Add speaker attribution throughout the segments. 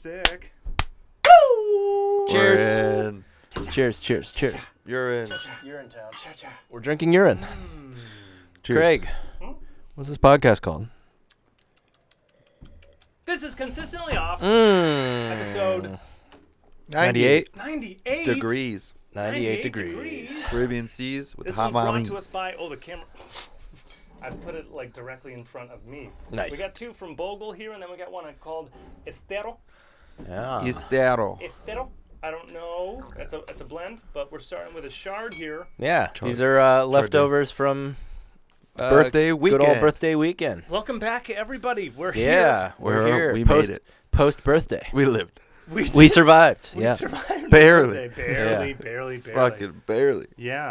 Speaker 1: Fantastic.
Speaker 2: Cheers.
Speaker 3: We're in.
Speaker 2: Cheers, cheers, cheers.
Speaker 3: You're in.
Speaker 4: You're in town.
Speaker 2: We're drinking urine.
Speaker 3: Cheers.
Speaker 2: Craig, what's this podcast called?
Speaker 1: This is consistently off.
Speaker 2: Mm.
Speaker 1: Episode
Speaker 2: 98.
Speaker 1: 98.
Speaker 3: degrees.
Speaker 2: 98 degrees.
Speaker 3: Caribbean seas with
Speaker 1: This
Speaker 3: hot
Speaker 1: was brought
Speaker 3: mommy.
Speaker 1: to us by oh the camera. I put it like directly in front of me.
Speaker 2: Nice.
Speaker 1: We got two from Bogle here, and then we got one called Estero.
Speaker 2: Yeah.
Speaker 3: Estero.
Speaker 1: Estero. I don't know. It's a it's a blend, but we're starting with a shard here.
Speaker 2: Yeah. These are uh, leftovers from uh,
Speaker 3: Birthday
Speaker 2: Good
Speaker 3: weekend.
Speaker 2: old birthday weekend.
Speaker 1: Welcome back, everybody. We're
Speaker 2: Yeah, we're,
Speaker 3: We're-
Speaker 2: here.
Speaker 3: we made
Speaker 2: post,
Speaker 3: it.
Speaker 2: Post birthday,
Speaker 3: We lived.
Speaker 1: here. We,
Speaker 2: we
Speaker 1: did-
Speaker 2: survived.
Speaker 1: we
Speaker 2: yeah.
Speaker 1: survived. Barely,
Speaker 3: Barely.
Speaker 1: barely,
Speaker 2: Yeah.
Speaker 1: barely,
Speaker 3: Fucking barely.
Speaker 1: Yeah.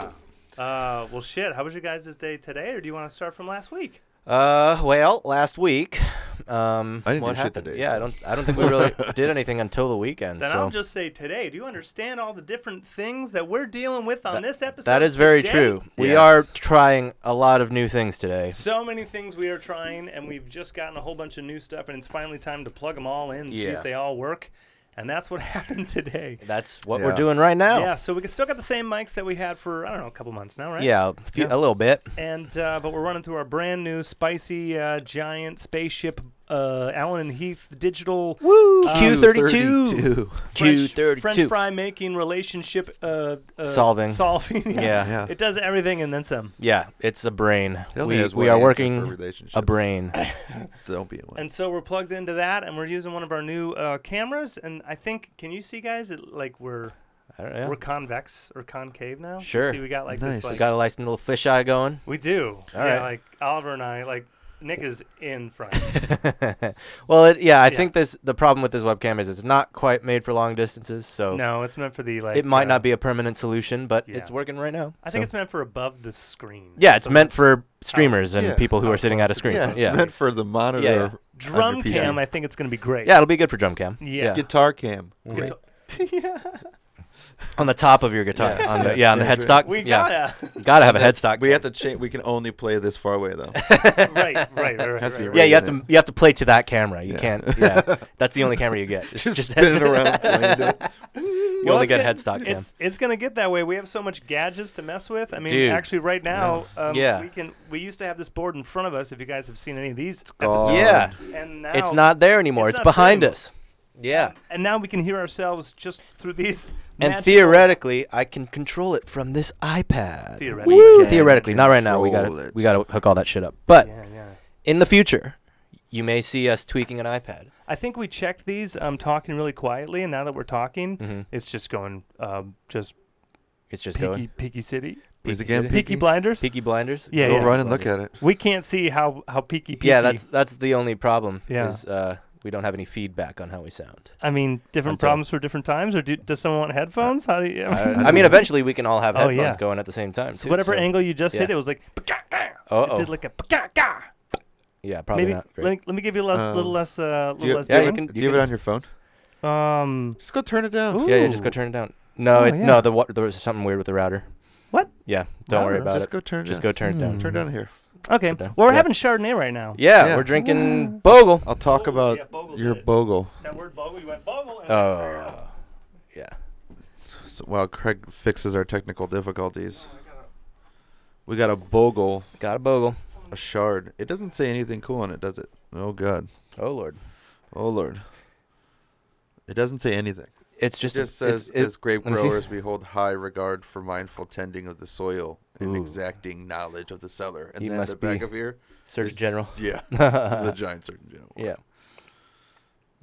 Speaker 1: Uh, well, shit. How was your guys' day today, or do you want to start from last week?
Speaker 2: Uh, well, last week, um,
Speaker 3: I didn't
Speaker 2: what
Speaker 3: do shit
Speaker 2: happened?
Speaker 3: today,
Speaker 2: Yeah,
Speaker 3: so.
Speaker 2: I don't. I don't think we really did anything until the weekend.
Speaker 1: Then
Speaker 2: so
Speaker 1: I'll just say today. Do you understand all the different things that we're dealing with on this episode?
Speaker 2: that is very
Speaker 1: today?
Speaker 2: true. We
Speaker 3: Yes.
Speaker 2: are trying a lot of new things today.
Speaker 1: So many things we are trying, and we've just gotten a whole bunch of new stuff, and it's finally time to plug them all in, see
Speaker 2: Yeah.
Speaker 1: if they all work. And that's what happened today.
Speaker 2: That's what
Speaker 3: Yeah.
Speaker 2: we're doing right now.
Speaker 1: Yeah, so we can still got the same mics that we had for I don't know a couple months now, right?
Speaker 2: Yeah, a, few, a little bit.
Speaker 1: And uh, but we're running through our brand new spicy uh, giant spaceship uh, Allen and Heath digital
Speaker 2: Woo!
Speaker 3: Um,
Speaker 1: Uh,
Speaker 2: Q32.
Speaker 3: 32.
Speaker 1: French,
Speaker 2: Q32.
Speaker 1: French fry making relationship uh, uh,
Speaker 2: Solving.
Speaker 1: solving. yeah.
Speaker 2: Yeah. yeah,
Speaker 3: Yeah.
Speaker 1: it does everything and then some.
Speaker 2: It's a brain.
Speaker 3: It only
Speaker 2: we
Speaker 3: has
Speaker 2: we are
Speaker 3: one answer for
Speaker 2: working
Speaker 3: relationships.
Speaker 2: a brain.
Speaker 3: Don't be in one.
Speaker 1: And so we're plugged into that, and we're using one of our new uh, cameras. And I think, can you see, guys? It, like we're
Speaker 2: I don't know.
Speaker 1: we're convex or concave now. You
Speaker 2: Sure.
Speaker 1: See, we got like
Speaker 3: Nice.
Speaker 1: this. Like,
Speaker 2: Got a nice little fisheye going.
Speaker 1: we do.
Speaker 2: All
Speaker 1: yeah,
Speaker 2: right.
Speaker 1: Like Oliver and I. Like Nick is in front.
Speaker 2: well, it, yeah, I
Speaker 1: Yeah.
Speaker 2: think this the problem with this webcam is it's not quite made for long distances, so
Speaker 1: no, it's meant for the like.
Speaker 2: Oh. it might
Speaker 1: uh,
Speaker 2: not be a permanent solution, but
Speaker 1: yeah.
Speaker 2: it's working right now.
Speaker 1: I think
Speaker 2: so.
Speaker 1: it's meant for above the screen.
Speaker 2: yeah, it's
Speaker 1: So
Speaker 2: meant for streamers and
Speaker 3: Yeah.
Speaker 2: people who
Speaker 1: How
Speaker 2: are sitting at a
Speaker 1: close
Speaker 2: screen.
Speaker 3: yeah,
Speaker 2: Yeah,
Speaker 3: it's
Speaker 2: yeah.
Speaker 3: meant for the monitor.
Speaker 2: yeah.
Speaker 3: on your
Speaker 1: drum
Speaker 3: PC.
Speaker 1: cam. I think it's gonna be great.
Speaker 2: it'll be good for drum cam.
Speaker 1: Yeah.
Speaker 3: Guitar cam.
Speaker 1: Good to-
Speaker 2: on the top of your guitar. Yeah, on the, yeah, on the
Speaker 3: Yeah, that's
Speaker 2: headstock.
Speaker 1: we
Speaker 2: yeah,
Speaker 1: gotta.
Speaker 2: gotta have a
Speaker 3: That-
Speaker 2: headstock.
Speaker 3: We have to change. We can only play this far away though.
Speaker 1: right, right, right, right.
Speaker 3: Has to be
Speaker 1: right,
Speaker 2: yeah,
Speaker 1: right.
Speaker 2: you have
Speaker 3: rated
Speaker 2: to you have to play to that camera. You
Speaker 3: Yeah.
Speaker 2: can't. Yeah, that's the only camera you get. It's
Speaker 3: just, spin it around. playing it.
Speaker 2: You
Speaker 1: Well,
Speaker 2: only
Speaker 1: it's
Speaker 2: get
Speaker 1: gonna-
Speaker 2: headstock cam.
Speaker 1: It's it's gonna get that way. We have so much gadgets to mess with. I mean,
Speaker 2: Dude.
Speaker 1: actually, right now, um,
Speaker 2: Yeah.
Speaker 1: we can. We used to have this board in front of us. If you guys have seen any of these,
Speaker 3: gone.
Speaker 1: episodes,
Speaker 2: Yeah,
Speaker 1: and now
Speaker 2: it's not there anymore.
Speaker 1: It's
Speaker 2: It's,
Speaker 1: not there
Speaker 2: behind
Speaker 1: anymore.
Speaker 2: us. Yeah.
Speaker 1: And now we can hear ourselves just through these.
Speaker 2: And
Speaker 1: magical-
Speaker 2: theoretically, I can control it from this iPad.
Speaker 1: Theoretically.
Speaker 2: Woo!
Speaker 3: We can
Speaker 2: Theoretically, not right now. We
Speaker 3: control
Speaker 2: gotta
Speaker 3: it.
Speaker 2: we gotta hook all that shit up. But
Speaker 1: Yeah, yeah.
Speaker 2: in the future, you may see us tweaking an iPad.
Speaker 1: I think we checked these. um, talking really quietly, and now that we're talking,
Speaker 3: Mm-hmm.
Speaker 1: it's just going, um, just
Speaker 2: It's Mm-hmm. just
Speaker 1: peaky,
Speaker 2: going.
Speaker 1: peaky city,
Speaker 3: Is it again
Speaker 1: peaky,
Speaker 3: Peaky?
Speaker 1: blinders.
Speaker 2: Peaky Blinders.
Speaker 1: Yeah,
Speaker 3: Go
Speaker 1: yeah.
Speaker 3: run and look at it.
Speaker 1: We can't see how how peaky. peaky
Speaker 2: Yeah, that's that's the only problem.
Speaker 1: Yeah.
Speaker 2: Is, uh, we don't have any feedback on how we sound.
Speaker 1: I mean, different
Speaker 2: Until-
Speaker 1: problems for different times, or do, does someone want headphones? How do you?
Speaker 2: I, I mean, eventually we can all have
Speaker 1: Oh,
Speaker 2: headphones
Speaker 1: yeah.
Speaker 2: going at the same time.
Speaker 1: So
Speaker 2: too,
Speaker 1: whatever
Speaker 2: so-
Speaker 1: angle you just hit,
Speaker 2: yeah.
Speaker 1: it was like.
Speaker 2: Oh,
Speaker 1: It did like a. "Pka-ka."
Speaker 2: yeah, probably
Speaker 1: Maybe
Speaker 2: not. Great.
Speaker 1: let me, let me give you a less, little
Speaker 3: Um,
Speaker 1: less, uh,
Speaker 3: Do
Speaker 1: little
Speaker 3: you,
Speaker 1: less.
Speaker 2: yeah, you
Speaker 1: different.
Speaker 2: can-
Speaker 3: do you have it on your phone?
Speaker 1: Um,
Speaker 3: Just go turn it down.
Speaker 1: ooh.
Speaker 2: yeah, yeah, just go turn it down. No,
Speaker 1: Oh,
Speaker 2: it,
Speaker 1: yeah.
Speaker 2: no, the wa- there was something weird with the router.
Speaker 1: What?
Speaker 2: Yeah, don't worry
Speaker 1: Router?
Speaker 2: about
Speaker 3: Just
Speaker 2: it.
Speaker 3: go turn it.
Speaker 2: Just
Speaker 3: down.
Speaker 2: go turn it down.
Speaker 3: Hmm. Turn it down here.
Speaker 1: Okay.
Speaker 2: Okay.
Speaker 1: Well, we're
Speaker 2: Yeah.
Speaker 1: having Chardonnay right now.
Speaker 2: Yeah,
Speaker 3: Yeah.
Speaker 2: we're drinking Bogle.
Speaker 3: I'll talk
Speaker 1: Bogle,
Speaker 3: about
Speaker 1: Oh, yeah, Bogle
Speaker 3: your
Speaker 1: did it.
Speaker 3: bogle.
Speaker 1: That word bogle, you went bogle. And
Speaker 2: Oh, yeah.
Speaker 3: So while Craig fixes our technical difficulties, we got a bogle,
Speaker 2: Got a Bogle.
Speaker 3: a shard. It doesn't say anything cool on it, does it? Oh God.
Speaker 2: Oh lord.
Speaker 3: Oh Lord. It doesn't say anything.
Speaker 2: It's
Speaker 3: It
Speaker 2: just,
Speaker 3: just
Speaker 2: a, it's-
Speaker 3: says, as grape
Speaker 2: let me see.
Speaker 3: growers, we hold high regard for mindful tending of the soil and
Speaker 2: Ooh.
Speaker 3: exacting knowledge of the cellar. And
Speaker 2: He
Speaker 3: then
Speaker 2: must
Speaker 3: the back
Speaker 2: be-
Speaker 3: of here,
Speaker 2: it- Surgeon General.
Speaker 3: yeah, this is a giant Surgeon General.
Speaker 2: Yeah.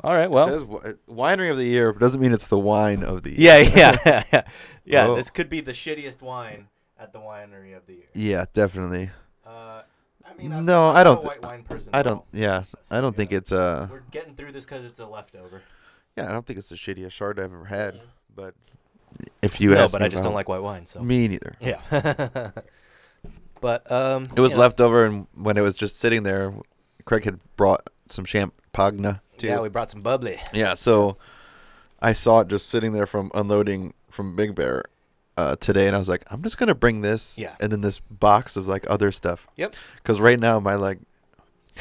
Speaker 2: All right.
Speaker 3: it
Speaker 2: Well.
Speaker 3: says wi- winery of the year, but doesn't mean it's the wine of the
Speaker 2: Yeah,
Speaker 3: year.
Speaker 2: yeah, yeah, yeah. yeah
Speaker 3: Whoa.
Speaker 2: this could be the shittiest wine at the winery of the year.
Speaker 3: Yeah, definitely.
Speaker 2: Uh, I mean, I'm,
Speaker 3: No, I
Speaker 2: I'm
Speaker 3: don't.
Speaker 2: A white wine person.
Speaker 3: I
Speaker 2: at
Speaker 3: don't.
Speaker 2: all.
Speaker 3: Yeah, I don't think it's uh.
Speaker 2: We're getting through this because it's a leftover.
Speaker 3: Yeah, I don't think it's the shittiest shard I've ever had. But if you
Speaker 2: no,
Speaker 3: ask
Speaker 2: but I
Speaker 3: me if
Speaker 2: just don't like white wine. So
Speaker 3: me neither.
Speaker 2: yeah. but um,
Speaker 3: It was
Speaker 2: yeah.
Speaker 3: left over, and when it was just sitting there, Craig had brought some champagne too.
Speaker 2: Yeah, we brought some bubbly.
Speaker 3: Yeah, so I saw it just sitting there from unloading from Big Bear uh, today, and I was like, I'm just gonna bring this,
Speaker 2: Yeah.
Speaker 3: and then this box of like other stuff.
Speaker 2: Yep.
Speaker 3: Because right now my like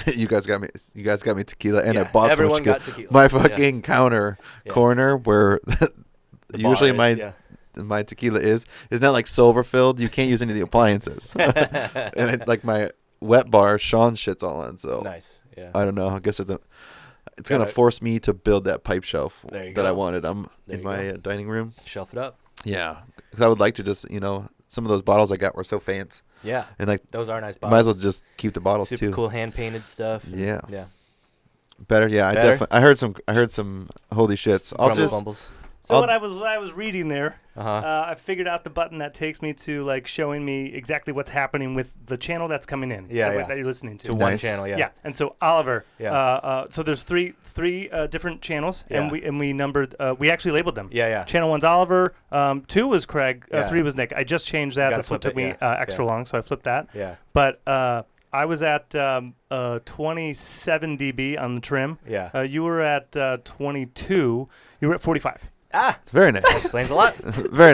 Speaker 3: you guys got me. You guys got me tequila, and
Speaker 2: yeah,
Speaker 3: I bought so
Speaker 2: everyone
Speaker 3: much tequila.
Speaker 2: got tequila.
Speaker 3: My fucking counter
Speaker 2: Yeah.
Speaker 3: corner where
Speaker 2: The bar
Speaker 3: usually
Speaker 2: is,
Speaker 3: my
Speaker 2: yeah.
Speaker 3: my tequila is is not like silver filled. You can't use any of the appliances, and it, like my wet bar, Sean shits all on. So
Speaker 2: nice. Yeah.
Speaker 3: I don't know. I guess it's a, it's gonna
Speaker 2: Gotta-
Speaker 3: force me to build that pipe shelf
Speaker 2: There you
Speaker 3: that I
Speaker 2: go.
Speaker 3: wanted. I'm
Speaker 2: There
Speaker 3: in
Speaker 2: you
Speaker 3: my uh dining room.
Speaker 2: Shelf it up.
Speaker 3: Yeah, because I would like to just you know some of those bottles I got were so fancy,
Speaker 2: Yeah.
Speaker 3: and like
Speaker 2: Those are nice bottles.
Speaker 3: might as well just keep the bottles
Speaker 2: Super
Speaker 3: too.
Speaker 2: cool hand painted stuff.
Speaker 3: Yeah,
Speaker 2: Yeah.
Speaker 3: better. Yeah,
Speaker 2: Better?
Speaker 3: I definitely. I heard some. I heard some. Holy shits! I'll
Speaker 2: Rumble
Speaker 3: just.
Speaker 2: bumbles.
Speaker 1: So
Speaker 3: I'll-
Speaker 1: what I was what I was reading there,
Speaker 2: Uh-huh.
Speaker 1: uh, I figured out the button that takes me to like showing me exactly what's happening with the channel that's coming in.
Speaker 2: Yeah,
Speaker 1: that,
Speaker 2: yeah.
Speaker 1: that you're listening to.
Speaker 2: to one
Speaker 3: nice.
Speaker 2: channel, yeah.
Speaker 1: yeah. and so Oliver.
Speaker 2: Yeah.
Speaker 1: Uh, uh, so there's three three uh, different channels,
Speaker 2: Yeah.
Speaker 1: and we and we numbered. Uh, we actually labeled them.
Speaker 2: Yeah, yeah.
Speaker 1: Channel one's Oliver. Um, two was Craig. Uh,
Speaker 2: Yeah.
Speaker 1: Three was Nick. I just changed that.
Speaker 2: gotta
Speaker 1: That's what
Speaker 2: flip
Speaker 1: took
Speaker 2: it,
Speaker 1: me
Speaker 2: yeah,
Speaker 1: uh, extra
Speaker 2: yeah.
Speaker 1: long, so I flipped that.
Speaker 2: yeah.
Speaker 1: But uh, I was at um, uh, 27 dB on the trim.
Speaker 2: Yeah.
Speaker 1: Uh, you were at uh, 22. You were at 45.
Speaker 2: ah,
Speaker 3: Very nice.
Speaker 2: explains a lot.
Speaker 3: Very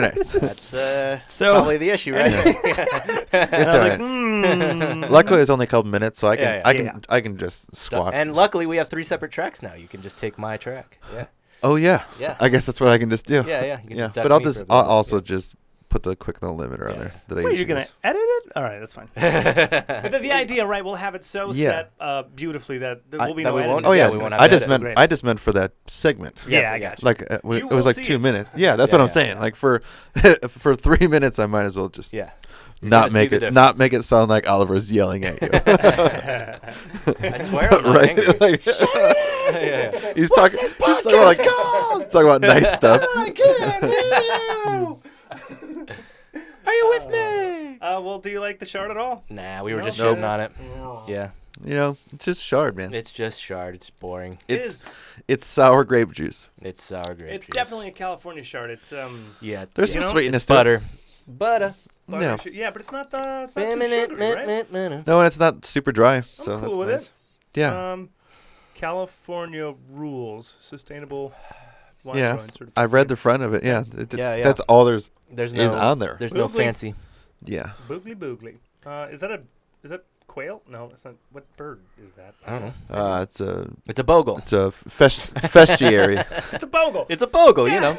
Speaker 3: nice.
Speaker 2: That's uh,
Speaker 1: So-
Speaker 2: probably the issue, right?
Speaker 1: And
Speaker 3: It's
Speaker 1: I was like,
Speaker 3: alright.
Speaker 1: mm.
Speaker 3: Luckily, it's only called minutes, so I can
Speaker 2: Yeah, yeah.
Speaker 3: I can
Speaker 1: Yeah.
Speaker 3: I can just
Speaker 2: So-
Speaker 3: squat.
Speaker 2: and luckily, we have three separate tracks now. You can just take my track. Yeah.
Speaker 3: oh yeah,
Speaker 2: Yeah.
Speaker 3: I guess that's what I can just do.
Speaker 2: Yeah, yeah. You can
Speaker 3: yeah.
Speaker 2: just duck
Speaker 3: But I'll
Speaker 2: me
Speaker 3: just
Speaker 2: for a
Speaker 3: I'll
Speaker 2: little
Speaker 3: also just put the quick little limiter on
Speaker 2: Yeah.
Speaker 3: there that I
Speaker 1: Wait,
Speaker 3: usually
Speaker 1: you're gonna
Speaker 3: use.
Speaker 1: edit it? All right, that's fine. but the, the idea, right? We'll have it so
Speaker 3: Yeah.
Speaker 1: set uh, beautifully that there
Speaker 2: I-
Speaker 1: will be
Speaker 2: that
Speaker 1: no
Speaker 2: we
Speaker 1: editing.
Speaker 2: won't-
Speaker 3: Oh
Speaker 2: Yeah,
Speaker 3: yeah,
Speaker 2: we won't have
Speaker 3: I
Speaker 2: to
Speaker 3: just
Speaker 2: edit.
Speaker 3: meant
Speaker 1: Great.
Speaker 3: I just meant for that segment.
Speaker 1: Yeah,
Speaker 2: Yeah,
Speaker 1: I
Speaker 2: yeah.
Speaker 1: got you.
Speaker 3: Like uh, w-
Speaker 1: You
Speaker 3: it was
Speaker 1: will
Speaker 3: like
Speaker 1: see
Speaker 3: two
Speaker 1: it.
Speaker 3: minutes. Yeah, that's what
Speaker 2: Yeah,
Speaker 3: I'm
Speaker 2: yeah.
Speaker 3: saying. Like for for three minutes, I might as well just
Speaker 2: Yeah. gonna
Speaker 3: not
Speaker 2: see
Speaker 3: make
Speaker 2: the
Speaker 3: it not make it sound like Oliver's yelling at you.
Speaker 2: I swear I'm not angry.
Speaker 3: Like,
Speaker 2: yeah, yeah.
Speaker 3: he's talking. He's talking about, like he's talking about nice stuff.
Speaker 2: Oh Are you with me?
Speaker 1: Uh, well, do you like the shard at all?
Speaker 2: Nah, we were
Speaker 1: No
Speaker 2: just
Speaker 1: shit.
Speaker 2: shitting on it. Yeah.
Speaker 3: you know, it's just shard, man.
Speaker 2: It's just shard. It's boring.
Speaker 1: It
Speaker 3: It's
Speaker 1: is.
Speaker 3: it's sour grape juice.
Speaker 2: It's sour grape
Speaker 1: It's
Speaker 2: juice.
Speaker 1: definitely a California shard. It's um.
Speaker 2: Yeah.
Speaker 3: There's
Speaker 2: yeah.
Speaker 3: some
Speaker 1: know,
Speaker 3: sweetness to
Speaker 2: butter. Butter.
Speaker 3: No.
Speaker 1: larger sh- Yeah, but it's not the. It's not too sugary, right?
Speaker 3: it. No, and it's not super dry, so
Speaker 1: I'm
Speaker 3: that's
Speaker 1: cool with
Speaker 3: nice.
Speaker 1: it.
Speaker 3: Yeah,
Speaker 1: Um, California rules sustainable wine
Speaker 3: Yeah,
Speaker 1: growing certification.
Speaker 3: I read the front of it. Yeah, it,
Speaker 2: Yeah, yeah.
Speaker 3: that's all there's
Speaker 2: There's
Speaker 3: is
Speaker 2: no.
Speaker 3: on there.
Speaker 2: There's no
Speaker 1: Lovely.
Speaker 2: fancy.
Speaker 3: Yeah,
Speaker 1: boogly boogly. Uh, is that a is that quail? No, that's not. What bird is that?
Speaker 2: I don't know.
Speaker 3: uh, it's a
Speaker 2: It's a bogle.
Speaker 3: it's a fest festiary.
Speaker 1: It's a bogle.
Speaker 2: It's a bogle, you know.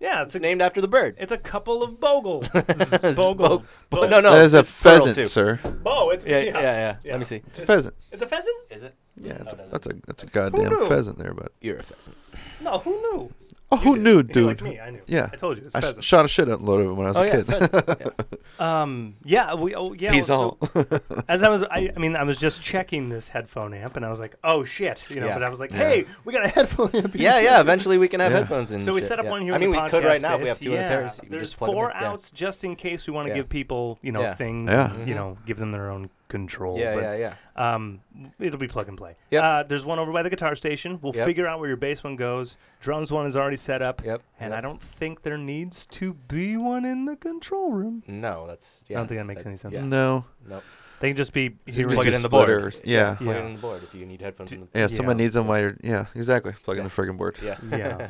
Speaker 1: yeah, it's
Speaker 2: It's
Speaker 1: a
Speaker 2: named after the bird.
Speaker 1: it's a couple of bogles.
Speaker 2: It's
Speaker 1: bogle.
Speaker 2: bog-
Speaker 1: Bo-
Speaker 2: Oh, no, no.
Speaker 3: that is a
Speaker 2: it's feral,
Speaker 3: pheasant,
Speaker 2: too.
Speaker 3: sir.
Speaker 1: Bo. It's
Speaker 2: Yeah,
Speaker 1: yeah,
Speaker 2: yeah, yeah,
Speaker 1: Yeah.
Speaker 2: Let me see.
Speaker 3: It's a pheasant.
Speaker 1: It's a pheasant.
Speaker 2: Is it?
Speaker 3: Yeah, it's a,
Speaker 2: doesn't.
Speaker 3: that's a that's a goddamn
Speaker 1: knew?
Speaker 3: pheasant there, but
Speaker 2: You're a pheasant.
Speaker 1: No, who knew? You
Speaker 3: oh, who
Speaker 1: did.
Speaker 3: knew,
Speaker 1: You're like
Speaker 3: dude?
Speaker 1: me, I knew.
Speaker 3: Yeah.
Speaker 1: I told you. It's
Speaker 3: I sh-
Speaker 1: pheasant.
Speaker 3: shot a shit load of it when I was
Speaker 2: Oh,
Speaker 3: a
Speaker 2: yeah,
Speaker 3: kid.
Speaker 2: pheasant.
Speaker 1: um. Yeah. We. Oh. Yeah.
Speaker 3: He's
Speaker 1: well,
Speaker 3: all.
Speaker 1: so, as I was. I, I. mean, I was just checking this headphone amp, and I was like, "Oh shit!" You know.
Speaker 2: Yeah.
Speaker 1: But I was like,
Speaker 3: Yeah.
Speaker 1: "Hey, we got a headphone amp."
Speaker 2: yeah, yeah. Eventually we can have
Speaker 3: Yeah.
Speaker 2: headphones and
Speaker 1: So we
Speaker 2: shit,
Speaker 1: set up
Speaker 2: yeah.
Speaker 1: one here.
Speaker 2: I
Speaker 1: in
Speaker 2: mean,
Speaker 1: the
Speaker 2: we could
Speaker 1: podcast
Speaker 2: right now. if We have
Speaker 1: space.
Speaker 2: two
Speaker 1: yeah.
Speaker 2: other pairs. We
Speaker 1: There's
Speaker 2: just plug 'em
Speaker 1: four
Speaker 2: in, yeah.
Speaker 1: outs just in case we want to
Speaker 2: Yeah.
Speaker 1: give people, you know,
Speaker 2: Yeah. Mm-hmm.
Speaker 1: things.
Speaker 3: Yeah.
Speaker 1: and, You know, give them their own control.
Speaker 2: Yeah,
Speaker 1: but,
Speaker 2: yeah, yeah.
Speaker 1: Um, it'll be plug and play.
Speaker 2: Yep.
Speaker 1: Uh, there's one over by the guitar station. We'll
Speaker 2: Yep.
Speaker 1: figure out where your bass one goes. Drums one is already set up.
Speaker 2: Yep.
Speaker 1: And
Speaker 2: yep.
Speaker 1: I don't think there needs to be one in the control room.
Speaker 2: No, that's. Yeah,
Speaker 1: don't think that makes any sense.
Speaker 2: Yeah.
Speaker 3: No,
Speaker 2: Nope.
Speaker 1: They can just be
Speaker 3: Just
Speaker 1: hearing-
Speaker 2: Plug
Speaker 3: a
Speaker 2: it in the board.
Speaker 3: splitter. Yeah.
Speaker 2: Plug it
Speaker 1: Yeah.
Speaker 2: in the board if you need headphones.
Speaker 3: D-
Speaker 2: in the
Speaker 3: yeah. Someone
Speaker 1: Yeah.
Speaker 3: needs them while you're. Yeah, exactly. Plug in
Speaker 2: Yeah.
Speaker 3: the friggin' board.
Speaker 2: Yeah.
Speaker 1: Yeah.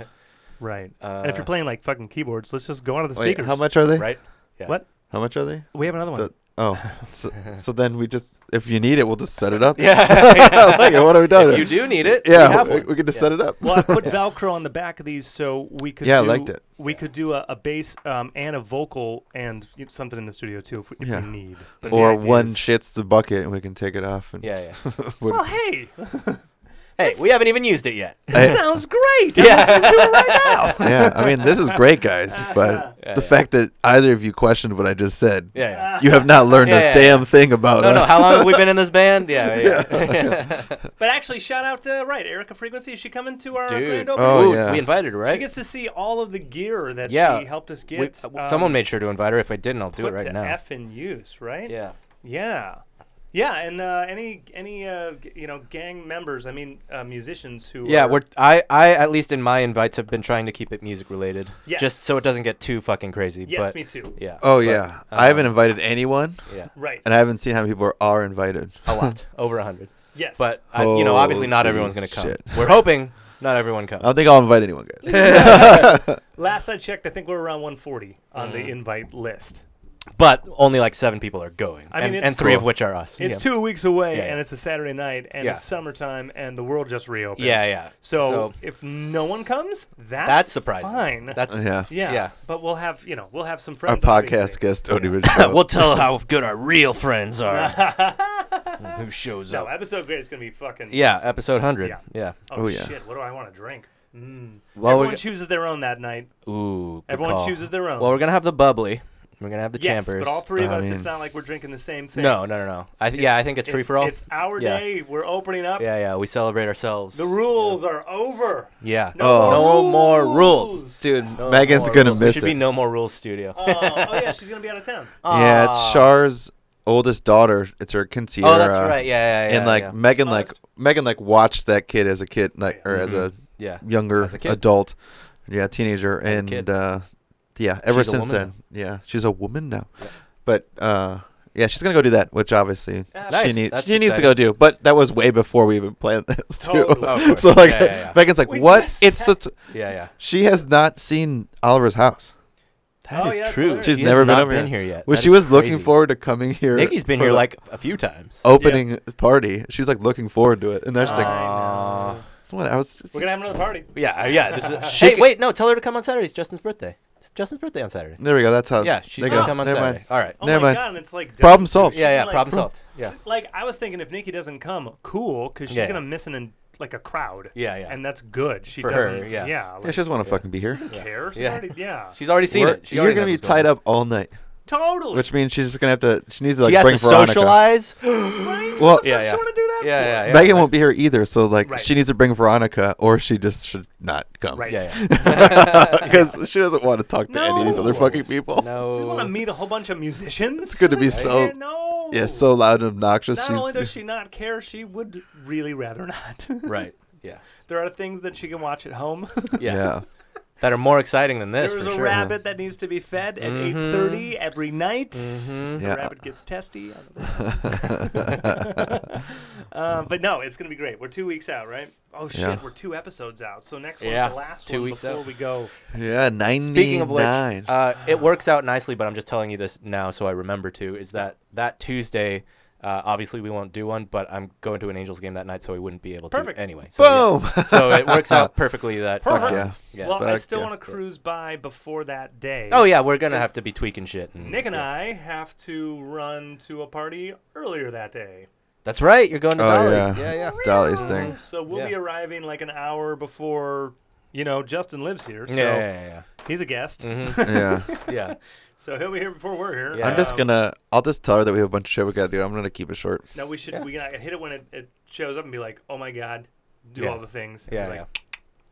Speaker 1: right.
Speaker 2: Uh,
Speaker 1: and if you're playing like fucking keyboards, let's just go out of the
Speaker 3: Wait,
Speaker 1: speakers.
Speaker 3: how much are they?
Speaker 2: Right. Yeah.
Speaker 1: What?
Speaker 3: How much are they?
Speaker 1: We have another one.
Speaker 3: The- Oh, so, so then we just if you need it, we'll just set it up.
Speaker 2: Yeah.
Speaker 3: like, what have we done?
Speaker 2: If you do need it,
Speaker 3: yeah,
Speaker 2: we have
Speaker 3: we,
Speaker 2: one.
Speaker 3: we could just
Speaker 2: Yeah.
Speaker 3: set it up.
Speaker 1: well, I put Velcro on the back of these so we could.
Speaker 3: Yeah, I
Speaker 1: do,
Speaker 3: liked it.
Speaker 1: We could do a, a bass um, and a vocal and you know, something in the studio too if we, if
Speaker 3: Yeah.
Speaker 1: we need. But the
Speaker 3: Or
Speaker 1: idea
Speaker 3: one
Speaker 1: is-
Speaker 3: shits the bucket and we can take it off. And
Speaker 2: Yeah, yeah.
Speaker 3: what-
Speaker 1: well, oh, hey,
Speaker 2: Hey, we haven't even used it yet.
Speaker 1: it
Speaker 3: I-
Speaker 1: sounds great. I'm
Speaker 2: Yeah.
Speaker 1: listening to it right now.
Speaker 3: yeah, I mean this is great, guys. But
Speaker 2: Yeah,
Speaker 3: the
Speaker 2: yeah.
Speaker 3: fact that either of you questioned what I just said,
Speaker 2: Yeah, yeah.
Speaker 3: you have not learned
Speaker 2: Yeah,
Speaker 3: a
Speaker 2: yeah,
Speaker 3: damn thing about
Speaker 2: No,
Speaker 3: us.
Speaker 2: no. How long have we been in this band? Yeah, yeah.
Speaker 1: Uh, But actually, shout out to right Erica Frequency. Is she coming to our
Speaker 2: Dude,
Speaker 1: grand opening?
Speaker 3: Oh,
Speaker 2: Ooh,
Speaker 3: yeah.
Speaker 2: we invited her,
Speaker 1: She
Speaker 2: right?
Speaker 1: gets to see all of the gear that
Speaker 2: Yeah.
Speaker 1: she helped us
Speaker 2: We-
Speaker 1: get.
Speaker 2: w-
Speaker 1: um,
Speaker 2: someone made sure to invite her. If I didn't, I'll do
Speaker 1: put
Speaker 2: it right
Speaker 1: to
Speaker 2: now.
Speaker 1: F in use, right?
Speaker 2: yeah.
Speaker 1: Yeah, yeah, and uh, any any uh, g- you know gang members, I mean uh, musicians who
Speaker 2: Yeah,
Speaker 1: are-
Speaker 2: we're I, I at least in my invites have been trying to keep it music related.
Speaker 1: Yes.
Speaker 2: Just so it doesn't get too fucking crazy.
Speaker 1: yes,
Speaker 2: but
Speaker 1: me too.
Speaker 2: yeah.
Speaker 3: Oh
Speaker 2: but,
Speaker 3: yeah,
Speaker 2: uh,
Speaker 3: I haven't invited anyone,
Speaker 2: Yeah.
Speaker 1: Right.
Speaker 3: and I haven't seen how many people are, are invited.
Speaker 2: A lot. over a hundred.
Speaker 1: yes.
Speaker 2: But I, you know, obviously not
Speaker 3: Holy
Speaker 2: everyone's gonna come.
Speaker 3: shit. Uh,
Speaker 2: We're hoping not everyone
Speaker 3: I
Speaker 2: comes.
Speaker 3: don't think I'll invite anyone, guys.
Speaker 1: last I checked, I think we're around 140 on the
Speaker 2: Mm.
Speaker 1: invite list.
Speaker 5: But only like seven people are going,
Speaker 1: I mean,
Speaker 5: and,
Speaker 1: it's
Speaker 5: and three of
Speaker 3: Cool.
Speaker 5: which are us.
Speaker 1: It's
Speaker 5: yeah.
Speaker 1: two weeks away,
Speaker 5: Yeah, yeah.
Speaker 1: and it's a Saturday night, and
Speaker 5: Yeah.
Speaker 1: it's summertime, and the world just reopened.
Speaker 5: Yeah, yeah.
Speaker 1: So,
Speaker 2: So-
Speaker 1: if no one comes, that's,
Speaker 5: That's surprising.
Speaker 1: Fine.
Speaker 2: That's
Speaker 3: Yeah.
Speaker 1: yeah.
Speaker 2: yeah.
Speaker 1: But we'll have you know we'll have some
Speaker 3: Our
Speaker 1: friends.
Speaker 3: podcast guests don't even show up.
Speaker 5: we'll tell how good our real friends are.
Speaker 1: guest.
Speaker 5: who shows
Speaker 1: no,
Speaker 5: up?
Speaker 1: episode great is gonna be fucking.
Speaker 2: Yeah, episode 100.
Speaker 1: Yeah.
Speaker 2: Yeah.
Speaker 1: Oh,
Speaker 3: Oh, yeah.
Speaker 1: shit! What do I want to drink? Mm.
Speaker 2: Well,
Speaker 1: Everyone
Speaker 2: we-
Speaker 1: chooses their own that night.
Speaker 5: Ooh, good
Speaker 1: Everyone
Speaker 5: call.
Speaker 1: chooses their own.
Speaker 2: Well, we're going to have the bubbly. We're going to have the
Speaker 1: Oh. yes,
Speaker 2: chambers.
Speaker 1: but all three of
Speaker 3: I
Speaker 1: us.
Speaker 3: mean-
Speaker 1: it's not like we're drinking the same thing.
Speaker 2: no, no, no, no. I th- yeah, I think it's, free for all.
Speaker 1: It's our
Speaker 2: Yeah.
Speaker 1: day. We're opening up.
Speaker 2: Yeah, yeah. We celebrate ourselves.
Speaker 1: The rules are over.
Speaker 2: yeah.
Speaker 1: No,
Speaker 3: Oh.
Speaker 1: more,
Speaker 2: No
Speaker 1: rules.
Speaker 2: more rules.
Speaker 3: Dude,
Speaker 2: No
Speaker 3: Megan's
Speaker 2: more
Speaker 3: gonna
Speaker 2: rules. We
Speaker 3: miss
Speaker 2: should be
Speaker 3: it.
Speaker 2: no more rules studio.
Speaker 1: Oh, oh yeah, she's gonna be out of town.
Speaker 3: yeah, it's
Speaker 2: Ah.
Speaker 3: Char's oldest daughter. It's her consiera.
Speaker 2: Oh, that's right. Yeah, yeah, yeah.
Speaker 3: and uh, like
Speaker 2: yeah.
Speaker 3: Megan,
Speaker 1: Oh,
Speaker 3: like
Speaker 1: that's-
Speaker 3: Megan, like watched that kid as a kid, like or as a
Speaker 2: yeah.
Speaker 3: younger
Speaker 2: Mm-hmm. As a kid.
Speaker 3: adult, yeah, teenager, and
Speaker 2: kid.
Speaker 3: uh, yeah, ever
Speaker 2: She's a
Speaker 3: since
Speaker 2: woman
Speaker 3: then, yeah, she's a woman now.
Speaker 2: Yeah.
Speaker 3: But uh, yeah, she's gonna go do that, which obviously
Speaker 1: Ah,
Speaker 3: she
Speaker 2: Nice,
Speaker 3: needs.
Speaker 2: that's
Speaker 3: she needs to
Speaker 2: exciting.
Speaker 3: go do. But that was way before we even planned this too.
Speaker 1: Totally.
Speaker 2: Oh, of course.
Speaker 3: so like,
Speaker 2: Yeah, yeah, yeah.
Speaker 3: Megan's like,
Speaker 1: We
Speaker 3: what?
Speaker 1: just
Speaker 3: It's the. T-
Speaker 2: Yeah, yeah.
Speaker 3: she has not seen Oliver's house.
Speaker 1: That
Speaker 2: That
Speaker 1: Oh,
Speaker 2: is
Speaker 1: is yeah, it's true.
Speaker 2: true.
Speaker 1: hilarious.
Speaker 3: She's never been over
Speaker 2: been
Speaker 3: here.
Speaker 2: here yet.
Speaker 3: Well,
Speaker 2: That
Speaker 3: she
Speaker 2: is
Speaker 3: was looking
Speaker 2: crazy.
Speaker 3: forward to coming here.
Speaker 2: Nikki's been
Speaker 3: for
Speaker 2: here
Speaker 3: the Oh.
Speaker 2: like a few times.
Speaker 3: opening party. She's like looking forward to it, and they're just
Speaker 1: I
Speaker 3: like,
Speaker 1: know.
Speaker 3: "What?" I was.
Speaker 1: We're gonna have another party.
Speaker 2: Yeah, uh, yeah. This is.
Speaker 3: She
Speaker 2: hey,
Speaker 3: could-
Speaker 2: wait, no. Tell her to come on Saturday. It's Justin's birthday. It's Justin's birthday on Saturday.
Speaker 3: There we go. That's how.
Speaker 2: yeah, she's
Speaker 3: Uh, there you
Speaker 2: gonna
Speaker 3: go.
Speaker 2: come on
Speaker 3: Never
Speaker 2: Saturday.
Speaker 3: mind.
Speaker 2: All right.
Speaker 1: Oh
Speaker 3: Never
Speaker 1: my
Speaker 3: mind.
Speaker 1: god, and it's like
Speaker 3: Problem
Speaker 1: done.
Speaker 3: solved.
Speaker 2: Yeah, yeah.
Speaker 1: Like-
Speaker 2: problem solved. Yeah.
Speaker 1: Like I was thinking, if Nikki doesn't come, cool, because she's
Speaker 2: Yeah.
Speaker 1: gonna miss an like a crowd.
Speaker 2: Yeah, yeah.
Speaker 1: and that's good. She
Speaker 2: For her,
Speaker 1: doesn't.
Speaker 2: yeah.
Speaker 1: yeah, like,
Speaker 3: Yeah, she doesn't want to fucking be here.
Speaker 1: doesn't care. She's
Speaker 2: Yeah.
Speaker 1: already yeah.
Speaker 2: She's already seen
Speaker 3: We're-
Speaker 2: it. She
Speaker 3: You're
Speaker 2: already
Speaker 3: gonna be
Speaker 2: knows what's going
Speaker 3: tied
Speaker 2: on.
Speaker 3: up all night,
Speaker 1: totally.
Speaker 3: which means she's just gonna have to. She needs to like
Speaker 2: she has
Speaker 3: bring
Speaker 2: to
Speaker 3: Veronica.
Speaker 2: socialize. yeah,
Speaker 1: right?
Speaker 3: Well-
Speaker 1: What the
Speaker 2: Yeah,
Speaker 1: fuck
Speaker 2: yeah.
Speaker 1: do you want to do that for?
Speaker 2: yeah, yeah.
Speaker 3: Megan won't be here either, so like
Speaker 1: Right.
Speaker 3: she needs to bring Veronica, or she just should not come.
Speaker 1: Right.
Speaker 2: Yeah,
Speaker 3: Because she doesn't want to talk to any of these other
Speaker 1: No.
Speaker 3: fucking people.
Speaker 2: yeah.
Speaker 1: Do you want to
Speaker 2: No.
Speaker 1: meet a whole bunch of musicians? It's
Speaker 3: gonna be so-
Speaker 1: No.
Speaker 3: Yeah, so loud and obnoxious.
Speaker 1: Not
Speaker 3: she's,
Speaker 1: only does she not care, she would really rather not.
Speaker 2: Right. Yeah.
Speaker 1: there are things that she can watch at home.
Speaker 2: Yeah.
Speaker 3: yeah.
Speaker 2: That are more exciting than this
Speaker 1: There's
Speaker 2: for
Speaker 1: a
Speaker 2: sure.
Speaker 1: rabbit that needs to be fed at
Speaker 2: Mhm.
Speaker 1: 8:30 every night.
Speaker 2: Mhm.
Speaker 1: The
Speaker 3: Mm-hmm. Yeah.
Speaker 1: rabbit gets testy. I don't know. uh, but no, it's gonna be great. We're two weeks out, right? Oh shit,
Speaker 3: Yeah.
Speaker 1: we're two episodes out. So next one's
Speaker 2: Yeah,
Speaker 1: the last
Speaker 2: two
Speaker 1: one
Speaker 2: weeks
Speaker 1: before
Speaker 2: out.
Speaker 1: we go.
Speaker 3: Yeah, 99.
Speaker 2: Speaking of which, uh, it works out nicely, but I'm just telling you this now so I remember to. Is that that Tuesday? Uh, obviously, we won't do one, but I'm going to an Angels game that night, so we wouldn't be able to
Speaker 1: Perfect.
Speaker 2: anyway. So, yeah.
Speaker 3: Boom!
Speaker 2: so it works out perfectly. That
Speaker 1: Perfect.
Speaker 3: Fuck
Speaker 2: uh,
Speaker 3: yeah.
Speaker 2: yeah.
Speaker 1: well, I
Speaker 3: Fuck
Speaker 1: still
Speaker 3: yeah.
Speaker 1: want to cruise by before that day.
Speaker 2: oh yeah, we're gonna
Speaker 1: Is-
Speaker 2: have to be tweaking shit. And,
Speaker 1: Nick and
Speaker 2: Mm, yeah.
Speaker 1: I have to run to a party earlier that day. Um,
Speaker 2: That's right. You're going to
Speaker 3: Oh,
Speaker 2: Dolly's.
Speaker 3: yeah.
Speaker 2: yeah, yeah.
Speaker 3: Dolly's thing.
Speaker 1: So we'll be
Speaker 2: Yeah.
Speaker 1: arriving like an hour before, you know, Justin lives here. So
Speaker 2: Yeah, yeah,
Speaker 1: he's a guest.
Speaker 2: yeah, yeah.
Speaker 3: Yeah.
Speaker 2: Mhm. yeah.
Speaker 1: So he'll be here before we're here.
Speaker 2: Yeah.
Speaker 3: I'm just
Speaker 1: Um,
Speaker 3: gonna. I'll just tell her that we have a bunch of shit we gotta do. I'm gonna keep it short.
Speaker 1: No, we should.
Speaker 2: Yeah.
Speaker 1: We can I hit it when it, it shows up and be like, oh my God, do
Speaker 2: Yeah.
Speaker 1: all the things.
Speaker 2: Yeah,
Speaker 1: Like,
Speaker 2: yeah.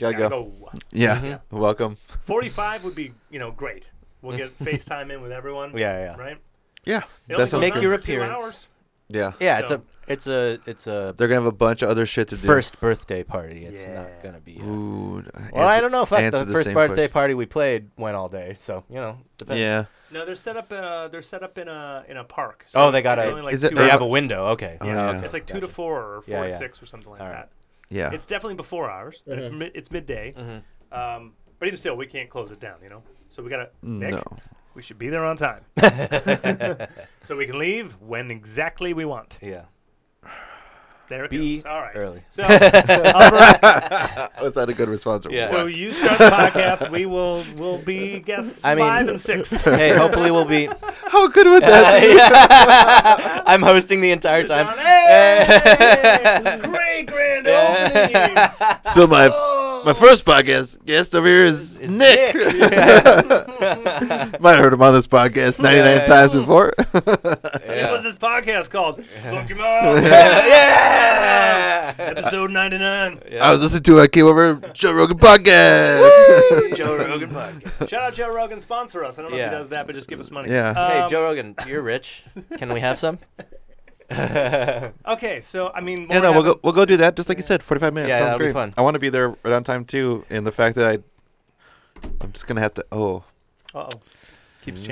Speaker 3: Gotta
Speaker 1: gotta
Speaker 3: go.
Speaker 1: go.
Speaker 3: Yeah.
Speaker 2: Mhm.
Speaker 3: Welcome.
Speaker 1: 45 would be, you know, great. We'll get FaceTime in with everyone.
Speaker 2: Yeah, yeah.
Speaker 1: Right?
Speaker 3: Yeah.
Speaker 1: It
Speaker 3: that
Speaker 1: only
Speaker 3: sounds
Speaker 1: goes
Speaker 2: Make
Speaker 1: on
Speaker 3: good.
Speaker 2: your
Speaker 1: for two
Speaker 2: appearance.
Speaker 1: hours.
Speaker 3: yeah.
Speaker 2: Yeah, it's
Speaker 1: So-
Speaker 2: a, it's a, it's a
Speaker 3: They're gonna have a bunch of other shit to do.
Speaker 2: first birthday party. It's
Speaker 1: Yeah.
Speaker 2: not gonna be. a-
Speaker 3: Ooh.
Speaker 2: Well, I don't know. Fuck,
Speaker 3: answer
Speaker 2: the,
Speaker 3: the
Speaker 2: first
Speaker 3: same
Speaker 2: birthday
Speaker 3: question.
Speaker 2: party we played went all day, so you know. Depends.
Speaker 3: Yeah.
Speaker 1: No, they're set up. Uh, they're set up in a in a park.
Speaker 2: Oh, they got
Speaker 1: it's
Speaker 2: a-
Speaker 1: only, like,
Speaker 3: Is it
Speaker 1: two
Speaker 2: They
Speaker 3: urban?
Speaker 1: hours.
Speaker 2: have a window. Okay.
Speaker 3: Oh,
Speaker 1: yeah,
Speaker 3: yeah.
Speaker 1: it's like two to
Speaker 2: Gotcha.
Speaker 1: four or four
Speaker 2: Yeah,
Speaker 1: to
Speaker 2: yeah.
Speaker 1: six or something like
Speaker 2: All right.
Speaker 1: that.
Speaker 3: Yeah.
Speaker 1: It's definitely before hours. and It's
Speaker 3: Mm-hmm.
Speaker 1: mi- it's midday.
Speaker 2: Mhm.
Speaker 1: Um, but even still, we can't close it down. You know, so we gotta. Nick,
Speaker 3: Mm, no.
Speaker 1: We should be there on time, so we can leave when exactly we want.
Speaker 2: Yeah.
Speaker 1: There it
Speaker 2: Be
Speaker 1: goes. All right.
Speaker 2: early.
Speaker 1: So, Oliver,
Speaker 3: Uh, Was that a good response? or
Speaker 2: Yeah.
Speaker 1: so
Speaker 3: what?
Speaker 1: you start the podcast. We will will be guests
Speaker 2: I mean-
Speaker 1: five and six.
Speaker 2: hey, hopefully we'll be.
Speaker 3: How good would that be?
Speaker 2: I'm hosting the entire time.
Speaker 1: Hey! Great grand opening.
Speaker 3: So my
Speaker 2: Oh.
Speaker 3: my first podcast guest over here is
Speaker 2: It's
Speaker 3: Nick. Might have heard him on this podcast 99
Speaker 2: Yeah, yeah,
Speaker 3: times before.
Speaker 1: What was
Speaker 2: Yeah.
Speaker 1: this podcast called? Fuck him up. Episode 99.
Speaker 3: I was listening to. it, I came over Joe Rogan podcast.
Speaker 1: Joe Rogan podcast. Shout out Joe Rogan, sponsor us. I don't know if
Speaker 2: Yeah.
Speaker 1: he does that, but just give us money.
Speaker 3: Yeah.
Speaker 2: Hey,
Speaker 1: Um,
Speaker 2: Joe Rogan, you're rich. Can we have some?
Speaker 1: Okay, so I mean, more
Speaker 3: Yeah, no, we'll
Speaker 1: happen-
Speaker 3: go. We'll go do that. Just like you said, forty-five minutes.
Speaker 2: Yeah,
Speaker 3: Sounds
Speaker 2: that'll be
Speaker 3: great.
Speaker 2: fun.
Speaker 3: I want to be there right on time too. And the fact that I, I'm just gonna have to. Oh
Speaker 1: Uh-oh. Keeps
Speaker 3: Mm-hmm.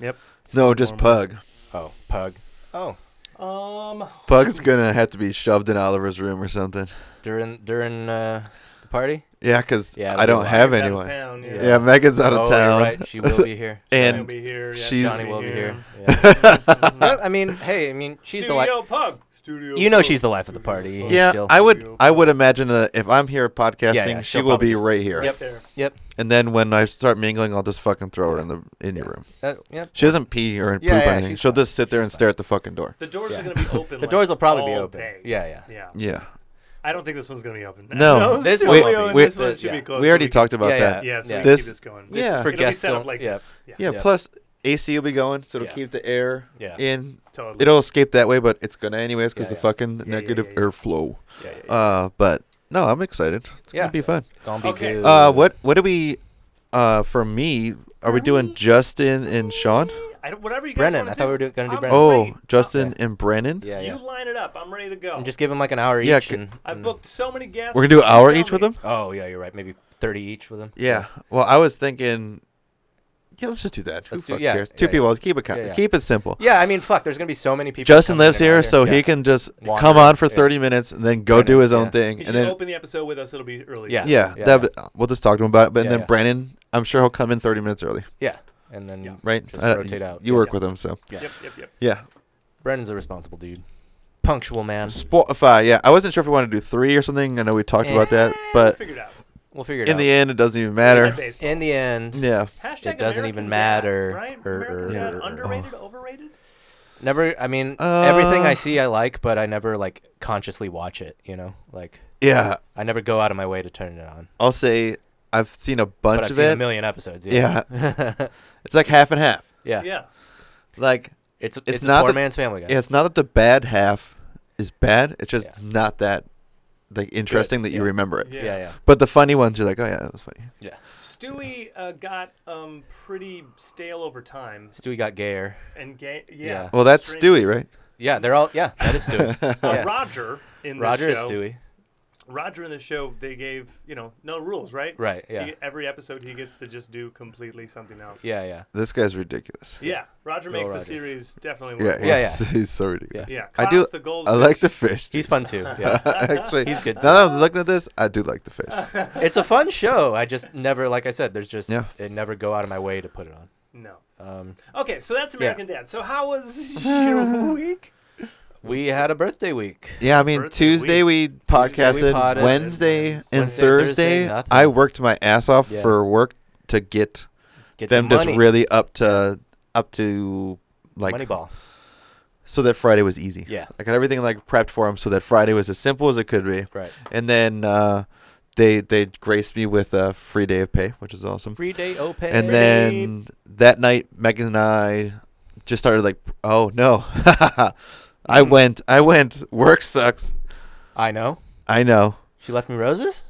Speaker 1: changing.
Speaker 3: no, just Pug.
Speaker 2: Oh, pug. Oh,
Speaker 1: Um,
Speaker 3: Pug's gonna have to be shoved in Oliver's room or something.
Speaker 2: during during uh, the party.
Speaker 3: Yeah, because
Speaker 2: Yeah,
Speaker 3: I don't
Speaker 2: Levi's
Speaker 3: have
Speaker 1: Out of
Speaker 3: anyone.
Speaker 1: town,
Speaker 2: Yeah.
Speaker 1: yeah.
Speaker 3: yeah. Megan's out of
Speaker 2: oh, You're
Speaker 3: town,
Speaker 2: right. She will be here.
Speaker 1: She'll
Speaker 3: and
Speaker 1: be here. Yeah,
Speaker 3: she's-
Speaker 1: she'll
Speaker 2: Johnny will be here.
Speaker 1: Mhm.
Speaker 2: Yeah. I mean, hey, I mean, she's the life.
Speaker 1: Studio Pug. Studio.
Speaker 2: You know,
Speaker 1: Pug.
Speaker 2: she's the life of the party.
Speaker 3: yeah,
Speaker 2: still.
Speaker 3: I would.
Speaker 1: Studio.
Speaker 3: I would imagine that if I'm here podcasting,
Speaker 2: yeah,
Speaker 3: she
Speaker 2: she'll
Speaker 3: will
Speaker 2: probably
Speaker 3: be
Speaker 2: just-
Speaker 3: right here.
Speaker 1: Right there.
Speaker 3: And then when I start mingling, I'll just fucking throw her in the in your
Speaker 2: Yeah.
Speaker 3: room.
Speaker 2: That- Uh, yep.
Speaker 3: She doesn't pee or
Speaker 2: Yeah,
Speaker 3: poop
Speaker 2: yeah,
Speaker 3: or anything.
Speaker 2: she's
Speaker 3: She'll
Speaker 2: fine.
Speaker 3: just sit there and
Speaker 2: She's
Speaker 3: stare at the fucking door.
Speaker 1: The doors
Speaker 2: Yeah.
Speaker 1: are gonna be open.
Speaker 2: The doors will probably be
Speaker 1: all
Speaker 2: open.
Speaker 1: Day.
Speaker 2: Yeah, yeah.
Speaker 1: Yeah.
Speaker 3: Yeah,
Speaker 1: I don't think this onene's gonna be open.
Speaker 3: No.
Speaker 2: This
Speaker 1: Studio
Speaker 2: one
Speaker 3: won't
Speaker 1: and
Speaker 3: be.
Speaker 1: this one
Speaker 2: We-
Speaker 1: should be
Speaker 2: yeah.
Speaker 1: closed.
Speaker 3: we already
Speaker 1: can-
Speaker 3: talked about
Speaker 2: Yeah,
Speaker 3: that.
Speaker 1: Yeah. So
Speaker 2: Yeah.
Speaker 1: we can
Speaker 3: This-
Speaker 1: keep this going.
Speaker 3: This is Yeah. for
Speaker 1: It'll be
Speaker 2: guests
Speaker 1: set up
Speaker 2: don't-
Speaker 1: like
Speaker 2: yeah.
Speaker 1: this. Yeah.
Speaker 3: Yeah,
Speaker 2: Yeah.
Speaker 3: Plus AC will be going, so it'll
Speaker 2: Yeah.
Speaker 3: keep the air
Speaker 2: Yeah.
Speaker 3: in.
Speaker 1: Totally.
Speaker 3: It'll escape that way, but it's gonna anyways because
Speaker 2: Yeah,
Speaker 3: the
Speaker 2: yeah.
Speaker 3: fucking
Speaker 1: yeah,
Speaker 3: negative
Speaker 1: yeah, yeah.
Speaker 3: airflow.
Speaker 2: Yeah, yeah, yeah.
Speaker 3: Uh, but no, I'm excited. It's
Speaker 2: Yeah.
Speaker 3: gonna be fun.
Speaker 2: Gonna be
Speaker 1: okay.
Speaker 2: good.
Speaker 3: Uh, what what do we? Uh, for me, are we
Speaker 1: Um,
Speaker 3: doing Justin and Sean?
Speaker 1: I don't, whatever you guys
Speaker 2: Brennan.
Speaker 1: wanna
Speaker 2: I thought we were doing, gonna do
Speaker 1: I'm
Speaker 2: Brennan.
Speaker 3: Oh,
Speaker 1: Great.
Speaker 3: Justin and Brennan.
Speaker 2: yeah, yeah.
Speaker 1: You line it up. I'm ready to go.
Speaker 2: And just give them like an hour each.
Speaker 3: Yeah, c-
Speaker 2: and,
Speaker 1: I've
Speaker 2: and-
Speaker 1: booked so many guests.
Speaker 3: Mm. We're gonna do an hour
Speaker 1: Tell
Speaker 3: each with
Speaker 1: me.
Speaker 3: them.
Speaker 2: Oh yeah, you're right. Maybe thirty each with them.
Speaker 3: Yeah. Well, I was thinking. Yeah, let's just do
Speaker 2: Let's
Speaker 3: that.
Speaker 2: do-
Speaker 3: Who fuck
Speaker 2: yeah,
Speaker 3: cares? Two
Speaker 2: yeah,
Speaker 3: people. Keep it co-
Speaker 2: Yeah, yeah.
Speaker 3: keep it simple.
Speaker 2: Yeah, I mean, fuck. There's gonna be so many people.
Speaker 3: Justin
Speaker 2: coming
Speaker 3: lives
Speaker 2: in and
Speaker 3: here,
Speaker 2: out
Speaker 3: so
Speaker 2: Yeah.
Speaker 3: he can just
Speaker 2: Wander,
Speaker 3: come on for
Speaker 2: yeah.
Speaker 3: 30 minutes and then go
Speaker 2: Brennan,
Speaker 3: do his own
Speaker 2: yeah.
Speaker 3: thing,
Speaker 1: You
Speaker 3: and
Speaker 1: should
Speaker 3: then
Speaker 1: open the episode with us. It'll be early.
Speaker 2: Yeah.
Speaker 3: yeah,
Speaker 2: Yeah,
Speaker 3: that we'll just talk to him about it. But
Speaker 2: Yeah,
Speaker 3: then
Speaker 2: yeah.
Speaker 3: Brennan, I'm sure he'll come in 30 minutes early,
Speaker 2: Yeah, and then
Speaker 1: Yeah.
Speaker 3: right? Uh,
Speaker 2: Just rotate out.
Speaker 3: You
Speaker 2: Yeah,
Speaker 3: work
Speaker 1: yeah.
Speaker 3: with him, so
Speaker 2: Yeah.
Speaker 1: Yep. Yep. Yep.
Speaker 3: yeah.
Speaker 2: Brennan's a responsible dude, punctual man.
Speaker 3: Spotify. Yeah, I wasn't sure if we wanted to do three or something. I know we talked about that,
Speaker 1: Eh, we'll
Speaker 3: but
Speaker 1: figure it out.
Speaker 2: We'll figure it
Speaker 3: in
Speaker 2: out.
Speaker 3: the end, it doesn't even
Speaker 1: It's
Speaker 3: matter.
Speaker 1: like baseball.
Speaker 2: in the end,
Speaker 3: Yeah.
Speaker 1: Hashtag
Speaker 2: It
Speaker 1: American
Speaker 2: doesn't even
Speaker 1: Dad,
Speaker 2: matter, Er,
Speaker 1: Right?
Speaker 2: or-
Speaker 1: American Dad,
Speaker 2: oh.
Speaker 3: Yeah.
Speaker 1: underrated, overrated.
Speaker 2: never. I mean, everything
Speaker 3: Uh,
Speaker 2: I see, I like, but I never like consciously watch it. You know, like
Speaker 3: Yeah.
Speaker 2: I never go out of my way to turn it on.
Speaker 3: I'll say I've seen a
Speaker 2: But
Speaker 3: bunch
Speaker 2: I've
Speaker 3: of
Speaker 2: seen a
Speaker 3: it.
Speaker 2: million episodes.
Speaker 3: yeah.
Speaker 2: yeah.
Speaker 3: It's like half and half.
Speaker 2: yeah.
Speaker 1: Yeah.
Speaker 3: Like
Speaker 2: It's it's,
Speaker 3: not
Speaker 2: a poor
Speaker 3: that-
Speaker 2: man's family guy.
Speaker 3: yeah, it's not that the bad half is bad. It's just
Speaker 2: Yeah.
Speaker 3: not that like interesting that you
Speaker 2: yeah.
Speaker 3: remember it.
Speaker 1: Yeah.
Speaker 2: yeah, yeah.
Speaker 3: But the funny ones, you're like, oh yeah, that was funny.
Speaker 1: Stewie uh, got um, pretty stale over time
Speaker 2: Stewie got gayer.
Speaker 1: and gay. Yeah.
Speaker 2: Yeah.
Speaker 3: Well, that's
Speaker 1: Strange.
Speaker 3: Stewie, right?
Speaker 2: Yeah, they're all. Yeah, that is Stewie.
Speaker 1: Uh,
Speaker 2: yeah.
Speaker 1: Roger in
Speaker 2: Roger
Speaker 1: the
Speaker 2: is
Speaker 1: show.
Speaker 2: Stewie.
Speaker 1: Roger in the show, they gave you know no rules, right?
Speaker 2: Right. Yeah.
Speaker 1: He, every episode, he gets to just do completely something else.
Speaker 2: yeah. Yeah.
Speaker 3: This guy's ridiculous.
Speaker 1: Yeah. Roger
Speaker 2: Go
Speaker 1: makes the
Speaker 2: Roger.
Speaker 1: series definitely
Speaker 3: Yeah,
Speaker 1: worth
Speaker 3: he's,
Speaker 1: watching.
Speaker 2: Yeah,
Speaker 3: he's so ridiculous.
Speaker 1: Yeah.
Speaker 3: I
Speaker 1: Klaus
Speaker 3: do-
Speaker 1: The
Speaker 3: I
Speaker 1: goldfish.
Speaker 3: like the fish.
Speaker 2: He's fun too. Yeah.
Speaker 3: actually.
Speaker 2: He's good.
Speaker 3: Now
Speaker 2: Too.
Speaker 3: that I'm looking at this, I do like the fish.
Speaker 2: It's a fun show. I just never, like I said, there's just
Speaker 3: Yeah.
Speaker 2: I never go out of my way to put it on.
Speaker 1: No.
Speaker 2: Um,
Speaker 1: Okay, so that's
Speaker 2: Yeah.
Speaker 1: American Dad. So how was your week?
Speaker 2: we had a birthday week.
Speaker 3: Yeah, I mean
Speaker 1: Birthday
Speaker 3: Tuesday we podcasted,
Speaker 2: podded,
Speaker 3: Wednesday
Speaker 2: and
Speaker 3: and,
Speaker 2: Wednesday,
Speaker 3: Thursday,
Speaker 2: Thursday, nothing.
Speaker 3: I worked my ass off
Speaker 2: Yeah.
Speaker 3: for work to get
Speaker 2: Get
Speaker 3: them
Speaker 2: the
Speaker 3: just
Speaker 2: money.
Speaker 3: really up to up to like
Speaker 2: Moneyball.
Speaker 3: so that Friday was easy.
Speaker 2: Yeah.
Speaker 3: I got everything like prepped for them so that Friday was as simple as it could be.
Speaker 2: Right.
Speaker 3: And then uh, they they graced me with a free day of pay, which is awesome.
Speaker 2: Free day oh, open.
Speaker 3: and then that night, Megan and I just started like, oh no, I
Speaker 2: Mm.
Speaker 1: Mhm.
Speaker 3: went, I went. Work sucks.
Speaker 2: I know
Speaker 3: I know.
Speaker 2: she left me roses.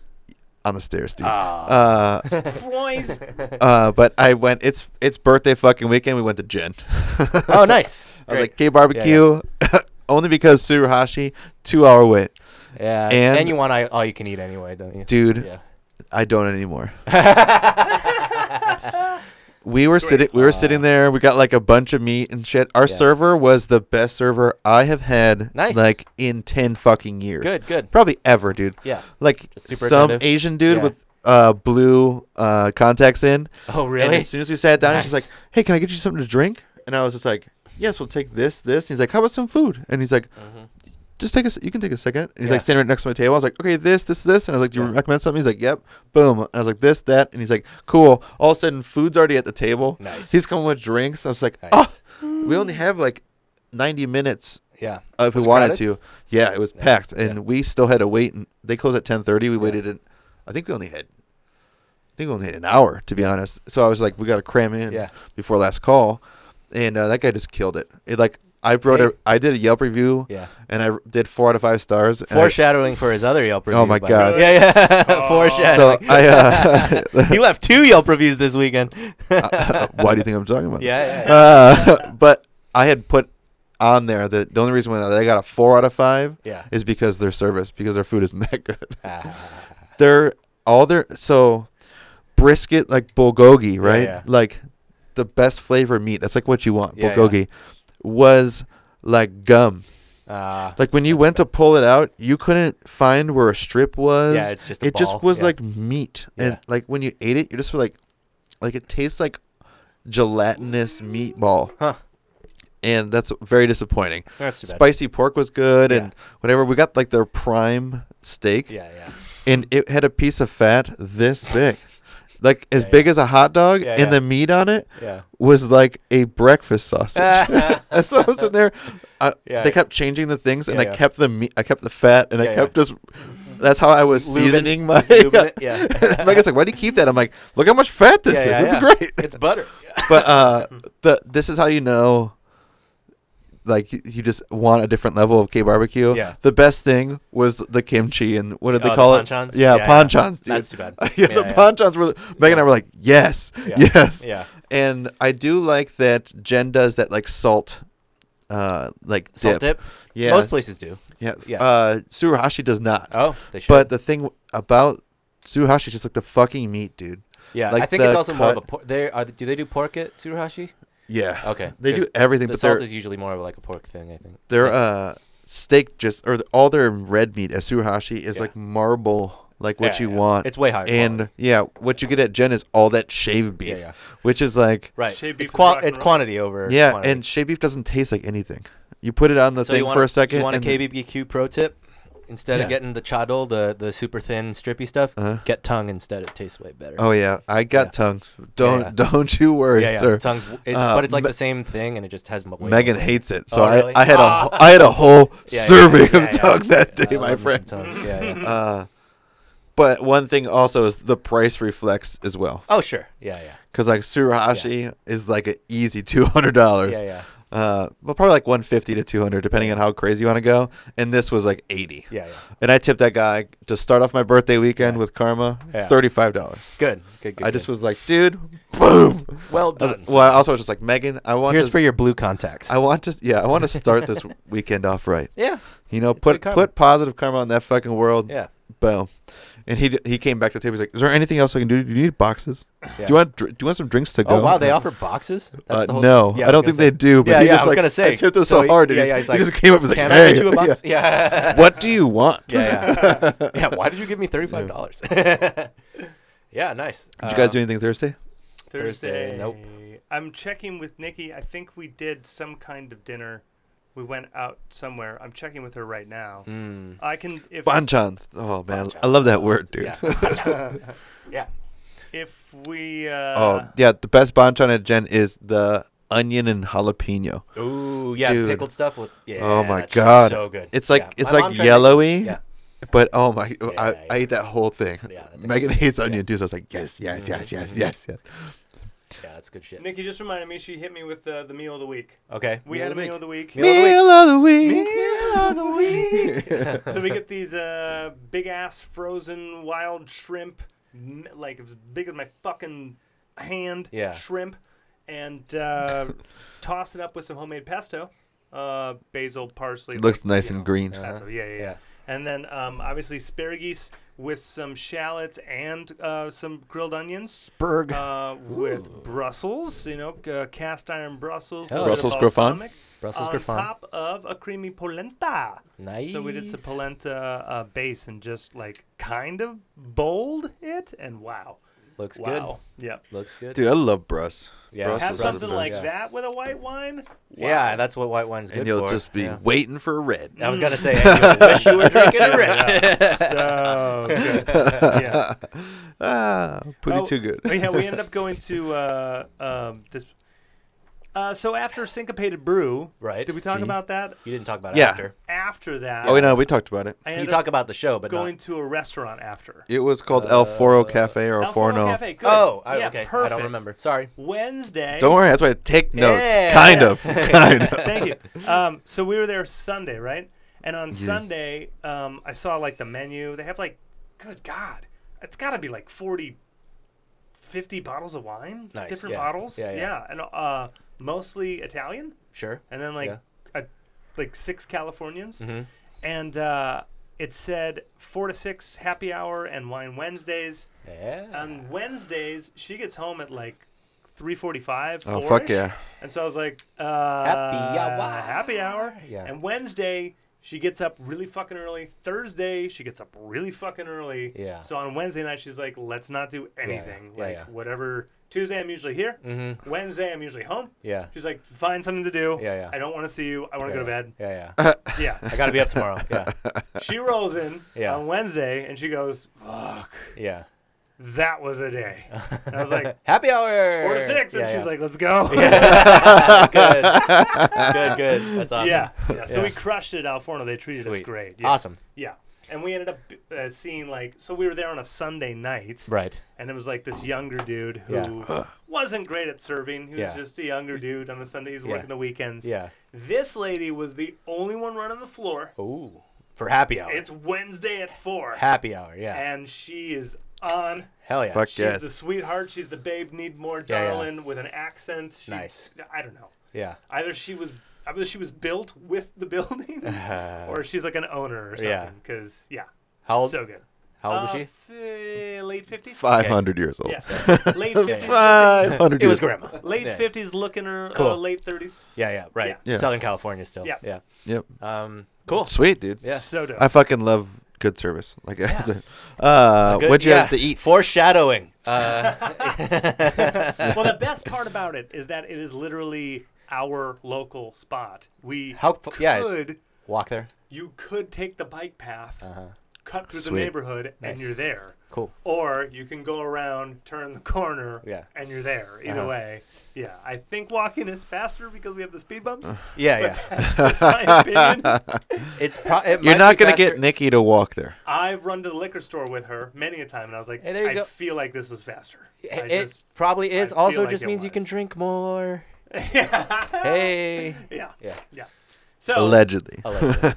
Speaker 3: On the stairs, dude.
Speaker 2: Ah.
Speaker 3: Uh,
Speaker 1: Boys.
Speaker 3: uh, but I went. It's it's birthday fucking weekend. We went to Jen.
Speaker 2: oh, nice.
Speaker 3: I was
Speaker 2: Great.
Speaker 3: like, K barbecue, only because Tsuruhashi, two hour wait,
Speaker 2: yeah.
Speaker 3: and-
Speaker 2: And, you want I, all you can eat anyway, don't you?
Speaker 3: dude.
Speaker 2: Yeah.
Speaker 3: I don't anymore. we were sitting we were sitting there, we got like a bunch of meat and shit.
Speaker 2: Ah.
Speaker 3: Our
Speaker 2: Yeah.
Speaker 3: server was the best server I have had
Speaker 2: Nice.
Speaker 3: like in 10 fucking years.
Speaker 2: Good. Good.
Speaker 3: Probably ever, dude.
Speaker 2: Yeah.
Speaker 3: Like
Speaker 2: Just super
Speaker 3: some
Speaker 2: attentive.
Speaker 3: Asian dude
Speaker 2: Yeah.
Speaker 3: with uh blue uh contacts in.
Speaker 2: Oh,
Speaker 3: And
Speaker 2: really?
Speaker 3: as soon as we sat down, she's like,
Speaker 2: Nice.
Speaker 3: "Hey, can I get you something to drink?" And I was just like, "Yes, we'll take this, this." And he's like, "How about some food?" And he's like,
Speaker 2: Mhm.
Speaker 3: just take a. s- You can take a second. And he's
Speaker 2: Yeah.
Speaker 3: like standing right next to my table. I was like, okay, this, this, this. And I was like, do you
Speaker 2: Yeah.
Speaker 3: recommend something? He's like, yep. Boom. And I was like, this, that. And he's like, cool. All of a sudden, food's already at the table.
Speaker 2: Nice.
Speaker 3: He's coming with drinks. I was like,
Speaker 2: Nice.
Speaker 3: oh, we only have like 90 minutes
Speaker 2: Yeah.
Speaker 3: uh, if we
Speaker 2: Was it
Speaker 3: wanted
Speaker 2: crowded?
Speaker 3: to. Yeah, it was
Speaker 2: Yeah.
Speaker 3: packed, and
Speaker 2: Yeah.
Speaker 3: we still had to wait. And they closed at 10:30. We waited, in, I think we only had, I think we only had an hour to be honest. So I was like, we got to cram in
Speaker 2: Yeah.
Speaker 3: before last call, and uh, that guy just killed it. It like. I wrote
Speaker 2: Hey.
Speaker 3: a, I did a Yelp review
Speaker 2: Yeah.
Speaker 3: and I did four out of five stars. and I-
Speaker 2: Foreshadowing for his other Yelp review.
Speaker 3: Oh my
Speaker 2: by the
Speaker 3: God.
Speaker 2: way. Yeah, yeah.
Speaker 1: Oh.
Speaker 3: so
Speaker 2: Foreshadowing.
Speaker 3: I, uh,
Speaker 2: he left two Yelp reviews this weekend.
Speaker 3: why do you think I'm talking about? this?
Speaker 2: Yeah, yeah, yeah.
Speaker 3: Uh, but I had put on there that the only reason why they got a four out of five
Speaker 2: Yeah.
Speaker 3: is because their service, because their food isn't that good.
Speaker 2: Ah.
Speaker 3: They're all their so brisket like bulgogi, right?
Speaker 2: yeah.
Speaker 3: Like the best flavor meat. That's like what you want.
Speaker 2: Yeah, yeah.
Speaker 3: bulgogi was like gum.
Speaker 2: Uh,
Speaker 3: Like when you
Speaker 2: That's
Speaker 3: went to pull it out, you couldn't find where a strip was.
Speaker 2: yeah, it's just a
Speaker 3: it just
Speaker 2: ball,
Speaker 3: was
Speaker 2: yeah.
Speaker 3: like meat,
Speaker 2: Yeah.
Speaker 3: and like when you ate it, you just were like, like it tastes like gelatinous meatball.
Speaker 2: Huh.
Speaker 3: And that's very disappointing.
Speaker 2: That's too bad.
Speaker 3: Spicy pork was good,
Speaker 2: Yeah.
Speaker 3: and whatever we got like their prime steak,
Speaker 2: Yeah, yeah.
Speaker 3: and it had a piece of fat this big, like as
Speaker 2: Yeah,
Speaker 3: big as a hot dog,
Speaker 2: Yeah,
Speaker 3: and
Speaker 2: yeah.
Speaker 3: the meat on it
Speaker 2: Yeah.
Speaker 3: was like a breakfast sausage.
Speaker 2: yeah,
Speaker 3: And so I was sitting there. I,
Speaker 2: Yeah.
Speaker 3: they kept changing the things, and
Speaker 2: Yeah,
Speaker 3: I
Speaker 2: yeah.
Speaker 3: kept the meat. I kept the fat, and
Speaker 2: Yeah,
Speaker 3: I
Speaker 2: yeah.
Speaker 3: kept just. That's how I was
Speaker 2: Lubing-
Speaker 3: seasoning my.
Speaker 2: lubing it, yeah.
Speaker 3: Megan's like, "Why do you keep that?" I'm like, "Look how much fat this
Speaker 2: yeah,
Speaker 3: is. It's
Speaker 2: yeah.
Speaker 3: great."
Speaker 2: It's butter.
Speaker 3: But uh, the this is how you know. Like you- you just want a different level of K barbecue.
Speaker 2: Yeah.
Speaker 3: The best thing was the kimchi and what did
Speaker 2: Oh,
Speaker 3: they
Speaker 2: the
Speaker 3: call it?
Speaker 2: Bonchons?
Speaker 3: Yeah,
Speaker 2: Yeah, yeah.
Speaker 3: panchons, dude.
Speaker 2: That's too bad.
Speaker 3: yeah, the
Speaker 2: yeah.
Speaker 3: panchons were. Megan and I were like, yes,
Speaker 2: Yeah.
Speaker 3: yes,
Speaker 2: Yeah.
Speaker 3: and I do like that Jen does that like salt, uh, like dip.
Speaker 2: Salt dip.
Speaker 3: Yeah,
Speaker 2: Most places do.
Speaker 3: yeah.
Speaker 2: yeah.
Speaker 3: Uh, Suhashi does not.
Speaker 2: Oh, they should.
Speaker 3: but the thing w- about Suhashi is just like the fucking meat, dude.
Speaker 2: yeah, I
Speaker 3: like
Speaker 2: think it's
Speaker 3: the
Speaker 2: also more of a
Speaker 3: cut-
Speaker 2: pork. They are. Do they do pork at Tsuruhashi?
Speaker 3: Yeah.
Speaker 2: Okay.
Speaker 3: They do
Speaker 2: 'cause
Speaker 3: everything,
Speaker 2: The
Speaker 3: but
Speaker 2: salt
Speaker 3: their
Speaker 2: is usually more of like a pork thing, I think.
Speaker 3: their uh steak just or th- all their red meat at Suhashi is
Speaker 2: Yeah.
Speaker 3: like marble, like what
Speaker 2: Yeah,
Speaker 3: you
Speaker 2: yeah.
Speaker 3: want.
Speaker 2: It's way higher.
Speaker 3: and
Speaker 2: quality.
Speaker 3: yeah, what you get at Jen is all that shaved beef,
Speaker 2: yeah, yeah.
Speaker 3: which is like
Speaker 2: Right.
Speaker 1: Shaved beef
Speaker 2: it's
Speaker 1: is
Speaker 2: qua-
Speaker 1: rock and
Speaker 2: it's
Speaker 1: roll.
Speaker 2: quantity over.
Speaker 3: yeah,
Speaker 2: quantity.
Speaker 3: and shaved beef doesn't taste like anything. You put it on the
Speaker 2: So you
Speaker 3: thing
Speaker 2: want
Speaker 3: for a second.
Speaker 2: You want a
Speaker 3: and-
Speaker 2: KBBQ pro tip? Instead
Speaker 3: Yeah.
Speaker 2: of getting the chadol, the the super thin strippy stuff,
Speaker 3: Uh-huh.
Speaker 2: get tongue instead. It tastes way better.
Speaker 3: Oh yeah, I got
Speaker 2: Yeah.
Speaker 3: tongue. Don't
Speaker 2: yeah.
Speaker 3: don't you worry,
Speaker 2: yeah, yeah.
Speaker 3: sir.
Speaker 2: Tongue's w- it-
Speaker 3: Uh,
Speaker 2: but it's like
Speaker 3: Me-
Speaker 2: the same thing, and it just has m- way more
Speaker 3: Megan
Speaker 2: flavor.
Speaker 3: hates it, so
Speaker 2: Oh,
Speaker 3: I,
Speaker 2: really?
Speaker 3: I had
Speaker 2: Ah.
Speaker 3: a whole- I had a whole
Speaker 2: Yeah, yeah,
Speaker 3: serving
Speaker 2: yeah, yeah.
Speaker 3: of tongue that
Speaker 2: Yeah, I
Speaker 3: day, my
Speaker 2: love me some
Speaker 3: friend.
Speaker 2: tongue. Yeah, yeah.
Speaker 3: Uh, but one thing also is the price reflects as well,
Speaker 2: oh sure. Yeah, yeah.
Speaker 3: because like Surahashi is like an easy two hundred dollars,
Speaker 2: Yeah, yeah.
Speaker 3: uh, well probably like one fifty to two hundred, depending on how crazy you want to go. And this was like eighty,
Speaker 2: Yeah, yeah.
Speaker 3: and I tipped that guy to start off my birthday weekend
Speaker 2: Yeah.
Speaker 3: with Karma,
Speaker 2: Yeah.
Speaker 3: thirty five dollars.
Speaker 2: Good. Good. good
Speaker 3: I just
Speaker 2: good.
Speaker 3: was like, dude, boom.
Speaker 2: well
Speaker 3: I was-
Speaker 2: done.
Speaker 3: well, I also was just like, Megan, I want
Speaker 2: Here's
Speaker 3: to,
Speaker 2: for your blue contacts.
Speaker 3: I want to, yeah, I want to start this weekend off right.
Speaker 2: yeah.
Speaker 3: You know,
Speaker 2: It's
Speaker 3: put
Speaker 2: good karma.
Speaker 3: put positive karma on that fucking world.
Speaker 2: Yeah.
Speaker 3: Boom. And he d- he came back to the table. He's like, "Is there anything else I can do? Do you need boxes?
Speaker 2: Yeah.
Speaker 3: Do you want dr- do you want some drinks to go?"
Speaker 2: Oh wow, they offer boxes.
Speaker 3: Uh,
Speaker 2: the whole-
Speaker 3: no,
Speaker 2: Yeah,
Speaker 3: I don't
Speaker 2: was
Speaker 3: think
Speaker 2: gonna
Speaker 3: they do. But
Speaker 2: Yeah,
Speaker 3: he
Speaker 2: yeah,
Speaker 3: just
Speaker 2: I was
Speaker 3: like,
Speaker 2: gonna say.
Speaker 3: I tipped him
Speaker 2: So
Speaker 3: so,
Speaker 2: he-
Speaker 3: hard. and
Speaker 2: yeah,
Speaker 3: he's-
Speaker 2: yeah,
Speaker 3: he,
Speaker 2: he's like,
Speaker 3: just came up. and was
Speaker 2: say,
Speaker 3: like,
Speaker 2: Can I
Speaker 3: "Hey,
Speaker 2: get you a box?
Speaker 3: yeah.
Speaker 2: Yeah.
Speaker 3: what do you want?"
Speaker 2: yeah, yeah. yeah. Why did you give me thirty five dollars? yeah, nice. Uh,
Speaker 3: Did you guys do anything Thursday?
Speaker 1: Thursday.
Speaker 2: Thursday, nope.
Speaker 1: I'm checking with Nikki. I think we did some kind of dinner. We went out somewhere. I'm checking with her right now.
Speaker 2: Mm.
Speaker 1: I can if
Speaker 3: Bonchons. Oh man,
Speaker 2: Bonchons.
Speaker 3: I love that word, dude.
Speaker 2: Yeah. yeah.
Speaker 1: if we uh,
Speaker 3: oh yeah, the best bonchon at Jen is the onion and jalapeno.
Speaker 2: Ooh, yeah.
Speaker 3: Dude.
Speaker 2: Pickled stuff with. Yeah.
Speaker 3: oh my
Speaker 2: that's
Speaker 3: god,
Speaker 2: So good.
Speaker 3: It's like
Speaker 2: Yeah.
Speaker 3: it's
Speaker 2: My mom
Speaker 3: like
Speaker 2: tried to-
Speaker 3: yellowy.
Speaker 2: Yeah.
Speaker 3: But oh my, I,
Speaker 2: yeah.
Speaker 3: I ate that whole thing.
Speaker 2: Yeah, that thing's
Speaker 3: Megan hates onion
Speaker 2: Yeah.
Speaker 3: too, so I was like, yes, yes, yes, yes, yes, yes.
Speaker 2: Yeah, that's good shit.
Speaker 1: Nikki just reminded me she hit me with uh, the, the meal of the week.
Speaker 2: Okay.
Speaker 1: We
Speaker 3: Meal
Speaker 1: had a
Speaker 3: of the
Speaker 1: meal
Speaker 3: week.
Speaker 1: of the week.
Speaker 2: Meal of the week.
Speaker 3: of the week.
Speaker 1: Meal of the so we get these uh, big ass frozen wild shrimp, m- like as big as my fucking hand
Speaker 2: Yeah.
Speaker 1: shrimp, and uh, toss it up with some homemade pesto, uh, basil, parsley.
Speaker 3: It looks
Speaker 1: like,
Speaker 3: nice
Speaker 1: you
Speaker 3: and uh-huh.
Speaker 1: know,
Speaker 3: green.
Speaker 2: Uh,
Speaker 1: pesto. Yeah, yeah, yeah.
Speaker 2: Yeah.
Speaker 1: And then um, obviously asparagus with some shallots and uh, some grilled onions.
Speaker 2: Berg.
Speaker 1: Uh, with Brussels, you know, uh, cast iron Brussels. a
Speaker 2: Hell
Speaker 1: little bit
Speaker 3: Brussels
Speaker 1: of
Speaker 3: Griffon.
Speaker 1: balsamic,
Speaker 2: Brussels
Speaker 1: on
Speaker 2: Griffon.
Speaker 1: top of a creamy polenta.
Speaker 2: Nice.
Speaker 1: So we did some polenta uh, base and just like kind of bowled it, and wow,
Speaker 2: Looks
Speaker 1: wow, yep.
Speaker 2: good. Looks good.
Speaker 3: Dude, I love Bruss.
Speaker 2: yeah.
Speaker 3: Brussels
Speaker 1: Have
Speaker 3: Brussels
Speaker 1: something
Speaker 3: is
Speaker 1: like
Speaker 2: yeah.
Speaker 1: that with a white wine.
Speaker 2: Yeah, that's what white wine's good
Speaker 3: And you'll
Speaker 2: for.
Speaker 3: just be
Speaker 2: Yeah.
Speaker 3: waiting for red.
Speaker 2: I
Speaker 1: Mm.
Speaker 2: was gonna say, and you wish you were drinking a red.
Speaker 1: so good. yeah.
Speaker 3: Ah, pretty
Speaker 1: Oh,
Speaker 3: too good.
Speaker 1: Oh, yeah, we ended up going to uh, um, this. Uh, so after syncopated brew,
Speaker 2: right.
Speaker 1: did we talk
Speaker 3: See?
Speaker 1: about that?
Speaker 2: You didn't talk about it
Speaker 3: Yeah.
Speaker 2: after.
Speaker 1: After that,
Speaker 3: Oh, wait, no, we talked about it.
Speaker 1: I
Speaker 2: You
Speaker 1: ended up
Speaker 2: talk about the show, but
Speaker 1: going
Speaker 2: not.
Speaker 1: to a restaurant after.
Speaker 3: It was called
Speaker 2: Uh,
Speaker 3: El Foro Cafe or
Speaker 1: El Forno
Speaker 3: Forno.
Speaker 1: Cafe, good.
Speaker 2: Oh, I,
Speaker 1: yeah,
Speaker 2: okay.
Speaker 1: Perfect.
Speaker 2: I don't remember. Sorry.
Speaker 1: Wednesday.
Speaker 3: Don't worry, that's why I take notes.
Speaker 2: Yeah.
Speaker 3: Kind of. Kind of.
Speaker 1: Thank you. Um, so we were there Sunday, right? And on
Speaker 3: Yeah.
Speaker 1: Sunday, um, I saw like the menu. They have like, good God, it's got to be like 40, 50 bottles of wine,
Speaker 2: Nice,
Speaker 1: different
Speaker 2: yeah.
Speaker 1: bottles.
Speaker 2: Yeah, yeah.
Speaker 1: and uh, mostly Italian,
Speaker 2: Sure.
Speaker 1: and then like, a,
Speaker 2: Yeah.
Speaker 1: like six Californians,
Speaker 2: Mm-hmm.
Speaker 1: and uh, it said four to six happy hour and wine Wednesdays.
Speaker 2: Yeah.
Speaker 1: On Wednesdays, she gets home at like 3:45.
Speaker 3: Oh
Speaker 1: 4-ish.
Speaker 3: fuck yeah!
Speaker 1: And so I was like, uh,
Speaker 2: Happy hour.
Speaker 1: happy hour.
Speaker 2: Yeah.
Speaker 1: And Wednesday, she gets up really fucking early. Thursday, she gets up really fucking early.
Speaker 2: Yeah.
Speaker 1: So on Wednesday night, she's like, let's not do anything.
Speaker 2: yeah,
Speaker 1: like,
Speaker 2: yeah.
Speaker 1: whatever. Tuesday, I'm usually here.
Speaker 2: Mm-hmm.
Speaker 1: Wednesday, I'm usually home.
Speaker 2: Yeah.
Speaker 1: She's like, find something to do.
Speaker 2: Yeah, yeah.
Speaker 1: I don't want to see you. I want to
Speaker 2: yeah,
Speaker 1: go to bed.
Speaker 2: Yeah, yeah.
Speaker 1: Yeah.
Speaker 2: I gotta be up tomorrow. Yeah,
Speaker 1: she rolls in
Speaker 2: Yeah.
Speaker 1: on Wednesday and she goes, fuck,
Speaker 2: yeah.
Speaker 1: that was a day. And I was like,
Speaker 2: Happy hour.
Speaker 1: four to six. And
Speaker 2: Yeah,
Speaker 1: she's
Speaker 2: yeah.
Speaker 1: like, let's go.
Speaker 2: good, good, good. That's awesome.
Speaker 1: Yeah, yeah. So
Speaker 2: Yeah.
Speaker 1: we crushed it at Al Forno. They treated us
Speaker 2: Sweet.
Speaker 1: great. Yeah.
Speaker 2: Awesome.
Speaker 1: Yeah. And we ended up uh, seeing like so we were there on a Sunday night,
Speaker 2: Right.
Speaker 1: and it was like this younger dude who
Speaker 2: Yeah.
Speaker 1: wasn't great at serving. He was
Speaker 2: Yeah.
Speaker 1: just a younger dude on the Sunday. He's
Speaker 2: Yeah.
Speaker 1: working the weekends.
Speaker 2: Yeah.
Speaker 1: This lady was the only one running the floor.
Speaker 2: Ooh. For happy hour.
Speaker 1: It's Wednesday at four,
Speaker 2: happy hour. Yeah.
Speaker 1: and she is on.
Speaker 2: Hell yeah.
Speaker 3: Fuck
Speaker 1: She's
Speaker 3: yes.
Speaker 1: the sweetheart. She's the babe. Need more,
Speaker 2: Yeah, yeah.
Speaker 1: darling, with an accent. She,
Speaker 2: Nice.
Speaker 1: I don't know.
Speaker 2: Yeah.
Speaker 1: Either she was. Either she was built with the building, or she's like an owner or
Speaker 2: Uh-huh. Yeah.
Speaker 1: something. Because yeah,
Speaker 2: How old?
Speaker 1: Uh, so good.
Speaker 2: how old was
Speaker 1: Uh,
Speaker 2: she?
Speaker 1: f- uh, late fifties.
Speaker 3: Five hundred years old.
Speaker 1: Yeah, late fifties.
Speaker 3: Five hundred.
Speaker 2: It was grandma.
Speaker 1: Late
Speaker 2: Yeah.
Speaker 1: fifties, looking her
Speaker 2: Cool.
Speaker 1: uh, late thirties.
Speaker 2: Yeah, yeah. Right.
Speaker 3: Yeah. Yeah.
Speaker 2: Southern California still.
Speaker 1: Yeah.
Speaker 2: Yeah.
Speaker 3: Yep.
Speaker 2: Um. Cool.
Speaker 3: Sweet dude.
Speaker 2: Yeah.
Speaker 1: So dope.
Speaker 3: I fucking love good service. Like, it's a- uh,
Speaker 2: Good-
Speaker 3: what'd you
Speaker 2: yeah.
Speaker 3: have to eat?
Speaker 2: Foreshadowing. Uh,
Speaker 1: well, the best part about it is that it is literally our local spot. We
Speaker 2: How fu-
Speaker 1: could
Speaker 2: yeah, it's- walk there.
Speaker 1: you could take the bike path, cut through
Speaker 3: Sweet.
Speaker 1: the neighborhood, and
Speaker 2: Uh-huh. Nice.
Speaker 1: you're there.
Speaker 2: Cool.
Speaker 1: Or you can go around, turn the corner,
Speaker 2: Yeah.
Speaker 1: and you're there. Either
Speaker 2: Uh-huh.
Speaker 1: way, yeah. I think walking is faster because we have the speed bumps.
Speaker 2: Yeah, Uh-huh. yeah.
Speaker 1: That's my opinion.
Speaker 2: It's pro- it
Speaker 3: You're
Speaker 2: might
Speaker 3: not
Speaker 2: be
Speaker 3: gonna
Speaker 2: faster-
Speaker 3: get Nikki to walk there.
Speaker 1: I've run to the liquor store with her many a time, and I was like,
Speaker 2: Hey, there you
Speaker 1: I
Speaker 2: go.
Speaker 1: feel like this was faster. I
Speaker 2: It
Speaker 1: just,
Speaker 2: probably is.
Speaker 1: I
Speaker 2: Also,
Speaker 1: feel like
Speaker 2: just
Speaker 1: it
Speaker 2: means you can
Speaker 1: was.
Speaker 2: drink more. hey.
Speaker 1: yeah,
Speaker 2: Yeah.
Speaker 1: yeah. So,
Speaker 3: Allegedly.
Speaker 2: Allegedly.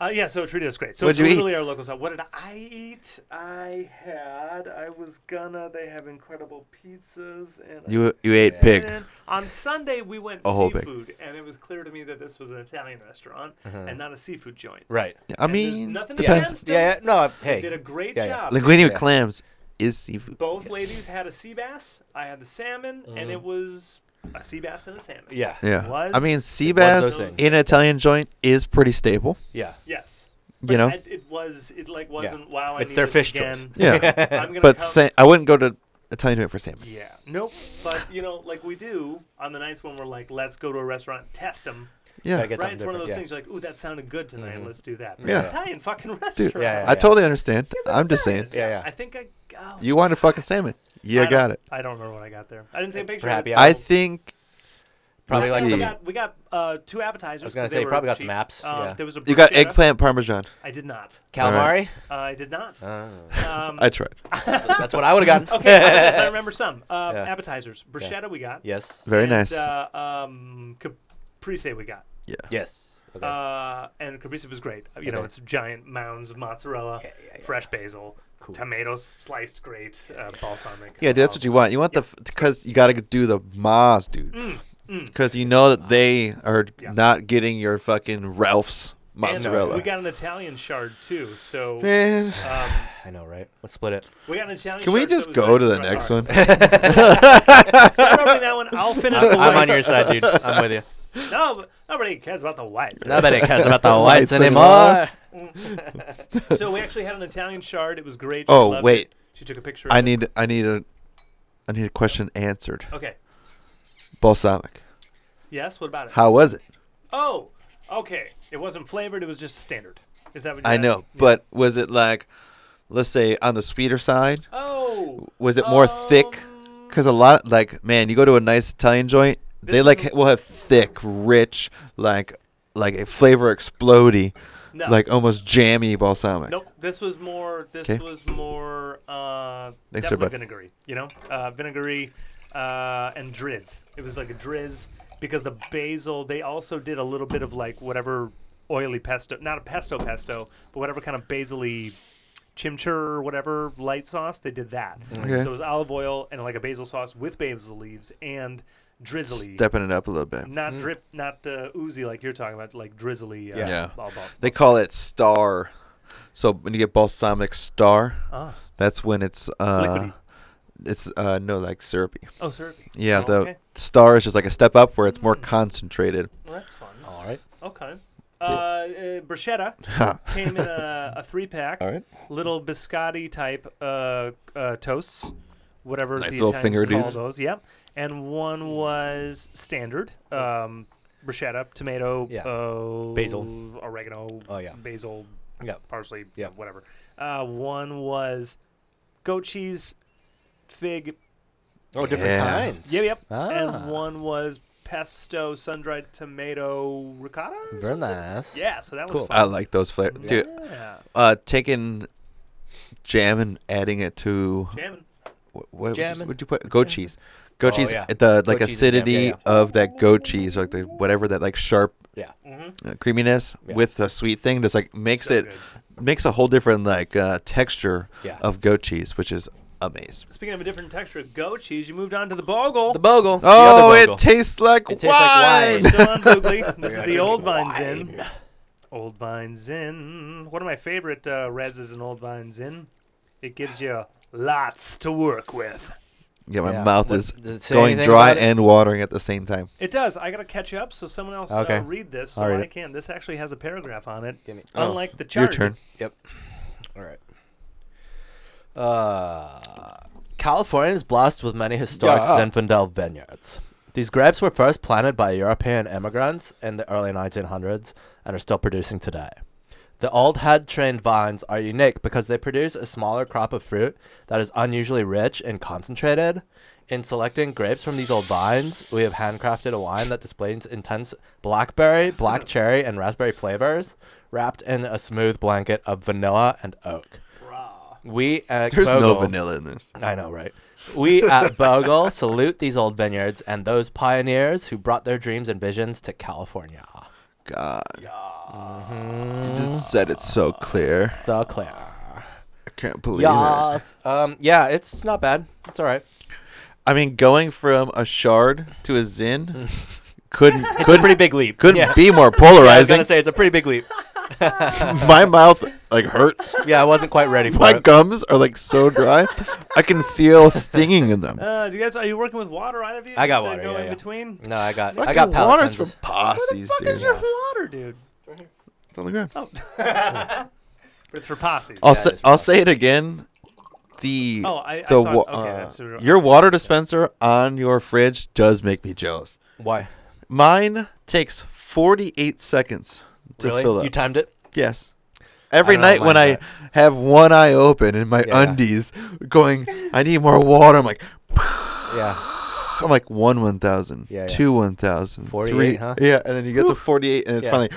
Speaker 1: uh, yeah, so it treated us great. So it's
Speaker 3: What'd you eat?
Speaker 1: literally our local stuff. What did I eat? I had, I was gonna. They have incredible pizzas and. a
Speaker 3: You you ate pig.
Speaker 1: chicken. On Sunday we went
Speaker 3: A whole pig. Uh-huh.
Speaker 1: seafood, and it was clear to me that this was an Italian restaurant and not a seafood joint.
Speaker 2: right.
Speaker 3: I
Speaker 1: And there's
Speaker 3: mean,
Speaker 1: nothing
Speaker 3: depends.
Speaker 1: against them.
Speaker 2: Yeah, yeah. No, I-
Speaker 1: They did a
Speaker 2: hey.
Speaker 1: great
Speaker 2: Yeah, yeah.
Speaker 1: job.
Speaker 3: Linguine with
Speaker 2: Yeah.
Speaker 3: clams is seafood.
Speaker 1: Both ladies had a sea bass. I had the salmon,
Speaker 2: Mm-hmm.
Speaker 1: and it was a sea bass and a salmon.
Speaker 2: Yeah.
Speaker 3: Yeah.
Speaker 1: Was-
Speaker 3: I mean, sea bass
Speaker 2: those things.
Speaker 3: in an Italian joint is pretty stable.
Speaker 2: Yeah.
Speaker 1: Yes.
Speaker 3: You know?
Speaker 1: I- it was it like wasn't wow. I
Speaker 2: It's
Speaker 1: need
Speaker 2: their
Speaker 1: this
Speaker 2: fish
Speaker 1: again.
Speaker 2: choice.
Speaker 3: Yeah.
Speaker 1: I'm gonna
Speaker 3: but
Speaker 1: come-
Speaker 3: sa- I wouldn't go to Italian joint for salmon.
Speaker 1: yeah, nope. But you know, like we do on the nights when we're like, let's go to a restaurant, and test them.
Speaker 3: Yeah.
Speaker 2: Gotta get
Speaker 1: right?
Speaker 2: something
Speaker 1: It's one of those
Speaker 2: different, Mm-hmm.
Speaker 1: things. You're like, ooh, that sounded good tonight. Let's do that.
Speaker 3: Yeah.
Speaker 1: Italian fucking restaurant.
Speaker 2: yeah,
Speaker 3: I totally understand.
Speaker 1: It's
Speaker 3: I'm just saying.
Speaker 1: Italian.
Speaker 2: Yeah, yeah.
Speaker 1: I think I. Oh,
Speaker 3: You wanted fucking salmon.
Speaker 1: I
Speaker 3: Yeah,
Speaker 1: don't-
Speaker 3: got it.
Speaker 1: I don't remember what I got there. I didn't take a picture.
Speaker 2: Uh, For
Speaker 1: of
Speaker 2: happy
Speaker 1: it,
Speaker 2: hour.
Speaker 3: I
Speaker 2: Apple.
Speaker 3: think.
Speaker 2: Probably
Speaker 3: let's
Speaker 2: like
Speaker 1: so we
Speaker 3: see.
Speaker 1: got, we got uh, two appetizers.
Speaker 2: I was gonna
Speaker 1: 'cause
Speaker 2: say,
Speaker 1: they were
Speaker 2: probably got some
Speaker 1: cheap.
Speaker 2: apps,
Speaker 1: Um,
Speaker 2: yeah.
Speaker 1: There was a
Speaker 3: You got
Speaker 1: bruschetta.
Speaker 3: eggplant parmesan.
Speaker 1: I did not.
Speaker 2: Calamari. Oh.
Speaker 1: Uh, I did not. Um,
Speaker 3: I tried.
Speaker 2: That's what I would have gotten.
Speaker 1: Okay, I remember this. I remember some uh,
Speaker 2: Yeah.
Speaker 1: appetizers. Bruschetta we got.
Speaker 2: Yes.
Speaker 3: Very
Speaker 1: And,
Speaker 3: nice.
Speaker 1: Uh, um, caprese we got.
Speaker 3: yeah.
Speaker 2: Yes. Okay.
Speaker 1: Uh, and caprese was great. You know,
Speaker 2: Okay.
Speaker 1: it's giant mounds of mozzarella, fresh basil, tomatoes sliced great, uh, balsamic.
Speaker 3: Yeah, dude, that's what you want. You want the because you gotta do the mas,
Speaker 1: um,
Speaker 3: dude.
Speaker 1: uh,
Speaker 3: Because you know that they are
Speaker 1: Mm. Yeah.
Speaker 3: not getting your fucking Ralph's
Speaker 1: And uh,
Speaker 3: mozzarella.
Speaker 1: we got an Italian shard too. So
Speaker 3: Man,
Speaker 1: um,
Speaker 2: I know, right? Let's split it.
Speaker 1: we got an Italian.
Speaker 3: can we
Speaker 1: shard, so
Speaker 3: just
Speaker 1: it was nice
Speaker 3: go to the
Speaker 1: and dry.
Speaker 3: next
Speaker 1: All
Speaker 3: one?
Speaker 1: right, stop rubbing that one. I'll finish the
Speaker 2: I'm on
Speaker 1: whites.
Speaker 2: your side, dude. I'm with you.
Speaker 1: No, but nobody cares about the whites.
Speaker 2: Nobody cares about the
Speaker 3: Whites
Speaker 2: whites
Speaker 3: anymore.
Speaker 2: anymore.
Speaker 1: Mm. so we actually had an Italian shard. It was great. She
Speaker 3: Oh,
Speaker 1: loved
Speaker 3: wait.
Speaker 1: it. She took a picture. Of
Speaker 3: I
Speaker 1: it.
Speaker 3: need, I need a, I need a question answered.
Speaker 1: Okay.
Speaker 3: Balsamic.
Speaker 1: Yes. What about it?
Speaker 3: How was it?
Speaker 1: Oh, okay. It wasn't flavored. It was just standard. Is that what you
Speaker 3: I know, but was it like, let's say, on the sweeter side?
Speaker 1: Oh.
Speaker 3: Was it more thick?
Speaker 1: um,
Speaker 3: Because a lot, like, man, you go to a nice Italian joint, they
Speaker 1: This
Speaker 3: like
Speaker 1: is
Speaker 3: ha- will have thick, rich, like, like a flavor explodey,
Speaker 1: No.
Speaker 3: like almost jammy balsamic.
Speaker 1: Nope. This was more. This
Speaker 3: 'Kay.
Speaker 1: was more. Uh,
Speaker 3: Thanks,
Speaker 1: definitely
Speaker 3: everybody.
Speaker 1: vinegary. You know, uh, vinegary, uh, and drizz. It was like a drizz because the basil. They also did a little bit of like whatever oily pesto, not a pesto pesto, but whatever kind of basily chimchur or whatever light sauce. They did that.
Speaker 3: Mm. Okay.
Speaker 1: So it was olive oil and like a basil sauce with basil leaves and drizzly.
Speaker 3: Stepping it up a little bit.
Speaker 1: not drip, not uh, oozy like you're talking about, like drizzly. Uh,
Speaker 2: Yeah.
Speaker 3: Yeah.
Speaker 1: ball- ball-
Speaker 3: They call it star. So when you get balsamic star,
Speaker 1: Ah.
Speaker 3: that's when it's uh,
Speaker 1: Liquidy.
Speaker 3: It's uh no like syrupy.
Speaker 1: Oh, syrupy.
Speaker 3: Yeah,
Speaker 1: Oh,
Speaker 3: the
Speaker 1: okay.
Speaker 3: star is just like a step up where it's more
Speaker 1: Mm.
Speaker 3: concentrated.
Speaker 1: Well, that's fun.
Speaker 2: All right.
Speaker 1: Okay. Uh, uh, bruschetta came in a, a three pack.
Speaker 3: All right.
Speaker 1: Little biscotti type uh, uh, toasts, whatever
Speaker 3: Nice
Speaker 1: the
Speaker 3: little
Speaker 1: Italians
Speaker 3: finger
Speaker 1: call
Speaker 3: dudes.
Speaker 1: those. Yep. And one was standard um, bruschetta, tomato,
Speaker 2: Yeah.
Speaker 1: uh,
Speaker 2: Basil.
Speaker 1: oregano,
Speaker 2: Oh, yeah.
Speaker 1: basil,
Speaker 2: Yeah.
Speaker 1: parsley,
Speaker 2: Yeah.
Speaker 1: whatever. Uh, one was goat cheese, fig.
Speaker 2: Oh, different
Speaker 3: Yeah.
Speaker 2: kinds.
Speaker 1: Yep, yep.
Speaker 2: Ah.
Speaker 1: And one was pesto, sun dried tomato ricotta. or
Speaker 2: Very
Speaker 1: something?
Speaker 2: nice.
Speaker 1: Yeah, so that was
Speaker 2: Cool.
Speaker 1: fun.
Speaker 3: I like those flavors. Dude,
Speaker 1: Yeah.
Speaker 3: uh taking jam and adding it to
Speaker 1: Jamming.
Speaker 3: what, what would, you,
Speaker 2: Jammin'.
Speaker 3: what'd you put? Goat cheese. Goat
Speaker 2: Oh,
Speaker 3: cheese
Speaker 2: yeah.
Speaker 3: at the like
Speaker 2: Goat cheese and jam,
Speaker 3: acidity
Speaker 2: yeah,
Speaker 3: of that goat cheese or like the whatever that like sharp
Speaker 2: Yeah.
Speaker 1: Mm-hmm.
Speaker 3: uh, creaminess
Speaker 2: Yeah.
Speaker 3: with the sweet thing just like makes it makes a whole different like uh, texture
Speaker 2: Yeah.
Speaker 3: of goat cheese, which is amazing.
Speaker 1: Speaking of a different texture of goat cheese, you moved on to the bogle.
Speaker 2: The bogle. the other
Speaker 3: Oh,
Speaker 2: bogle.
Speaker 3: it tastes like
Speaker 2: It tastes like
Speaker 3: wine.
Speaker 2: wine.
Speaker 1: We're still on Boogly. This is
Speaker 2: Yeah,
Speaker 1: the
Speaker 2: drinking
Speaker 1: Old Vines Inn.
Speaker 2: wine.
Speaker 1: Old Vines Inn. One of my favorite uh, reds is an Old Vines Inn. It gives you lots to work with.
Speaker 3: yeah, my
Speaker 2: Yeah.
Speaker 3: mouth
Speaker 2: What-
Speaker 3: is
Speaker 2: does it say
Speaker 3: going
Speaker 2: anything
Speaker 3: dry
Speaker 2: about it?
Speaker 3: and watering at the same time.
Speaker 1: It does. I gotta catch up, so someone else
Speaker 2: Okay.
Speaker 1: uh, read this so
Speaker 2: I'll read
Speaker 1: I
Speaker 2: it.
Speaker 1: can. This actually has a paragraph on it,
Speaker 2: Gimme.
Speaker 3: Oh,
Speaker 1: unlike the chart.
Speaker 3: Your turn.
Speaker 2: Yep. All right. Uh, California is blessed with many historic
Speaker 3: Yeah.
Speaker 2: Zinfandel vineyards. These grapes were first planted by European immigrants in the early 1900s and are still producing today. The old head trained vines are unique because they produce a smaller crop of fruit that is unusually rich and concentrated. In selecting grapes from these old vines, we have handcrafted a wine that displays intense blackberry, black cherry, and raspberry flavors, wrapped in a smooth blanket of vanilla and oak. We at
Speaker 3: There's no
Speaker 2: Bogle-
Speaker 3: vanilla in this.
Speaker 2: I know, right? We at Bogle salute these old vineyards and those pioneers who brought their dreams and visions to California.
Speaker 3: God. You just said it so clear.
Speaker 2: So clear.
Speaker 3: I can't believe it.
Speaker 2: Yes. Um, yeah, it's not bad. It's all right.
Speaker 3: I mean, going from a shard to a zin couldn't
Speaker 2: It's a
Speaker 3: couldn't
Speaker 2: pretty big leap.
Speaker 3: couldn't
Speaker 2: yeah.
Speaker 3: be more
Speaker 2: I was
Speaker 3: polarizing.
Speaker 2: gonna say it's a pretty big leap.
Speaker 3: My mouth like hurts.
Speaker 2: Yeah, I wasn't quite ready for
Speaker 3: My
Speaker 2: it.
Speaker 3: gums are like so dry. I can feel stinging in them.
Speaker 1: Uh, do you guys are you working with water? Either of you?
Speaker 2: I got
Speaker 1: Just to
Speaker 2: water,
Speaker 1: Go
Speaker 2: yeah,
Speaker 1: in
Speaker 2: yeah.
Speaker 1: between.
Speaker 2: No, I got I
Speaker 3: Fucking
Speaker 2: got palate
Speaker 3: waters from
Speaker 2: cleansers.
Speaker 3: posses,
Speaker 1: Fuck
Speaker 3: dude.
Speaker 1: is your water, dude?
Speaker 3: It's on the ground.
Speaker 1: Oh. it's for posses.
Speaker 3: I'll
Speaker 2: that
Speaker 3: say
Speaker 2: is
Speaker 3: I'll say it again. The
Speaker 1: Oh, I, I
Speaker 3: the
Speaker 1: thought,
Speaker 3: wa-
Speaker 1: okay,
Speaker 3: uh,
Speaker 1: that's what-
Speaker 3: your water dispenser on your fridge does make me jealous.
Speaker 2: Why?
Speaker 3: Mine takes 48 seconds to
Speaker 2: really?
Speaker 3: fill up.
Speaker 2: You timed it?
Speaker 3: yes. Every
Speaker 2: don't know
Speaker 3: night
Speaker 2: how
Speaker 3: when I
Speaker 2: mine's
Speaker 3: have one eye open and my
Speaker 2: Yeah.
Speaker 3: undies going, I need more water. I'm like,
Speaker 2: Yeah.
Speaker 3: I'm like one one thousand,
Speaker 2: Yeah, yeah.
Speaker 3: two one thousand,
Speaker 2: 48,
Speaker 3: three,
Speaker 2: huh?
Speaker 3: yeah, and then you get to forty eight, and it's
Speaker 2: Yeah.
Speaker 3: finally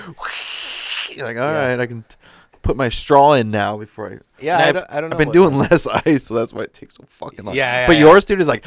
Speaker 3: you're like, all
Speaker 2: Yeah.
Speaker 3: right, I can t- put my straw in now before I.
Speaker 2: Yeah,
Speaker 3: And
Speaker 2: I
Speaker 3: I've-
Speaker 2: don't- I don't
Speaker 3: I've
Speaker 2: know
Speaker 3: been
Speaker 2: what-
Speaker 3: doing less ice, so that's why it takes so fucking long.
Speaker 2: Yeah, yeah,
Speaker 3: but
Speaker 2: yeah.
Speaker 3: yours, dude, is like,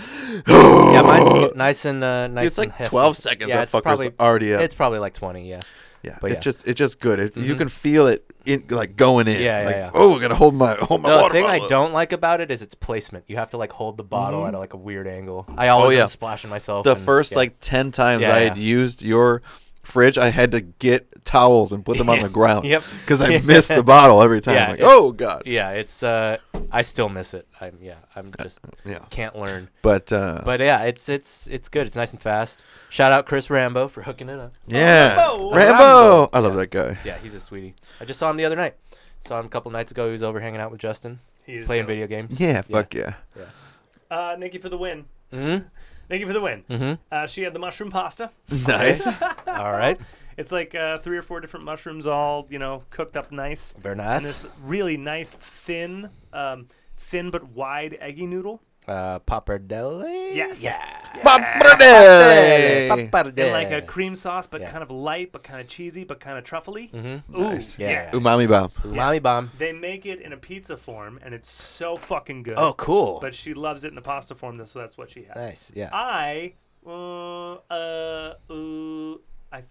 Speaker 2: Yeah, mine's nice and uh, nice.
Speaker 3: dude, it's
Speaker 2: and
Speaker 3: like
Speaker 2: hefty.
Speaker 3: twelve seconds.
Speaker 2: Yeah,
Speaker 3: that
Speaker 2: it's
Speaker 3: fucker's
Speaker 2: probably
Speaker 3: already up.
Speaker 2: It's probably like twenty. Yeah.
Speaker 3: yeah,
Speaker 2: but yeah.
Speaker 3: it's
Speaker 2: Mm-hmm.
Speaker 3: just it's just good. It, You can feel it in like going in.
Speaker 2: Yeah, yeah,
Speaker 3: like,
Speaker 2: yeah.
Speaker 3: Oh, I gotta hold my hold my
Speaker 2: The
Speaker 3: water
Speaker 2: thing
Speaker 3: bottle
Speaker 2: I
Speaker 3: up."
Speaker 2: don't like about it is its placement. You have to like hold the bottle
Speaker 3: Mm-hmm.
Speaker 2: at like a weird angle. I always
Speaker 3: Oh, yeah.
Speaker 2: am splashing myself.
Speaker 3: the
Speaker 2: and-
Speaker 3: first
Speaker 2: yeah.
Speaker 3: like 10 times
Speaker 2: Yeah,
Speaker 3: I had
Speaker 2: yeah.
Speaker 3: used your fridge, I had to get towels and put them on the ground.
Speaker 2: Yep.
Speaker 3: Because I missed the bottle every time.
Speaker 2: Yeah,
Speaker 3: like,
Speaker 2: it's-
Speaker 3: oh, God.
Speaker 2: Yeah, it's uh, I still miss it. I'm yeah, I'm just
Speaker 3: Yeah.
Speaker 2: can't learn.
Speaker 3: But, uh,
Speaker 2: But yeah, it's it's it's good. It's nice and fast. Shout out Chris Rambo for hooking it up.
Speaker 3: yeah.
Speaker 1: Rambo!
Speaker 3: Rambo! I love that guy.
Speaker 2: Yeah, he's a sweetie. I just saw him the other night. Saw him a couple nights ago. He was over hanging out with Justin,
Speaker 1: He is
Speaker 2: playing
Speaker 1: dope.
Speaker 2: video games.
Speaker 3: Yeah, fuck yeah.
Speaker 1: Uh, Nikki for the win.
Speaker 2: Mm-hmm.
Speaker 1: Nikki for the win.
Speaker 2: Mm-hmm.
Speaker 1: Uh, she had the mushroom pasta.
Speaker 3: Nice.
Speaker 2: All right.
Speaker 1: It's like uh, three or four different mushrooms, all you know, cooked up nice,
Speaker 2: Very
Speaker 1: and
Speaker 2: nice.
Speaker 1: this really nice thin, um, thin but wide eggy noodle.
Speaker 2: Uh, pappardelle.
Speaker 1: Yes.
Speaker 2: Yeah.
Speaker 3: Pappardelle.
Speaker 1: And
Speaker 2: Pappardelle.
Speaker 1: like a cream sauce, but
Speaker 2: Yeah.
Speaker 1: kind of light, but kind of cheesy, but kind of truffly.
Speaker 2: Mm-hmm.
Speaker 1: Ooh,
Speaker 3: Nice.
Speaker 1: yeah.
Speaker 2: Yeah.
Speaker 3: Umami bomb.
Speaker 2: Umami bomb.
Speaker 1: They make it in a pizza form, and it's so fucking good.
Speaker 2: Oh, cool.
Speaker 1: But she loves it in the pasta form, so that's what she had.
Speaker 2: nice. Yeah.
Speaker 1: I, uh, uh, uh, I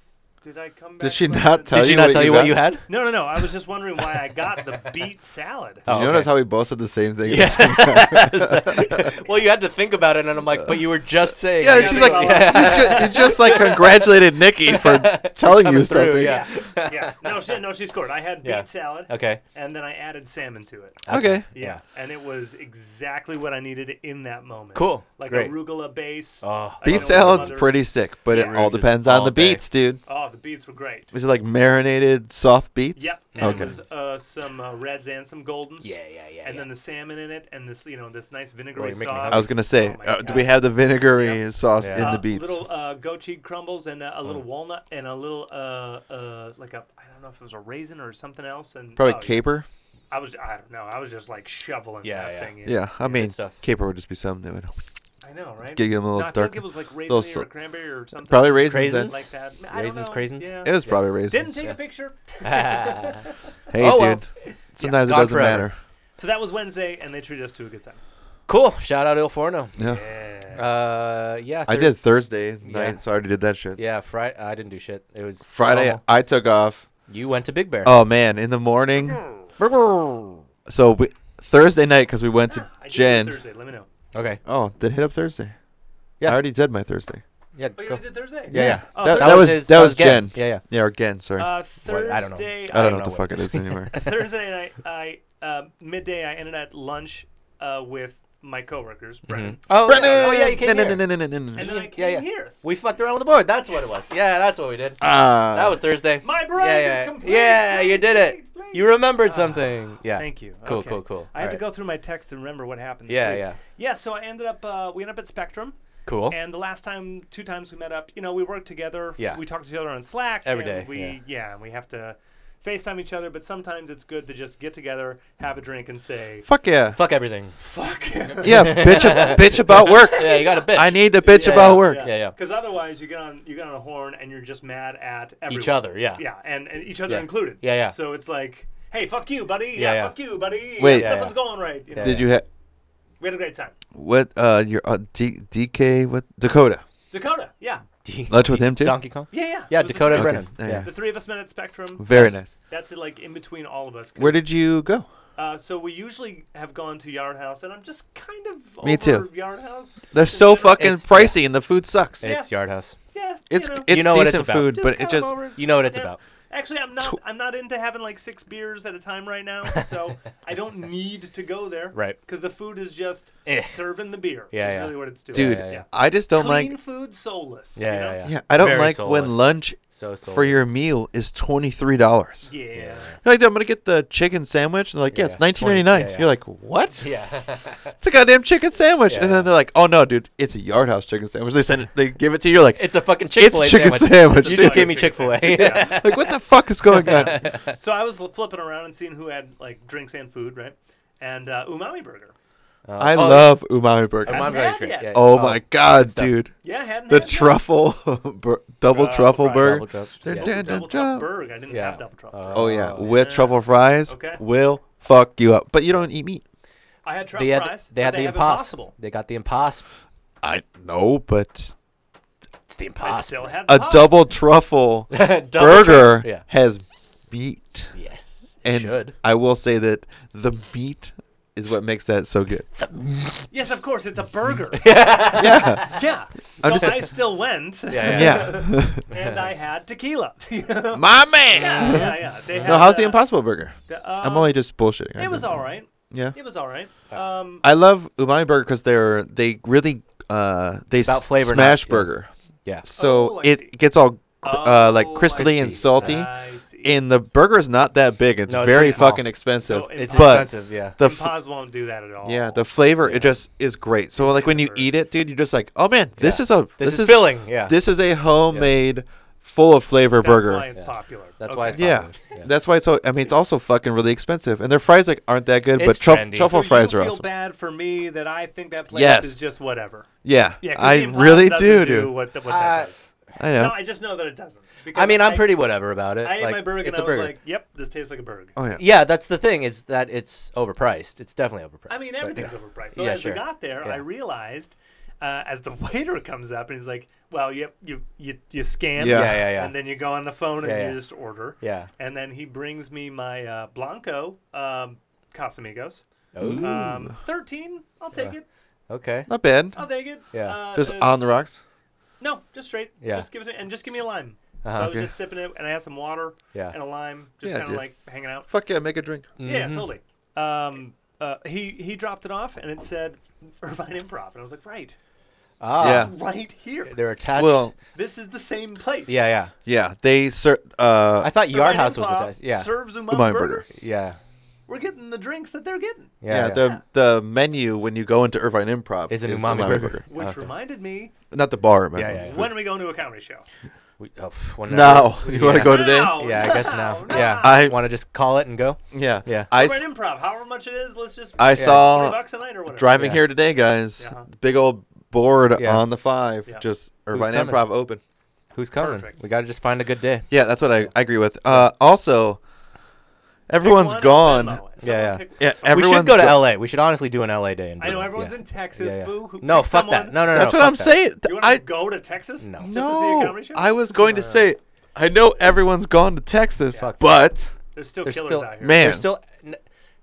Speaker 1: did I come back?
Speaker 3: Did she
Speaker 1: from
Speaker 3: not
Speaker 1: the-
Speaker 3: tell
Speaker 2: Did
Speaker 3: you
Speaker 2: you not
Speaker 3: what
Speaker 2: tell
Speaker 3: you
Speaker 2: you
Speaker 3: got?
Speaker 2: what you had?
Speaker 1: No, no, no. I was just wondering why I got the beet salad.
Speaker 3: Did
Speaker 2: Oh,
Speaker 3: you notice
Speaker 2: okay.
Speaker 3: how we both said the same thing?
Speaker 2: Yeah.
Speaker 1: well,
Speaker 2: well, you had to think about it, and I'm like, but you were just saying.
Speaker 3: Yeah,
Speaker 1: Yeah,
Speaker 3: she's
Speaker 1: they
Speaker 3: like,
Speaker 1: follow
Speaker 3: you, ju- you just like congratulated Nikki for telling you
Speaker 2: Coming through,
Speaker 3: something.
Speaker 2: yeah.
Speaker 1: yeah. No, she no, she scored. I had beet
Speaker 2: Yeah.
Speaker 1: salad,
Speaker 2: okay. Oh,
Speaker 1: and then I added salmon to it.
Speaker 3: Okay.
Speaker 1: Yeah. and it was exactly what I needed in that moment.
Speaker 2: Cool.
Speaker 1: Like
Speaker 2: Great.
Speaker 1: arugula base.
Speaker 2: Oh.
Speaker 1: I don't know
Speaker 3: Beet
Speaker 1: what
Speaker 3: salad's
Speaker 1: other-
Speaker 3: pretty sick, but it
Speaker 1: Yeah.
Speaker 3: all depends on
Speaker 2: All
Speaker 3: the
Speaker 2: day.
Speaker 3: beets, dude.
Speaker 1: Oh, the beets were great.
Speaker 3: Is it like marinated soft beets?
Speaker 1: Yep. And
Speaker 3: Okay.
Speaker 1: it was uh, some uh, reds and some goldens.
Speaker 2: Yeah, yeah, yeah.
Speaker 1: And
Speaker 2: yeah. Oh,
Speaker 1: then the salmon in it, and this you know this nice vinegary
Speaker 2: you're making me
Speaker 1: sauce.
Speaker 3: I was gonna say,
Speaker 1: Oh my
Speaker 3: uh, do
Speaker 1: God.
Speaker 3: we have the vinegary sauce
Speaker 2: Yeah.
Speaker 3: in the
Speaker 1: Uh,
Speaker 3: beets? Mm.
Speaker 1: Little uh, goat cheese crumbles and a, a little walnut and a little uh, uh, like a I don't know if it was a raisin or something else and
Speaker 3: Probably
Speaker 1: oh, yeah.
Speaker 3: caper.
Speaker 1: I was I don't know. I was just like shoveling
Speaker 2: Yeah,
Speaker 1: that
Speaker 2: yeah.
Speaker 1: thing. In.
Speaker 3: Yeah, I mean,
Speaker 2: stuff.
Speaker 3: caper would just be something that would
Speaker 1: I know, right?
Speaker 3: get you a little
Speaker 1: no, I
Speaker 3: dark.
Speaker 1: think it was like raisin
Speaker 3: Those
Speaker 1: or
Speaker 3: so-
Speaker 1: cranberry or something.
Speaker 3: probably raisins.
Speaker 2: Craisins?
Speaker 3: then.
Speaker 1: like that. I don't
Speaker 2: Raisins,
Speaker 1: know.
Speaker 2: craisins?
Speaker 1: Yeah.
Speaker 3: It was probably
Speaker 1: Didn't
Speaker 3: raisins.
Speaker 1: take
Speaker 2: yeah.
Speaker 1: a picture.
Speaker 3: Hey,
Speaker 2: Oh, well.
Speaker 3: dude. Sometimes it
Speaker 2: gone
Speaker 3: doesn't
Speaker 2: forever.
Speaker 3: matter.
Speaker 1: So that was Wednesday, and they treated us to a good time.
Speaker 2: cool. Shout out Il Forno.
Speaker 3: Yeah.
Speaker 1: Yeah.
Speaker 2: Uh, yeah.
Speaker 3: I
Speaker 2: Thurs-
Speaker 3: did Thursday night,
Speaker 2: Yeah.
Speaker 3: so I already did that shit.
Speaker 2: Yeah, Oh. Friday. I didn't do shit. It was
Speaker 3: Friday,
Speaker 2: normal.
Speaker 3: I took off.
Speaker 2: You went to Big Bear.
Speaker 3: Oh man, in the morning.
Speaker 1: Oh.
Speaker 3: So we, Thursday night, because we went
Speaker 2: Ah,
Speaker 3: to
Speaker 1: Ah, I did
Speaker 3: Jen.
Speaker 1: Thursday. Let me know.
Speaker 2: Okay.
Speaker 3: Oh, did hit up Thursday.
Speaker 2: Yeah.
Speaker 3: I already did my Thursday.
Speaker 2: Yeah.
Speaker 1: Oh, you
Speaker 2: go.
Speaker 1: already did Thursday.
Speaker 2: Yeah, yeah.
Speaker 1: Oh,
Speaker 3: That-
Speaker 1: Thursday.
Speaker 3: was- that was
Speaker 2: Jen.
Speaker 3: Jen.
Speaker 2: Yeah, yeah.
Speaker 3: Yeah, or again, sorry.
Speaker 1: Uh,
Speaker 2: What?
Speaker 1: Thursday.
Speaker 2: I don't know.
Speaker 3: I
Speaker 2: I
Speaker 3: don't
Speaker 2: don't
Speaker 3: know what the
Speaker 2: know
Speaker 3: fuck
Speaker 2: what
Speaker 3: it is Oh, anymore.
Speaker 1: Thursday night, I uh, midday, I ended at lunch uh, with my coworkers, Brennan,
Speaker 2: Oh,
Speaker 3: Brennan!
Speaker 2: yeah. oh yeah, you came
Speaker 3: No,
Speaker 2: here.
Speaker 3: no, no, no, no, no, no.
Speaker 1: and then I
Speaker 2: Yeah,
Speaker 1: came
Speaker 2: yeah.
Speaker 1: here.
Speaker 2: We fucked around with the board. That's what it was. Yeah, that's what we did.
Speaker 3: Ah.
Speaker 2: that was Thursday.
Speaker 1: My brain
Speaker 2: yeah,
Speaker 1: is
Speaker 2: yeah,
Speaker 1: completely
Speaker 2: yeah. You did it.
Speaker 1: blank.
Speaker 2: You remembered something. Yeah.
Speaker 1: Thank you.
Speaker 2: Cool,
Speaker 1: Okay.
Speaker 2: cool, cool.
Speaker 1: I had to
Speaker 2: Alright.
Speaker 1: go through my text and remember what happened. this
Speaker 2: Yeah,
Speaker 1: week.
Speaker 2: yeah.
Speaker 1: Yeah, so I ended up, uh, we ended up at Spectrum.
Speaker 2: Cool.
Speaker 1: And the last time, two times we met up, you know, we worked together.
Speaker 2: Yeah.
Speaker 1: We talked to each other on Slack.
Speaker 2: Every
Speaker 1: every
Speaker 2: day,
Speaker 1: day. We,
Speaker 2: yeah.
Speaker 1: yeah. and we have to FaceTime each other, but sometimes it's good to just get together, have a drink, and say,
Speaker 3: Fuck yeah.
Speaker 2: Fuck everything.
Speaker 1: fuck.
Speaker 3: Yeah, bitch, ab- bitch about work.
Speaker 2: Yeah, you got a bitch.
Speaker 3: I need to bitch
Speaker 2: Yeah,
Speaker 3: about work.
Speaker 2: Yeah, yeah.
Speaker 1: Because otherwise, you get on you get on a horn and you're just mad at everyone.
Speaker 2: each other. Yeah.
Speaker 1: Yeah, and, and each other
Speaker 2: Yeah.
Speaker 1: included.
Speaker 2: Yeah, yeah.
Speaker 1: So it's like, hey, fuck you, buddy. Yeah,
Speaker 2: yeah.
Speaker 1: fuck you, buddy.
Speaker 3: Wait.
Speaker 1: Yeah,
Speaker 3: Yeah,
Speaker 1: nothing's going right. You know?
Speaker 3: Did you have
Speaker 1: We had a great time.
Speaker 3: what? Uh, your uh, D- DK what? Dakota.
Speaker 1: Dakota. Yeah.
Speaker 3: Lunch with him too.
Speaker 2: Donkey Kong.
Speaker 1: Yeah, yeah.
Speaker 2: Yeah,
Speaker 1: It was the
Speaker 2: Dakota
Speaker 1: three-
Speaker 3: Okay,
Speaker 2: Brennan.
Speaker 3: there you
Speaker 2: Yeah.
Speaker 1: The three of us met at Spectrum.
Speaker 3: Very
Speaker 1: That's-
Speaker 3: nice.
Speaker 1: That's like in between all of us. 'cause,
Speaker 3: Where did you go?
Speaker 1: Uh, so we usually have gone to Yard House, and I'm just kind of
Speaker 3: Me
Speaker 1: over
Speaker 3: too.
Speaker 1: Yard House.
Speaker 3: They're so
Speaker 1: considering-
Speaker 3: fucking
Speaker 2: It's-
Speaker 3: pricey, and the food sucks.
Speaker 1: Yeah.
Speaker 2: It's Yard House.
Speaker 1: Yeah.
Speaker 3: It's
Speaker 1: you know,
Speaker 3: it's
Speaker 2: You know what it's
Speaker 3: decent
Speaker 2: about.
Speaker 3: food,
Speaker 1: just
Speaker 3: but
Speaker 1: kind
Speaker 3: it
Speaker 1: of
Speaker 3: just
Speaker 1: over.
Speaker 2: You know what it's
Speaker 1: Yeah.
Speaker 2: about.
Speaker 1: Actually, I'm not.
Speaker 3: Tw-
Speaker 1: I'm not into having like six beers at a time right now, so I don't need to go there.
Speaker 2: Right.
Speaker 1: Because the food is just
Speaker 2: Eh.
Speaker 1: serving the beer.
Speaker 2: Yeah,
Speaker 1: is
Speaker 2: yeah.
Speaker 1: really what it's doing.
Speaker 3: dude.
Speaker 2: Yeah, yeah, yeah.
Speaker 3: I just don't
Speaker 1: Clean
Speaker 3: like.
Speaker 1: food, soulless.
Speaker 2: Yeah,
Speaker 1: you know?
Speaker 2: yeah, yeah.
Speaker 3: Yeah, I don't
Speaker 2: Very
Speaker 3: like
Speaker 2: soulless.
Speaker 3: when lunch
Speaker 2: So so.
Speaker 3: for your meal is twenty three dollars.
Speaker 1: yeah.
Speaker 3: Like I'm gonna get the chicken sandwich, and they're like, yeah,
Speaker 2: Yeah,
Speaker 3: it's
Speaker 2: yeah.
Speaker 3: nineteen ninety nine.
Speaker 2: $20, yeah, yeah.
Speaker 3: You're like, what?
Speaker 2: Yeah.
Speaker 3: It's a goddamn chicken sandwich,
Speaker 2: Yeah.
Speaker 3: and then they're like, oh no, dude, it's a Yard House chicken sandwich. They send it, they give it to you. You're like,
Speaker 2: It's a fucking Chick
Speaker 3: it's
Speaker 2: Fil A
Speaker 3: chicken
Speaker 2: sandwich.
Speaker 3: sandwich.
Speaker 2: You
Speaker 1: It's
Speaker 3: dude.
Speaker 2: just
Speaker 1: like
Speaker 2: gave
Speaker 1: a
Speaker 2: me Chick
Speaker 1: Chick
Speaker 2: Fil
Speaker 1: Fil
Speaker 2: A.
Speaker 1: A.
Speaker 2: Yeah.
Speaker 3: like what the fuck is going on?
Speaker 2: Oh,
Speaker 1: So I was l- flipping around and seeing who had like drinks and food, right? And uh, Umami Burger.
Speaker 3: I love umami burger.
Speaker 2: Umami
Speaker 1: I've
Speaker 2: burger's
Speaker 1: had
Speaker 2: great.
Speaker 1: yet.
Speaker 2: Oh, Yeah,
Speaker 3: oh
Speaker 2: yeah.
Speaker 3: my god, dude,
Speaker 1: Yeah, hadn't
Speaker 3: the
Speaker 1: had one.
Speaker 3: truffle bur- double
Speaker 1: Uh,
Speaker 3: truffle
Speaker 1: fries.
Speaker 3: burger.
Speaker 2: Oh, Double cup.
Speaker 3: They're
Speaker 2: Yeah.
Speaker 3: dead.
Speaker 1: double, double
Speaker 3: Dun, dun,
Speaker 1: truffle
Speaker 3: dun.
Speaker 1: burger. I didn't
Speaker 2: Yeah.
Speaker 1: have double truffle.
Speaker 2: Uh,
Speaker 3: Oh yeah,
Speaker 2: Oh,
Speaker 3: with
Speaker 1: yeah.
Speaker 3: truffle fries
Speaker 1: Okay.
Speaker 3: will fuck you up. But you don't eat meat.
Speaker 1: I had truffle
Speaker 2: They had,
Speaker 1: fries.
Speaker 2: they
Speaker 1: but
Speaker 2: had the
Speaker 1: have
Speaker 2: impossible. They got the impossible.
Speaker 3: I know, but
Speaker 2: It's
Speaker 1: I
Speaker 2: the impossible.
Speaker 1: still had
Speaker 3: a
Speaker 1: Impossible.
Speaker 3: double truffle
Speaker 2: Double
Speaker 3: burger
Speaker 2: check. Yeah.
Speaker 3: has meat,
Speaker 2: Yes. it
Speaker 3: and
Speaker 2: should.
Speaker 3: I will say that the meat is what makes that so good.
Speaker 1: Yes, of course, it's a burger.
Speaker 3: yeah,
Speaker 1: yeah. So
Speaker 3: I'm just-
Speaker 1: I still went.
Speaker 2: Yeah.
Speaker 3: yeah,
Speaker 1: and I had tequila. You know?
Speaker 3: my man.
Speaker 1: yeah, yeah, yeah. They had,
Speaker 3: No, how's
Speaker 1: uh,
Speaker 3: the Impossible Burger?
Speaker 1: the, uh,
Speaker 3: I'm only just bullshitting. I
Speaker 1: It was
Speaker 3: don't-
Speaker 1: all right.
Speaker 3: Yeah,
Speaker 1: It was all right. Um,
Speaker 3: I love Umami Burger because they're they really uh they
Speaker 2: about
Speaker 3: s-
Speaker 2: flavor, not-
Speaker 3: smash
Speaker 2: yeah.
Speaker 3: burger,
Speaker 2: Yeah.
Speaker 3: so
Speaker 1: Oh, I
Speaker 3: it
Speaker 1: see.
Speaker 3: gets all cr- uh, like
Speaker 1: Oh, I Uh,
Speaker 3: crystally and
Speaker 2: see.
Speaker 3: salty.
Speaker 1: I see.
Speaker 3: and the burger's not that big. It's
Speaker 2: No, it's
Speaker 3: very
Speaker 2: pretty small.
Speaker 3: fucking expensive.
Speaker 1: So
Speaker 2: It's
Speaker 3: but
Speaker 2: expensive. Yeah.
Speaker 3: the
Speaker 1: And
Speaker 3: f-
Speaker 1: Paz won't do that at all.
Speaker 3: yeah, the flavor it just is great. So like when you
Speaker 1: burger.
Speaker 3: eat it, dude, you're just like, oh man, this
Speaker 2: Yeah.
Speaker 3: is a
Speaker 2: This, is, filling. Yeah.
Speaker 3: This is a homemade, full of flavor
Speaker 1: That's
Speaker 3: burger.
Speaker 1: why it's
Speaker 2: Yeah.
Speaker 1: popular.
Speaker 2: That's
Speaker 1: Okay.
Speaker 2: why it's
Speaker 3: yeah.
Speaker 2: popular. Yeah.
Speaker 3: that's why it's. So, I mean, it's also fucking really expensive, and their fries like aren't that good. but
Speaker 2: It's
Speaker 3: truff-
Speaker 2: trendy.
Speaker 3: truffle
Speaker 1: so
Speaker 3: fries
Speaker 1: you
Speaker 3: are
Speaker 1: feel
Speaker 3: awesome.
Speaker 1: bad for me that I think that place
Speaker 3: Yes.
Speaker 1: is just whatever.
Speaker 3: Yeah,
Speaker 1: Yeah, 'cause
Speaker 3: I
Speaker 1: Team Paz
Speaker 3: really
Speaker 1: doesn't
Speaker 3: do,
Speaker 1: do
Speaker 3: dude.
Speaker 1: what, the, what
Speaker 2: Uh,
Speaker 1: that does.
Speaker 3: I know.
Speaker 1: No, I just know that it doesn't.
Speaker 2: I
Speaker 1: Because
Speaker 2: mean, I'm pretty whatever about it.
Speaker 1: I ate
Speaker 2: like,
Speaker 1: my burger and
Speaker 2: it's
Speaker 1: I
Speaker 2: a
Speaker 1: was
Speaker 2: burger.
Speaker 1: like, "Yep, this tastes like a burger."
Speaker 3: oh yeah.
Speaker 2: yeah, that's the thing is that it's overpriced. It's definitely overpriced.
Speaker 1: I mean,
Speaker 2: but-
Speaker 1: everything's overpriced. But
Speaker 2: Yeah,
Speaker 1: as
Speaker 2: sure.
Speaker 1: we got there,
Speaker 2: Yeah.
Speaker 1: I realized uh, as the waiter comes up and he's like, "Well, you you you, you scan,
Speaker 3: Yeah.
Speaker 2: Yeah, yeah, yeah.
Speaker 1: and then you go on the phone
Speaker 2: Yeah,
Speaker 1: and
Speaker 2: yeah.
Speaker 1: you just order."
Speaker 2: Yeah.
Speaker 1: And then he brings me my uh, Blanco um, Casamigos,
Speaker 2: Oh.
Speaker 1: um, thirteen. I'll take it.
Speaker 2: Okay.
Speaker 3: Not bad.
Speaker 1: I'll take it.
Speaker 2: Yeah.
Speaker 1: Uh,
Speaker 3: Just
Speaker 1: uh,
Speaker 3: on the rocks.
Speaker 1: No, just straight.
Speaker 2: Yeah.
Speaker 1: Just give it to- and just give me a lime.
Speaker 2: Uh-huh.
Speaker 1: so I was
Speaker 3: Okay.
Speaker 1: just sipping it, and I had some water
Speaker 2: Yeah.
Speaker 1: and a lime, just
Speaker 3: Yeah,
Speaker 1: kind of
Speaker 3: dude.
Speaker 1: like hanging out.
Speaker 3: Fuck yeah, make a drink.
Speaker 1: Yeah,
Speaker 2: Mm-hmm.
Speaker 1: totally. Um, uh, he he dropped it off, and it said Irvine Improv, and I was like, right,
Speaker 2: Ah,
Speaker 3: Yeah.
Speaker 1: right here.
Speaker 2: They're attached.
Speaker 3: Well,
Speaker 1: This is the same place.
Speaker 2: yeah, yeah.
Speaker 3: yeah, they ser- uh
Speaker 2: I thought Yard
Speaker 1: Irvine
Speaker 2: House was
Speaker 1: Improv
Speaker 2: attached. Yeah.
Speaker 1: serves Umami,
Speaker 3: Umami
Speaker 1: burger.
Speaker 3: burger.
Speaker 2: yeah.
Speaker 1: We're getting the drinks that they're getting.
Speaker 3: yeah,
Speaker 2: Yeah. yeah.
Speaker 3: the the menu when you go into Irvine Improv
Speaker 2: Is an umami burger.
Speaker 1: Which
Speaker 2: Okay.
Speaker 1: reminded me,
Speaker 3: Not the bar, man.
Speaker 2: Yeah, yeah, yeah.
Speaker 1: when are we going to a comedy show?
Speaker 2: We- oh, pff, whenever-
Speaker 3: No, you
Speaker 2: Yeah.
Speaker 3: want to go today?
Speaker 1: Now,
Speaker 2: Yeah, I guess now.
Speaker 1: now.
Speaker 2: Yeah.
Speaker 3: I-
Speaker 2: want to just call it and go.
Speaker 3: Yeah,
Speaker 2: Yeah.
Speaker 3: I, s-
Speaker 1: Irvine Improv, however much it is, let's just
Speaker 3: I
Speaker 1: yeah,
Speaker 3: saw
Speaker 1: 20 bucks a night or whatever.
Speaker 3: driving
Speaker 2: Yeah.
Speaker 3: here today, guys.
Speaker 1: Uh-huh.
Speaker 3: Big old board
Speaker 2: Yeah.
Speaker 3: on the five,
Speaker 1: Yeah.
Speaker 3: just Irvine
Speaker 2: coming?
Speaker 3: Improv open.
Speaker 2: Who's coming?
Speaker 1: Perfect.
Speaker 2: We got to just find a good day.
Speaker 3: Yeah, that's what I, I agree with. Uh, also,
Speaker 1: Pick
Speaker 3: everyone's
Speaker 1: one and Venmo.
Speaker 3: gone.
Speaker 1: Someone
Speaker 2: Yeah, yeah.
Speaker 1: pick-
Speaker 3: Yeah,
Speaker 2: we
Speaker 3: everyone's
Speaker 2: should go to
Speaker 3: go-
Speaker 2: LA. We should honestly do an LA day. In
Speaker 1: I know
Speaker 2: Berlin.
Speaker 1: everyone's
Speaker 2: Yeah.
Speaker 1: in Texas.
Speaker 2: Yeah, yeah.
Speaker 1: Boo. Who,
Speaker 2: No,
Speaker 1: pick
Speaker 2: fuck
Speaker 1: someone.
Speaker 2: that. No, no, no.
Speaker 3: That's
Speaker 2: no,
Speaker 3: what
Speaker 2: fuck
Speaker 3: I'm
Speaker 2: that.
Speaker 3: saying.
Speaker 1: You want
Speaker 3: I
Speaker 1: to go to Texas?
Speaker 2: No.
Speaker 1: Just to see a
Speaker 3: no,
Speaker 1: comedy show?
Speaker 3: I was going to say. I know everyone's gone to Texas,
Speaker 2: Fuck.
Speaker 3: but
Speaker 1: There's still
Speaker 2: There's
Speaker 1: killers
Speaker 2: still-
Speaker 1: out here.
Speaker 3: man,
Speaker 2: There's still n-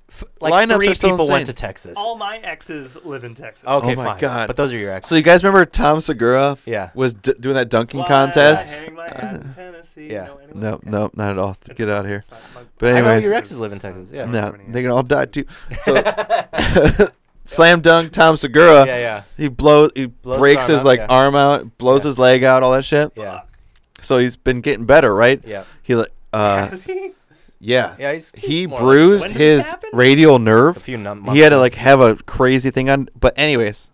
Speaker 2: f- like
Speaker 3: Lineups
Speaker 2: three
Speaker 3: are still
Speaker 2: people
Speaker 3: insane.
Speaker 2: went to Texas.
Speaker 1: All my exes live in Texas.
Speaker 2: okay,
Speaker 3: Oh my
Speaker 2: fine.
Speaker 3: God.
Speaker 2: But those are your
Speaker 3: so
Speaker 2: exes.
Speaker 3: you guys remember Tom Segura?
Speaker 2: Yeah.
Speaker 3: was d- doing that dunking
Speaker 1: Why
Speaker 3: contest.
Speaker 1: I hang my hat in Tennessee.
Speaker 2: Yeah.
Speaker 1: No, anyway.
Speaker 3: No, no, not at all.
Speaker 1: It's
Speaker 3: Get
Speaker 1: not-
Speaker 3: out of here.
Speaker 1: it's not my-
Speaker 3: But
Speaker 2: I know
Speaker 3: anyways,
Speaker 2: your exes live in Texas. Yeah.
Speaker 1: No.
Speaker 3: no,
Speaker 1: Germany, yeah.
Speaker 3: they can all die too. So, slam dunk Tom Segura.
Speaker 2: Yeah, yeah.
Speaker 3: He blows. He
Speaker 2: Blows his
Speaker 3: breaks
Speaker 2: arm
Speaker 3: his,
Speaker 2: out,
Speaker 3: like
Speaker 2: yeah.
Speaker 3: arm out, blows
Speaker 2: Yeah.
Speaker 3: his leg out, all that shit.
Speaker 2: Yeah.
Speaker 3: So he's been getting better, right?
Speaker 2: Yeah.
Speaker 3: He like uh
Speaker 1: Has he?
Speaker 3: yeah.
Speaker 2: Yeah, he's- he's
Speaker 3: he
Speaker 2: more-
Speaker 3: bruised
Speaker 1: When did this
Speaker 3: his
Speaker 1: happen?
Speaker 3: radial nerve.
Speaker 2: A few num-
Speaker 3: he had to like have a crazy thing on. But anyways,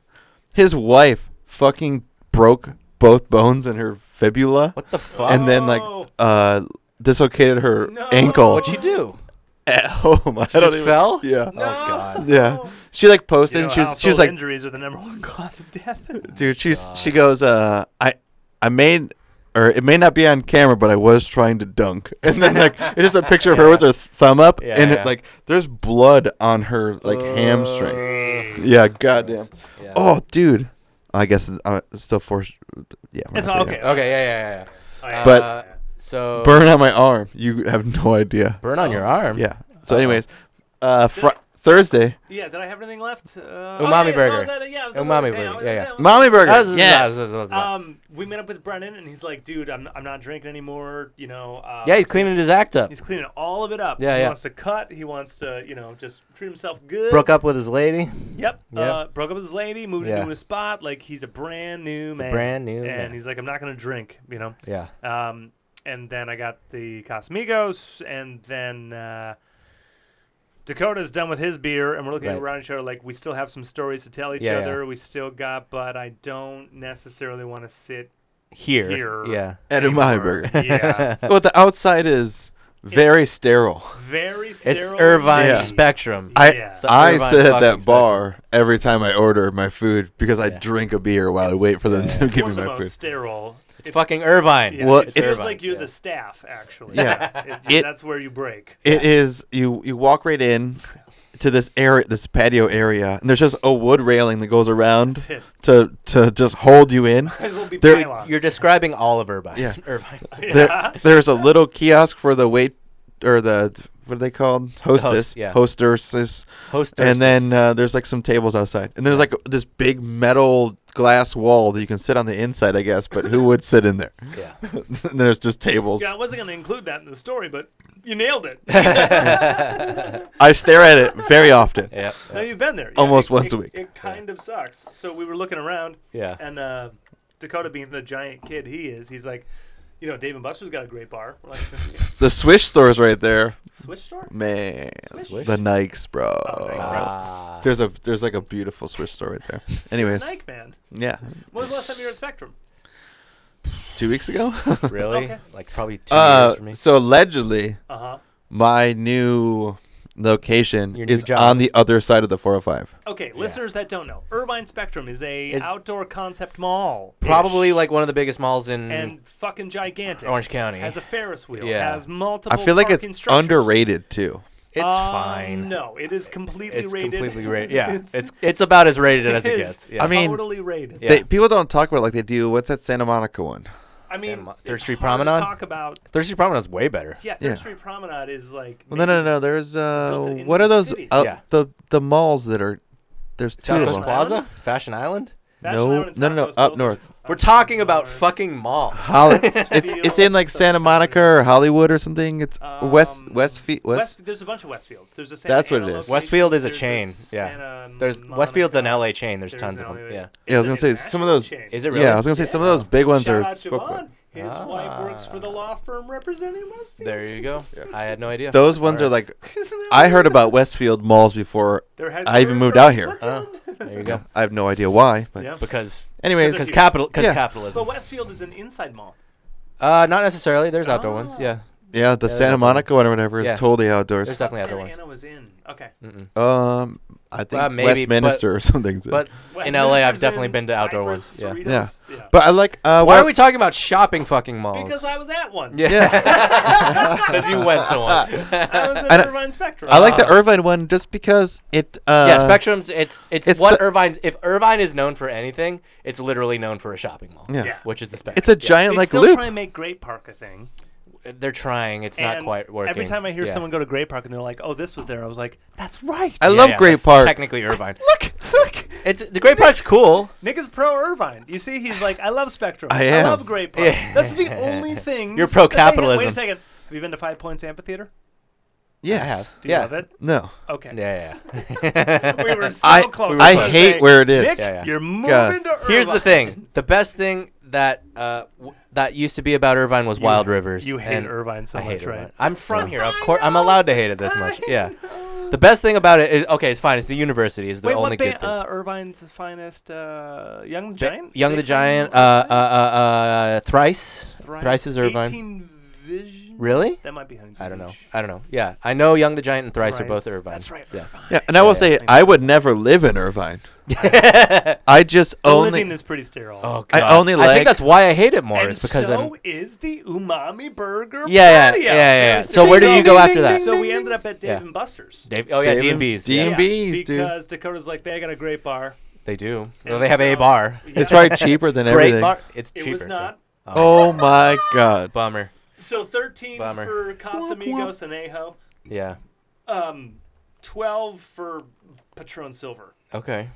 Speaker 3: his wife fucking broke both bones in her fibula,
Speaker 2: What the fuck?
Speaker 3: and then like
Speaker 1: No.
Speaker 3: uh dislocated her
Speaker 1: No.
Speaker 3: ankle
Speaker 2: What'd you do?
Speaker 3: at home. I don't
Speaker 2: Just
Speaker 3: even-
Speaker 2: fell? Oh,
Speaker 3: Yeah.
Speaker 1: No.
Speaker 2: God.
Speaker 3: Yeah, she like posted.
Speaker 1: You know,
Speaker 3: and she was, she
Speaker 1: household
Speaker 3: was like,
Speaker 1: injuries are the number one cause of death.
Speaker 3: dude she's she goes uh i i made or it may not be on camera but i was trying to dunk and then like it's just a picture of her with her th- thumb up
Speaker 2: Yeah,
Speaker 3: and
Speaker 2: yeah.
Speaker 3: It, like there's blood on her like hamstring
Speaker 1: It's
Speaker 3: yeah goddamn
Speaker 2: Yeah.
Speaker 3: oh dude i guess it's, uh, it's still forced yeah we're not
Speaker 1: all
Speaker 3: there
Speaker 1: okay.
Speaker 3: yet.
Speaker 2: Okay. Yeah. Yeah. Yeah.
Speaker 1: All
Speaker 2: yeah.
Speaker 1: right.
Speaker 3: But-
Speaker 2: uh, so
Speaker 3: burn on my arm you have no idea
Speaker 2: burn on your arm.
Speaker 3: yeah so anyways uh fr- thursday
Speaker 1: yeah, did I have anything left? Uh, oh,
Speaker 2: Umami
Speaker 1: yeah, so I
Speaker 2: burger.
Speaker 1: was at it, yeah, I was at work,
Speaker 2: Umami
Speaker 1: I
Speaker 2: burger,
Speaker 1: was-
Speaker 2: yeah, yeah.
Speaker 1: I was-
Speaker 3: mommy
Speaker 2: That
Speaker 3: burger
Speaker 2: was-
Speaker 3: yes
Speaker 2: that was- that was-
Speaker 1: Um, we met up with Brennan, and he's like, "Dude, I'm, I'm not drinking anymore. You know." Uh,
Speaker 2: yeah, he's cleaning his act up.
Speaker 1: He's cleaning all of it up.
Speaker 2: Yeah,
Speaker 1: he
Speaker 2: yeah.
Speaker 1: wants to cut. He wants to, you know, just treat himself good.
Speaker 2: Broke up with his lady.
Speaker 1: Yep.
Speaker 2: Yep.
Speaker 1: Uh, broke up with his lady, moved
Speaker 2: Yeah.
Speaker 1: into a spot. Like he's a brand new
Speaker 2: a
Speaker 1: man.
Speaker 2: brand new
Speaker 1: And
Speaker 2: man.
Speaker 1: he's like, I'm not gonna drink, you know.
Speaker 2: Yeah.
Speaker 1: Um, and then I got the Cosmigos, and then uh, Dakota's done with his beer, and we're looking
Speaker 2: Right.
Speaker 1: around each other like we still have some stories to tell each
Speaker 2: Yeah, yeah.
Speaker 1: other. We still got, but I don't necessarily want to sit.
Speaker 2: Here.
Speaker 1: Here.
Speaker 2: Yeah.
Speaker 3: at umami burger
Speaker 1: Yeah,
Speaker 3: well the outside is very sterile
Speaker 1: very sterile.
Speaker 2: It's Irvine
Speaker 3: Yeah.
Speaker 2: Spectrum.
Speaker 3: I
Speaker 1: Yeah.
Speaker 2: the
Speaker 3: I
Speaker 2: Irvine
Speaker 3: sit at
Speaker 2: fucking
Speaker 3: that bar every time I order my food because I
Speaker 2: Yeah.
Speaker 3: drink a beer while I wait for them to
Speaker 1: It's
Speaker 3: give
Speaker 1: one
Speaker 3: me
Speaker 1: of the
Speaker 3: my
Speaker 1: most
Speaker 3: food.
Speaker 1: sterile.
Speaker 2: It's fucking Irvine.
Speaker 1: Yeah,
Speaker 3: Well,
Speaker 1: it feels
Speaker 3: it's-
Speaker 1: like you're
Speaker 2: Yeah.
Speaker 1: the staff, actually.
Speaker 3: Yeah.
Speaker 1: It-
Speaker 3: It-
Speaker 1: that's where you break.
Speaker 3: It is you you walk right in to this area this patio area and there's just a wood railing that goes around
Speaker 1: That's it.
Speaker 3: to to just hold you in.
Speaker 1: Might as well be
Speaker 3: There-
Speaker 1: pylons.
Speaker 2: You're describing all of Irvine.
Speaker 3: Yeah.
Speaker 2: Irvine.
Speaker 3: There, there's a little kiosk for the wait or the what are they called? Hostess.
Speaker 2: yeah.
Speaker 3: Hostesses.
Speaker 2: Host.
Speaker 3: And then uh, there's like some tables outside. And there's like this big metal glass wall that you can sit on the inside, I guess, but who would sit in there?
Speaker 2: yeah.
Speaker 3: and there's just tables.
Speaker 1: Yeah, I wasn't going to include that in the story, but you nailed it.
Speaker 3: I stare at it very often.
Speaker 2: Yep.
Speaker 1: now you've been there. Yeah,
Speaker 3: Almost
Speaker 1: it-
Speaker 3: once
Speaker 1: it-
Speaker 3: a week.
Speaker 1: It kind of sucks. So we were looking around,
Speaker 2: Yeah.
Speaker 1: and uh, Dakota, being the giant kid he is, he's like, you know, Dave and Buster's got a great bar. We're like, "Yeah,
Speaker 3: The Swish store's right there.
Speaker 1: Switch store?
Speaker 3: Man,
Speaker 1: Swish?
Speaker 3: the Nikes, bro.
Speaker 1: Oh, Nikes, bro.
Speaker 2: Ah.
Speaker 3: There's a there's like a beautiful Swish store right there. Anyways,
Speaker 1: Nike, man.
Speaker 3: yeah,
Speaker 1: When was the last time you were at Spectrum?
Speaker 3: two weeks ago.
Speaker 2: Really?
Speaker 1: Okay.
Speaker 2: Like probably two years
Speaker 3: uh,
Speaker 2: for me.
Speaker 3: so allegedly,
Speaker 1: Uh huh.
Speaker 3: my new location
Speaker 2: Your new
Speaker 3: is
Speaker 2: job.
Speaker 3: on the other side of the 405.
Speaker 1: Okay, listeners that don't know, Irvine Spectrum is a
Speaker 2: Is-
Speaker 1: outdoor concept mall.
Speaker 2: Probably like one of the biggest malls in
Speaker 3: Mm-hmm.
Speaker 1: and fucking gigantic.
Speaker 2: Orange County.
Speaker 1: has a Ferris wheel.
Speaker 2: Yeah.
Speaker 1: Has multiple.
Speaker 3: I feel like it's
Speaker 1: parking structures.
Speaker 3: underrated too.
Speaker 2: it's
Speaker 1: Uh,
Speaker 2: fine.
Speaker 1: No, it is completely
Speaker 2: It's
Speaker 1: rated.
Speaker 2: completely rated. Yeah. it's, it's about as rated as it
Speaker 1: is
Speaker 2: gets. Yeah.
Speaker 3: I mean-
Speaker 1: totally rated.
Speaker 2: Yeah.
Speaker 3: They, people don't talk about it like they do. What's that Santa Monica one?
Speaker 1: I mean,
Speaker 2: Santa
Speaker 3: uh,
Speaker 2: Mo- Third
Speaker 1: it's
Speaker 2: Street
Speaker 1: hard to
Speaker 2: Promenade?
Speaker 1: Talk about
Speaker 2: Thursday Promenade's way better.
Speaker 1: yeah, Third
Speaker 3: Yeah.
Speaker 1: Street Promenade is like.
Speaker 3: Well, no, no,
Speaker 1: maybe-
Speaker 3: no. There's uh,
Speaker 1: built it into
Speaker 3: what are
Speaker 1: the
Speaker 3: those?
Speaker 1: city.
Speaker 3: Uh,
Speaker 2: Yeah.
Speaker 3: The the malls that are There's two of
Speaker 2: Southwest
Speaker 1: Island?
Speaker 3: them.
Speaker 1: Uh, Plaza?
Speaker 2: Plaza, Fashion Island.
Speaker 1: Fashion
Speaker 3: No,
Speaker 1: Island and
Speaker 3: no, no, no,
Speaker 1: Southwest
Speaker 3: up
Speaker 1: both-
Speaker 3: north.
Speaker 1: up
Speaker 2: We're talking about
Speaker 1: north.
Speaker 2: fucking malls.
Speaker 3: Holly, it's it's in like
Speaker 1: Fields,
Speaker 3: Santa
Speaker 1: something.
Speaker 3: Monica or Hollywood or something. It's West
Speaker 1: Um,
Speaker 3: West Fe- West.
Speaker 1: West. There's a bunch of Westfields. There's a Santa
Speaker 3: That's what it
Speaker 1: Ana
Speaker 3: is.
Speaker 1: location,
Speaker 2: Westfield is a
Speaker 1: there's
Speaker 2: chain, yeah.
Speaker 1: Santa
Speaker 2: There's
Speaker 1: Monica,
Speaker 2: Westfield's an LA chain. There's
Speaker 1: there's
Speaker 2: tons
Speaker 1: an
Speaker 2: of them.
Speaker 1: LA
Speaker 2: Yeah.
Speaker 3: Yeah, I was
Speaker 1: It's an
Speaker 3: gonna say, some
Speaker 1: international
Speaker 3: of those-
Speaker 1: chain.
Speaker 2: Is it really?
Speaker 3: Yeah, I was gonna say some of those big ones
Speaker 1: Shout
Speaker 3: are
Speaker 1: out
Speaker 3: spoke about.
Speaker 1: Javon. His wife works for the law firm representing Westfield.
Speaker 2: There you go. I had no idea.
Speaker 3: Those ones are like I heard about Westfield malls before.
Speaker 1: Their
Speaker 3: I
Speaker 1: headquarters
Speaker 3: even moved
Speaker 1: are
Speaker 3: out
Speaker 1: in
Speaker 3: here.
Speaker 2: Uh,
Speaker 1: Switzerland.
Speaker 2: there you go.
Speaker 3: I have no idea why, but
Speaker 1: Yeah.
Speaker 2: Because
Speaker 3: anyways,
Speaker 2: because
Speaker 1: Yeah.
Speaker 2: capital because
Speaker 3: Yeah.
Speaker 1: So
Speaker 2: capitalism.
Speaker 1: Westfield is an inside mall.
Speaker 2: Uh, not necessarily. There's outdoor ones.
Speaker 1: Ah.
Speaker 2: Yeah.
Speaker 3: yeah, the
Speaker 2: Yeah,
Speaker 3: Santa
Speaker 2: that's-
Speaker 3: Monica one or whatever is
Speaker 2: yeah.
Speaker 3: totally outdoors.
Speaker 2: There's definitely
Speaker 1: Santa
Speaker 2: other ones. Mm.
Speaker 1: Ana was in. Okay.
Speaker 2: Mm-mm.
Speaker 3: Um, I think
Speaker 2: maybe, but-
Speaker 3: Westminster or something.
Speaker 2: But in LA, I've definitely been to outdoor ones. Yeah.
Speaker 3: Yeah.
Speaker 1: Yeah.
Speaker 3: but I like uh,
Speaker 2: Why
Speaker 3: why
Speaker 2: are we talking about shopping fucking malls?
Speaker 1: Because I was at one.
Speaker 2: yeah. Because you went to one.
Speaker 1: I was
Speaker 3: And
Speaker 1: at
Speaker 3: I-
Speaker 1: Irvine Spectrum.
Speaker 3: I like the
Speaker 2: Ah.
Speaker 3: Irvine one just because it. Uh,
Speaker 2: yeah, Spectrum's it's it's,
Speaker 3: it's
Speaker 2: what
Speaker 3: a-
Speaker 2: Irvine's if Irvine is known for anything, it's literally known for a shopping mall.
Speaker 3: Yeah.
Speaker 1: Yeah.
Speaker 2: Which is the Spectrum.
Speaker 3: It's a
Speaker 2: Yeah.
Speaker 3: giant
Speaker 1: they
Speaker 3: like
Speaker 1: still
Speaker 3: loop.
Speaker 1: try and make Great Park a thing.
Speaker 2: They're trying. It's not
Speaker 1: And
Speaker 2: quite working.
Speaker 1: Every time I hear
Speaker 2: Yeah.
Speaker 1: someone go to Great Park and they're like, "Oh, this was there," I was like, "That's right."
Speaker 3: I
Speaker 2: Yeah,
Speaker 3: love
Speaker 2: yeah,
Speaker 3: Great
Speaker 2: that's
Speaker 3: Park.
Speaker 2: Technically Irvine.
Speaker 1: look, look.
Speaker 2: It's the Great Park's cool.
Speaker 1: Nick is pro Irvine. You see, he's like, "I love Spectrum.
Speaker 3: I
Speaker 1: I love
Speaker 3: am.
Speaker 1: Great Park."
Speaker 2: Yeah.
Speaker 1: That's the only thing.
Speaker 2: You're pro
Speaker 1: that they have- Wait
Speaker 2: capitalism.
Speaker 1: a second. Have you been to Five Points Amphitheater?
Speaker 3: yes.
Speaker 1: Do you
Speaker 2: Yeah.
Speaker 1: love it?
Speaker 3: No.
Speaker 1: Okay.
Speaker 2: Yeah, yeah.
Speaker 1: We were so
Speaker 3: I
Speaker 1: close.
Speaker 3: I
Speaker 1: to
Speaker 3: hate
Speaker 1: saying,
Speaker 3: where it is.
Speaker 1: Nick,
Speaker 2: Yeah, yeah.
Speaker 1: you're moving
Speaker 3: God.
Speaker 1: to Irvine.
Speaker 2: Here's the thing. The best thing that uh, w- that used to be about Irvine was
Speaker 1: You-
Speaker 2: Wild Rivers.
Speaker 1: You hate
Speaker 2: and
Speaker 1: Irvine so
Speaker 2: I
Speaker 1: much,
Speaker 2: hate
Speaker 1: right?
Speaker 2: Irvine. I'm from here, of
Speaker 1: I
Speaker 2: course. I'm
Speaker 1: know.
Speaker 2: allowed to hate it this
Speaker 1: I
Speaker 2: much. Yeah.
Speaker 1: know.
Speaker 2: The best thing about it is okay. It's fine. It's the university. Is the
Speaker 1: Wait,
Speaker 2: only
Speaker 1: what
Speaker 2: good
Speaker 1: band?
Speaker 2: thing.
Speaker 1: Uh, Irvine's finest, uh, Young the Giant.
Speaker 2: Young
Speaker 1: They
Speaker 2: the
Speaker 1: came
Speaker 2: Giant. Uh,
Speaker 1: out
Speaker 2: uh,
Speaker 1: with
Speaker 2: uh, uh, thrice.
Speaker 1: Thrice-
Speaker 2: Thrice is Irvine.
Speaker 1: 18 Visions?
Speaker 2: Really?
Speaker 1: That might be Huntington.
Speaker 2: I don't know.
Speaker 1: Beach.
Speaker 2: I don't know. Yeah, I know Young the Giant and Thrice, are both
Speaker 1: Thrice.
Speaker 2: Irvine.
Speaker 1: That's right.
Speaker 2: Yeah.
Speaker 3: Yeah, and I will
Speaker 2: Yeah,
Speaker 3: say
Speaker 1: yeah.
Speaker 3: I would never live in Irvine. I just
Speaker 1: The
Speaker 3: only
Speaker 1: living is pretty sterile.
Speaker 2: Oh god.
Speaker 3: I only
Speaker 2: I
Speaker 3: like-
Speaker 2: think that's why I hate it more.
Speaker 1: and
Speaker 2: is because
Speaker 1: so
Speaker 2: I'm.
Speaker 1: is the umami burger.
Speaker 2: Yeah, yeah,
Speaker 1: patio.
Speaker 2: yeah, yeah, yeah.
Speaker 1: There's
Speaker 2: So
Speaker 1: the
Speaker 2: where did you
Speaker 1: ding,
Speaker 2: go
Speaker 1: ding,
Speaker 2: after
Speaker 1: ding,
Speaker 2: that?
Speaker 1: ding, So we ended up at Dave
Speaker 2: Yeah.
Speaker 1: and Buster's.
Speaker 2: Dave, oh yeah,
Speaker 3: Dave
Speaker 2: D and
Speaker 3: and-
Speaker 2: B's.
Speaker 3: D
Speaker 2: yeah.
Speaker 3: and B&B's, dude.
Speaker 1: because Dakota's like they got a great bar.
Speaker 2: They do.
Speaker 1: And
Speaker 2: Well, they have a
Speaker 1: so-
Speaker 2: bar.
Speaker 1: Yeah.
Speaker 3: it's probably cheaper than
Speaker 2: Great
Speaker 3: everything.
Speaker 2: bar. It's
Speaker 1: It
Speaker 2: cheaper.
Speaker 1: was not.
Speaker 3: Oh my god.
Speaker 2: Bummer.
Speaker 1: So 13
Speaker 2: Bummer.
Speaker 1: for Casamigos and Ajo.
Speaker 2: Yeah.
Speaker 1: Um, 12 for Patron Silver.
Speaker 2: Okay.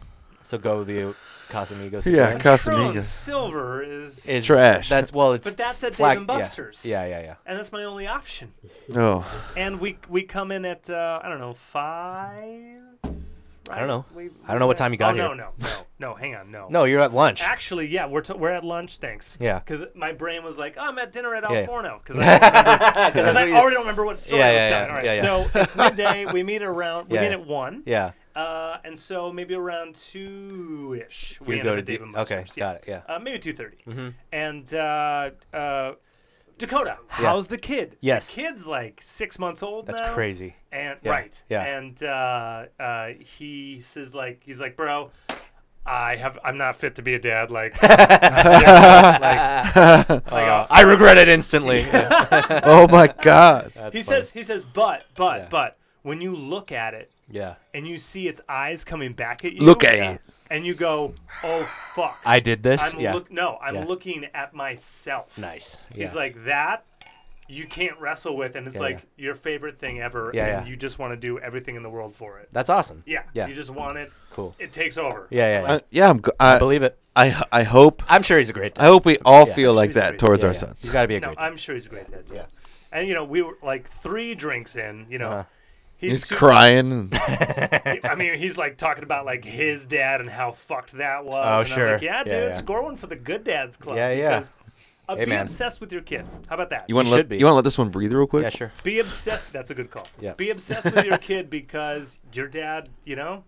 Speaker 2: So go with the Casamigos.
Speaker 3: Yeah,
Speaker 2: again.
Speaker 1: Patron
Speaker 3: Casamigos.
Speaker 1: Silver is,
Speaker 2: Is-
Speaker 3: trash.
Speaker 2: That's well. It's
Speaker 1: But that's at Dave
Speaker 2: flag-
Speaker 1: and
Speaker 2: yeah.
Speaker 1: Buster's.
Speaker 2: Yeah, yeah, yeah.
Speaker 1: and that's my only option.
Speaker 3: Oh,
Speaker 1: And we we come in at uh, I don't know five.
Speaker 2: I don't know.
Speaker 1: We-
Speaker 2: I don't know what time you
Speaker 1: oh,
Speaker 2: got here.
Speaker 1: No, no, no, no. Hang on, no.
Speaker 2: No, you're at lunch.
Speaker 1: Actually, yeah, we're t- we're at lunch. Thanks.
Speaker 2: Yeah.
Speaker 1: Because my brain was like, oh, I'm at dinner at
Speaker 2: Yeah.
Speaker 1: Al Forno because I, don't remember- 'cause
Speaker 2: that's
Speaker 1: I
Speaker 2: what you-
Speaker 1: already don't remember what story
Speaker 2: Yeah,
Speaker 1: I was
Speaker 2: yeah,
Speaker 1: telling.
Speaker 2: yeah,
Speaker 1: All right.
Speaker 2: yeah,
Speaker 1: So it's midday. We meet around. We
Speaker 2: Yeah,
Speaker 1: meet
Speaker 2: yeah.
Speaker 1: at one.
Speaker 2: yeah.
Speaker 1: Uh, and so maybe around two ish.
Speaker 2: We
Speaker 1: end
Speaker 2: go
Speaker 1: up
Speaker 2: to
Speaker 1: at
Speaker 2: D-
Speaker 1: Dave and
Speaker 2: Okay,
Speaker 1: Buster's, yeah.
Speaker 2: got it. Yeah.
Speaker 1: Uh, maybe two
Speaker 2: Mm-hmm.
Speaker 1: And uh, uh, Dakota,
Speaker 2: Yeah.
Speaker 1: how's the kid?
Speaker 2: Yes.
Speaker 1: the kid's like six months old
Speaker 2: That's
Speaker 1: now.
Speaker 2: crazy.
Speaker 1: And
Speaker 2: Yeah,
Speaker 1: right.
Speaker 2: yeah.
Speaker 1: And uh, uh, he says like he's like, bro, I have I'm not fit to be a dad. Like, yeah, like, like, uh,
Speaker 2: I regret it instantly. Yeah.
Speaker 3: oh my god.
Speaker 2: That's
Speaker 1: he
Speaker 2: funny.
Speaker 1: says he says, but but
Speaker 2: Yeah.
Speaker 1: but when you look at it
Speaker 2: Yeah.
Speaker 1: and you see its eyes coming back at you,
Speaker 3: Look at it.
Speaker 1: and you go, oh fuck,
Speaker 2: I did this.
Speaker 1: I'm
Speaker 2: yeah.
Speaker 1: look no, I'm
Speaker 2: Yeah.
Speaker 1: looking at myself.
Speaker 2: nice.
Speaker 1: He's
Speaker 2: yeah.
Speaker 1: like that you can't wrestle with and it's
Speaker 2: Yeah,
Speaker 1: like your favorite thing ever
Speaker 2: Yeah,
Speaker 1: and
Speaker 2: yeah.
Speaker 1: you just want to do everything in the world for it.
Speaker 2: That's awesome.
Speaker 1: Yeah.
Speaker 2: Yeah.
Speaker 1: You just want it.
Speaker 2: Cool.
Speaker 1: It takes over.
Speaker 2: Yeah, yeah. yeah.
Speaker 3: Uh, yeah, I'm. Go- I,
Speaker 2: Believe it.
Speaker 3: I I hope
Speaker 2: I'm sure he's a great dad.
Speaker 3: I hope we all
Speaker 2: Yeah.
Speaker 3: feel like
Speaker 1: Seriously.
Speaker 3: that towards
Speaker 2: Yeah,
Speaker 3: our
Speaker 2: yeah.
Speaker 3: sons.
Speaker 2: He's got to be a
Speaker 1: No,
Speaker 2: great.
Speaker 1: I'm sure he's a great dad too. And you know, we were like three drinks in, you know.
Speaker 2: Uh-huh.
Speaker 3: He's
Speaker 1: too-
Speaker 3: crying.
Speaker 1: I mean, he's like talking about like his dad and how fucked that was.
Speaker 2: Oh,
Speaker 1: and I
Speaker 2: sure.
Speaker 1: was like, yeah,
Speaker 2: Yeah,
Speaker 1: dude,
Speaker 2: yeah.
Speaker 1: score one for the good dads club.
Speaker 2: Yeah, yeah.
Speaker 1: Because uh,
Speaker 2: Hey,
Speaker 1: be
Speaker 2: man.
Speaker 1: obsessed with your kid. How about that?
Speaker 3: You want to
Speaker 2: He should
Speaker 3: let
Speaker 2: be.
Speaker 3: you want to let this one breathe real quick.
Speaker 2: yeah, sure.
Speaker 1: be obsessed. That's a good call.
Speaker 2: Yeah.
Speaker 1: Be obsessed with your kid because your dad, you know,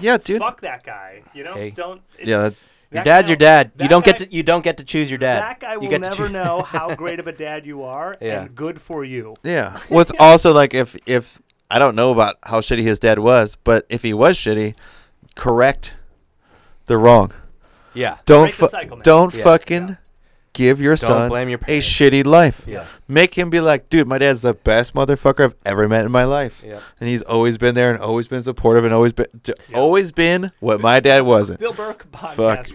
Speaker 3: Yeah, dude.
Speaker 1: fuck that guy. You know,
Speaker 2: Hey.
Speaker 1: don't. it-
Speaker 3: Yeah, that,
Speaker 2: Your
Speaker 1: that
Speaker 2: dad's
Speaker 1: guy-
Speaker 2: your dad. You
Speaker 1: that
Speaker 2: don't get
Speaker 1: guy-
Speaker 2: to you don't get to choose your dad.
Speaker 1: That guy
Speaker 2: you
Speaker 1: will
Speaker 2: get to
Speaker 1: never
Speaker 2: choo-
Speaker 1: know how great of a dad you are,
Speaker 2: Yeah.
Speaker 1: and good for you.
Speaker 3: yeah. Well, it's also like if if I don't know about how shitty his dad was, but if he was shitty, correct the wrong.
Speaker 2: Yeah.
Speaker 3: Don't
Speaker 1: Break the
Speaker 3: fu-
Speaker 1: cycle, man.
Speaker 3: don't
Speaker 2: Yeah.
Speaker 3: fucking give your son
Speaker 2: blame your
Speaker 3: a
Speaker 2: parents.
Speaker 3: shitty life.
Speaker 2: Yeah.
Speaker 3: Make him be like, dude, my dad's the best motherfucker I've ever met in my life,
Speaker 2: Yeah.
Speaker 3: and he's always been there and always been supportive and always been d always been what my dad wasn't.
Speaker 1: Bill Burke podcast,
Speaker 3: Fuck.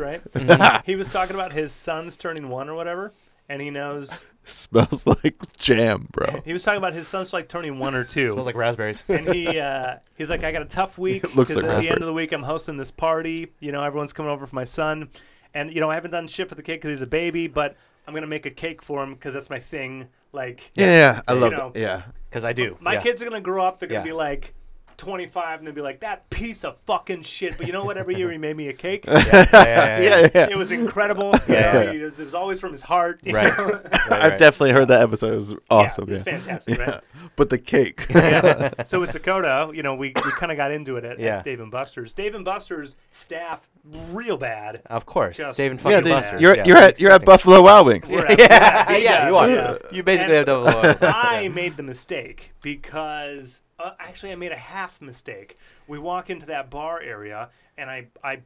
Speaker 2: Mm-hmm.
Speaker 1: right? he was talking about his sons turning one or whatever, and he knows
Speaker 3: Smells like jam, bro.
Speaker 1: he was talking about his son's like turning one or two.
Speaker 2: Smells like raspberries.
Speaker 1: and he uh, he's like, I got a tough week.
Speaker 3: It looks
Speaker 1: 'cause
Speaker 3: like
Speaker 1: at the end
Speaker 3: raspberries.
Speaker 1: of the week, I'm hosting this party. You know, everyone's coming over for my son, and you know, I haven't done shit for the kid because he's a baby, but I'm gonna make a cake for him because that's my thing. Like,
Speaker 3: Yeah, yeah, I
Speaker 1: You
Speaker 3: love
Speaker 1: know.
Speaker 3: that. Yeah.
Speaker 2: Because I do.
Speaker 1: my
Speaker 2: yeah.
Speaker 1: kids are gonna grow up. They're gonna
Speaker 2: Yeah.
Speaker 1: be like. 25 and they'll be like that piece of fucking shit but you know what every year he made me a cake
Speaker 2: Yeah, yeah, yeah, yeah.
Speaker 3: Yeah, yeah. yeah.
Speaker 1: it was incredible you
Speaker 2: Yeah,
Speaker 1: know,
Speaker 2: yeah.
Speaker 1: It, was, it was always from his heart you
Speaker 2: Right.
Speaker 1: know?
Speaker 2: Right,
Speaker 3: I've
Speaker 2: right.
Speaker 3: definitely heard that episode. It was awesome.
Speaker 1: it's
Speaker 3: Yeah.
Speaker 1: fantastic, right?
Speaker 3: But the cake.
Speaker 1: yeah. So with Dakota, you know, we, we kind of got into it at, at
Speaker 2: Yeah.
Speaker 1: Dave and Buster's. Dave and Buster's staff real bad.
Speaker 2: Of course.
Speaker 1: Just-
Speaker 2: It's Dave and
Speaker 3: yeah,
Speaker 2: fucking
Speaker 3: dude,
Speaker 2: Buster's.
Speaker 3: you're
Speaker 2: yeah,
Speaker 3: you're
Speaker 2: I'm
Speaker 3: at you're at
Speaker 2: expecting-
Speaker 3: Buffalo Wild Wings.
Speaker 1: We're
Speaker 2: Yeah,
Speaker 1: at-
Speaker 2: yeah,
Speaker 1: we're at-
Speaker 2: yeah, you are.
Speaker 1: yeah.
Speaker 2: You basically have
Speaker 1: And-
Speaker 2: double loyalty.
Speaker 1: I made the mistake because uh, actually I made a half mistake. We walk into that bar area and I I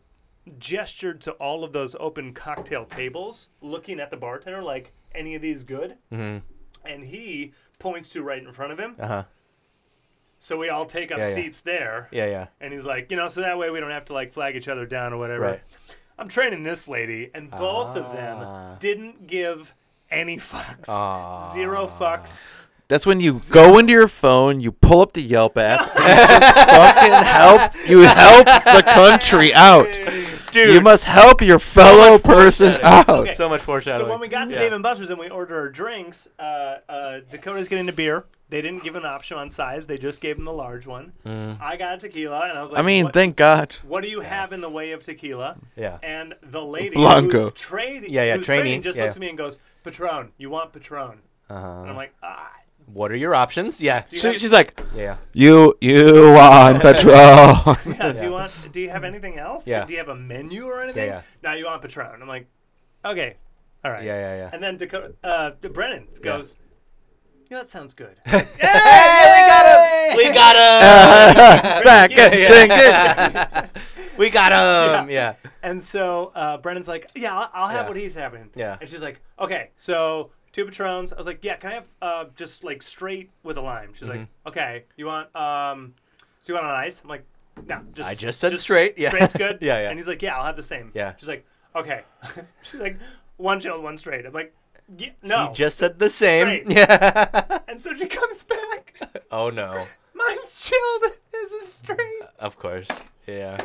Speaker 1: gestured to all of those open cocktail tables, looking at the bartender like any of these good,
Speaker 2: Mm-hmm.
Speaker 1: and he points to right in front of him.
Speaker 2: Uh-huh.
Speaker 1: So we all take up
Speaker 2: Yeah, yeah.
Speaker 1: seats there.
Speaker 2: Yeah, yeah.
Speaker 1: And he's like, you know, so that way we don't have to like flag each other down or whatever.
Speaker 2: Right.
Speaker 1: I'm training this lady, and both of
Speaker 2: Ah.
Speaker 1: them didn't give any fucks.
Speaker 2: Ah.
Speaker 1: Zero fucks.
Speaker 3: That's when you go into your phone, you pull up the Yelp app, and you just fucking help. You help the country out.
Speaker 2: Dude.
Speaker 3: You must help your fellow person out.
Speaker 1: Okay.
Speaker 2: So much foreshadowing.
Speaker 1: So when we got to
Speaker 2: Yeah.
Speaker 1: Dave and Buster's and we ordered our drinks, uh, uh, Dakota's getting a beer. They didn't give an option on size. They just gave him the large one.
Speaker 2: Mm.
Speaker 1: I got a tequila, and I was like,
Speaker 3: I mean,
Speaker 1: what,
Speaker 3: thank God.
Speaker 1: what do you have in the way of tequila?
Speaker 2: Yeah.
Speaker 1: And the lady
Speaker 3: Blanco.
Speaker 1: who's trading,
Speaker 2: Yeah, yeah,
Speaker 1: who's
Speaker 2: trainee,
Speaker 1: training just
Speaker 2: yeah. Mm.
Speaker 1: looks at me and goes, "Patron, you want Patron?" And I'm like, "Ah."
Speaker 2: Uh-huh. What are your options? Yeah.
Speaker 1: Do you
Speaker 3: She,
Speaker 1: have-
Speaker 3: she's like,
Speaker 2: Yeah.
Speaker 3: you, you on Patron.
Speaker 1: Yeah, Do you want? Do you have anything else?
Speaker 2: Yeah.
Speaker 1: Do you have a menu or anything?
Speaker 2: yeah.
Speaker 1: No, you want Patron. I'm like, okay, all right.
Speaker 2: Yeah, yeah, yeah.
Speaker 1: And then Dakota, uh, Brennan goes, yeah, that sounds good.
Speaker 2: We got him.
Speaker 3: Back and drink it.
Speaker 2: we got him. Yeah.
Speaker 1: and so uh, Brennan's like, yeah, I'll, I'll have
Speaker 2: Yeah.
Speaker 1: what he's having.
Speaker 2: Yeah.
Speaker 1: And she's like, okay, so two Patrons. I was like, yeah, can I have uh, just like straight with a lime? She's like,
Speaker 2: Mm-hmm.
Speaker 1: okay, you want um, so you want on ice? I'm like, no, just
Speaker 2: I just said straight, yeah.
Speaker 1: straight's good.
Speaker 2: Yeah, yeah.
Speaker 1: And he's like, yeah, I'll have the same.
Speaker 2: Yeah.
Speaker 1: She's like, okay. she's like, one chilled, one straight. I'm like, yeah, no.
Speaker 2: He just said the same.
Speaker 1: Great.
Speaker 2: Yeah.
Speaker 1: and so she comes back.
Speaker 2: oh no.
Speaker 1: Mine's chilled. His is straight.
Speaker 2: Of course. Yeah.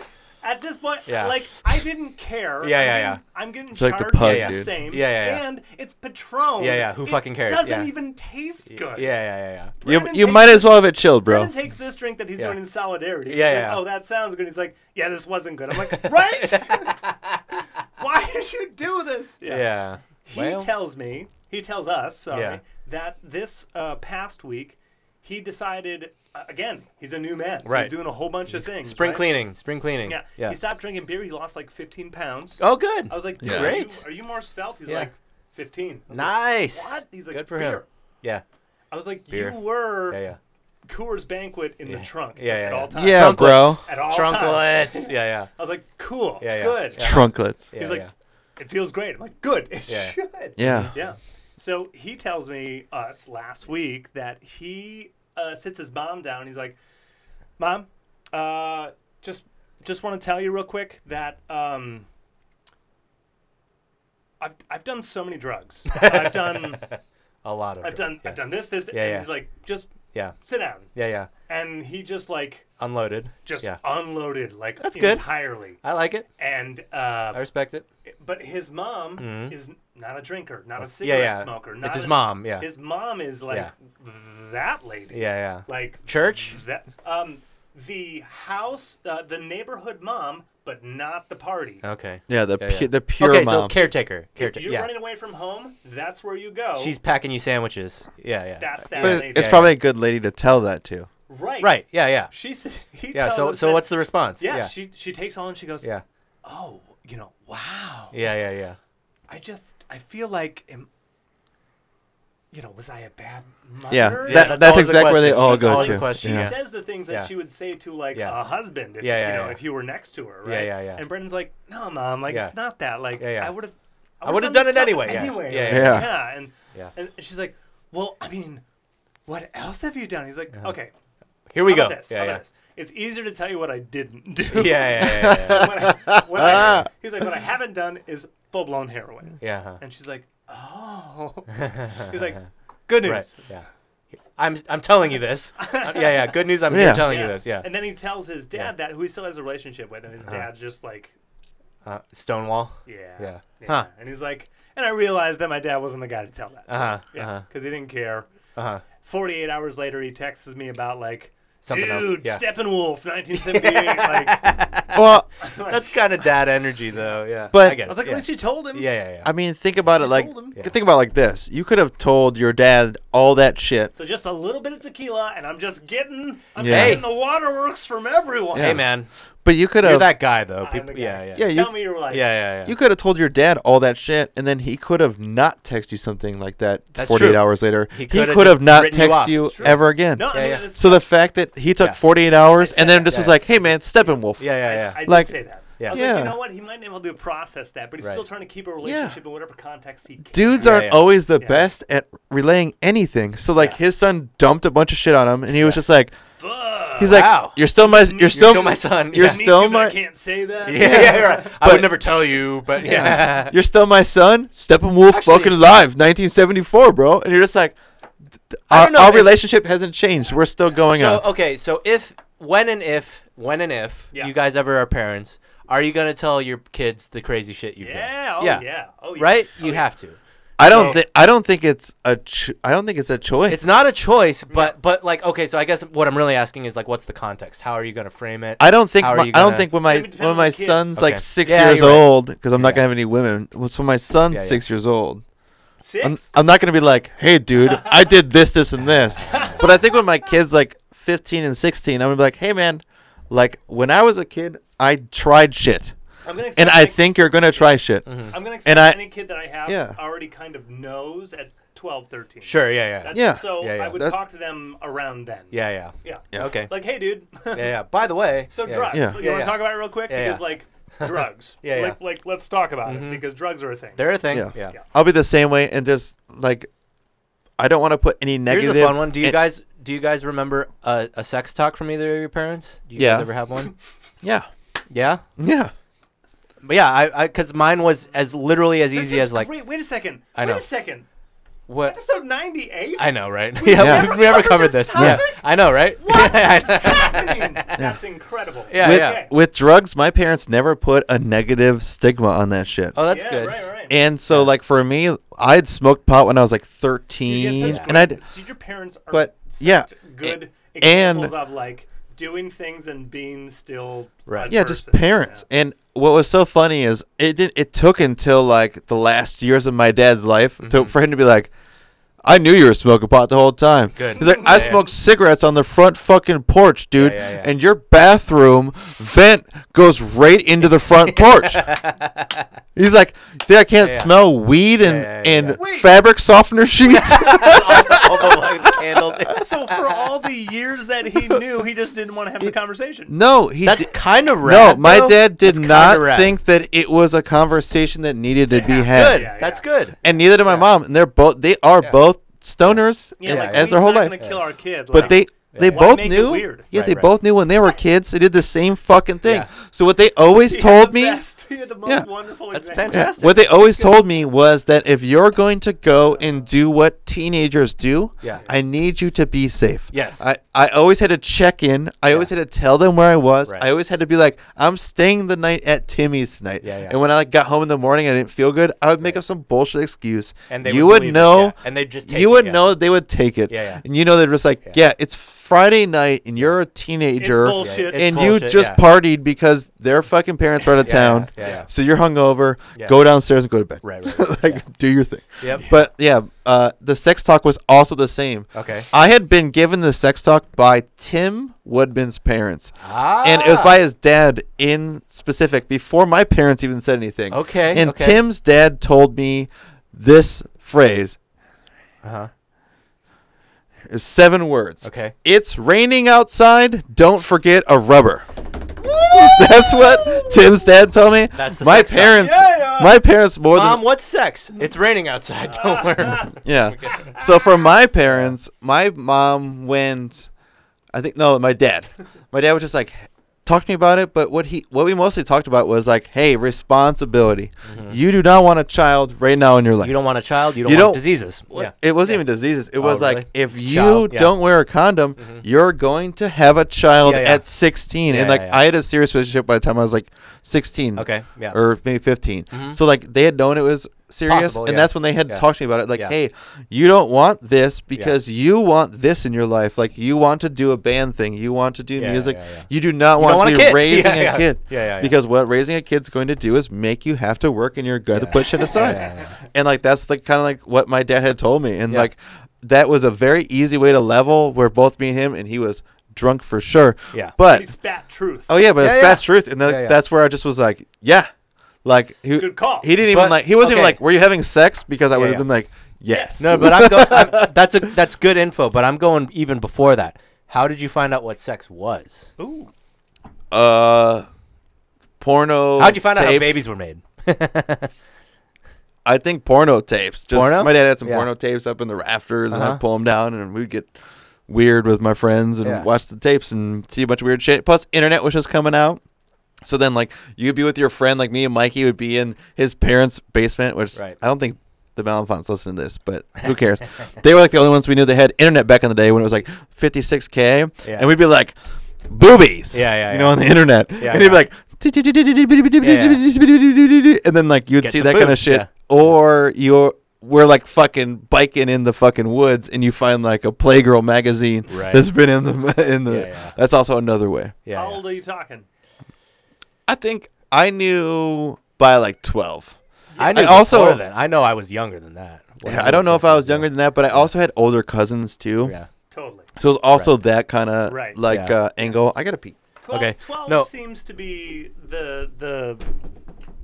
Speaker 1: At this point,
Speaker 2: Yeah.
Speaker 1: like I didn't care.
Speaker 2: Yeah,
Speaker 1: I'm
Speaker 2: yeah,
Speaker 1: getting-
Speaker 2: yeah.
Speaker 1: I'm getting
Speaker 3: like
Speaker 1: charged
Speaker 3: the pug,
Speaker 1: the
Speaker 3: dude.
Speaker 1: same.
Speaker 2: Yeah, yeah, yeah.
Speaker 1: And it's Patron.
Speaker 2: Yeah, yeah, who
Speaker 1: It
Speaker 2: fucking cares?
Speaker 1: Doesn't
Speaker 2: Yeah.
Speaker 1: even taste
Speaker 2: Yeah,
Speaker 1: good.
Speaker 2: yeah, yeah, yeah.
Speaker 3: You,
Speaker 1: Brennan
Speaker 3: you
Speaker 1: takes
Speaker 3: might
Speaker 1: this-
Speaker 3: as well have it chilled, bro.
Speaker 1: Brennan takes this drink that he's
Speaker 2: Yeah.
Speaker 1: doing in solidarity. He's
Speaker 2: Yeah,
Speaker 1: like,
Speaker 2: yeah.
Speaker 1: Oh, that sounds good. He's like, yeah, this wasn't good. I'm like, right? Why did you do this?
Speaker 2: Yeah.
Speaker 1: He tells me, he tells us, sorry,
Speaker 2: Yeah.
Speaker 1: that this uh, past week he decided uh, again. He's a new man, so
Speaker 2: Right.
Speaker 1: he's doing a whole bunch of things.
Speaker 2: spring
Speaker 1: right?
Speaker 2: cleaning. Spring cleaning.
Speaker 1: Yeah.
Speaker 2: Yeah.
Speaker 1: He stopped drinking beer. He lost like 15 pounds.
Speaker 2: oh, good.
Speaker 1: I was like, Dude,
Speaker 3: Yeah.
Speaker 2: Great.
Speaker 1: Are, you, are you more svelte? He's
Speaker 2: Yeah.
Speaker 1: like, 15. I was like,
Speaker 2: nice.
Speaker 1: what? He's like,
Speaker 2: good for him.
Speaker 1: beer.
Speaker 2: Yeah.
Speaker 1: I was like,
Speaker 2: Beer.
Speaker 1: you were
Speaker 2: Yeah, yeah.
Speaker 1: Coors Banquet in
Speaker 2: Yeah.
Speaker 1: the trunk. He's
Speaker 2: Yeah,
Speaker 1: like,
Speaker 2: yeah,
Speaker 1: at
Speaker 2: yeah.
Speaker 1: all times.
Speaker 3: Yeah,
Speaker 2: Chunklets.
Speaker 3: bro.
Speaker 1: At all times.
Speaker 2: Trunklets. yeah, yeah.
Speaker 1: I was like, cool.
Speaker 2: Yeah, yeah.
Speaker 1: Good.
Speaker 2: Yeah.
Speaker 3: Trunklets.
Speaker 2: yeah.
Speaker 1: He's like,
Speaker 2: yeah.
Speaker 1: it feels great. I'm like, good. It
Speaker 2: Yeah.
Speaker 1: should.
Speaker 3: Yeah.
Speaker 1: Yeah. So he tells me us last week that he uh, sits his mom down. He's like, "Mom, uh, just just want to tell you real quick that um, I've I've done so many drugs. I've done
Speaker 2: a lot of.
Speaker 1: I've
Speaker 2: drugs.
Speaker 1: done
Speaker 2: Yeah.
Speaker 1: I've done this this. th-"
Speaker 2: Yeah,
Speaker 1: and
Speaker 2: yeah.
Speaker 1: He's like, just
Speaker 2: Yeah.
Speaker 1: sit down.
Speaker 2: Yeah, yeah.
Speaker 1: And he just like
Speaker 2: Unloaded.
Speaker 1: just
Speaker 2: Yeah.
Speaker 1: unloaded like
Speaker 2: That's good.
Speaker 1: entirely.
Speaker 2: I like it.
Speaker 1: And
Speaker 2: I
Speaker 1: uh,
Speaker 2: respect it.
Speaker 1: but his mom is not a drinker, not a
Speaker 2: Mm-hmm. Yeah,
Speaker 1: cigarette
Speaker 2: yeah.
Speaker 1: smoker. Not
Speaker 2: It's his
Speaker 1: a-
Speaker 2: mom. Yeah.
Speaker 1: His mom is like
Speaker 2: Yeah.
Speaker 1: that lady.
Speaker 2: Yeah, yeah.
Speaker 1: Like
Speaker 2: Church.
Speaker 1: that. Um, the house, uh, the neighborhood mom, but not the party.
Speaker 2: Okay.
Speaker 3: Yeah, the
Speaker 2: Yeah,
Speaker 3: pu-
Speaker 2: yeah.
Speaker 3: the pure
Speaker 2: okay, so
Speaker 3: mom.
Speaker 2: caretaker,
Speaker 1: If
Speaker 2: caretaker.
Speaker 1: you're
Speaker 2: Uh, Yeah,
Speaker 1: running away from home, that's where you go.
Speaker 2: she's packing you sandwiches. Yeah, yeah.
Speaker 1: that's that
Speaker 3: but
Speaker 1: lady.
Speaker 3: it's probably a good lady to tell that to.
Speaker 1: right.
Speaker 2: right. Yeah, yeah.
Speaker 1: She said. He
Speaker 2: Yeah.
Speaker 1: tells
Speaker 2: So,
Speaker 1: us
Speaker 2: so
Speaker 1: that-
Speaker 2: what's the response?
Speaker 1: Yeah,
Speaker 2: yeah,
Speaker 1: She she takes all and she goes.
Speaker 2: yeah,
Speaker 1: Oh, you know, wow.
Speaker 2: yeah, yeah, yeah.
Speaker 1: I just I feel like. Am, you know, was I a bad mother?
Speaker 3: Yeah,
Speaker 2: Yeah,
Speaker 3: that,
Speaker 2: that's
Speaker 3: that's
Speaker 2: always a
Speaker 3: exactly where they
Speaker 2: question.
Speaker 3: all
Speaker 2: That's
Speaker 3: go
Speaker 2: always a
Speaker 3: to.
Speaker 2: question.
Speaker 1: she
Speaker 3: Yeah.
Speaker 1: says the things that
Speaker 2: Yeah.
Speaker 1: she would say to like
Speaker 2: Yeah.
Speaker 1: a husband if
Speaker 2: Yeah, yeah,
Speaker 1: you know
Speaker 2: yeah.
Speaker 1: if you were next to her,
Speaker 2: Yeah,
Speaker 1: right?
Speaker 2: yeah, yeah.
Speaker 1: And Brendan's like, No mom, like
Speaker 2: Yeah.
Speaker 1: it's not that. Like
Speaker 2: Yeah, yeah.
Speaker 1: I would have
Speaker 2: I would've done it anyway, yeah.
Speaker 1: Anyway.
Speaker 2: Yeah,
Speaker 1: like,
Speaker 2: yeah,
Speaker 3: yeah.
Speaker 1: and
Speaker 2: Yeah.
Speaker 1: and she's like, Well, I mean, what else have you done? He's like, Okay,
Speaker 2: Uh-huh. Here we
Speaker 1: how
Speaker 2: go.
Speaker 1: about this?
Speaker 2: yeah,
Speaker 1: how
Speaker 2: yeah.
Speaker 1: about this? It's easier to tell you what I didn't do.
Speaker 2: yeah, yeah, yeah, yeah, yeah.
Speaker 1: What I- what I- he's like, What I haven't done is full blown heroin.
Speaker 2: yeah. huh.
Speaker 1: And she's like, oh. He's like, good news.
Speaker 2: Right. Yeah. I'm I'm telling you this. Uh, yeah, yeah. Good news. I'm
Speaker 3: Yeah.
Speaker 2: telling you this. Yeah.
Speaker 1: And then he tells his dad
Speaker 2: Yeah. Uh-huh.
Speaker 1: that, who he still has a relationship with, and his dad's just like,
Speaker 2: Uh, Stonewall.
Speaker 1: yeah.
Speaker 2: Yeah.
Speaker 5: Huh.
Speaker 1: And he's like, and I realized that my dad wasn't the guy to tell that. to.
Speaker 2: Uh huh.
Speaker 1: Yeah.
Speaker 2: Uh huh.
Speaker 1: Because he didn't care.
Speaker 2: Uh huh.
Speaker 1: 48 hours later, he texts me about, like,
Speaker 2: Something else.
Speaker 1: dude,
Speaker 2: Yeah.
Speaker 1: Steppenwolf, 1978. like, I
Speaker 3: well,
Speaker 2: That's kind of dad energy, though. Yeah.
Speaker 3: But-
Speaker 2: I, get it.
Speaker 1: was like,
Speaker 2: yeah.
Speaker 1: at least you told him.
Speaker 2: yeah, yeah, yeah.
Speaker 3: I mean, think about it like
Speaker 1: told him.
Speaker 2: Yeah.
Speaker 3: think about it like this. You could have told your dad all that shit.
Speaker 1: So just a little bit of tequila, and I'm just getting, I'm
Speaker 3: Yeah.
Speaker 1: getting the waterworks from everyone.
Speaker 3: Yeah.
Speaker 2: Hey, man.
Speaker 3: But you could
Speaker 2: You're
Speaker 3: have
Speaker 2: that guy, though.
Speaker 1: I'm
Speaker 2: People.
Speaker 1: the guy.
Speaker 2: Yeah, yeah. Yeah.
Speaker 3: Yeah, you
Speaker 1: Tell me you're like,
Speaker 2: Yeah. Yeah.
Speaker 3: you could have told your dad all that shit and then he could have not texted you something like that
Speaker 2: That's
Speaker 3: 48
Speaker 2: true.
Speaker 3: hours later.
Speaker 2: He
Speaker 3: He
Speaker 2: could
Speaker 3: could,
Speaker 2: have just
Speaker 3: have not
Speaker 2: written you
Speaker 3: texted
Speaker 2: off.
Speaker 3: you,
Speaker 1: It's true.
Speaker 3: ever again.
Speaker 1: No, I mean,
Speaker 2: Yeah, yeah.
Speaker 1: it's-
Speaker 3: So the fact that he took
Speaker 2: Yeah.
Speaker 3: 48 hours
Speaker 1: I
Speaker 3: and
Speaker 1: said
Speaker 3: then
Speaker 1: that,
Speaker 3: just was
Speaker 2: yeah.
Speaker 3: like, "Hey man, Steppenwolf."
Speaker 2: Yeah. Yeah.
Speaker 1: I
Speaker 2: Yeah.
Speaker 1: did
Speaker 3: Like-
Speaker 1: say that.
Speaker 2: Yeah.
Speaker 1: I was like,
Speaker 3: Yeah.
Speaker 1: you know what? He might not be able to process that, but he's
Speaker 2: Right.
Speaker 1: still trying to keep a relationship in whatever context he can.
Speaker 3: Dudes
Speaker 2: Yeah,
Speaker 3: aren't
Speaker 2: yeah.
Speaker 3: always the
Speaker 1: Yeah.
Speaker 3: best at relaying anything. So like
Speaker 2: Yeah.
Speaker 3: his son dumped a bunch of shit on him and he was just like
Speaker 1: Fuck.
Speaker 3: he's
Speaker 2: Wow.
Speaker 3: like you're still my you're still,
Speaker 2: still my son.
Speaker 3: You're
Speaker 2: Yeah.
Speaker 1: Me
Speaker 3: still
Speaker 1: too, but
Speaker 3: my-
Speaker 1: I can't say that.
Speaker 2: Yeah. yeah, yeah, right. I would
Speaker 3: But-
Speaker 2: never tell you, but yeah.
Speaker 3: Yeah. You're still my son. Steppenwolf
Speaker 2: Actually-
Speaker 3: fucking live, 1974, bro. And you're just like, th-
Speaker 2: I
Speaker 3: our,
Speaker 2: don't know
Speaker 3: our
Speaker 2: if-
Speaker 3: relationship hasn't changed. We're still going
Speaker 2: so uh,
Speaker 3: on.
Speaker 2: okay, so if when and if when and if
Speaker 1: Yeah.
Speaker 2: you guys ever are parents, are you gonna tell your kids the crazy shit you've
Speaker 1: Yeah.
Speaker 2: done?
Speaker 1: Oh, yeah. Oh, yeah.
Speaker 2: Right?
Speaker 1: Oh,
Speaker 2: you
Speaker 1: yeah.
Speaker 2: have to.
Speaker 3: I don't
Speaker 1: so-
Speaker 3: think I don't think it's a ch- I don't think it's a choice.
Speaker 2: It's not a choice, but but like okay, so I guess what I'm really asking is like, what's the context? How are you gonna frame it?
Speaker 3: I don't think
Speaker 2: How are
Speaker 3: my,
Speaker 2: you
Speaker 3: I don't
Speaker 2: gonna-
Speaker 3: think when
Speaker 1: It's
Speaker 3: my
Speaker 1: gonna depend
Speaker 3: when
Speaker 1: on the
Speaker 3: my
Speaker 1: kid.
Speaker 3: son's
Speaker 2: Okay.
Speaker 3: like six
Speaker 2: Yeah,
Speaker 3: years
Speaker 2: you're right.
Speaker 3: old because I'm not
Speaker 2: Yeah.
Speaker 3: gonna have any women. So when my son's
Speaker 2: Yeah, yeah.
Speaker 3: six years old, I'm,
Speaker 1: 6
Speaker 3: I'm not gonna be like, hey dude, I did this, this, and this. But I think when my kids like 15 and 16, I'm gonna be like, hey man, like when I was a kid, I tried shit,
Speaker 1: I'm gonna
Speaker 3: and
Speaker 1: accept
Speaker 3: I
Speaker 1: any-
Speaker 3: think you're gonna try shit.
Speaker 2: Mm-hmm.
Speaker 1: I'm gonna accept
Speaker 3: and I-
Speaker 1: any kid that I have
Speaker 3: Yeah.
Speaker 1: already kind of knows at 12, 13.
Speaker 2: Sure. Yeah. Yeah.
Speaker 1: That's-
Speaker 3: Yeah.
Speaker 1: So
Speaker 2: Yeah, yeah.
Speaker 1: I would
Speaker 3: That-
Speaker 1: talk to them around then.
Speaker 2: yeah. Yeah.
Speaker 1: Yeah.
Speaker 3: Yeah.
Speaker 2: Okay.
Speaker 1: Like, hey, dude.
Speaker 2: yeah. Yeah. By the way.
Speaker 1: So
Speaker 2: yeah,
Speaker 1: drugs.
Speaker 3: Yeah.
Speaker 1: You
Speaker 2: Yeah,
Speaker 1: want
Speaker 2: yeah.
Speaker 1: to talk about it real quick?
Speaker 2: Yeah, yeah.
Speaker 1: because like drugs.
Speaker 2: Yeah, yeah.
Speaker 1: Like, like let's talk about
Speaker 2: Mhm.
Speaker 1: it because drugs are a thing.
Speaker 2: They're a thing. Yeah.
Speaker 3: Yeah. I'll be the same way and just like I don't want to put any
Speaker 2: Here's
Speaker 3: negative.
Speaker 2: a fun one. Do you
Speaker 3: and-
Speaker 2: guys do you guys remember a, a sex talk from either of your parents? Do you
Speaker 3: Yeah.
Speaker 2: guys ever have one?
Speaker 3: Yeah.
Speaker 2: yeah.
Speaker 3: Yeah.
Speaker 2: But yeah, I because mine was as literally as
Speaker 1: This
Speaker 2: easy
Speaker 1: is
Speaker 2: as like
Speaker 1: Great. Wait a second.
Speaker 2: I know.
Speaker 1: Wait a second.
Speaker 2: what
Speaker 1: Episode 98.
Speaker 2: I know, right? yeah,
Speaker 3: Yeah.
Speaker 2: we've never covered this.
Speaker 1: topic?
Speaker 2: Yeah, I know, right?
Speaker 1: What
Speaker 2: Yeah,
Speaker 1: is happening? That's incredible.
Speaker 2: Yeah,
Speaker 3: With,
Speaker 2: yeah.
Speaker 3: with drugs, my parents never put a negative stigma on that shit.
Speaker 2: Oh, that's
Speaker 1: yeah,
Speaker 2: good.
Speaker 1: Right, right.
Speaker 3: And so, like for me, I'd smoked pot when I was like
Speaker 1: Dude, you had
Speaker 3: 13,
Speaker 1: such
Speaker 3: and I'd
Speaker 1: great- dude, your parents are
Speaker 3: but,
Speaker 1: such
Speaker 3: yeah,
Speaker 1: good
Speaker 3: a- and-
Speaker 1: examples of like doing things and being still
Speaker 2: Right.
Speaker 1: a
Speaker 3: yeah, just
Speaker 1: person.
Speaker 3: parents. And what was so funny is it did, it took until like the last years of my dad's life
Speaker 2: Mm-hmm.
Speaker 3: to, for him to be like, "I knew you were smoking pot the whole time."
Speaker 2: Good.
Speaker 3: He's like,
Speaker 2: Yeah,
Speaker 3: "I
Speaker 2: yeah.
Speaker 3: smoked cigarettes on the front fucking porch, dude,
Speaker 2: yeah, yeah.
Speaker 3: and your bathroom vent goes right into the front porch." He's like, "You think I can't
Speaker 2: Yeah, yeah.
Speaker 3: smell weed and
Speaker 2: Yeah, yeah, yeah.
Speaker 3: and
Speaker 1: Wait.
Speaker 3: fabric softener sheets?"
Speaker 2: All the light candles.
Speaker 1: So for all the years that he knew, he just didn't want to have the conversation.
Speaker 3: no, he
Speaker 2: That's
Speaker 3: di-
Speaker 2: kind of
Speaker 3: No,
Speaker 2: rad.
Speaker 3: my
Speaker 2: though.
Speaker 3: dad did
Speaker 2: That's kinda
Speaker 3: not
Speaker 2: rad.
Speaker 3: think that it was a conversation that needed to be had.
Speaker 2: Good.
Speaker 1: Yeah,
Speaker 2: That's
Speaker 1: yeah.
Speaker 2: good.
Speaker 3: and neither did my mom. And they're both they are both stoners.
Speaker 1: Yeah,
Speaker 3: and
Speaker 1: like,
Speaker 3: as
Speaker 1: weed's
Speaker 3: their whole
Speaker 1: not
Speaker 3: life.
Speaker 1: Gonna kill our kid,
Speaker 3: But
Speaker 1: like-
Speaker 3: they they
Speaker 2: Why
Speaker 3: both
Speaker 1: make it
Speaker 3: knew.
Speaker 1: weird?
Speaker 3: Yeah,
Speaker 2: Right,
Speaker 3: they
Speaker 2: right.
Speaker 3: both knew when they were kids. They did the same fucking thing.
Speaker 2: Yeah.
Speaker 3: So what they always
Speaker 1: He had
Speaker 3: told
Speaker 1: the
Speaker 3: me.
Speaker 1: best- he had the most
Speaker 3: Yeah.
Speaker 1: wonderful
Speaker 2: That's
Speaker 1: example.
Speaker 3: yeah,
Speaker 2: fantastic.
Speaker 3: what they always told me was that if you're going to go and do what teenagers do,
Speaker 2: Yeah.
Speaker 3: I need you to be safe.
Speaker 2: Yes.
Speaker 3: I, I always had to check in. I always had to tell them where I was.
Speaker 2: Right.
Speaker 3: I always had to be like, I'm staying the night at Timmy's tonight.
Speaker 2: Yeah, yeah.
Speaker 3: And when I like, got home in the morning and I didn't feel good, I would make up some bullshit excuse.
Speaker 2: And they
Speaker 3: you
Speaker 2: would
Speaker 3: would,
Speaker 2: believe it,
Speaker 3: know
Speaker 2: yeah. And they'd just take
Speaker 3: you
Speaker 2: it,
Speaker 3: would
Speaker 2: yeah.
Speaker 3: know that they would take it.
Speaker 2: Yeah, yeah.
Speaker 3: And you know they're just like, yeah. it's Friday night and you're a
Speaker 1: It's
Speaker 3: teenager
Speaker 1: bullshit.
Speaker 2: It's
Speaker 3: and you
Speaker 2: bullshit,
Speaker 3: just
Speaker 2: yeah.
Speaker 3: partied because their fucking parents were out of
Speaker 2: yeah,
Speaker 3: town.
Speaker 2: yeah, yeah.
Speaker 3: So you're hungover.
Speaker 2: Yeah.
Speaker 3: Go downstairs and go to bed.
Speaker 2: Right, right, right,
Speaker 3: like
Speaker 2: yeah.
Speaker 3: do your thing.
Speaker 2: Yep.
Speaker 3: But yeah, uh, the sex talk was also the same.
Speaker 2: Okay.
Speaker 3: I had been given the sex talk by Tim Woodman's parents,
Speaker 2: Ah.
Speaker 3: and it was by his dad in specific before my parents even said anything.
Speaker 2: Okay,
Speaker 3: And
Speaker 2: okay.
Speaker 3: Tim's dad told me this phrase.
Speaker 2: Uh-huh.
Speaker 3: There's seven words.
Speaker 2: Okay.
Speaker 3: It's raining outside. Don't forget a rubber. That's what Tim's dad told me.
Speaker 2: That's the
Speaker 3: my
Speaker 2: sex talk.
Speaker 3: parents.
Speaker 2: Yeah, yeah.
Speaker 3: My parents more
Speaker 2: Mom,
Speaker 3: than
Speaker 2: what's sex? It's raining outside. Don't worry.
Speaker 3: yeah. So for my parents, my mom went. I think no, my dad. My dad was just like, talked to me about it, but what he what we mostly talked about was like, hey, responsibility.
Speaker 2: Mm-hmm.
Speaker 3: You do not want a child right now in your life.
Speaker 5: You don't want a child. You don't
Speaker 3: You
Speaker 5: want
Speaker 3: don't-
Speaker 5: diseases.
Speaker 3: What-
Speaker 5: Yeah.
Speaker 3: It wasn't even diseases. It
Speaker 2: Oh,
Speaker 3: was like
Speaker 2: really?
Speaker 3: if
Speaker 2: It's
Speaker 3: you
Speaker 2: child, yeah. Mm-hmm.
Speaker 3: don't wear a condom, you're going to have a child
Speaker 2: Yeah, yeah.
Speaker 3: at 16.
Speaker 2: Yeah,
Speaker 3: and like
Speaker 2: yeah, yeah.
Speaker 3: I had a serious relationship by the time I was like 16.
Speaker 2: Okay. Yeah. Mm-hmm.
Speaker 3: Or maybe 15. So like they had known it was serious
Speaker 2: Possible,
Speaker 3: and
Speaker 2: yeah.
Speaker 3: that's when they had
Speaker 2: Yeah.
Speaker 3: talked to me about it like
Speaker 2: Yeah.
Speaker 3: hey, you don't want this because you want this in your life. Like you want to do a band thing, you want to do
Speaker 2: Yeah,
Speaker 3: music.
Speaker 2: yeah, yeah.
Speaker 3: You do not
Speaker 2: don't
Speaker 3: want
Speaker 2: want
Speaker 3: to
Speaker 2: a
Speaker 3: be
Speaker 2: kid.
Speaker 3: raising
Speaker 2: Yeah,
Speaker 3: a
Speaker 2: yeah.
Speaker 3: kid.
Speaker 2: Yeah, yeah, yeah.
Speaker 3: Because what raising a kid's going to do is make you have to work in your gut to
Speaker 2: Yeah.
Speaker 3: put shit aside.
Speaker 2: yeah, yeah.
Speaker 3: And like that's the kind of like what my dad had told me, and
Speaker 2: Yeah.
Speaker 3: like that was a very easy way to level where both me and him, and he was drunk for sure.
Speaker 2: Yeah.
Speaker 1: he
Speaker 3: But
Speaker 1: spat truth.
Speaker 3: oh yeah, but it's
Speaker 2: Yeah,
Speaker 3: bad
Speaker 2: yeah.
Speaker 3: truth, and like,
Speaker 2: Yeah, yeah.
Speaker 3: that's where I just was like, yeah, like he
Speaker 1: Good call.
Speaker 3: he didn't even
Speaker 2: But-
Speaker 3: like he wasn't even
Speaker 2: okay.
Speaker 3: like, were you having sex? Because I
Speaker 2: Yeah,
Speaker 3: would have
Speaker 2: yeah.
Speaker 3: been like, yes.
Speaker 2: No, but I'm, go- I'm that's a that's good info. But I'm going even before that. How did you find out what sex was?
Speaker 1: Ooh.
Speaker 3: uh, porno.
Speaker 2: How'd you find out how
Speaker 3: tapes.
Speaker 2: babies were made?
Speaker 3: I think porno tapes. Just
Speaker 2: Porno?
Speaker 3: my dad had some
Speaker 2: Yeah.
Speaker 3: porno tapes up in the rafters, and
Speaker 2: Uh-huh.
Speaker 3: I'd pull them down, and we'd get weird with my friends and
Speaker 2: Yeah.
Speaker 3: watch the tapes and see a bunch of weird shit. Plus, internet was just coming out. So then, like, you'd be with your friend, like me and Mikey would be in his parents' basement, which
Speaker 2: Right.
Speaker 3: I don't think the Malenfants listen to this, but who cares? they were like the only ones we knew that had internet back in the day when it was like 56K.
Speaker 2: Yeah.
Speaker 3: And we'd be like, boobies.
Speaker 2: Yeah, yeah, yeah.
Speaker 3: You know, on the internet.
Speaker 2: Yeah,
Speaker 3: and he'd be
Speaker 2: yeah.
Speaker 3: like, and then like you'd
Speaker 2: Get
Speaker 3: see
Speaker 2: some
Speaker 3: that kind of
Speaker 2: boobs,
Speaker 3: shit
Speaker 2: yeah.
Speaker 3: or you're we're like fucking biking in the fucking woods and you find like a playgirl magazine
Speaker 2: Right.
Speaker 3: that's been in the in the
Speaker 2: Yeah, yeah.
Speaker 3: that's also another way
Speaker 2: Yeah.
Speaker 1: How
Speaker 2: yeah.
Speaker 1: old are you talking?
Speaker 3: i think i knew by like 12
Speaker 2: I knew
Speaker 3: I also-
Speaker 2: before then. I know I was younger than that.
Speaker 3: yeah, i don't know if i was younger than that but i also had older cousins too
Speaker 2: Yeah.
Speaker 1: Totally.
Speaker 3: so it was also that kind of
Speaker 1: Right.
Speaker 3: like
Speaker 2: Yeah.
Speaker 3: uh, angle i gotta pee
Speaker 1: 12,
Speaker 2: Okay,
Speaker 1: 12
Speaker 2: no.
Speaker 1: seems to be the the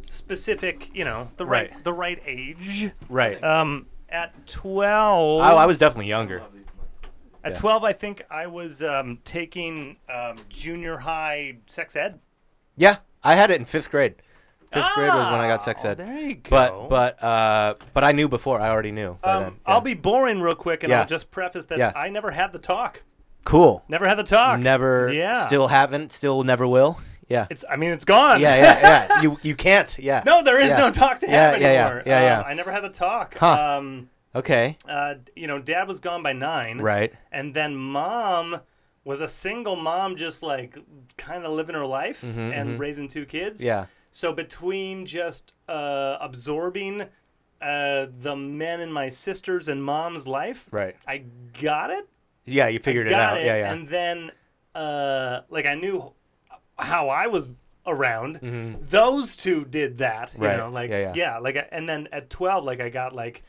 Speaker 1: specific, you know, the right,
Speaker 2: Right.
Speaker 1: the right age.
Speaker 2: Right.
Speaker 1: Um at 12
Speaker 2: oh, I was definitely younger.
Speaker 1: at
Speaker 2: yeah.
Speaker 1: 12 I think I was um, taking um, junior high sex ed.
Speaker 2: Yeah, I had it in fifth grade. Fifth grade was when I got
Speaker 1: Ah,
Speaker 2: sex ed.
Speaker 1: There you go.
Speaker 2: But but uh but I knew before. I already knew. by
Speaker 1: um,
Speaker 2: then.
Speaker 1: I'll
Speaker 2: Yeah.
Speaker 1: be boring real quick, and
Speaker 2: Yeah.
Speaker 1: I'll just preface that
Speaker 2: Yeah.
Speaker 1: I never had the talk.
Speaker 2: cool.
Speaker 1: Never had the talk.
Speaker 2: Never.
Speaker 1: Yeah.
Speaker 2: Still haven't. Still never will. Yeah.
Speaker 1: It's. I mean, it's gone.
Speaker 2: yeah, yeah, yeah. You you can't. Yeah.
Speaker 1: No, there is
Speaker 2: Yeah.
Speaker 1: no talk to
Speaker 2: Yeah,
Speaker 1: have
Speaker 2: yeah, yeah,
Speaker 1: anymore.
Speaker 2: yeah,
Speaker 1: Um,
Speaker 2: yeah.
Speaker 1: I never had the talk.
Speaker 2: Huh.
Speaker 1: Um,
Speaker 2: Okay.
Speaker 1: uh, you know, dad was gone by nine.
Speaker 2: Right.
Speaker 1: And then mom was a single mom, just like kind of living her life and raising two kids.
Speaker 2: Mm-hmm, Yeah.
Speaker 1: So between just uh, absorbing uh, the men in my sister's and mom's life,
Speaker 2: Right.
Speaker 1: I got it.
Speaker 2: Yeah, you figured it
Speaker 1: got
Speaker 2: out. yeah, yeah.
Speaker 1: And then, uh, like, I knew how I was around. Those two did that, you
Speaker 2: Mm-hmm. Right.
Speaker 1: know, like,
Speaker 2: Yeah, yeah.
Speaker 1: yeah, like, I- and then at 12, like, I got, like,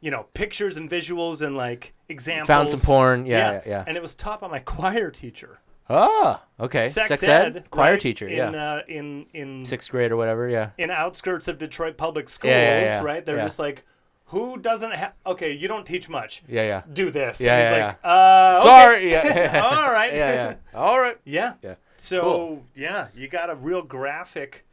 Speaker 1: you know, pictures and visuals and, like, examples.
Speaker 2: Found some porn. Yeah, yeah. yeah.
Speaker 1: And it was taught by my choir teacher.
Speaker 2: oh, okay. Sex, ed, choir
Speaker 1: right,
Speaker 2: teacher.
Speaker 1: In,
Speaker 2: yeah.
Speaker 1: Uh, in, in,
Speaker 2: Sixth grade or whatever. Yeah.
Speaker 1: in outskirts of Detroit public schools,
Speaker 2: Yeah, yeah, yeah,
Speaker 1: right? They're
Speaker 2: yeah.
Speaker 1: just like, who doesn't have, okay, you don't teach much.
Speaker 2: Yeah, yeah.
Speaker 1: Do this.
Speaker 2: Yeah,
Speaker 1: and he's
Speaker 2: yeah,
Speaker 1: like, uh, okay.
Speaker 2: Sorry. Yeah.
Speaker 1: All right.
Speaker 2: yeah, yeah. All right.
Speaker 1: Yeah.
Speaker 2: Yeah.
Speaker 1: So
Speaker 2: Cool.
Speaker 1: yeah, you got a real graphic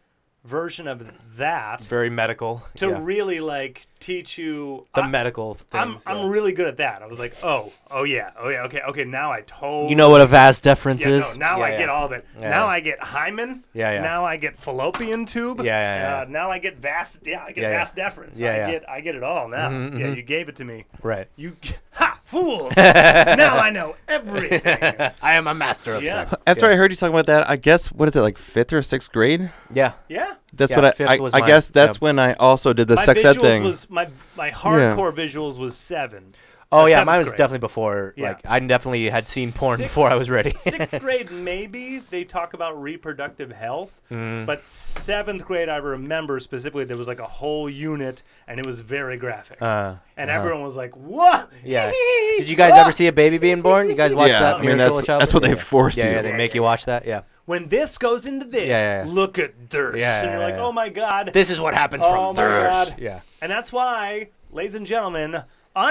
Speaker 1: version of that
Speaker 2: Very medical.
Speaker 1: to
Speaker 2: yeah.
Speaker 1: really like teach you.
Speaker 2: the
Speaker 1: I,
Speaker 2: medical things.
Speaker 1: I'm I'm really good at that. I was like, oh, oh yeah, oh yeah, okay, okay. Now I totally.
Speaker 2: you know what a vast difference
Speaker 1: Yeah,
Speaker 2: is?
Speaker 1: no, now
Speaker 2: yeah,
Speaker 1: I
Speaker 2: yeah.
Speaker 1: get all of it.
Speaker 2: Yeah,
Speaker 1: now
Speaker 2: yeah.
Speaker 1: I get hymen.
Speaker 2: Yeah, yeah.
Speaker 1: Now I get fallopian tube.
Speaker 2: Yeah, yeah, yeah,
Speaker 1: Uh,
Speaker 2: yeah.
Speaker 1: now I get vast. Yeah, I get
Speaker 2: Yeah, yeah.
Speaker 1: vast deference.
Speaker 2: Yeah, Mm-hmm,
Speaker 1: I
Speaker 2: yeah.
Speaker 1: get I get it all now. Yeah, you gave it to me.
Speaker 2: Right.
Speaker 1: You ha fools. now I know everything.
Speaker 2: I am a master of
Speaker 1: Yeah.
Speaker 2: sex.
Speaker 3: after i heard you talking about that i guess what is it like fifth or sixth grade
Speaker 2: Yeah.
Speaker 1: Yeah.
Speaker 3: that's
Speaker 2: Yeah,
Speaker 3: what
Speaker 2: fifth
Speaker 3: i i,
Speaker 2: was
Speaker 3: I
Speaker 2: mine.
Speaker 3: guess that's
Speaker 2: Yeah.
Speaker 3: when i also did the
Speaker 1: my
Speaker 3: sex
Speaker 1: visuals
Speaker 3: ed thing
Speaker 1: was my my hardcore visuals was seven.
Speaker 2: Oh
Speaker 1: Uh,
Speaker 2: yeah,
Speaker 1: seventh
Speaker 2: mine was
Speaker 1: grade.
Speaker 2: definitely before.
Speaker 1: Yeah.
Speaker 2: Like I definitely had seen porn
Speaker 1: Sixth-
Speaker 2: before I was ready.
Speaker 1: sixth grade, maybe they talk about reproductive health,
Speaker 2: Mm.
Speaker 1: but seventh grade, I remember specifically there was like a whole unit, and it was very graphic,
Speaker 2: uh,
Speaker 1: and everyone was like, "Whoa!"
Speaker 2: yeah. Did you guys ever see a baby being born? You guys watched
Speaker 3: Yeah,
Speaker 2: that?
Speaker 3: I mean,
Speaker 2: Miracle
Speaker 3: that's-
Speaker 2: of Childbirth?
Speaker 3: that's what they force
Speaker 2: yeah,
Speaker 3: you.
Speaker 2: Yeah, they make you watch that. Yeah.
Speaker 1: when this goes into this?
Speaker 2: Yeah, yeah, yeah.
Speaker 1: Look at this,
Speaker 2: Yeah,
Speaker 1: and you're
Speaker 2: yeah,
Speaker 1: like,
Speaker 2: yeah.
Speaker 1: "Oh my god!"
Speaker 2: This is what happens
Speaker 1: Oh
Speaker 2: from
Speaker 1: my
Speaker 2: thirst.
Speaker 1: God.
Speaker 2: Yeah.
Speaker 1: and that's why, ladies and gentlemen,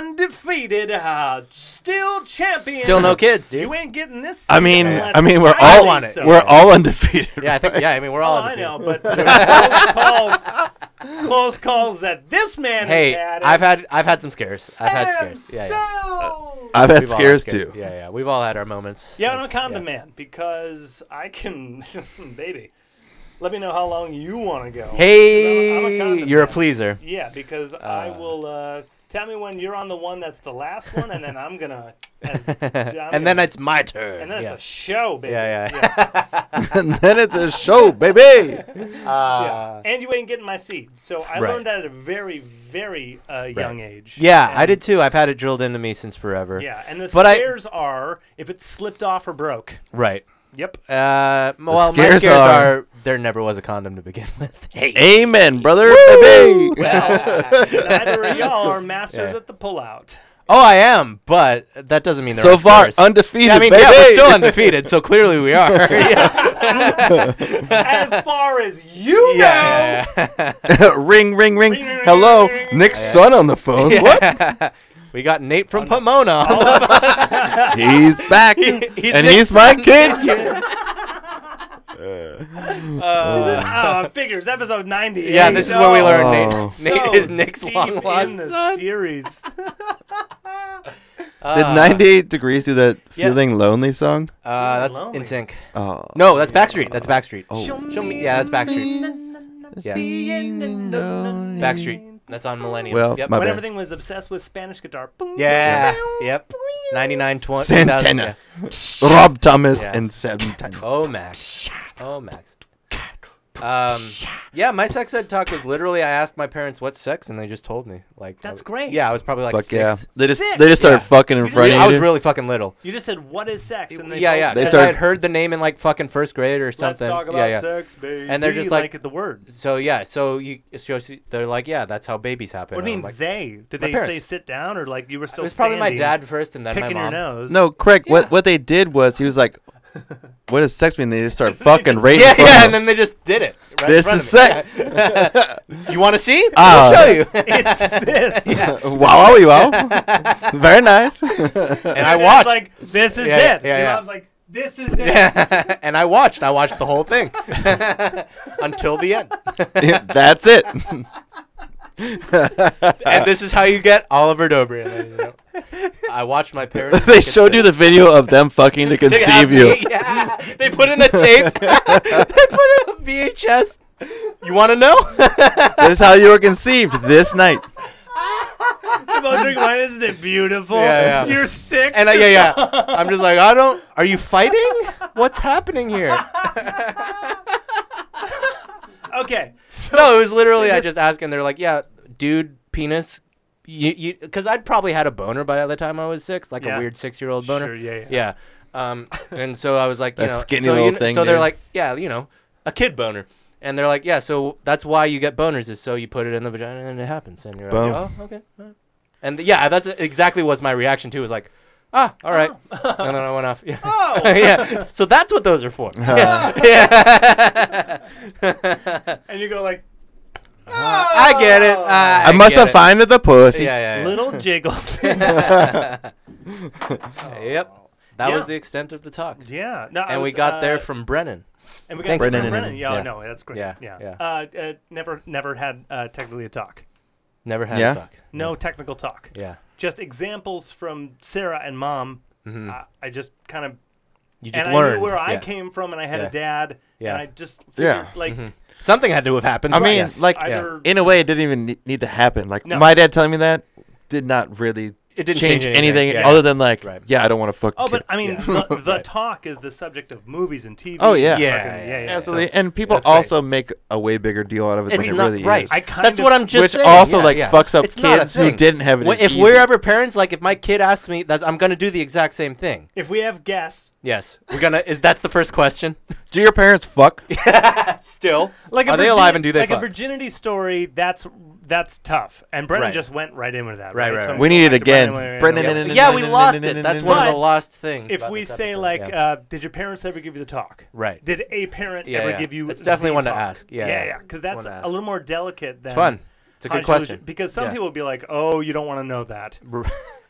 Speaker 1: undefeated, uh, still champion,
Speaker 2: Still no kids, dude.
Speaker 1: You ain't getting this.
Speaker 3: I
Speaker 1: season
Speaker 3: mean,
Speaker 1: unless
Speaker 3: I mean, we're
Speaker 1: I
Speaker 3: all
Speaker 1: say
Speaker 2: on it.
Speaker 1: so.
Speaker 3: we're all undefeated.
Speaker 2: Yeah, I think. Yeah, I mean, we're all.
Speaker 1: Oh, I
Speaker 2: undefeated.
Speaker 1: know, but there's close calls, close calls that this man
Speaker 2: Hey,
Speaker 1: has had.
Speaker 2: I've had I've had some scares. I've had scares. Yeah, yeah.
Speaker 1: Stone.
Speaker 3: I've had
Speaker 2: We've all
Speaker 3: scares
Speaker 2: scares.
Speaker 3: too.
Speaker 2: Yeah, yeah. We've all had our moments.
Speaker 1: Yeah,
Speaker 2: of-
Speaker 1: but I'm a condom man because I can, baby. Let me know how long you want to go. 'Cause I'm a- I'm a
Speaker 2: Hey,
Speaker 1: condom
Speaker 2: you're a
Speaker 1: man.
Speaker 2: pleaser.
Speaker 1: Yeah, because I will. Uh, tell me when you're on the one that's the last one, and then I'm gonna. As, I'm
Speaker 2: and then
Speaker 1: gonna-
Speaker 2: it's my turn.
Speaker 1: and then
Speaker 2: yeah.
Speaker 1: it's a show, baby.
Speaker 2: Yeah, yeah.
Speaker 3: and then it's a show, baby.
Speaker 1: yeah.
Speaker 2: Uh,
Speaker 1: And you ain't getting my seed. So I
Speaker 2: Right.
Speaker 1: learned that at a very, very uh, young age.
Speaker 2: yeah, I
Speaker 1: And-
Speaker 2: did too. I've had it drilled into me since forever.
Speaker 1: Yeah, and the
Speaker 2: But I-
Speaker 1: scares are if it slipped off or broke.
Speaker 2: Right.
Speaker 1: Yep.
Speaker 2: Uh, m- well, my
Speaker 3: scares
Speaker 2: scares
Speaker 3: are-
Speaker 2: are, there never was a condom to begin with.
Speaker 3: Amen, brother, baby.
Speaker 1: Well, neither of y'all are masters
Speaker 2: Yeah.
Speaker 1: at the pullout.
Speaker 2: Oh, I am, but that doesn't mean there
Speaker 3: So
Speaker 2: aren't
Speaker 3: far,
Speaker 2: scares.
Speaker 3: undefeated,
Speaker 2: Yeah, I mean,
Speaker 3: baby.
Speaker 2: yeah, we're still undefeated, so clearly we are. yeah.
Speaker 1: As far as you know.
Speaker 2: yeah.
Speaker 3: ring, ring, ring.
Speaker 1: Ring, ring,
Speaker 3: Hello,
Speaker 1: ring, ring.
Speaker 3: Nick's son on the phone. What?
Speaker 2: we got Nate
Speaker 1: Oh,
Speaker 2: from Pomona. on the phone.
Speaker 3: He's back,
Speaker 2: he's
Speaker 3: and
Speaker 2: Nick's
Speaker 3: he's my kid.
Speaker 1: Is it- oh, figures. Episode 90.
Speaker 2: Uh, yeah, this is where we learn
Speaker 3: Oh.
Speaker 2: Nate. Nate is Nick's long
Speaker 1: in
Speaker 2: lost
Speaker 1: the
Speaker 2: son.
Speaker 1: series.
Speaker 3: Did
Speaker 2: Ah,
Speaker 3: 98 Degrees do that
Speaker 2: Uh, Yeah.
Speaker 3: feeling lonely song?
Speaker 2: Uh, that's
Speaker 1: Lonely.
Speaker 2: in sync.
Speaker 3: Oh,
Speaker 2: No, that's Backstreet. That's Backstreet.
Speaker 3: Oh.
Speaker 2: Show me. Yeah, that's Backstreet. Yeah.
Speaker 3: Lonely.
Speaker 2: Backstreet. That's on Millennium.
Speaker 3: Well,
Speaker 2: yep.
Speaker 3: my
Speaker 1: When
Speaker 3: bad.
Speaker 1: everything was obsessed with Spanish guitar. Boom,
Speaker 2: yeah. Yep. 99 20.
Speaker 3: Santana. Rob Thomas
Speaker 2: Yeah.
Speaker 3: and Seven Ten.
Speaker 2: Oh, Max. Oh, Max. Um, yeah, my sex ed talk was literally I asked my parents what's sex, and they just told me. Like I
Speaker 1: That's
Speaker 2: was-
Speaker 1: great.
Speaker 2: Yeah, I was probably like
Speaker 3: Fuck
Speaker 2: six.
Speaker 3: yeah. They just
Speaker 1: Six.
Speaker 3: they just started
Speaker 2: Yeah.
Speaker 3: fucking in
Speaker 1: You
Speaker 3: front
Speaker 1: just-
Speaker 2: I
Speaker 3: of
Speaker 2: was
Speaker 3: you.
Speaker 2: really fucking little.
Speaker 1: You just said, what is sex? And they
Speaker 2: yeah,
Speaker 1: both
Speaker 2: yeah.
Speaker 1: said,
Speaker 3: They
Speaker 2: Because I
Speaker 3: started-
Speaker 2: had heard the name in like fucking first grade or something.
Speaker 1: Let's talk about
Speaker 2: yeah, yeah.
Speaker 1: sex, baby.
Speaker 2: And they're just like-
Speaker 1: the words.
Speaker 2: So yeah, so you, so she- they're like, yeah, that's how babies happen.
Speaker 1: What do you
Speaker 2: And I'm
Speaker 1: mean
Speaker 2: like,
Speaker 1: they? Did
Speaker 2: My
Speaker 1: they
Speaker 2: parents.
Speaker 1: say sit down or like you were
Speaker 2: it
Speaker 1: still
Speaker 2: was probably my
Speaker 1: standing,
Speaker 2: dad first, and then my
Speaker 1: picking your
Speaker 2: mom.
Speaker 1: nose?
Speaker 3: No, Craig.
Speaker 2: Yeah.
Speaker 3: What what they did was he was like, "What does sex mean?" They just start fucking right. in
Speaker 2: Yeah,
Speaker 3: front
Speaker 2: yeah,
Speaker 3: of
Speaker 2: and then they just did it. right in
Speaker 3: This
Speaker 2: front
Speaker 3: is
Speaker 2: of me.
Speaker 3: sex.
Speaker 2: you want to see?
Speaker 3: Ah.
Speaker 2: I'll show you.
Speaker 1: it's this.
Speaker 3: wow, wow, wow. Very nice.
Speaker 2: and
Speaker 1: My
Speaker 2: I
Speaker 1: dad's
Speaker 2: watched.
Speaker 1: Like this is
Speaker 2: Yeah, yeah,
Speaker 1: it.
Speaker 2: yeah,
Speaker 1: Your
Speaker 2: yeah.
Speaker 1: mom's like this is it.
Speaker 2: and I watched. I watched the whole thing until the end.
Speaker 3: That's it.
Speaker 2: And this is how you get Oliver Dobry. ladies and gentlemen. I watched my parents.
Speaker 3: they showed you the video of them fucking to conceive you.
Speaker 2: Yeah, they put in a tape. they put in a VHS. You want to know?
Speaker 3: This is how you were conceived this night.
Speaker 1: I'm all drinking wine. Isn't it beautiful?
Speaker 2: Yeah, yeah.
Speaker 1: You're sick.
Speaker 2: And I, yeah, yeah. I'm just like, I don't. Are you fighting? What's happening here?
Speaker 1: Okay.
Speaker 2: No, it was literally I
Speaker 1: just-
Speaker 2: just asked, and they're like, yeah, dude, penis. You, you, because I'd probably had a boner by the time I was six, like
Speaker 1: Yeah.
Speaker 2: a weird six-year-old boner.
Speaker 1: Sure, yeah, yeah.
Speaker 2: Yeah. Um, and so I was like, you
Speaker 3: That
Speaker 2: know,
Speaker 3: skinny
Speaker 2: so, you
Speaker 3: little
Speaker 2: kn-
Speaker 3: thing,
Speaker 2: So they're
Speaker 3: dude.
Speaker 2: like, yeah, you know, a kid boner. And they're like, yeah, so that's why you get boners is so you put it in the vagina and it happens. And you're
Speaker 3: Boom.
Speaker 2: like, oh, okay. all right." And th- yeah, that's exactly was my reaction too. Was like, ah, all right. and then I went off. Yeah.
Speaker 1: Oh.
Speaker 2: yeah. So that's what those are for.
Speaker 3: Uh,
Speaker 2: yeah.
Speaker 1: And you go like Oh.
Speaker 2: I get it. I,
Speaker 3: I, must
Speaker 2: get
Speaker 3: have
Speaker 2: it.
Speaker 3: found the pussy.
Speaker 2: Yeah, yeah. yeah.
Speaker 1: little jiggles.
Speaker 2: Yep. That
Speaker 1: Yeah.
Speaker 2: was the extent of the talk.
Speaker 1: yeah. No, I
Speaker 2: And we
Speaker 1: was,
Speaker 2: got there
Speaker 1: uh,
Speaker 2: from Brennan.
Speaker 1: And we got
Speaker 2: Thanks,
Speaker 1: Brennan.
Speaker 3: Brennan.
Speaker 1: Brennan. Yeah,
Speaker 2: Yeah.
Speaker 1: no, that's great. Yeah,
Speaker 2: Yeah,
Speaker 1: yeah.
Speaker 2: yeah.
Speaker 1: Uh, uh, never, never had uh, technically a talk.
Speaker 2: Never had
Speaker 3: Yeah.
Speaker 2: a talk.
Speaker 1: No technical talk.
Speaker 2: Yeah.
Speaker 1: Just examples from Sarah and Mom. I, I just kind of
Speaker 2: Mm-hmm. You just
Speaker 1: and I
Speaker 2: learned.
Speaker 1: knew where I
Speaker 2: Yeah.
Speaker 1: came from, and I had a
Speaker 2: Yeah.
Speaker 1: dad.
Speaker 2: Yeah.
Speaker 1: And I just
Speaker 3: Yeah.
Speaker 1: figured, like
Speaker 2: Something had to have happened.
Speaker 3: I
Speaker 2: right?
Speaker 3: mean,
Speaker 2: Yes.
Speaker 3: like
Speaker 2: yeah.
Speaker 1: either
Speaker 3: in a way, it didn't even ne- need to happen. Like
Speaker 1: No.
Speaker 3: my dad telling me that did not really
Speaker 2: it didn't
Speaker 3: change, anything,
Speaker 2: Yeah.
Speaker 3: other than like,
Speaker 2: Right.
Speaker 3: yeah, I don't want to fuck.
Speaker 1: Oh,
Speaker 3: kid.
Speaker 1: but I mean,
Speaker 2: Yeah.
Speaker 1: the, the talk is the subject of movies and TV.
Speaker 3: Oh, yeah.
Speaker 1: Fucking-
Speaker 2: Yeah,
Speaker 1: yeah,
Speaker 2: yeah,
Speaker 1: yeah,
Speaker 3: absolutely. and people
Speaker 2: That's right.
Speaker 3: also make a way bigger deal out of it
Speaker 2: It's
Speaker 3: than it
Speaker 2: not
Speaker 3: really
Speaker 2: right.
Speaker 3: is.
Speaker 2: I
Speaker 1: kind
Speaker 2: That's
Speaker 1: of-
Speaker 2: what I'm just
Speaker 3: which
Speaker 2: saying.
Speaker 3: also
Speaker 2: yeah,
Speaker 3: like
Speaker 2: yeah.
Speaker 3: fucks up
Speaker 2: It's not a
Speaker 3: kids who
Speaker 2: thing.
Speaker 3: didn't have it.
Speaker 2: Wh-
Speaker 3: as
Speaker 2: If
Speaker 3: easy.
Speaker 2: we're ever parents, like if my kid asks me, that's I'm gonna do the exact same thing.
Speaker 1: If we have guests,
Speaker 2: Yes, we're gonna. Is that's the first question?
Speaker 3: do your parents fuck?
Speaker 2: Still,
Speaker 1: like
Speaker 2: are
Speaker 1: a
Speaker 2: they
Speaker 1: virgin-
Speaker 2: alive and do they
Speaker 1: like
Speaker 2: fuck?
Speaker 1: a virginity story? That's that's tough. And Brennan
Speaker 2: Right.
Speaker 1: just went right in with that.
Speaker 2: Right,
Speaker 1: Right,
Speaker 2: right,
Speaker 1: So I'm
Speaker 2: right.
Speaker 3: We
Speaker 1: going
Speaker 3: need it
Speaker 1: back to
Speaker 3: again.
Speaker 1: Brennan,
Speaker 3: Brennan,
Speaker 1: yeah.
Speaker 3: and-
Speaker 2: yeah, we lost it. That's one of
Speaker 1: But
Speaker 2: the lost things.
Speaker 1: If
Speaker 2: about
Speaker 1: we
Speaker 2: this
Speaker 1: say
Speaker 2: episode,
Speaker 1: like,
Speaker 2: yeah.
Speaker 1: uh, did your parents ever give you the talk?
Speaker 2: Right.
Speaker 1: Did a parent
Speaker 2: Yeah,
Speaker 1: ever
Speaker 2: yeah.
Speaker 1: give you?
Speaker 2: It's definitely
Speaker 1: the
Speaker 2: one to
Speaker 1: talk?
Speaker 2: ask. Yeah,
Speaker 1: yeah,
Speaker 2: yeah.
Speaker 1: yeah. Because that's
Speaker 2: One to
Speaker 1: a
Speaker 2: ask.
Speaker 1: little more delicate than
Speaker 2: it's fun. It's a good
Speaker 1: conjugal-
Speaker 2: question.
Speaker 1: Because some
Speaker 2: Yeah.
Speaker 1: people will be like, "Oh, you don't want to know that."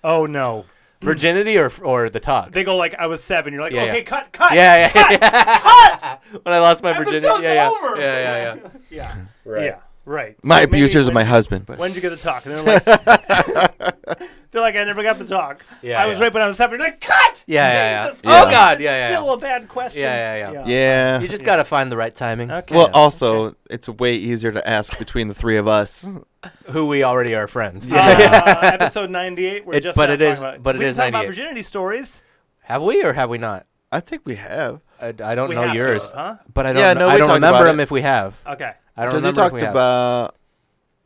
Speaker 1: Oh no.
Speaker 2: Virginity or or the talk?
Speaker 1: They go like, "I was seven. You're like,
Speaker 2: Yeah, yeah.
Speaker 1: "Okay, cut, cut."
Speaker 2: yeah, yeah, yeah. when I lost my virginity,
Speaker 1: Episode's
Speaker 2: yeah, yeah,
Speaker 1: over.
Speaker 2: yeah, yeah, yeah.
Speaker 1: Yeah. Right. Yeah. Right.
Speaker 3: my
Speaker 1: So maybe
Speaker 3: abusers and
Speaker 1: when-
Speaker 3: my husband. But
Speaker 1: When'd you get to talk? And they're like, They're like, I never got to talk.
Speaker 2: Yeah,
Speaker 1: I was
Speaker 2: yeah.
Speaker 1: raped when I was seven. They're Like, cut.
Speaker 2: Yeah, yeah, yeah.
Speaker 1: Jesus
Speaker 3: Yeah.
Speaker 1: Christ,
Speaker 3: Oh,
Speaker 2: God,
Speaker 1: it's
Speaker 2: yeah, yeah,
Speaker 1: Still
Speaker 2: yeah.
Speaker 1: a bad question.
Speaker 2: Yeah, yeah, yeah.
Speaker 3: Yeah.
Speaker 2: You just gotta find the right timing.
Speaker 1: Okay.
Speaker 3: well, also, it's way easier to ask between the three of us.
Speaker 2: Who we already are friends.
Speaker 1: Uh, episode 98. We're
Speaker 2: It-
Speaker 1: just
Speaker 2: but
Speaker 1: now
Speaker 2: it is-
Speaker 1: talking about.
Speaker 2: but it
Speaker 1: we
Speaker 2: is
Speaker 1: can talk about
Speaker 2: 98.
Speaker 1: virginity stories.
Speaker 2: Have we or have we not?
Speaker 3: I think we have.
Speaker 2: I, I don't
Speaker 1: we
Speaker 2: know
Speaker 1: have to,
Speaker 2: yours,
Speaker 1: huh?
Speaker 2: but I don't.
Speaker 3: Yeah,
Speaker 2: kn-
Speaker 3: no, we
Speaker 2: I don't
Speaker 3: talked
Speaker 2: remember
Speaker 3: about
Speaker 2: them
Speaker 3: it.
Speaker 2: if we have.
Speaker 1: Okay.
Speaker 2: I don't
Speaker 3: Because
Speaker 2: remember
Speaker 3: you
Speaker 2: if
Speaker 3: talked
Speaker 2: we have.
Speaker 3: about,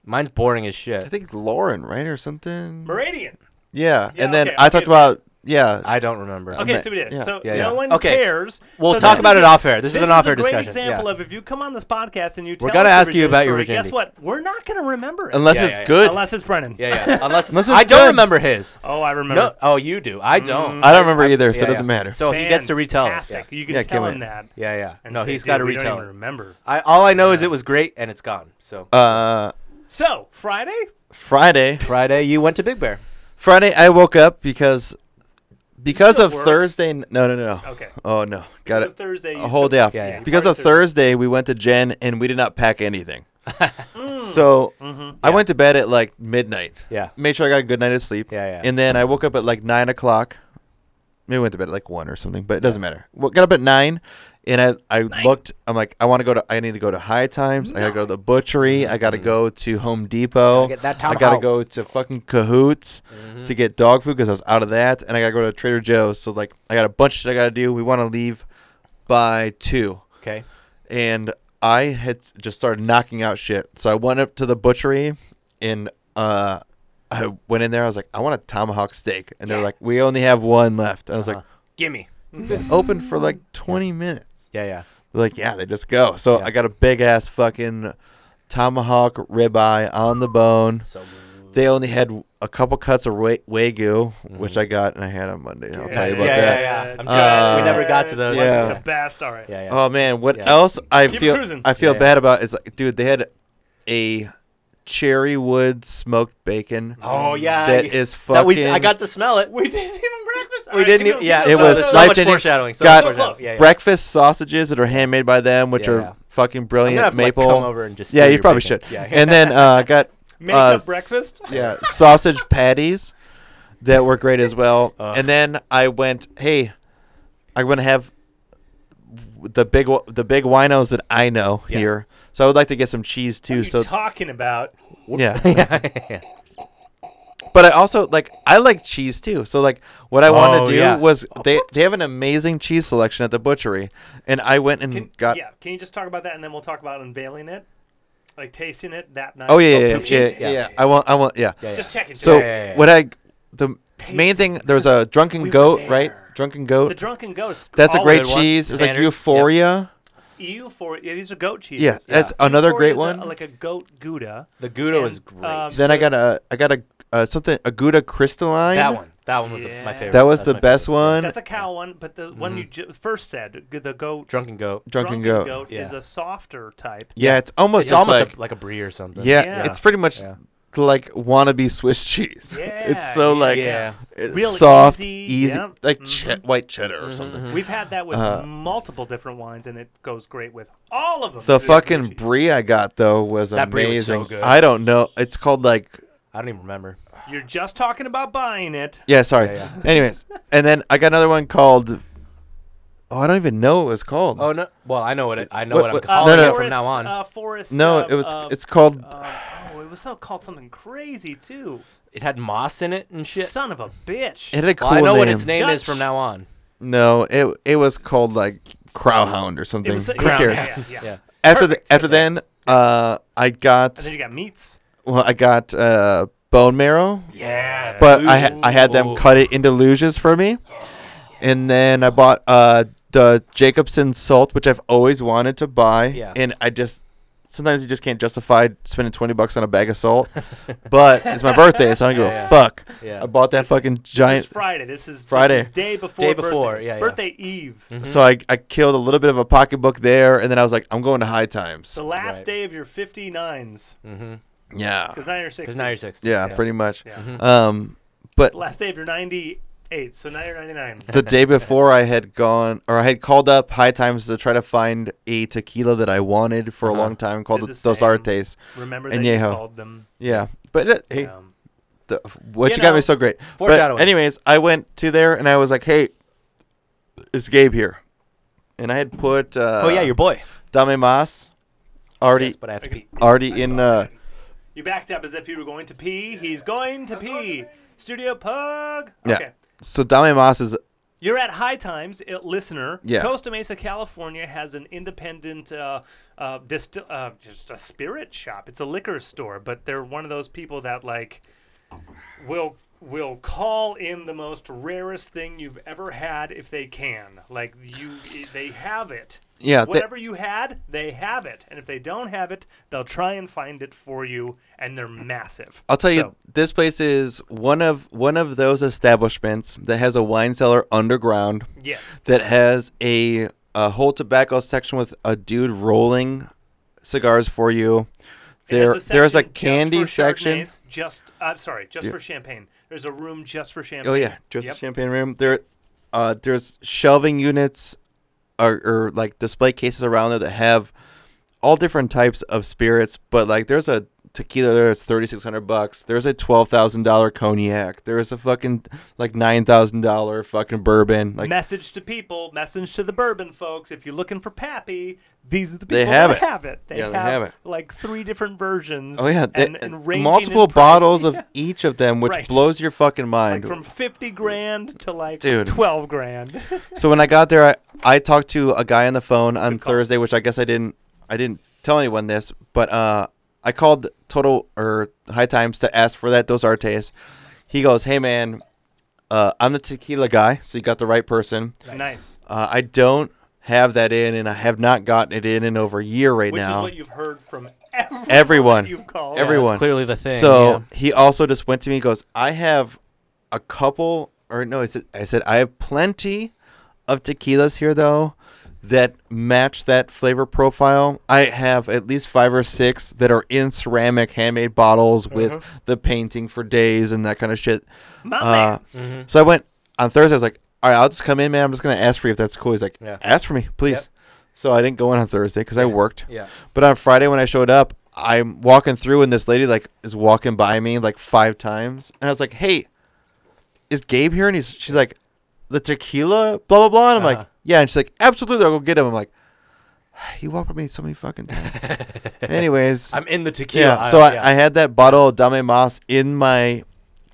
Speaker 2: Mine's boring as
Speaker 3: I
Speaker 2: shit.
Speaker 3: think Lauren, right? Or something.
Speaker 1: Meridian.
Speaker 3: Yeah.
Speaker 1: Yeah,
Speaker 3: and then
Speaker 1: okay,
Speaker 3: I
Speaker 1: okay.
Speaker 3: talked about, yeah.
Speaker 2: I don't remember.
Speaker 1: Okay,
Speaker 3: ma-
Speaker 1: so we did.
Speaker 3: yeah,
Speaker 1: So
Speaker 2: yeah, yeah.
Speaker 1: no one
Speaker 2: Okay.
Speaker 1: cares.
Speaker 2: We'll
Speaker 1: So
Speaker 2: talk
Speaker 1: this
Speaker 2: about
Speaker 1: is
Speaker 2: it
Speaker 1: a-
Speaker 2: off air. This, is an off
Speaker 1: a
Speaker 2: air
Speaker 1: great
Speaker 2: discussion.
Speaker 1: example
Speaker 2: yeah.
Speaker 1: of if you come on this podcast and you tell
Speaker 2: We're gonna
Speaker 1: us your
Speaker 2: ask you
Speaker 1: virginity
Speaker 2: about your
Speaker 1: story,
Speaker 2: virginity.
Speaker 1: Guess what? We're not gonna remember it
Speaker 3: Unless
Speaker 2: Yeah,
Speaker 3: it's
Speaker 2: yeah, yeah.
Speaker 3: good.
Speaker 1: unless it's Brennan.
Speaker 2: yeah, yeah. Unless,
Speaker 3: Unless
Speaker 2: I
Speaker 3: it's
Speaker 2: don't
Speaker 3: good.
Speaker 2: remember his.
Speaker 1: Oh, I remember. Mm-hmm.
Speaker 2: No. Oh, you do. I don't.
Speaker 3: I don't remember either, so
Speaker 2: yeah,
Speaker 3: it doesn't
Speaker 2: yeah.
Speaker 3: matter.
Speaker 2: So if he gets to retell us. Yeah,
Speaker 1: Fantastic. You can
Speaker 3: Yeah,
Speaker 1: tell
Speaker 3: Kim
Speaker 1: him
Speaker 3: it.
Speaker 1: that.
Speaker 2: yeah. yeah.
Speaker 1: and
Speaker 2: No,
Speaker 1: say,
Speaker 2: he's
Speaker 1: "Dude,
Speaker 2: got to
Speaker 1: we don't
Speaker 2: retell.
Speaker 1: even
Speaker 2: it.
Speaker 1: remember.
Speaker 2: I all I know is it was great and it's gone. So
Speaker 3: uh,
Speaker 1: So Friday,
Speaker 3: Friday.
Speaker 2: Friday, you went to Big Bear.
Speaker 3: Friday, I woke up because because
Speaker 1: still
Speaker 3: of
Speaker 1: work?
Speaker 3: Thursday. n- No, no, no.
Speaker 1: okay.
Speaker 3: Oh no, got
Speaker 1: So
Speaker 3: it.
Speaker 1: Thursday, you
Speaker 3: A whole day
Speaker 1: still-
Speaker 3: off.
Speaker 2: Yeah, yeah.
Speaker 3: Because of
Speaker 1: Friday,
Speaker 3: Thursday, we went to Jen and we did not pack anything. so I went to bed at like midnight.
Speaker 2: Yeah.
Speaker 3: Made sure I got a good night of sleep.
Speaker 2: Yeah, yeah.
Speaker 3: And then I woke up at like nine o'clock. Maybe I went to bed at like one or something, but it doesn't matter. Well, got up at nine, and I I looked. I'm like, I want to go to. I need to go to High Times. I gotta go to the butchery. I gotta go to Home Depot.
Speaker 2: get that Mm-hmm.
Speaker 3: I
Speaker 2: Tom
Speaker 3: gotta
Speaker 2: Ho.
Speaker 3: go to fucking Cahoots to get dog food because I was out of that, and I gotta go to Trader Joe's. So like, I got a bunch of shit I gotta do. We want to leave by two
Speaker 2: Okay.
Speaker 3: and I had s- just started knocking out shit. So I went up to the butchery and uh, I went in there. I was like, I want a tomahawk steak, and they're
Speaker 2: Yeah. Uh-huh.
Speaker 3: like, we only have one left. I was
Speaker 2: Gimme.
Speaker 3: like, been open for like 20 minutes.
Speaker 2: Yeah, yeah.
Speaker 3: They're like, yeah, they just go. So
Speaker 2: Yeah.
Speaker 3: I got a big ass fucking tomahawk ribeye on the bone.
Speaker 2: So
Speaker 3: They only had a couple cuts of wa- wagyu, which I
Speaker 2: Mm-hmm.
Speaker 3: got and I had on Monday. I'll tell you
Speaker 2: yeah,
Speaker 3: about
Speaker 2: yeah,
Speaker 3: that.
Speaker 2: yeah, I'm
Speaker 3: Uh,
Speaker 2: jealous. we never got to those.
Speaker 3: yeah.
Speaker 1: The best. All right.
Speaker 2: yeah, yeah.
Speaker 3: Oh man, what
Speaker 2: Yeah.
Speaker 3: else I
Speaker 1: Keep
Speaker 3: feel
Speaker 1: cruising.
Speaker 3: I feel
Speaker 2: Yeah.
Speaker 3: bad about is like, dude, they had a cherry wood smoked bacon.
Speaker 2: Oh, yeah,
Speaker 3: that
Speaker 2: yeah.
Speaker 3: is fucking.
Speaker 2: that we, I got to smell it.
Speaker 1: We didn't even breakfast.
Speaker 2: We didn't.
Speaker 1: even.
Speaker 2: e- yeah,
Speaker 3: It
Speaker 2: no,
Speaker 3: was
Speaker 2: there's so
Speaker 3: life
Speaker 2: much
Speaker 3: changing.
Speaker 2: foreshadowing. So
Speaker 3: Got-
Speaker 2: much foreshadowing. Yeah, yeah.
Speaker 3: breakfast sausages that are handmade by them, which
Speaker 2: Yeah,
Speaker 3: are
Speaker 2: yeah.
Speaker 3: fucking
Speaker 2: I'm
Speaker 3: brilliant
Speaker 2: gonna have to, like,
Speaker 3: maple.
Speaker 2: come over and just
Speaker 3: yeah,
Speaker 2: steal
Speaker 3: you
Speaker 2: your
Speaker 3: probably
Speaker 2: bacon.
Speaker 3: should.
Speaker 2: Yeah.
Speaker 3: and then uh, got
Speaker 1: Make
Speaker 3: uh,
Speaker 1: up
Speaker 3: s-
Speaker 1: breakfast.
Speaker 3: Yeah, sausage patties that were great as well.
Speaker 2: Ugh.
Speaker 3: and then I went, hey, I'm gonna have the big wi- the big winos that I know
Speaker 2: Yeah.
Speaker 3: here. So I would like to get some cheese
Speaker 1: What are
Speaker 3: too.
Speaker 1: you
Speaker 3: So
Speaker 1: talking about?
Speaker 3: yeah,
Speaker 2: yeah.
Speaker 3: but I also like I like cheese too. So like what I wanted
Speaker 2: Oh,
Speaker 3: to do
Speaker 2: yeah.
Speaker 3: was they they have an amazing cheese selection at the butchery, and I went and
Speaker 1: Can,
Speaker 3: Mm, got
Speaker 1: yeah. Can you just talk about that and then we'll talk about unveiling it, like tasting it that night.
Speaker 3: oh yeah yeah yeah,
Speaker 1: please.
Speaker 3: yeah,
Speaker 2: yeah,
Speaker 3: yeah,
Speaker 2: yeah.
Speaker 3: I want I want yeah.
Speaker 2: yeah.
Speaker 1: Just checking.
Speaker 3: So
Speaker 2: Yeah, yeah, yeah.
Speaker 3: what I the main thing there was a drunken goat right drunken goat.
Speaker 1: the drunken goats.
Speaker 3: That's a
Speaker 1: all
Speaker 3: great
Speaker 1: of it.
Speaker 2: one.
Speaker 3: cheese. It's like
Speaker 2: Standard.
Speaker 3: Euphoria.
Speaker 1: EU for yeah, these are goat cheeses.
Speaker 3: Yeah, that's another
Speaker 1: Euphoria
Speaker 3: great
Speaker 1: is
Speaker 3: one.
Speaker 1: A, like a goat gouda.
Speaker 2: The Gouda
Speaker 1: And,
Speaker 2: was great.
Speaker 1: um,
Speaker 3: then I got a I got a uh, something a Gouda Crystalline.
Speaker 2: that one. That one was the,
Speaker 1: Yeah.
Speaker 2: my favorite.
Speaker 3: That was
Speaker 2: That's
Speaker 3: the
Speaker 2: my
Speaker 3: best
Speaker 2: favorite.
Speaker 3: one. Mm-hmm.
Speaker 1: That's a cow one, but the one you ju- first said, g- the goat
Speaker 2: Drunken goat.
Speaker 3: Drunken goat.
Speaker 1: is
Speaker 2: Yeah.
Speaker 1: a softer type.
Speaker 3: Yeah, it's almost
Speaker 2: It's
Speaker 3: just
Speaker 2: almost
Speaker 3: like
Speaker 2: a, like a brie or something.
Speaker 3: yeah,
Speaker 1: Yeah.
Speaker 3: it's pretty much
Speaker 2: Yeah.
Speaker 3: like wannabe Swiss cheese.
Speaker 1: Yeah,
Speaker 3: it's so
Speaker 1: yeah,
Speaker 3: like
Speaker 2: yeah.
Speaker 3: it's
Speaker 1: Real
Speaker 3: soft,
Speaker 1: easy,
Speaker 3: easy,
Speaker 1: yeah.
Speaker 3: like
Speaker 2: Mm-hmm.
Speaker 3: che- white cheddar or something.
Speaker 1: We've had that with
Speaker 3: Uh,
Speaker 1: multiple different wines, and it goes great with all of them.
Speaker 3: The
Speaker 1: Dude,
Speaker 3: fucking
Speaker 1: goat cheese.
Speaker 3: brie I got though was
Speaker 2: That brie was so
Speaker 3: amazing.
Speaker 2: good.
Speaker 3: I don't know. It's called like
Speaker 2: I don't even remember.
Speaker 1: You're just talking about buying it.
Speaker 3: Yeah, sorry.
Speaker 2: Yeah,
Speaker 3: Anyways, and then I got another one called. Oh, I don't even know what it was called.
Speaker 2: Oh no. Well, I know what it, I know
Speaker 3: What-
Speaker 2: what,
Speaker 3: what-
Speaker 2: I'm calling
Speaker 3: no, no.
Speaker 2: it from now
Speaker 1: Forest,
Speaker 2: on.
Speaker 1: Uh, forest.
Speaker 3: no,
Speaker 1: uh,
Speaker 3: it was.
Speaker 1: uh,
Speaker 3: it's called.
Speaker 1: um, oh, it was so- called something crazy too.
Speaker 2: it had moss in it and shit.
Speaker 1: Son of a bitch.
Speaker 3: it had a cool
Speaker 2: Well, I know
Speaker 3: name.
Speaker 2: what its name is from
Speaker 1: Dutch.
Speaker 2: now on.
Speaker 3: No, it it was called like Crowhound or
Speaker 1: It
Speaker 3: something.
Speaker 1: was
Speaker 3: Who
Speaker 1: yeah,
Speaker 3: cares?
Speaker 1: Yeah, yeah, yeah.
Speaker 2: Yeah.
Speaker 3: After
Speaker 1: Perfect.
Speaker 3: the, after then, uh, I got
Speaker 1: And then you got meats.
Speaker 3: well, I got uh, bone marrow,
Speaker 2: Yeah.
Speaker 3: but I ha- I had them cut it into luges for me, and then I bought uh the Jacobson salt, which I've always wanted to buy,
Speaker 2: Yeah.
Speaker 3: and I just. Sometimes you just can't justify spending twenty bucks on a bag of salt, but it's my birthday, so I don't give
Speaker 2: Yeah, yeah.
Speaker 3: a fuck.
Speaker 2: Yeah.
Speaker 3: I bought that fucking
Speaker 1: This
Speaker 3: giant
Speaker 1: is Friday. This is
Speaker 3: Friday.
Speaker 1: This is day before.
Speaker 2: Day before,
Speaker 1: Birthday.
Speaker 2: yeah, Mm-hmm. yeah.
Speaker 1: Birthday Eve.
Speaker 3: So I, I killed a little bit of a pocketbook there, and then I was like, I'm going to high times.
Speaker 1: The last
Speaker 2: Right.
Speaker 1: day of your 59s.
Speaker 3: Yeah.
Speaker 1: Because now you're 60.
Speaker 2: Because Mm-hmm. now you're 60.
Speaker 3: Yeah, pretty much.
Speaker 1: Yeah.
Speaker 2: Mm-hmm. Uh,
Speaker 3: Um, but
Speaker 1: The last day of your 98. So now you're 99.
Speaker 3: the day before, I had gone or I had called up high times to try to find a tequila that I wanted for a long time called
Speaker 1: Did the
Speaker 3: Dos
Speaker 1: same.
Speaker 3: Artes.
Speaker 1: Remember that
Speaker 3: And
Speaker 1: you
Speaker 3: Yeho.
Speaker 1: called them.
Speaker 3: Yeah, but it, hey,
Speaker 1: Um,
Speaker 3: the,
Speaker 2: You
Speaker 3: what you, got
Speaker 2: know,
Speaker 3: me so great. But
Speaker 2: foreshadowing.
Speaker 3: anyways, I went to there and I was like, hey, is Gabe here? And I had put uh,
Speaker 2: oh yeah, your boy.
Speaker 3: Dame Mas already
Speaker 2: Yes, but I have to pee.
Speaker 3: already in uh,
Speaker 1: You backed up as if you were going to pee. He's going to pee. Studio Pug.
Speaker 3: yeah.
Speaker 1: Okay.
Speaker 3: So Dame Mas is
Speaker 1: You're at High Times, uh, listener.
Speaker 3: Yeah.
Speaker 1: Costa Mesa, California has an independent, uh, uh, distill, uh, just a spirit shop. It's a liquor store, but they're one of those people that like will will call in the most rarest thing you've ever had if they can. Like you, they have it.
Speaker 3: Yeah, they-
Speaker 1: Whatever you had, they have it, and if they don't have it, they'll try and find it for you, and they're massive.
Speaker 3: I'll tell you,
Speaker 1: So-
Speaker 3: this place is one of one of those establishments that has a wine cellar underground.
Speaker 1: Yes.
Speaker 3: That has a a whole tobacco section with a dude rolling cigars for you. There,
Speaker 1: There's a
Speaker 3: there's a
Speaker 1: section just
Speaker 3: candy
Speaker 1: for
Speaker 3: section.
Speaker 1: Chardonnays, Just, I'm sorry, just for champagne. There's a room just for champagne.
Speaker 3: Oh yeah, just
Speaker 1: Yep.
Speaker 3: a champagne room. There, uh, there's shelving units, or, or like display cases around there that have all different types of spirits. But like, there's a tequila that's thirty six hundred bucks. There's a twelve thousand dollar cognac. There's a fucking like nine thousand dollar fucking bourbon. Like
Speaker 1: message to people, message to the bourbon folks. If you're looking for Pappy, these are the people
Speaker 3: They have
Speaker 1: that
Speaker 3: it.
Speaker 1: have it. They,
Speaker 3: Yeah,
Speaker 1: have,
Speaker 3: they have it.
Speaker 1: like three different versions.
Speaker 3: oh yeah,
Speaker 1: and,
Speaker 3: th-
Speaker 1: and ranging in
Speaker 3: multiple
Speaker 1: price.
Speaker 3: bottles of
Speaker 1: Yeah.
Speaker 3: each of them, which
Speaker 1: Right.
Speaker 3: blows your fucking mind.
Speaker 1: Like from fifty grand to like
Speaker 3: Dude.
Speaker 1: twelve grand.
Speaker 3: So when I got there, I, I talked to a guy on the phone on Thursday, which I guess I didn't I didn't tell anyone this, but uh, I called Total or High Times to ask for that Dos Artes. He goes, "Hey man, uh, I'm the tequila guy, so you got the right person.
Speaker 1: nice.
Speaker 3: Uh, I don't have that in, and I have not gotten it in in over a year right
Speaker 1: Which is
Speaker 3: now.
Speaker 1: what you've heard from everyone.
Speaker 3: Everyone.
Speaker 1: that you've called.
Speaker 3: Every- everyone.
Speaker 2: That's clearly the thing.
Speaker 3: So
Speaker 2: yeah.
Speaker 3: he also just went to me and goes, I have a couple, or no, I said, I said, I have plenty of tequilas here, though, that match that flavor profile. I have at least five or six that are in ceramic handmade bottles
Speaker 2: Uh-huh.
Speaker 3: with the painting for days and that kind of shit.
Speaker 1: My
Speaker 2: Oh,
Speaker 3: Uh,
Speaker 1: man.
Speaker 2: Mm-hmm.
Speaker 3: So I went on Thursday, I was like, all right, I'll just come in, man. I'm just going to ask for you if that's cool. He's like,
Speaker 2: Yeah.
Speaker 3: ask for me, please.
Speaker 2: Yep.
Speaker 3: So I didn't go in on Thursday because I worked.
Speaker 2: Yeah.
Speaker 3: But on Friday when I showed up, I'm walking through and this lady like is walking by me like five times, and I was like, "Hey, is Gabe here?" And he's she's like, "The tequila, blah blah blah." And I'm
Speaker 2: Uh-huh.
Speaker 3: like, "Yeah," and she's like, "Absolutely, I'll go get him." I'm like, "He walked with me so many fucking times." Anyways,
Speaker 2: I'm in the tequila. Uh,
Speaker 3: yeah.
Speaker 2: aisle,
Speaker 3: So I,
Speaker 2: yeah.
Speaker 3: I had that bottle of Dame Mas in my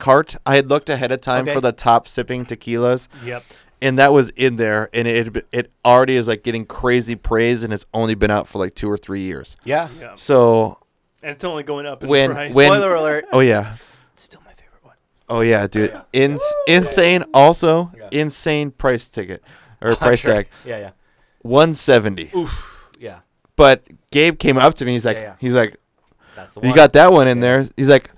Speaker 3: cart. I had looked ahead of time
Speaker 2: Okay.
Speaker 3: for the top sipping tequilas,
Speaker 1: Yep.
Speaker 3: and that was in there, and it it already is like getting crazy praise, and it's only been out for like two or three years.
Speaker 2: yeah.
Speaker 1: Yeah.
Speaker 3: So
Speaker 1: And it's only going up in
Speaker 3: when
Speaker 1: price.
Speaker 3: when
Speaker 2: Spoiler alert.
Speaker 3: oh yeah
Speaker 2: Still my favorite one.
Speaker 3: oh yeah dude Ins- insane also
Speaker 2: Yeah.
Speaker 3: insane price ticket or price
Speaker 2: Sure.
Speaker 3: tag
Speaker 2: Yeah, yeah.
Speaker 3: 170
Speaker 2: Oof. Yeah.
Speaker 3: but gabe came up to me he's like
Speaker 2: Yeah, yeah.
Speaker 3: he's like
Speaker 2: That's the one.
Speaker 3: you got that one in there he's like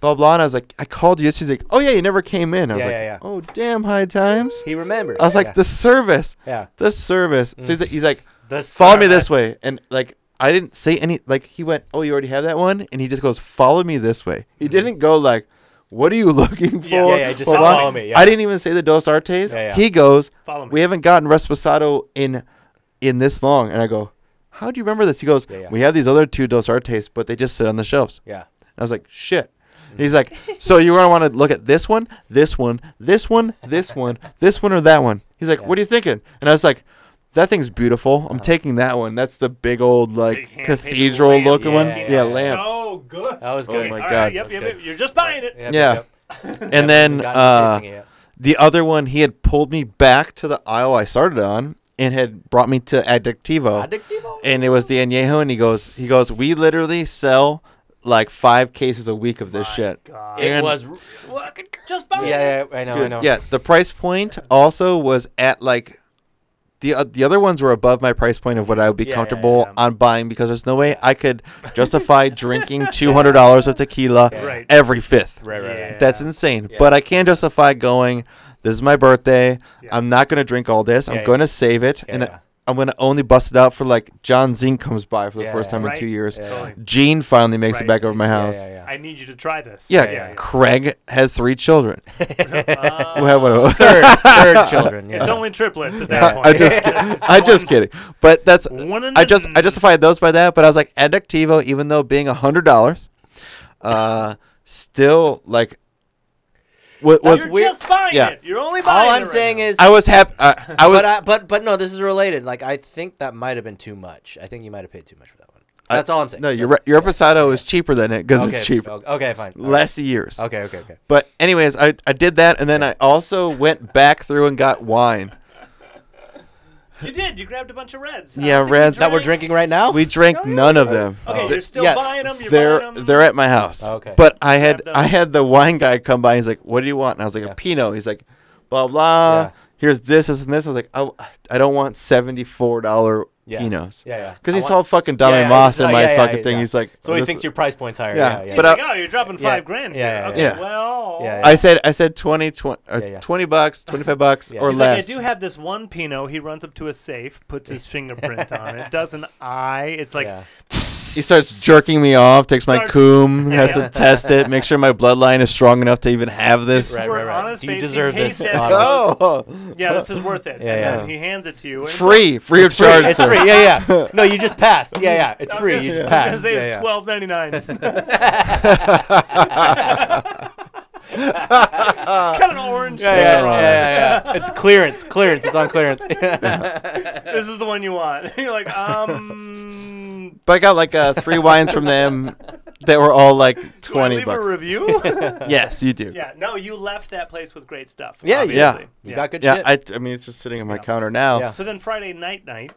Speaker 3: blah blah and i was like i called you she's like oh yeah you never came in i was
Speaker 2: Yeah,
Speaker 3: like
Speaker 2: yeah, yeah.
Speaker 3: oh damn high times
Speaker 2: He remembers.
Speaker 3: i was like
Speaker 2: yeah.
Speaker 3: the service
Speaker 2: Yeah. Mm.
Speaker 3: the service so he's like, he's like
Speaker 2: The
Speaker 3: follow me this way and like i didn't say any like he went oh you already have that one and he just goes follow me this way he didn't go like what are you looking for
Speaker 1: Yeah, yeah,
Speaker 2: Mm-hmm. yeah, just
Speaker 3: Or,
Speaker 1: follow
Speaker 3: "Well,
Speaker 2: me, yeah."
Speaker 3: i didn't even say the dos artes
Speaker 2: Yeah, yeah.
Speaker 3: he goes
Speaker 1: Follow me.
Speaker 3: we haven't gotten resposado in in this long and i go how do you remember this he goes
Speaker 2: Yeah, yeah.
Speaker 3: we have these other two dos artes but they just sit on the shelves
Speaker 2: Yeah.
Speaker 3: i was like shit He's like, so you're gonna want to look at this one, this one, this one, this one, this one, or that one. He's like,
Speaker 2: Yeah.
Speaker 3: what are you thinking? And I was like, that thing's beautiful. I'm taking that one. That's the big old
Speaker 1: Big
Speaker 3: like
Speaker 1: hand-painted
Speaker 3: cathedral
Speaker 1: lamp.
Speaker 3: looking one.
Speaker 2: Yeah,
Speaker 3: Yeah,
Speaker 2: yeah.
Speaker 3: lamp.
Speaker 1: So good.
Speaker 2: That was
Speaker 3: Oh
Speaker 2: good.
Speaker 3: my
Speaker 1: All right,
Speaker 3: God,
Speaker 1: yep,
Speaker 2: that's
Speaker 1: yep,
Speaker 2: good.
Speaker 1: yep. You're just buying it.
Speaker 3: Yeah. And then uh, the other one, he had pulled me back to the aisle I started on and had brought me to Adictivo. and it was the añejo, and he goes, he goes, we literally sell like five cases a week of this shit.
Speaker 2: Uh,
Speaker 1: God.
Speaker 3: It and-
Speaker 2: was.
Speaker 1: Just buy
Speaker 2: Yeah,
Speaker 1: it.
Speaker 2: yeah, I know, I
Speaker 3: Dude,
Speaker 2: know.
Speaker 3: yeah, the price point also was at like the uh, the other ones were above my price point of what I would be
Speaker 2: Yeah, yeah,
Speaker 3: comfortable
Speaker 1: yeah.
Speaker 3: on buying because there's no way I could justify drinking two hundred dollars of tequila
Speaker 2: Yeah.
Speaker 1: Right.
Speaker 3: every fifth.
Speaker 2: Right, right,
Speaker 1: Yeah.
Speaker 2: right.
Speaker 3: That's insane.
Speaker 2: Yeah.
Speaker 3: But I can justify going. This is my birthday.
Speaker 1: Yeah.
Speaker 3: I'm not gonna drink all this.
Speaker 2: Yeah,
Speaker 3: I'm gonna save it, and
Speaker 2: yeah.
Speaker 3: I'm gonna only bust it out for like John Zing comes by for the
Speaker 2: Yeah,
Speaker 3: first
Speaker 2: yeah.
Speaker 3: time
Speaker 1: Right.
Speaker 3: in two years.
Speaker 2: Yeah.
Speaker 1: Totally.
Speaker 3: Gene finally makes
Speaker 1: Right.
Speaker 3: it back over my
Speaker 2: Yeah,
Speaker 3: house.
Speaker 2: yeah, yeah.
Speaker 1: I need you to try this.
Speaker 3: yeah,
Speaker 2: yeah, yeah.
Speaker 3: Craig has three children.
Speaker 1: Uh,
Speaker 3: We'll have one of those.
Speaker 2: Third, third children. Yeah.
Speaker 1: It's only triplets at
Speaker 2: Yeah.
Speaker 1: that point.
Speaker 3: I just,
Speaker 1: It's just
Speaker 3: I just
Speaker 1: one-
Speaker 3: kidding. But that's,
Speaker 1: One and
Speaker 3: I just, I
Speaker 1: done.
Speaker 3: justified those by that. But I was like, Adductivo, even though being a hundred dollars, uh, still like wa- was
Speaker 1: You're
Speaker 5: weird.
Speaker 1: just buying
Speaker 3: Yeah.
Speaker 1: it. You're only buying
Speaker 2: All
Speaker 1: it
Speaker 2: I'm
Speaker 1: right
Speaker 2: saying
Speaker 1: now.
Speaker 2: is,
Speaker 3: I was happy. I, I was
Speaker 2: but I, but but no, this is related. Like I think that might have been too much. I think you might have paid too much for that one.
Speaker 3: I-
Speaker 2: That's all I'm saying.
Speaker 3: no. Your re- your Reposado is cheaper than it because
Speaker 2: okay,
Speaker 3: it's cheaper.
Speaker 2: Okay, fine. All right.
Speaker 3: Less years.
Speaker 2: Okay, okay, okay.
Speaker 3: But anyways, I, I did that, and then I also went back through and got wine.
Speaker 1: you did. You grabbed a bunch of reds. I
Speaker 3: Yeah,
Speaker 1: think we
Speaker 3: reds.
Speaker 2: That we're
Speaker 1: drank-
Speaker 2: drinking right now.
Speaker 3: We drank none of them.
Speaker 1: Okay,
Speaker 2: Oh.
Speaker 1: you're still
Speaker 2: Yeah,
Speaker 1: buying them. You're
Speaker 3: They're
Speaker 1: buying them.
Speaker 3: they're at my house.
Speaker 2: Oh, Okay.
Speaker 3: But I had
Speaker 1: Grab them.
Speaker 3: I had the wine guy come by. He's like, "What do you want?" And I was like,
Speaker 2: Yeah.
Speaker 3: "A Pinot." He's like, "Blah blah."
Speaker 2: Yeah.
Speaker 3: Here's this, this, and this. I was like, "Oh, I don't want seventy four dollar
Speaker 2: Yeah.
Speaker 3: Pinots."
Speaker 2: yeah, yeah.
Speaker 3: Because
Speaker 2: I
Speaker 3: he
Speaker 2: want-
Speaker 3: saw fucking Donnie
Speaker 2: yeah,
Speaker 3: Moss
Speaker 2: yeah,
Speaker 3: in my
Speaker 2: yeah, yeah,
Speaker 3: fucking
Speaker 2: yeah,
Speaker 3: thing.
Speaker 2: yeah.
Speaker 3: He's like,
Speaker 2: So he
Speaker 3: this-
Speaker 2: thinks your price point's higher.
Speaker 3: Yeah,
Speaker 2: Yeah, yeah.
Speaker 1: But
Speaker 3: but
Speaker 2: yeah.
Speaker 3: I-
Speaker 1: like, oh, you're dropping
Speaker 2: Yeah.
Speaker 1: five grand.
Speaker 2: Yeah,
Speaker 1: here.
Speaker 2: yeah,
Speaker 1: okay.
Speaker 3: yeah.
Speaker 1: Well,
Speaker 2: Yeah, yeah.
Speaker 3: I said I said 20, 20, uh,
Speaker 2: Yeah, yeah.
Speaker 3: 20 bucks, twenty five bucks
Speaker 2: Yeah.
Speaker 3: or
Speaker 2: He's
Speaker 1: He's
Speaker 3: less.
Speaker 1: like, I do have this one Pinot. He runs up to a safe, puts his fingerprint on it, does an eye. It's like,
Speaker 2: Yeah.
Speaker 3: he starts jerking me off, takes my
Speaker 1: Starts-
Speaker 3: coom, has
Speaker 1: Yeah.
Speaker 3: to test it, make sure my bloodline is strong enough to even have this.
Speaker 2: Right,
Speaker 1: we're
Speaker 2: right, right.
Speaker 1: honest
Speaker 2: Do you
Speaker 1: face,
Speaker 2: deserve
Speaker 1: in case
Speaker 2: this
Speaker 1: that-
Speaker 2: bottle?
Speaker 3: Oh,
Speaker 1: yeah, this is worth it.
Speaker 2: Yeah,
Speaker 1: and
Speaker 2: yeah.
Speaker 1: then he hands it to you. and it's like-
Speaker 3: free, free of charge,
Speaker 2: It's
Speaker 3: sir.
Speaker 2: free. Yeah, yeah. No, you just passed. Yeah, yeah. It's
Speaker 1: I was
Speaker 2: free.
Speaker 1: gonna
Speaker 2: You
Speaker 1: say-
Speaker 2: just
Speaker 1: I was gonna
Speaker 2: passed.
Speaker 1: say
Speaker 2: Yeah,
Speaker 1: it's
Speaker 2: yeah.
Speaker 1: twelve ninety nine. It's got an orange
Speaker 2: Yeah,
Speaker 1: sticker
Speaker 2: yeah,
Speaker 1: on
Speaker 2: yeah,
Speaker 1: it.
Speaker 2: yeah, yeah. It's clearance, clearance. It's on clearance.
Speaker 1: This is the one you want. You're like, um,
Speaker 3: But I got like uh, three wines from them that were all like
Speaker 1: do I
Speaker 3: twenty
Speaker 1: leave a
Speaker 3: bucks.
Speaker 1: review?
Speaker 3: Yes, you do.
Speaker 1: yeah, no, you left that place with great stuff.
Speaker 2: Yeah, you-
Speaker 1: obviously.
Speaker 3: yeah.
Speaker 2: You got good
Speaker 3: Yeah,
Speaker 2: shit.
Speaker 3: I, I mean it's just sitting on my counter now.
Speaker 2: Yeah.
Speaker 3: Yeah.
Speaker 1: So then Friday night, night.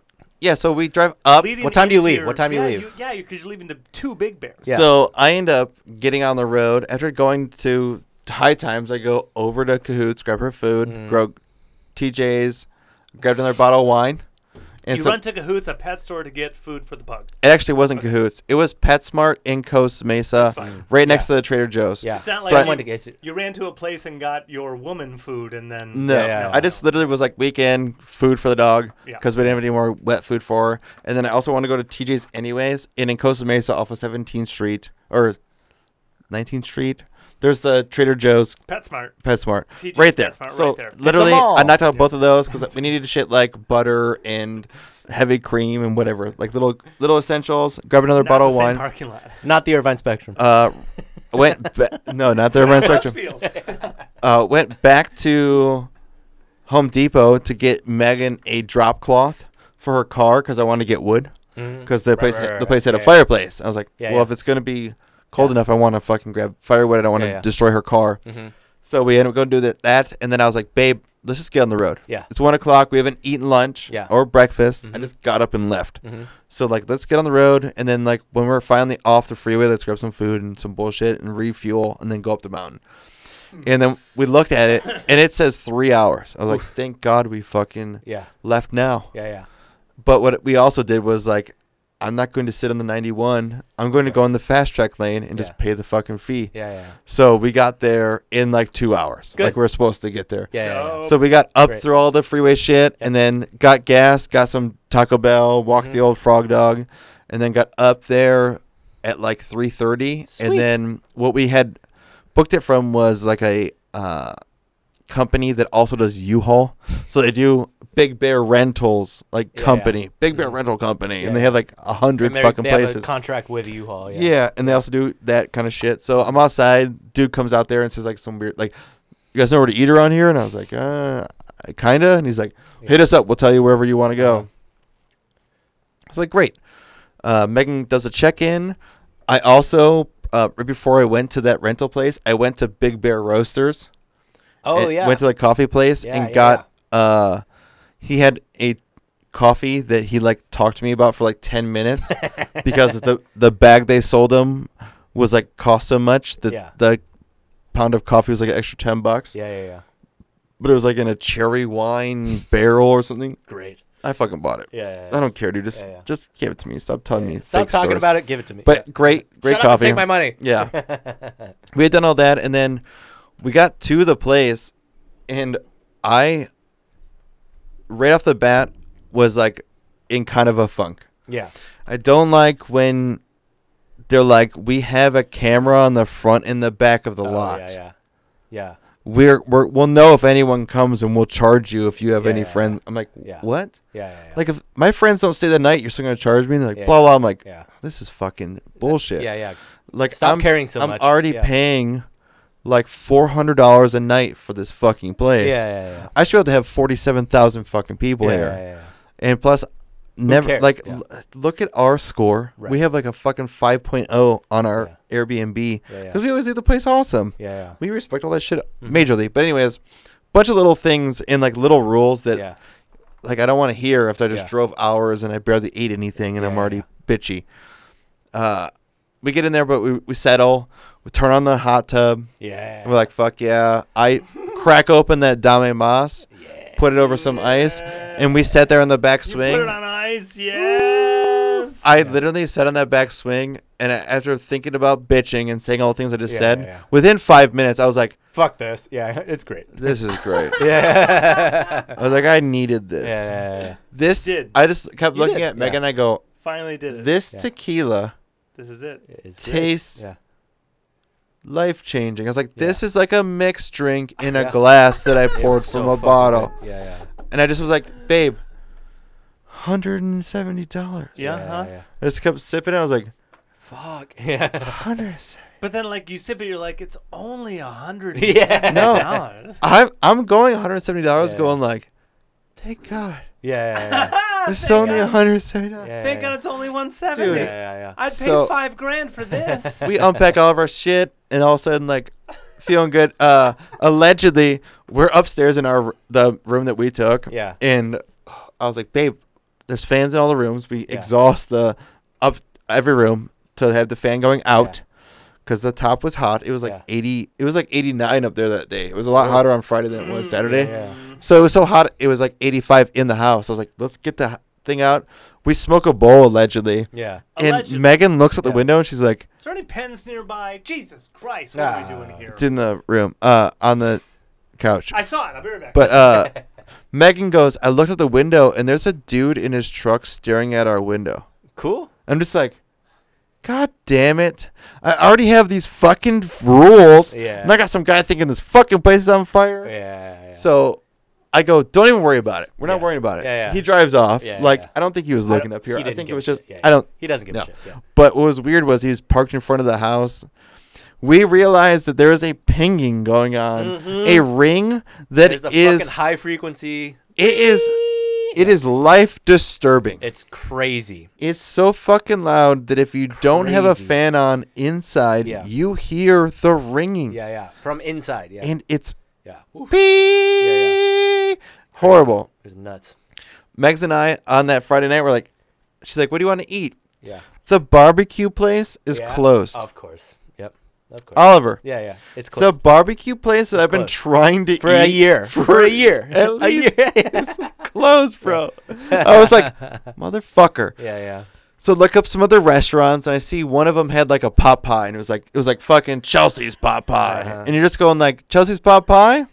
Speaker 3: so we drive up.
Speaker 1: leading
Speaker 2: What time do you
Speaker 1: into
Speaker 2: leave?
Speaker 1: your-
Speaker 2: What time do you
Speaker 1: yeah,
Speaker 2: leave?
Speaker 1: yeah, because you're leaving to two big bears.
Speaker 2: Yeah.
Speaker 3: So I end up getting on the road after going to High Times. I go over to Cahoots, grab her food,
Speaker 2: Mm-hmm.
Speaker 3: grab TJ's, grabbed another bottle of wine, and
Speaker 1: you
Speaker 3: so
Speaker 1: run to Cahoots, a pet store, to get food for the pug.
Speaker 3: it actually wasn't Cahoots. It was PetSmart in Costa Mesa,
Speaker 1: fine.
Speaker 3: right next
Speaker 2: Yeah.
Speaker 3: to the Trader Joe's.
Speaker 2: yeah.
Speaker 1: It's not
Speaker 3: So
Speaker 1: like
Speaker 3: I-
Speaker 1: you,
Speaker 2: Someone to get you-
Speaker 1: you ran to a place and got your woman food and then
Speaker 3: No,
Speaker 2: Yeah, yeah,
Speaker 3: I just literally was like weekend food for the dog
Speaker 1: Yeah.
Speaker 3: because we didn't have any more wet food for her. And then I also want to go to TJ's anyways. And in Costa Mesa off of 17th Street or 19th Street, there's the Trader Joe's
Speaker 1: PetSmart.
Speaker 3: PetSmart
Speaker 1: TJ's
Speaker 3: right there.
Speaker 1: PetSmart right
Speaker 3: so
Speaker 1: there. It's a
Speaker 3: literally,
Speaker 2: mall.
Speaker 3: I knocked out both of those because we needed shit like butter and heavy cream and whatever, like little little essentials. Grab another
Speaker 1: Not
Speaker 3: bottle
Speaker 1: the
Speaker 3: of
Speaker 1: same
Speaker 3: wine.
Speaker 1: Parking lot.
Speaker 2: Not the Irvine Spectrum.
Speaker 3: Uh, went ba- no, not the Rent Spectrum.
Speaker 1: Westfield.
Speaker 3: Uh, went back to Home Depot to get Megan a drop cloth for her car because I wanted to get wood
Speaker 2: Mm-hmm.
Speaker 3: because the place
Speaker 2: right, right,
Speaker 3: the place had a
Speaker 2: right. Yeah, yeah.
Speaker 3: fireplace. I was like,
Speaker 2: Yeah,
Speaker 3: well,
Speaker 2: yeah.
Speaker 3: if it's gonna be cold enough, I want to fucking grab firewood. I don't want to
Speaker 2: Yeah, yeah.
Speaker 3: destroy her car.
Speaker 2: Mm-hmm.
Speaker 3: So we ended up going to do that, that, and then I was like, babe, let's just get on the road.
Speaker 2: Yeah.
Speaker 3: It's one o'clock. We haven't eaten lunch
Speaker 2: Yeah. Mm-hmm.
Speaker 3: or breakfast. I just got up and left. So like, let's get on the road, and then like when we're finally off the freeway, let's grab some food and some bullshit and refuel, and then go up the mountain.
Speaker 2: Hmm.
Speaker 3: And then we looked at it, and it says three hours. I was like, thank God we fucking
Speaker 2: Yeah.
Speaker 3: left now.
Speaker 2: Yeah, yeah.
Speaker 3: But what we also did was like, I'm not going to sit on the 91. I'm going to go on the fast track lane and
Speaker 2: Yeah.
Speaker 3: just pay the fucking fee.
Speaker 2: Yeah, yeah.
Speaker 3: So we got there in like two hours,
Speaker 2: Good.
Speaker 3: like we we're supposed to get there.
Speaker 2: Yeah, yeah. yeah.
Speaker 1: Dope.
Speaker 3: So we got up
Speaker 2: Great.
Speaker 3: through all the freeway shit, and then got gas, got some Taco Bell, walked
Speaker 2: Mm-hmm.
Speaker 3: the old Frog Dog, and then got up there at like three thirty,
Speaker 2: Sweet.
Speaker 3: and then what we had booked it from was like a uh, company that also does U-Haul, so they do Big Bear Rentals, like
Speaker 2: Yeah, yeah.
Speaker 3: company, Big Bear Rental Company,
Speaker 2: Yeah,
Speaker 3: and they
Speaker 2: yeah.
Speaker 3: have like a hundred
Speaker 2: And they're-
Speaker 3: fucking
Speaker 2: they
Speaker 3: places.
Speaker 2: Have a contract with U-Haul. Oh, Yeah.
Speaker 3: Yeah. and they also do that kind of shit. So I'm outside. Dude comes out there and says like some weird like, "You guys know where to eat around here?" And I was like, "Uh, I kinda." And he's like, "Hit us up. We'll tell you wherever you want to go." I was like, "Great." Uh, Megan does a check in. I also uh, right before I went to that rental place, I went to Big Bear Roasters.
Speaker 2: Oh
Speaker 3: and
Speaker 2: yeah.
Speaker 3: Went to the coffee place
Speaker 2: Yeah,
Speaker 3: and
Speaker 2: yeah,
Speaker 3: got uh, he had a coffee that he like talked to me about for like ten minutes because the the bag they sold him was like cost so much that
Speaker 2: Yeah.
Speaker 3: the pound of coffee was like an extra ten bucks.
Speaker 2: yeah, yeah, yeah.
Speaker 3: But it was like in a cherry wine barrel or something.
Speaker 2: Great.
Speaker 3: I fucking bought it.
Speaker 2: Yeah, yeah. yeah.
Speaker 3: I don't care, dude. Just
Speaker 2: Yeah, yeah.
Speaker 3: just give it to me. Stop telling me.
Speaker 2: Stop
Speaker 3: fake
Speaker 2: talking
Speaker 3: stories.
Speaker 2: about it. Give it to me.
Speaker 3: But
Speaker 2: Yeah.
Speaker 3: great, great
Speaker 2: Shut up and
Speaker 3: coffee.
Speaker 2: take my money.
Speaker 3: Yeah. we had done all that and then we got to the place and I right off the bat was like in kind of a funk.
Speaker 2: Yeah.
Speaker 3: I don't like when they're like we have a camera on the front and the back of the
Speaker 2: Oh,
Speaker 3: lot.
Speaker 2: Yeah, yeah. Yeah.
Speaker 3: We're, we're we'll know if anyone comes and we'll charge you if you have
Speaker 2: Yeah,
Speaker 3: any
Speaker 2: yeah,
Speaker 3: friends. I'm like,
Speaker 2: Yeah.
Speaker 3: "What?"
Speaker 2: Yeah, yeah, yeah.
Speaker 3: Like if my friends don't stay the night, you're still going to charge me? And they're like,
Speaker 2: Yeah,
Speaker 3: "Blah blah." I'm like,
Speaker 2: yeah.
Speaker 3: "This is fucking bullshit."
Speaker 2: Yeah, yeah.
Speaker 3: Like
Speaker 2: Stop
Speaker 3: I'm,
Speaker 2: caring so
Speaker 3: I'm
Speaker 2: much.
Speaker 3: already
Speaker 2: Yeah.
Speaker 3: paying like four hundred dollars a night for this fucking
Speaker 2: Yeah,
Speaker 3: place.
Speaker 2: yeah, yeah.
Speaker 3: I should be able to have forty seven thousand fucking people
Speaker 2: yeah,
Speaker 3: here.
Speaker 2: yeah, yeah, yeah.
Speaker 3: And plus, never
Speaker 2: cares?
Speaker 3: like
Speaker 2: Yeah.
Speaker 3: l- look at our score.
Speaker 2: Right.
Speaker 3: We have like a fucking 5.0 on our Airbnb
Speaker 2: Yeah, Mm-hmm. yeah.
Speaker 3: because we always leave the place awesome.
Speaker 2: Yeah, yeah.
Speaker 3: We respect all that shit majorly. But anyways, bunch of little things and like little rules that
Speaker 2: yeah.
Speaker 3: like I don't want to hear if I just
Speaker 2: Yeah.
Speaker 3: drove hours and I barely ate anything and
Speaker 2: Yeah,
Speaker 3: I'm
Speaker 2: yeah,
Speaker 3: already bitchy. Uh, we get in there, but we, we settle. We turn on the hot tub.
Speaker 2: Yeah.
Speaker 3: And we're like, fuck yeah. I crack open that Dame Mas, put it over some ice, and we sat there on the back
Speaker 1: You put it
Speaker 3: swing.
Speaker 1: on ice, yes.
Speaker 3: I literally sat on that back swing, and a- after thinking about bitching and saying all the things I just
Speaker 2: Yeah,
Speaker 3: said,
Speaker 2: yeah, yeah.
Speaker 3: within five minutes, I was like,
Speaker 2: Fuck this. Yeah, it's great.
Speaker 3: this is great.
Speaker 2: Yeah.
Speaker 3: I was like, I needed
Speaker 2: yeah,
Speaker 3: this.
Speaker 2: yeah, yeah.
Speaker 3: This,
Speaker 1: You did.
Speaker 3: I just kept
Speaker 2: You
Speaker 3: looking
Speaker 2: did,
Speaker 3: at Megan
Speaker 2: yeah.
Speaker 3: and I go,
Speaker 1: Finally did it. This,
Speaker 3: this
Speaker 2: Yeah.
Speaker 3: tequila
Speaker 1: is it.
Speaker 2: It's good.
Speaker 3: tastes
Speaker 2: Yeah.
Speaker 3: life changing. I was like,
Speaker 2: Yeah.
Speaker 3: this is like a mixed drink in a
Speaker 2: Yeah.
Speaker 3: glass that I
Speaker 2: It
Speaker 3: poured
Speaker 2: was
Speaker 3: from
Speaker 2: so
Speaker 3: a
Speaker 2: fucking
Speaker 3: bottle.
Speaker 2: good. Yeah, yeah.
Speaker 3: And I just was like, babe, $170.
Speaker 1: Yeah, huh?
Speaker 2: yeah.
Speaker 3: I just kept sipping it. I was like,
Speaker 2: Fuck. Yeah.
Speaker 3: 170
Speaker 1: But then, like you sip it, you're like, it's only a hundred
Speaker 2: Yeah.
Speaker 3: No.
Speaker 1: dollars.
Speaker 3: I'm, I'm going $170
Speaker 2: Yeah.
Speaker 3: going like, thank God.
Speaker 2: Yeah, yeah, yeah.
Speaker 3: It's only $170.
Speaker 2: Yeah,
Speaker 1: Ah, Thank
Speaker 2: yeah,
Speaker 1: God it's only one seventy.
Speaker 3: Dude.
Speaker 2: yeah, yeah, yeah.
Speaker 1: I'd pay
Speaker 3: So-
Speaker 1: five grand for this.
Speaker 3: We unpack all of our shit and all of a sudden, like, feeling good. Uh, allegedly, we're upstairs in our the room that we took.
Speaker 2: Yeah.
Speaker 3: And I was like, babe, there's fans in all the rooms. We exhaust the up every room to have the fan going out because the top was hot. It was like
Speaker 2: Yeah.
Speaker 3: 80. It was like 89 up there that day. It was a lot hotter on Friday than it was Saturday.
Speaker 2: Mm, yeah.
Speaker 1: Mm.
Speaker 3: So it was so hot. It was like 85 in the house. I was like, let's get the h- thing out. We smoke a bowl allegedly.
Speaker 2: Yeah.
Speaker 1: Allegedly.
Speaker 3: And Megan looks at the
Speaker 2: Yeah.
Speaker 3: window and she's like,
Speaker 1: Is there any pens nearby? Jesus Christ, what are we doing
Speaker 2: Ah.
Speaker 1: here?
Speaker 3: it's in the room, uh, on the couch.
Speaker 1: I saw it. I'll be right back.
Speaker 3: But uh, Megan goes, I looked at the window and there's a dude in his truck staring at our window.
Speaker 2: Cool.
Speaker 3: I'm just like, God damn it. I already have these fucking rules.
Speaker 2: Yeah.
Speaker 3: And I got some guy thinking this fucking place is on fire.
Speaker 2: Yeah, yeah, yeah.
Speaker 3: So I go, don't even worry about it. We're not
Speaker 2: Yeah.
Speaker 3: worrying about it.
Speaker 2: Yeah, yeah.
Speaker 3: He drives off.
Speaker 2: Yeah,
Speaker 3: like,
Speaker 2: yeah.
Speaker 3: I don't think he was
Speaker 2: don't-
Speaker 3: looking up here.
Speaker 2: he
Speaker 3: I
Speaker 2: didn't
Speaker 3: think it
Speaker 2: give
Speaker 3: was
Speaker 2: a
Speaker 3: just,
Speaker 2: shit. Yeah,
Speaker 3: I don't.
Speaker 2: He doesn't give
Speaker 3: No.
Speaker 2: a shit. Yeah.
Speaker 3: But what was weird was he was parked in front of the house. We realized that there is a pinging going on, a ring that
Speaker 2: Mm-hmm. There's a
Speaker 3: is
Speaker 2: fucking high frequency.
Speaker 3: it is it is life disturbing.
Speaker 2: It's crazy.
Speaker 3: It's so fucking loud that if you don't have a
Speaker 2: Crazy.
Speaker 3: fan on inside,
Speaker 2: Yeah.
Speaker 3: you hear the ringing.
Speaker 2: Yeah, yeah. From inside. Yeah.
Speaker 3: And it's
Speaker 2: yeah. Oof.
Speaker 3: pee- horrible.
Speaker 2: It's nuts.
Speaker 3: Megs and I on that Friday night were like, she's like, what do you want to eat?
Speaker 2: Yeah.
Speaker 3: The barbecue place is
Speaker 2: Yeah,
Speaker 3: closed.
Speaker 2: Of course. Yep. Of course.
Speaker 3: Oliver,
Speaker 2: yeah, yeah. It's
Speaker 3: the
Speaker 2: closed.
Speaker 3: barbecue place that I've been
Speaker 2: closed.
Speaker 3: trying to
Speaker 2: for
Speaker 3: eat
Speaker 2: a year. For, a year.
Speaker 3: at
Speaker 2: A
Speaker 3: least-
Speaker 2: year. yeah,
Speaker 3: is closed, bro. I was like, motherfucker.
Speaker 2: yeah.
Speaker 3: So look up some other restaurants, and I see one of them had like a pot pie, and it was like it was like fucking Chelsea's pot pie,
Speaker 2: Uh-huh.
Speaker 3: and you're just going like Chelsea's pot pie,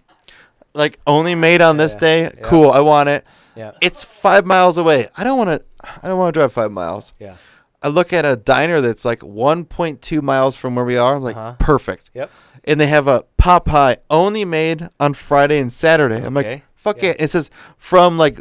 Speaker 3: like only made on this
Speaker 2: Yeah,
Speaker 3: day.
Speaker 2: yeah.
Speaker 3: Cool, I want it.
Speaker 2: Yeah.
Speaker 3: It's five miles away. I don't want to. I don't want to drive five miles.
Speaker 2: Yeah.
Speaker 3: I look at a diner that's like 1.2 miles from where we are. I'm like
Speaker 2: Uh-huh.
Speaker 3: perfect,
Speaker 2: Yep.
Speaker 3: and they have a pot pie only made on Friday and Saturday. I'm like
Speaker 2: Okay,
Speaker 3: fuck
Speaker 2: yeah.
Speaker 3: it. It says from like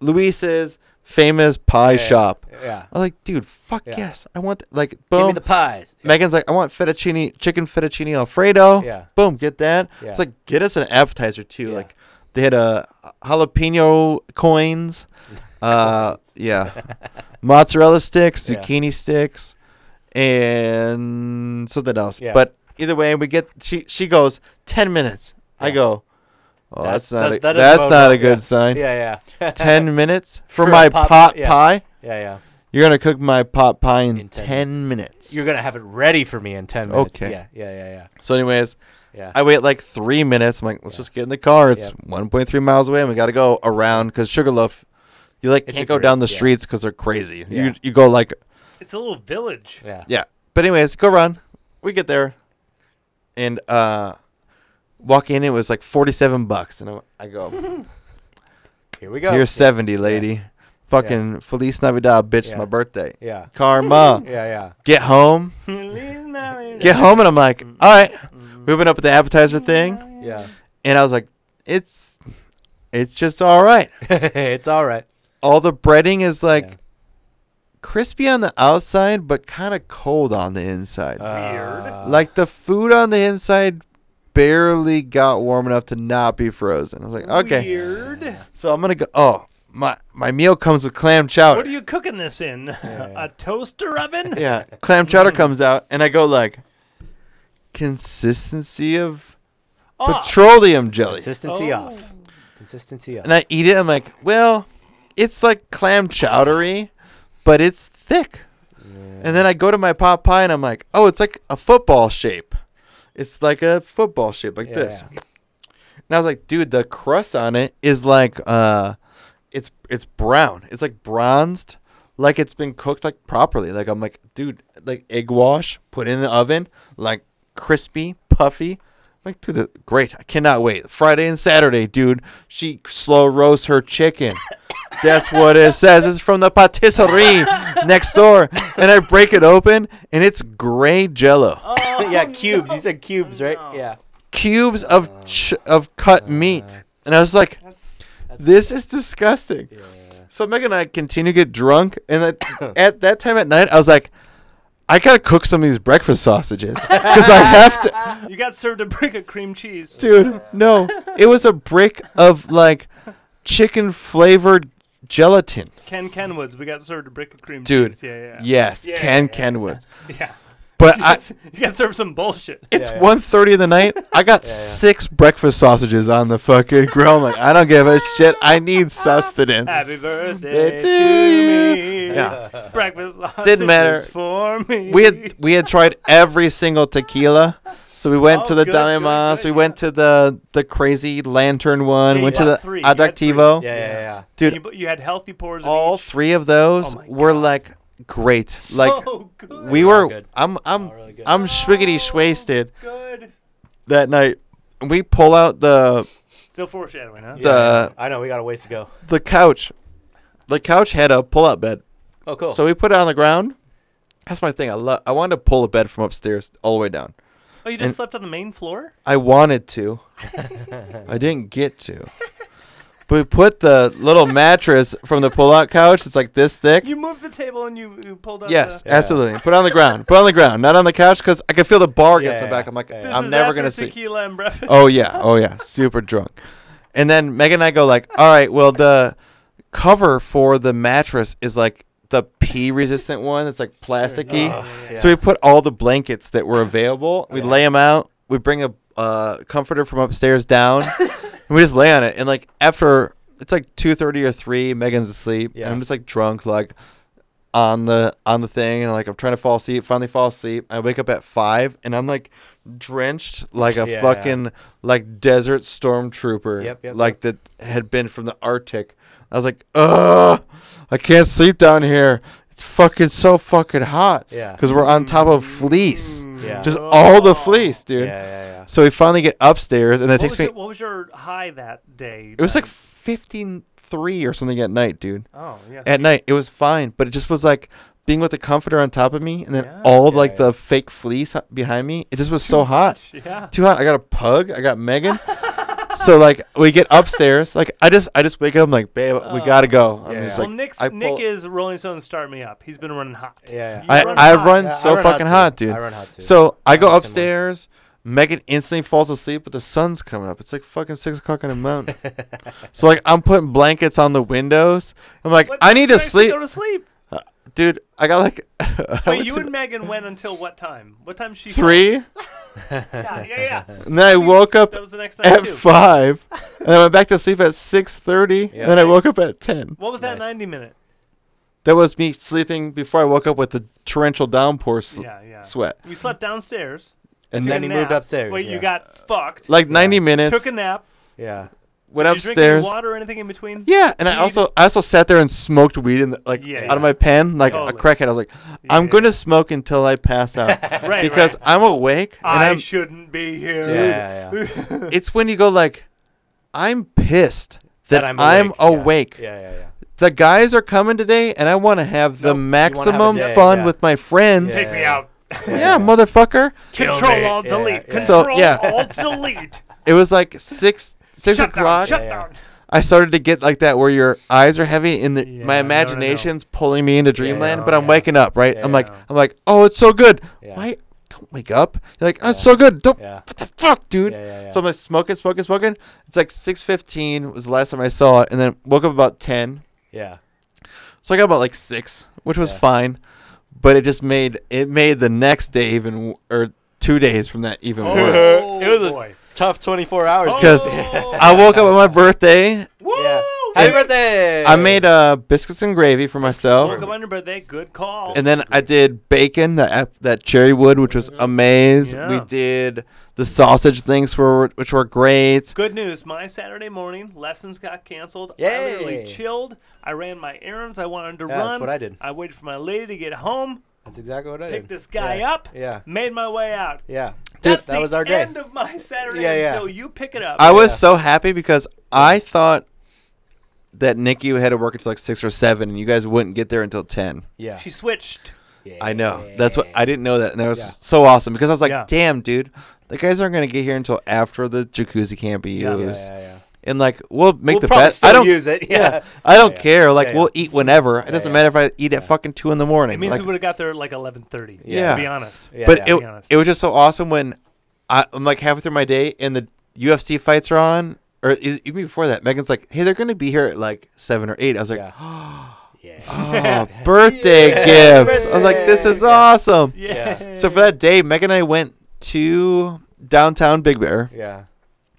Speaker 3: Luis's famous pie
Speaker 2: Yeah,
Speaker 3: shop.
Speaker 2: Yeah.
Speaker 3: I'm like, dude, fuck
Speaker 2: Yeah.
Speaker 3: yes. I want th- like
Speaker 2: Give me
Speaker 3: boom.
Speaker 2: the pies. Yeah.
Speaker 3: Megan's like, I want fettuccine, chicken fettuccine alfredo.
Speaker 2: Yeah.
Speaker 3: Boom, get that.
Speaker 2: Yeah.
Speaker 3: It's like, get us an appetizer too.
Speaker 2: Yeah.
Speaker 3: Like, they had uh, jalapeno coins. Uh, yeah, mozzarella sticks,
Speaker 2: Yeah.
Speaker 3: zucchini sticks, and something else.
Speaker 2: Yeah.
Speaker 3: But either way, we get she she goes ten minutes. I
Speaker 2: Yeah.
Speaker 3: go, oh,
Speaker 2: That's-
Speaker 3: that's, not
Speaker 2: that-
Speaker 3: a,
Speaker 2: that doesn't
Speaker 3: that's
Speaker 2: bode
Speaker 3: not a
Speaker 2: well,
Speaker 3: good
Speaker 2: yeah.
Speaker 3: sign.
Speaker 2: Yeah, yeah.
Speaker 3: Ten minutes for,
Speaker 2: For a
Speaker 3: my
Speaker 2: pot-
Speaker 3: pot
Speaker 2: yeah.
Speaker 3: pie.
Speaker 2: yeah, yeah.
Speaker 3: You're gonna cook my pot pie in,
Speaker 2: In 10
Speaker 3: ten, minutes.
Speaker 2: You're gonna have it ready for me in ten minutes.
Speaker 3: Okay.
Speaker 2: Yeah, yeah, yeah, yeah.
Speaker 3: So, anyways,
Speaker 2: Yeah.
Speaker 3: I wait like three minutes. I'm like, let's just get in the car. It's
Speaker 2: Yep.
Speaker 3: 1.3 miles away, and we gotta go around because Sugarloaf, you like
Speaker 2: It's
Speaker 3: can't
Speaker 2: a
Speaker 3: go
Speaker 2: group,
Speaker 3: down the
Speaker 2: yeah.
Speaker 3: streets because they're crazy.
Speaker 2: Yeah.
Speaker 3: You you go like
Speaker 1: it's a little village.
Speaker 2: yeah.
Speaker 3: yeah. But anyways, go run. We get there, and uh, walk in. It was like 47 bucks, and I, I go,
Speaker 2: Here we go.
Speaker 3: here's 70, lady. Fucking Feliz Navidad, bitch. It's
Speaker 2: Yeah.
Speaker 3: my birthday.
Speaker 2: Yeah.
Speaker 3: Karma.
Speaker 2: Yeah, yeah.
Speaker 3: Get home.
Speaker 1: Get
Speaker 3: Get home, and I'm like,
Speaker 2: Mm-hmm.
Speaker 3: all right. We open up the appetizer thing.
Speaker 2: Yeah.
Speaker 3: and I was like, it's it's just all right.
Speaker 2: it's all right.
Speaker 3: All the breading is like
Speaker 2: Yeah.
Speaker 3: crispy on the outside, but kind of cold on the inside.
Speaker 1: Weird.
Speaker 2: Uh,
Speaker 3: like the food on the inside barely got warm enough to not be frozen. I was like, okay.
Speaker 1: Weird.
Speaker 3: So I'm gonna go. Oh, my my meal comes with clam chowder.
Speaker 1: What are you cooking this in? a toaster oven?
Speaker 3: yeah, clam chowder
Speaker 1: Mm.
Speaker 3: comes out, and I go like, consistency of
Speaker 1: Ah,
Speaker 3: petroleum jelly,
Speaker 2: consistency
Speaker 1: Oh.
Speaker 2: off. Consistency off.
Speaker 3: and I eat it. I'm like, well, it's like clam chowdery, but it's thick. And then I go to my pot pie, and I'm like, oh, it's like a football shape. It's like a football shape, like this.
Speaker 2: Yeah.
Speaker 3: And I was like, dude, the crust on it is like uh it's it's brown. It's like bronzed, like it's been cooked like properly. Like I'm like, dude, like egg wash, put in the oven, like crispy, puffy. I'm like, dude, that- great. I cannot wait. Friday and Saturday, dude. She slow roasts her chicken. That's what it says. It's from the patisserie next door. And I break it open and it's gray jello.
Speaker 2: yeah, cubes. You said cubes, right?
Speaker 1: Oh, No.
Speaker 2: Yeah.
Speaker 3: Cubes of ch- of cut meat. And I was like, this is disgusting. So Megan and I continue to get drunk, and at, at that time at night, I was like, I gotta cook some of these breakfast sausages because I have to,
Speaker 1: You got served a brick of cream cheese.
Speaker 3: dude. No, it was a brick of like chicken flavored gelatin.
Speaker 1: Ken Kenwoods. We got served a brick of cream
Speaker 3: Dude,
Speaker 1: cheese. Yeah, yeah.
Speaker 3: Yes,
Speaker 1: Yeah,
Speaker 3: Ken
Speaker 1: yeah,
Speaker 3: Kenwoods.
Speaker 1: Yeah.
Speaker 3: But I,
Speaker 1: you got served some bullshit.
Speaker 3: it's
Speaker 2: yeah.
Speaker 3: 1.30 in the night. I got six breakfast sausages on the fucking grill. I'm like, I don't give a shit. I need sustenance.
Speaker 1: Happy birthday
Speaker 3: to
Speaker 1: to
Speaker 3: you.
Speaker 1: me.
Speaker 3: Yeah.
Speaker 1: Breakfast sausage
Speaker 3: Didn't matter.
Speaker 1: for me.
Speaker 3: we had we had tried every single tequila. So we went
Speaker 1: Oh,
Speaker 3: to the
Speaker 1: good,
Speaker 3: Dale
Speaker 1: good,
Speaker 3: Mas,
Speaker 1: good,
Speaker 3: we
Speaker 1: yeah.
Speaker 3: went to the the crazy lantern one,
Speaker 1: Yeah,
Speaker 3: went
Speaker 1: you
Speaker 3: to
Speaker 1: got
Speaker 3: the
Speaker 1: three, you had three.
Speaker 3: Adactivo.
Speaker 2: Yeah, yeah, yeah.
Speaker 3: Dude,
Speaker 1: You, you had healthy pours. of
Speaker 3: all
Speaker 1: each.
Speaker 3: three of those
Speaker 1: Oh my
Speaker 3: were like great. like
Speaker 1: so Oh, good.
Speaker 3: we were
Speaker 2: good.
Speaker 3: I'm
Speaker 1: Oh,
Speaker 3: I'm
Speaker 2: really good.
Speaker 3: I'm swiggity swasted
Speaker 1: good.
Speaker 3: that night. We pull out the
Speaker 1: Still foreshadowing, huh?
Speaker 3: Yeah. The-
Speaker 2: I know we got a ways to go.
Speaker 3: the couch. The couch had a pull out bed.
Speaker 2: Oh, cool.
Speaker 3: So we put it on the ground. That's my thing. I love I wanted to pull a bed from upstairs all the way down.
Speaker 1: Oh, you just
Speaker 3: And-
Speaker 1: slept on the main floor?
Speaker 3: I wanted to. I didn't get to. But we put the little mattress from the pull-out couch. It's like this thick.
Speaker 1: You moved the table and you, you pulled out.
Speaker 3: yes,
Speaker 1: The,
Speaker 2: Yeah.
Speaker 3: absolutely. Put it on the ground. Put it on the ground, not on the couch, because I could feel the bar against
Speaker 2: Yeah,
Speaker 3: my back.
Speaker 2: yeah,
Speaker 3: I'm like,
Speaker 2: yeah.
Speaker 1: this
Speaker 3: I'm
Speaker 1: is
Speaker 3: never
Speaker 1: after
Speaker 3: gonna see.
Speaker 1: tequila and breakfast.
Speaker 3: Oh yeah, oh yeah, super drunk. And then Megan and I go like, all right, well the cover for the mattress is like the pee-resistant one. That's like plasticky.
Speaker 2: Oh, yeah.
Speaker 3: So we put all the blankets that were available. We lay 'em lay them out. We bring a uh, comforter from upstairs down, and we just lay on it. And like after it's like two thirty or three, Megan's asleep,
Speaker 2: Yeah.
Speaker 3: and I'm just like drunk, like on the on the thing, and like I'm trying to fall asleep. Finally, fall asleep. I wake up at five, and I'm like drenched like a
Speaker 2: Yeah.
Speaker 3: fucking like desert stormtrooper,
Speaker 2: Yep, yep,
Speaker 3: like that had been from the Arctic. I was like, ugh, I can't sleep down here. It's fucking so fucking hot
Speaker 2: yeah.
Speaker 3: because we're on top of fleece,
Speaker 2: Yeah.
Speaker 3: just
Speaker 1: Oh.
Speaker 3: all the fleece,
Speaker 2: yeah,
Speaker 3: dude.
Speaker 2: yeah,
Speaker 3: So we finally get upstairs, and it
Speaker 1: What
Speaker 3: takes
Speaker 1: was,
Speaker 3: me.
Speaker 1: your, what was your high that day?
Speaker 3: It was
Speaker 1: then?
Speaker 3: like fifty-three or something at night, dude.
Speaker 1: Oh yeah.
Speaker 3: At night, it was fine, but it just was like being with the comforter on top of me, and then
Speaker 1: Yeah.
Speaker 3: all
Speaker 2: Yeah,
Speaker 3: like
Speaker 2: yeah.
Speaker 3: the fake fleece h- behind me. It just was so hot,
Speaker 1: Yeah.
Speaker 3: too hot. I got a pug. I got Megan. so like we get upstairs. Like I just I just wake up. I'm like, babe, we gotta go. I'm
Speaker 2: Yeah,
Speaker 3: just
Speaker 2: yeah.
Speaker 3: like,
Speaker 1: Oh. well, Nick's,
Speaker 3: I
Speaker 1: Nick
Speaker 3: pull-
Speaker 1: is Rolling Stone start me up. He's been running hot.
Speaker 2: yeah. yeah,
Speaker 1: You
Speaker 2: yeah.
Speaker 3: I
Speaker 1: run
Speaker 3: I
Speaker 1: hot.
Speaker 3: run
Speaker 2: Yeah, I
Speaker 3: so
Speaker 2: run hot
Speaker 3: fucking
Speaker 2: too.
Speaker 3: hot, dude.
Speaker 2: I run hot too.
Speaker 3: So I go
Speaker 2: Similar.
Speaker 3: upstairs. Megan instantly falls asleep, but the sun's coming up. It's like fucking six o'clock in the mountain. so like I'm putting blankets on the windows. I'm like,
Speaker 1: What
Speaker 3: I need to
Speaker 1: time should we
Speaker 3: sleep,
Speaker 1: Go to sleep.
Speaker 3: dude. I got like I
Speaker 1: Wait,
Speaker 3: went
Speaker 1: you
Speaker 3: to
Speaker 1: and Megan went until what time? What time she?
Speaker 3: three,
Speaker 1: Yeah, yeah, yeah.
Speaker 3: and then I woke up
Speaker 1: That was the next night
Speaker 3: at
Speaker 1: too.
Speaker 3: five, and I went back to sleep at six thirty,
Speaker 2: Yeah.
Speaker 3: and then I woke up at ten.
Speaker 1: what was that
Speaker 2: Nice.
Speaker 1: 90 minute?
Speaker 3: That was me sleeping before I woke up with the torrential downpour s-
Speaker 1: Yeah, yeah.
Speaker 3: sweat,
Speaker 1: You slept downstairs.
Speaker 3: and
Speaker 1: took
Speaker 2: then
Speaker 1: a
Speaker 2: he
Speaker 1: nap.
Speaker 2: moved upstairs,
Speaker 1: Wait, you
Speaker 2: yeah.
Speaker 1: got fucked.
Speaker 3: like ninety minutes.
Speaker 1: took a nap.
Speaker 2: yeah.
Speaker 3: went
Speaker 1: Did you drink any
Speaker 3: upstairs.
Speaker 1: water or anything in between?
Speaker 3: Yeah, and I
Speaker 1: Weed.
Speaker 3: also I also sat there and smoked weed in the, like
Speaker 1: Yeah,
Speaker 3: out
Speaker 1: yeah.
Speaker 3: of my pen like a
Speaker 1: Totally.
Speaker 3: crackhead. I was like, I'm
Speaker 1: Yeah.
Speaker 3: gonna smoke until I pass out
Speaker 1: Right.
Speaker 3: because
Speaker 1: right.
Speaker 3: I'm awake and
Speaker 1: I
Speaker 3: I'm.
Speaker 1: shouldn't be here.
Speaker 2: Yeah, yeah, yeah.
Speaker 3: it's when you go like, I'm pissed that, I'm awake.
Speaker 2: yeah. Yeah, yeah, yeah.
Speaker 3: The guys are coming today, and I want to have the
Speaker 1: Nope.
Speaker 3: maximum
Speaker 2: day,
Speaker 3: fun
Speaker 2: yeah.
Speaker 3: with my friends.
Speaker 1: Take me out.
Speaker 3: Yeah, motherfucker.
Speaker 2: Kill
Speaker 1: Control
Speaker 2: me.
Speaker 1: all
Speaker 2: Yeah,
Speaker 1: delete.
Speaker 2: yeah.
Speaker 3: So,
Speaker 1: Control
Speaker 3: yeah.
Speaker 1: all delete.
Speaker 3: It was like six six
Speaker 1: Shut down,
Speaker 3: o'clock.
Speaker 1: shut
Speaker 2: Yeah, yeah.
Speaker 1: down.
Speaker 3: I started to get like that where your eyes are heavy and the,
Speaker 1: Yeah, no,
Speaker 3: my
Speaker 1: no, no.
Speaker 3: imagination's pulling me into dreamland,
Speaker 2: yeah,
Speaker 3: but I'm
Speaker 2: yeah.
Speaker 3: waking up, right?
Speaker 2: Yeah,
Speaker 3: I'm like,
Speaker 1: yeah.
Speaker 3: I'm like, oh, it's so good.
Speaker 2: Yeah.
Speaker 3: Why? Don't wake up. You're like, oh, it's
Speaker 2: Yeah.
Speaker 3: so good. Don't.
Speaker 2: Yeah.
Speaker 3: What the fuck, dude?
Speaker 2: Yeah, yeah, yeah.
Speaker 3: So I'm like smoking, smoking, smoking. It's like 6:15 was the last time I saw it, and then woke up about 10.
Speaker 2: yeah.
Speaker 3: So I got about like six, which was
Speaker 2: Yeah.
Speaker 3: fine, but it just made it made the next day even w- or two days from that even worse.
Speaker 1: Oh,
Speaker 5: It was a-
Speaker 1: boy.
Speaker 5: Tough 24 hours.
Speaker 1: Oh.
Speaker 3: Because I woke up on my birthday.
Speaker 1: Woo!
Speaker 2: Yeah. Happy birthday!
Speaker 3: I made uh, biscuits and gravy for myself,
Speaker 1: Woke up on your birthday. Good call.
Speaker 3: and then I did bacon that ap- that cherry wood, which
Speaker 2: Mm-hmm.
Speaker 3: was amazing. We
Speaker 1: Yeah.
Speaker 3: did the sausage things were which were great.
Speaker 1: Good news. My Saturday morning lessons got canceled. I
Speaker 2: Yay.
Speaker 1: literally chilled. I ran my errands. I wanted to
Speaker 2: Yeah,
Speaker 1: run.
Speaker 2: that's what I did.
Speaker 1: I waited for my lady to get home,
Speaker 2: That's exactly what I did.
Speaker 1: picked this guy
Speaker 2: yeah.
Speaker 1: up,
Speaker 2: Yeah.
Speaker 1: made my way out.
Speaker 2: Yeah.
Speaker 1: That's
Speaker 2: that
Speaker 1: the
Speaker 2: was our day.
Speaker 1: end of my Saturday
Speaker 2: Yeah, yeah.
Speaker 1: until you pick it up.
Speaker 3: I
Speaker 2: Yeah.
Speaker 3: was so happy because I thought that Nikki had to work until like six or seven, and you guys wouldn't get there until ten.
Speaker 2: yeah.
Speaker 1: she switched.
Speaker 3: I know. That's what I didn't know that, and that was
Speaker 2: Yeah.
Speaker 3: so awesome because I was like,
Speaker 1: Yeah.
Speaker 3: "Damn, dude, the guys aren't gonna get here until after the jacuzzi can't be used,
Speaker 1: Yeah.
Speaker 2: Yeah, yeah, yeah.
Speaker 3: and like we'll make
Speaker 2: We'll
Speaker 3: the
Speaker 2: probably
Speaker 3: best. I
Speaker 2: still
Speaker 3: don't,
Speaker 2: use it. Yeah.
Speaker 3: yeah, I don't
Speaker 2: Yeah, yeah.
Speaker 3: care. Like
Speaker 2: Yeah,
Speaker 3: we'll eat whenever. It
Speaker 2: Yeah,
Speaker 3: doesn't
Speaker 2: yeah.
Speaker 3: matter if I eat at fucking two in the morning.
Speaker 1: It means
Speaker 3: Like,
Speaker 1: we would have got there like 11:30.
Speaker 2: Yeah.
Speaker 1: To be honest.
Speaker 2: Yeah,
Speaker 3: but
Speaker 2: yeah.
Speaker 1: be
Speaker 3: it
Speaker 1: honest.
Speaker 3: it was just so awesome when I, I'm like halfway through my day and the UFC fights are on, or is, even before that, Megan's like, "Hey, they're gonna be here at like seven or 8. I was like,
Speaker 2: yeah. yeah.
Speaker 3: "Oh, birthday gifts!" I was like, "This is
Speaker 2: Yeah.
Speaker 3: awesome."
Speaker 1: Yeah.
Speaker 3: So for that day, Meg and I went to downtown Big Bear,
Speaker 2: Yeah.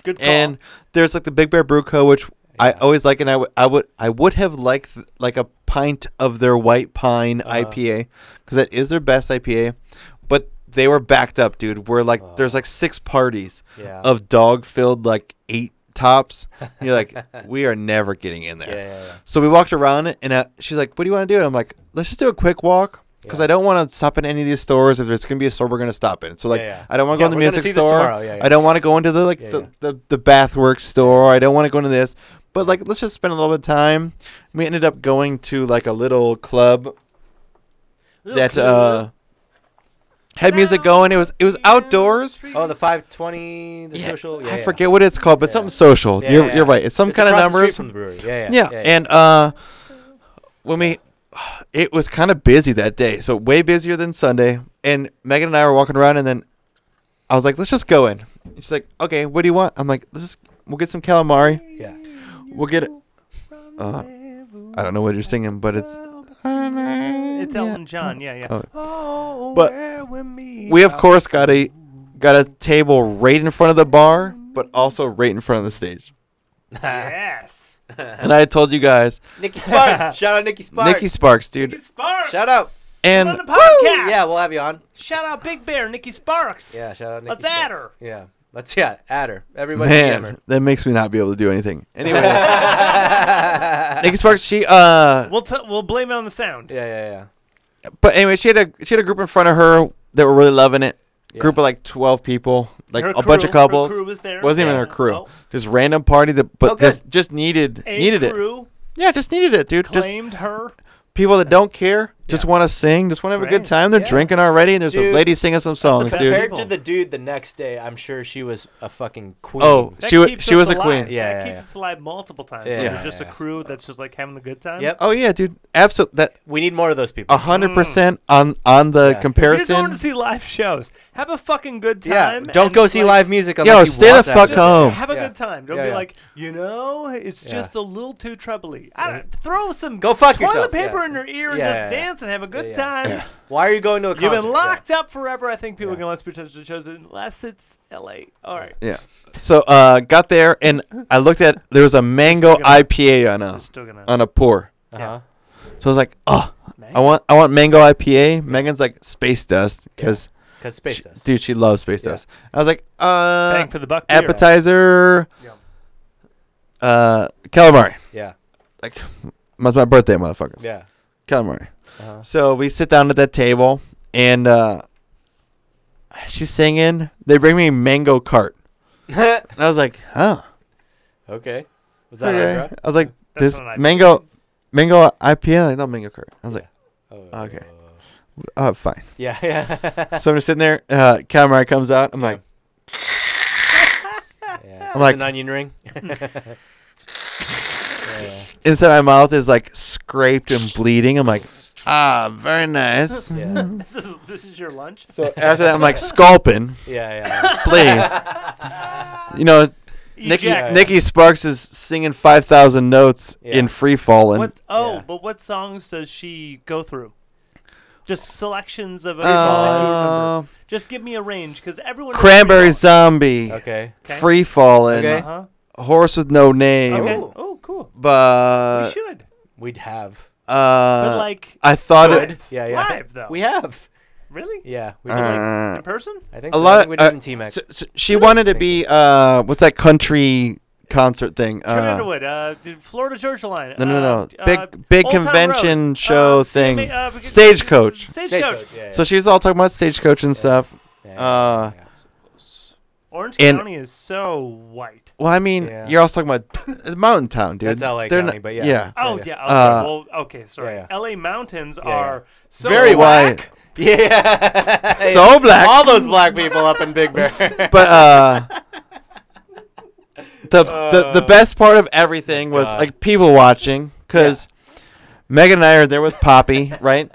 Speaker 1: Good call.
Speaker 3: and there's like the Big Bear Brew Co., which I
Speaker 2: Yeah.
Speaker 3: always like, and I would I would I would have liked th- like a pint of their White Pine
Speaker 2: Uh-huh.
Speaker 3: IPA because that is their best IPA, but they were backed up, dude. We're like there's like six parties
Speaker 2: Yeah.
Speaker 3: of dog filled like eight tops. And you're like, we are never getting in there.
Speaker 2: yeah. Yeah. Yeah.
Speaker 3: So we walked around, and uh, she's like, "What do you want to do?" And I'm like, "Let's just do a quick walk." Because
Speaker 2: Yeah.
Speaker 3: I don't want to stop in any of these stores. If there's gonna be a store, we're gonna stop in. So like,
Speaker 2: Yeah, yeah.
Speaker 3: I don't want to
Speaker 2: Yeah,
Speaker 3: go
Speaker 2: we're
Speaker 3: in the
Speaker 2: gonna
Speaker 3: music
Speaker 2: see this
Speaker 3: store.
Speaker 2: tomorrow. Yeah, yeah.
Speaker 3: I don't want to go into the like
Speaker 2: Yeah,
Speaker 3: the,
Speaker 2: yeah.
Speaker 3: the the bathworks store. I don't want to go into this. But like, let's just spend a little bit of time. We ended up going to like a little club that uh had music going. It was it was outdoors.
Speaker 2: Oh, the 520, the
Speaker 3: Yeah,
Speaker 2: social. Yeah,
Speaker 3: I
Speaker 2: yeah.
Speaker 3: forget what it's called, but
Speaker 2: Yeah.
Speaker 3: something social.
Speaker 2: Yeah,
Speaker 3: you're
Speaker 2: yeah,
Speaker 3: you're
Speaker 2: yeah.
Speaker 3: right. It's some
Speaker 2: It's
Speaker 3: kind of
Speaker 2: across the
Speaker 3: numbers.
Speaker 2: street from the brewery. Yeah,
Speaker 3: yeah.
Speaker 2: yeah,
Speaker 3: And uh, when we, it was kind of busy that day. So way busier than Sunday. And Megan and I were walking around, and then I was like, "Let's just go in." She's like, "Okay, what do you want?" I'm like, "Let's just we'll get some calamari.
Speaker 2: yeah,
Speaker 3: We'll get." Uh, I don't know what you're singing, but it's.
Speaker 1: It's Elton John. Yeah, yeah.
Speaker 3: Oh.
Speaker 1: Oh,
Speaker 3: But
Speaker 1: where Oh, we meet.
Speaker 3: We of course got a got a table right in front of the bar, but also right in front of the stage.
Speaker 1: yes.
Speaker 3: And I told you guys,
Speaker 2: Nikki Sparks. Shout out Nikki Sparks.
Speaker 3: Nikki Sparks, dude,
Speaker 1: Nikki Sparks.
Speaker 2: Shout out.
Speaker 1: Come
Speaker 3: and
Speaker 1: on the podcast.
Speaker 2: Yeah, we'll have you on.
Speaker 1: shout out Big Bear, Nikki Sparks.
Speaker 2: Yeah, shout out Nikki
Speaker 1: Let's
Speaker 2: Sparks.
Speaker 1: add her.
Speaker 2: Yeah, let's yeah add her. Everybody DM her.
Speaker 3: Man, that makes me not be able to do anything. Anyways, Nikki Sparks, she uh,
Speaker 1: We'll t- we'll blame it on the sound.
Speaker 2: Yeah, yeah, yeah.
Speaker 3: but anyway, she had a she had a group in front of her that were really loving it.
Speaker 2: Yeah.
Speaker 3: Group of like twelve people, like
Speaker 1: Her
Speaker 3: a bunch of
Speaker 1: crew- her
Speaker 3: couples.
Speaker 1: crew was there.
Speaker 3: Wasn't
Speaker 1: Yeah.
Speaker 3: even her crew.
Speaker 1: Oh,
Speaker 3: Just random party that, but
Speaker 2: Oh, good.
Speaker 3: just just needed
Speaker 1: a
Speaker 3: needed it.
Speaker 1: crew
Speaker 3: Yeah, just needed it, dude. Just
Speaker 1: claimed her.
Speaker 3: people that don't care, just want to sing, just want to have a
Speaker 1: Right.
Speaker 3: good time. They're
Speaker 2: Yeah.
Speaker 3: drinking already, and there's
Speaker 2: Dude,
Speaker 3: a lady singing some songs,
Speaker 1: best
Speaker 3: dude.
Speaker 1: part.
Speaker 2: Compared to the dude the next day, I'm sure she was a fucking queen.
Speaker 3: Oh,
Speaker 1: That
Speaker 3: she wa-
Speaker 1: keeps
Speaker 3: she
Speaker 1: us
Speaker 3: was a
Speaker 1: alive.
Speaker 3: queen.
Speaker 2: Yeah,
Speaker 1: that
Speaker 2: yeah,
Speaker 1: keeps us alive multiple times.
Speaker 2: Yeah,
Speaker 1: Yeah,
Speaker 2: yeah,
Speaker 1: just a
Speaker 2: yeah.
Speaker 1: crew that's just like having a good time.
Speaker 2: Yep.
Speaker 3: Oh yeah, dude. Absolutely, that
Speaker 2: we need more of those people.
Speaker 3: a hundred percent on on the
Speaker 2: Yeah.
Speaker 1: Mm. If you're going
Speaker 3: comparison.
Speaker 1: to see live shows, have a fucking good
Speaker 2: yeah,
Speaker 1: time.
Speaker 2: don't
Speaker 1: and,
Speaker 2: go see
Speaker 1: like,
Speaker 2: live music. Unless
Speaker 3: Yo,
Speaker 2: you
Speaker 3: stay
Speaker 2: want
Speaker 3: the
Speaker 2: that
Speaker 3: fuck
Speaker 2: shit.
Speaker 3: home.
Speaker 1: Have a
Speaker 2: Yeah.
Speaker 1: good time. Don't
Speaker 2: Yeah,
Speaker 1: be
Speaker 2: yeah.
Speaker 1: like, you know, it's
Speaker 2: Yeah.
Speaker 1: just a little too trebly. I
Speaker 2: Yeah.
Speaker 1: don't, throw some
Speaker 2: Go fuck
Speaker 1: toilet
Speaker 2: yourself.
Speaker 1: paper
Speaker 2: Yeah.
Speaker 1: in your ear and
Speaker 2: Yeah,
Speaker 1: just
Speaker 2: yeah, yeah.
Speaker 1: dance and have a good
Speaker 2: yeah.
Speaker 1: time.
Speaker 2: Why are you going to a concert?
Speaker 1: You've been
Speaker 2: Yeah.
Speaker 1: locked up forever. I think people
Speaker 2: Yeah.
Speaker 1: can less potential shows unless it's L.A. All right,
Speaker 3: Yeah. So uh, got there and I looked at there was a mango
Speaker 1: Still gonna-
Speaker 3: IPA on
Speaker 1: we're
Speaker 3: a
Speaker 1: still gonna.
Speaker 3: on a pour.
Speaker 2: Uh-huh.
Speaker 3: So I was like, oh,
Speaker 1: Man.
Speaker 3: Um, I want I want mango IPA. Megan's like space dust because
Speaker 2: Cause space does.
Speaker 3: dude, she loves space
Speaker 2: Yeah.
Speaker 3: dust. I was like, uh,
Speaker 1: Bang for the buck. beer.
Speaker 3: appetizer,
Speaker 1: Yeah.
Speaker 3: uh, calamari.
Speaker 2: Yeah,
Speaker 3: Like, that's my birthday, motherfucker.
Speaker 2: yeah.
Speaker 3: Calamari.
Speaker 2: Uh-huh.
Speaker 3: So we sit down at that table and uh, she's singing. They bring me mango cart, and I was like, huh.
Speaker 2: okay. Was that
Speaker 3: Okay.
Speaker 2: Ibra?
Speaker 3: I was like,
Speaker 1: That's
Speaker 3: this
Speaker 1: not an IPA.
Speaker 3: mango, mango IPA, like, not mango curd. I was like,
Speaker 2: Oh,
Speaker 3: Okay. oh, fine.
Speaker 2: Yeah, yeah.
Speaker 3: so I'm just sitting there. Uh, camera comes out. I'm like,
Speaker 2: yeah.
Speaker 3: I'm like-
Speaker 2: an onion ring.
Speaker 3: inside my mouth is like scraped and bleeding. I'm like, ah, very nice.
Speaker 2: Yeah.
Speaker 1: This is this is your lunch.
Speaker 3: So after that, I'm like sculpin,
Speaker 2: Yeah,
Speaker 3: please. You know, Nikki
Speaker 1: Eject.
Speaker 3: Nikki Sparks is singing five thousand notes
Speaker 2: Yeah.
Speaker 3: in free fall and
Speaker 1: What? Oh,
Speaker 2: Yeah.
Speaker 1: but what songs does she go through? Just selections of.
Speaker 3: uh,
Speaker 1: everyone. Just give me a range, because everyone. knows
Speaker 3: Cranberry Zombie,
Speaker 2: yeah. Okay.
Speaker 1: Okay.
Speaker 3: Free Fallen,
Speaker 1: Uh
Speaker 2: Okay.
Speaker 1: huh.
Speaker 3: Horse with No Name,
Speaker 1: Okay.
Speaker 2: Ooh.
Speaker 1: Oh, cool. we
Speaker 3: but
Speaker 1: should.
Speaker 2: We'd have.
Speaker 3: uh,
Speaker 1: But like
Speaker 3: I thought
Speaker 1: Good.
Speaker 3: it.
Speaker 2: Yeah, yeah.
Speaker 1: live though.
Speaker 2: We have.
Speaker 1: really
Speaker 2: Yeah. We did.
Speaker 3: Uh,
Speaker 1: in person.
Speaker 2: I think
Speaker 3: a
Speaker 2: so.
Speaker 3: lot-
Speaker 2: I think we did
Speaker 3: uh,
Speaker 2: in T Mac.
Speaker 3: so, so she wanted to be uh, what's that country concert thing?
Speaker 1: Kurt
Speaker 3: Uh,
Speaker 1: Underwood, uh, d- Florida Georgia Line.
Speaker 3: No, no,
Speaker 1: uh,
Speaker 3: no.
Speaker 1: uh,
Speaker 3: Big big
Speaker 1: Old Town Road,
Speaker 3: convention show
Speaker 1: uh,
Speaker 3: thing.
Speaker 1: CMA, uh, we could-
Speaker 3: Stagecoach.
Speaker 1: Stagecoach.
Speaker 2: Yeah,
Speaker 3: So she was all talking about stagecoach and stuff.
Speaker 2: yeah,
Speaker 3: uh,
Speaker 2: yeah.
Speaker 1: Orange
Speaker 3: And-
Speaker 1: County is so white.
Speaker 3: Well, I mean,
Speaker 2: Yeah.
Speaker 3: you're also talking about it's Mountain Town, dude.
Speaker 2: That's LA
Speaker 3: They're
Speaker 2: County,
Speaker 3: not-
Speaker 2: but yeah.
Speaker 3: yeah.
Speaker 1: Oh
Speaker 2: yeah.
Speaker 1: yeah.
Speaker 3: Uh,
Speaker 1: okay, well, okay. Sorry.
Speaker 2: yeah.
Speaker 1: L.A. mountains
Speaker 2: Yeah, yeah.
Speaker 1: are so
Speaker 3: Very
Speaker 1: whack.
Speaker 3: white.
Speaker 2: Yeah.
Speaker 3: So black.
Speaker 2: All those black people up in Big Bear.
Speaker 3: but uh the, the the best part of everything was
Speaker 2: Uh, God.
Speaker 3: like people watching because Megan and I are there with Poppy, right?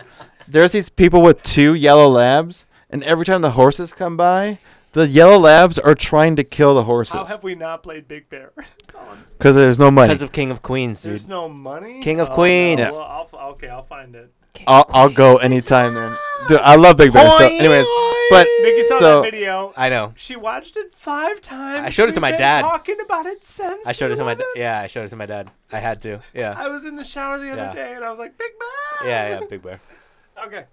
Speaker 3: There's these people with two yellow labs, and every time the horses come by, the yellow labs are trying to kill the
Speaker 1: How
Speaker 3: horses
Speaker 1: have we not played Big Bear? That's all I'm saying.
Speaker 3: because there's no money.
Speaker 2: Because of King of Queens, dude.
Speaker 1: There's no money.
Speaker 2: King of
Speaker 1: Oh, no.
Speaker 2: Queens.
Speaker 3: Yeah.
Speaker 1: Well, I'll f- okay, I'll find it.
Speaker 3: I'll, I'll go anytime, man. Dude, I love Big Bear. So, anyways, but
Speaker 1: Nikki saw
Speaker 3: so
Speaker 1: that video.
Speaker 2: I know.
Speaker 1: she watched it five times.
Speaker 2: I showed it to
Speaker 1: We've
Speaker 2: my
Speaker 1: been
Speaker 2: dad.
Speaker 1: Talking about it since.
Speaker 2: I showed it to my dad.
Speaker 1: 11.
Speaker 2: Yeah, I showed it to my dad. I had to. Yeah.
Speaker 1: I was in the shower the other
Speaker 2: Yeah.
Speaker 1: day and I was like, Big Bear.
Speaker 2: Yeah, yeah, Big Bear.
Speaker 1: Okay.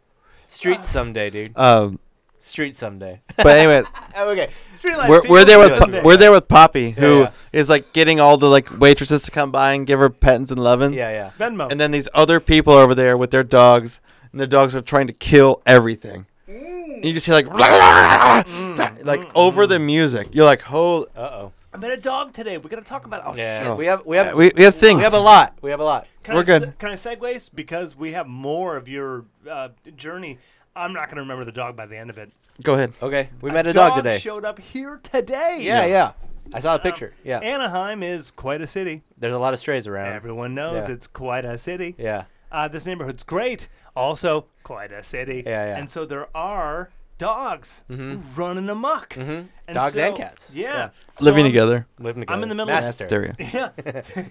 Speaker 2: Street someday, dude.
Speaker 3: um,
Speaker 2: Street someday.
Speaker 3: but anyways,
Speaker 2: okay.
Speaker 1: Streetlight
Speaker 3: we're, we're there with
Speaker 2: Yeah,
Speaker 3: Po-
Speaker 2: yeah.
Speaker 3: we're there with Poppy, who is
Speaker 2: yeah.
Speaker 3: like getting all the like waitresses to come by and give her pettins and lovins.
Speaker 2: Yeah, yeah.
Speaker 1: Venmo.
Speaker 3: And then these other people over there with their dogs, and their dogs are trying to kill everything. And you just hear like like over the music. You're like, holy,
Speaker 2: Uh oh.
Speaker 1: I met a dog today. We're gonna talk about. Oh
Speaker 2: Yeah.
Speaker 1: shit.
Speaker 2: We have we have
Speaker 3: we, we have things.
Speaker 2: we have a lot. We have a lot.
Speaker 1: Can
Speaker 3: We're
Speaker 1: I se-
Speaker 3: good.
Speaker 1: can I segue S- because we have more of your uh, journey? I'm not gonna remember the dog by the end of it.
Speaker 3: Go ahead.
Speaker 2: Okay. We met a dog today.
Speaker 1: Showed up here today.
Speaker 2: Yeah, yeah. I saw a
Speaker 1: Um,
Speaker 2: picture. Yeah.
Speaker 1: Anaheim is quite a city.
Speaker 2: There's a lot of strays around.
Speaker 1: Everyone knows
Speaker 2: yeah.
Speaker 1: it's quite a city.
Speaker 2: Yeah.
Speaker 1: Uh, this neighborhood's great. Also, quite a city.
Speaker 2: Yeah, yeah.
Speaker 1: And so there are dogs running amok. Mm-hmm.
Speaker 2: Dogs and cats.
Speaker 1: Yeah.
Speaker 2: Yeah.
Speaker 1: So
Speaker 3: Living
Speaker 1: I'm-
Speaker 3: together.
Speaker 2: Living together.
Speaker 1: I'm in the middle of-
Speaker 2: Master.
Speaker 3: Stereo.
Speaker 1: Yeah.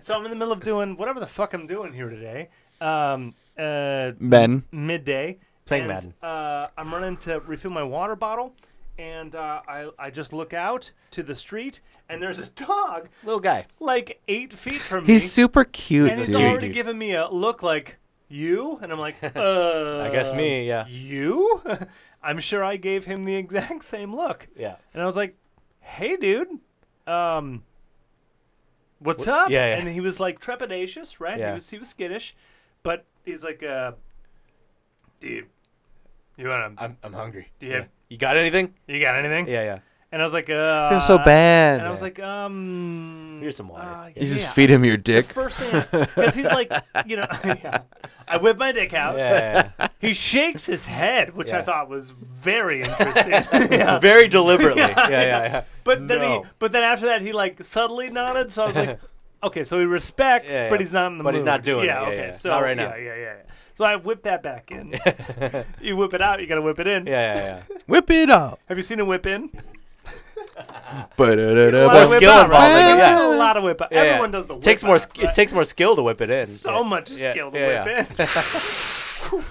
Speaker 1: so I'm in the middle of doing whatever the fuck I'm doing here today. Um, uh,
Speaker 3: Men.
Speaker 1: midday.
Speaker 2: Playing
Speaker 1: and, Uh, I'm running to refill my water bottle, and uh, I, I just look out to the street, and there's a dog
Speaker 2: Little guy.
Speaker 1: like eight feet from me.
Speaker 3: He's super cute,
Speaker 1: and he's
Speaker 3: dude.
Speaker 1: already giving me a look like, you? And I'm like, uh.
Speaker 2: I guess me, yeah.
Speaker 1: You? I'm sure I gave him the exact same look.
Speaker 2: Yeah.
Speaker 1: And I was like, "Hey, dude, um, what's up?"
Speaker 2: yeah, yeah.
Speaker 1: And he was like trepidatious, right? He
Speaker 2: Yeah.
Speaker 1: was he was skittish, but he's like, uh, "Dude, you wanna?
Speaker 2: I'm I'm hungry.
Speaker 1: Yeah.
Speaker 2: You got anything?
Speaker 1: you got anything?"
Speaker 2: Yeah, yeah.
Speaker 1: And I was like, uh,
Speaker 3: I feel so
Speaker 1: And I
Speaker 3: bad.
Speaker 1: was like, um,
Speaker 2: Here's some water.
Speaker 1: uh,
Speaker 3: You just
Speaker 1: yeah.
Speaker 3: feed him your dick.
Speaker 1: First thing, because he's like, you know, yeah. I whip my dick out.
Speaker 2: Yeah. yeah,
Speaker 1: He shakes his head, which I
Speaker 2: Yeah.
Speaker 1: thought was very interesting.
Speaker 2: yeah. Very deliberately. yeah, yeah, yeah.
Speaker 1: But then
Speaker 2: No.
Speaker 1: he, but then after that, he like subtly nodded. So I was like, okay, so he respects,
Speaker 2: Yeah, yeah.
Speaker 1: but he's not in the
Speaker 2: But
Speaker 1: mood.
Speaker 2: he's not doing
Speaker 1: yeah,
Speaker 2: it. Yeah,
Speaker 1: okay,
Speaker 2: yeah.
Speaker 1: so
Speaker 2: Not right now.
Speaker 1: Yeah, yeah, yeah. yeah. So I whip that back in. you whip it out, you gotta whip it in.
Speaker 2: Yeah, yeah, yeah.
Speaker 3: Whip it up.
Speaker 1: Have you seen a whip in? A
Speaker 3: Ba-da-da-da.
Speaker 1: lot of
Speaker 2: more
Speaker 1: whip
Speaker 2: skill
Speaker 1: out, right?
Speaker 2: involved,
Speaker 1: There's
Speaker 2: yeah.
Speaker 1: A lot of whip out.
Speaker 2: Yeah, yeah.
Speaker 1: Everyone does the whip
Speaker 2: takes more.
Speaker 1: out,
Speaker 2: Sk-
Speaker 1: right?
Speaker 2: It takes more skill to whip it in.
Speaker 1: so much skill to
Speaker 2: yeah, yeah.
Speaker 1: whip in.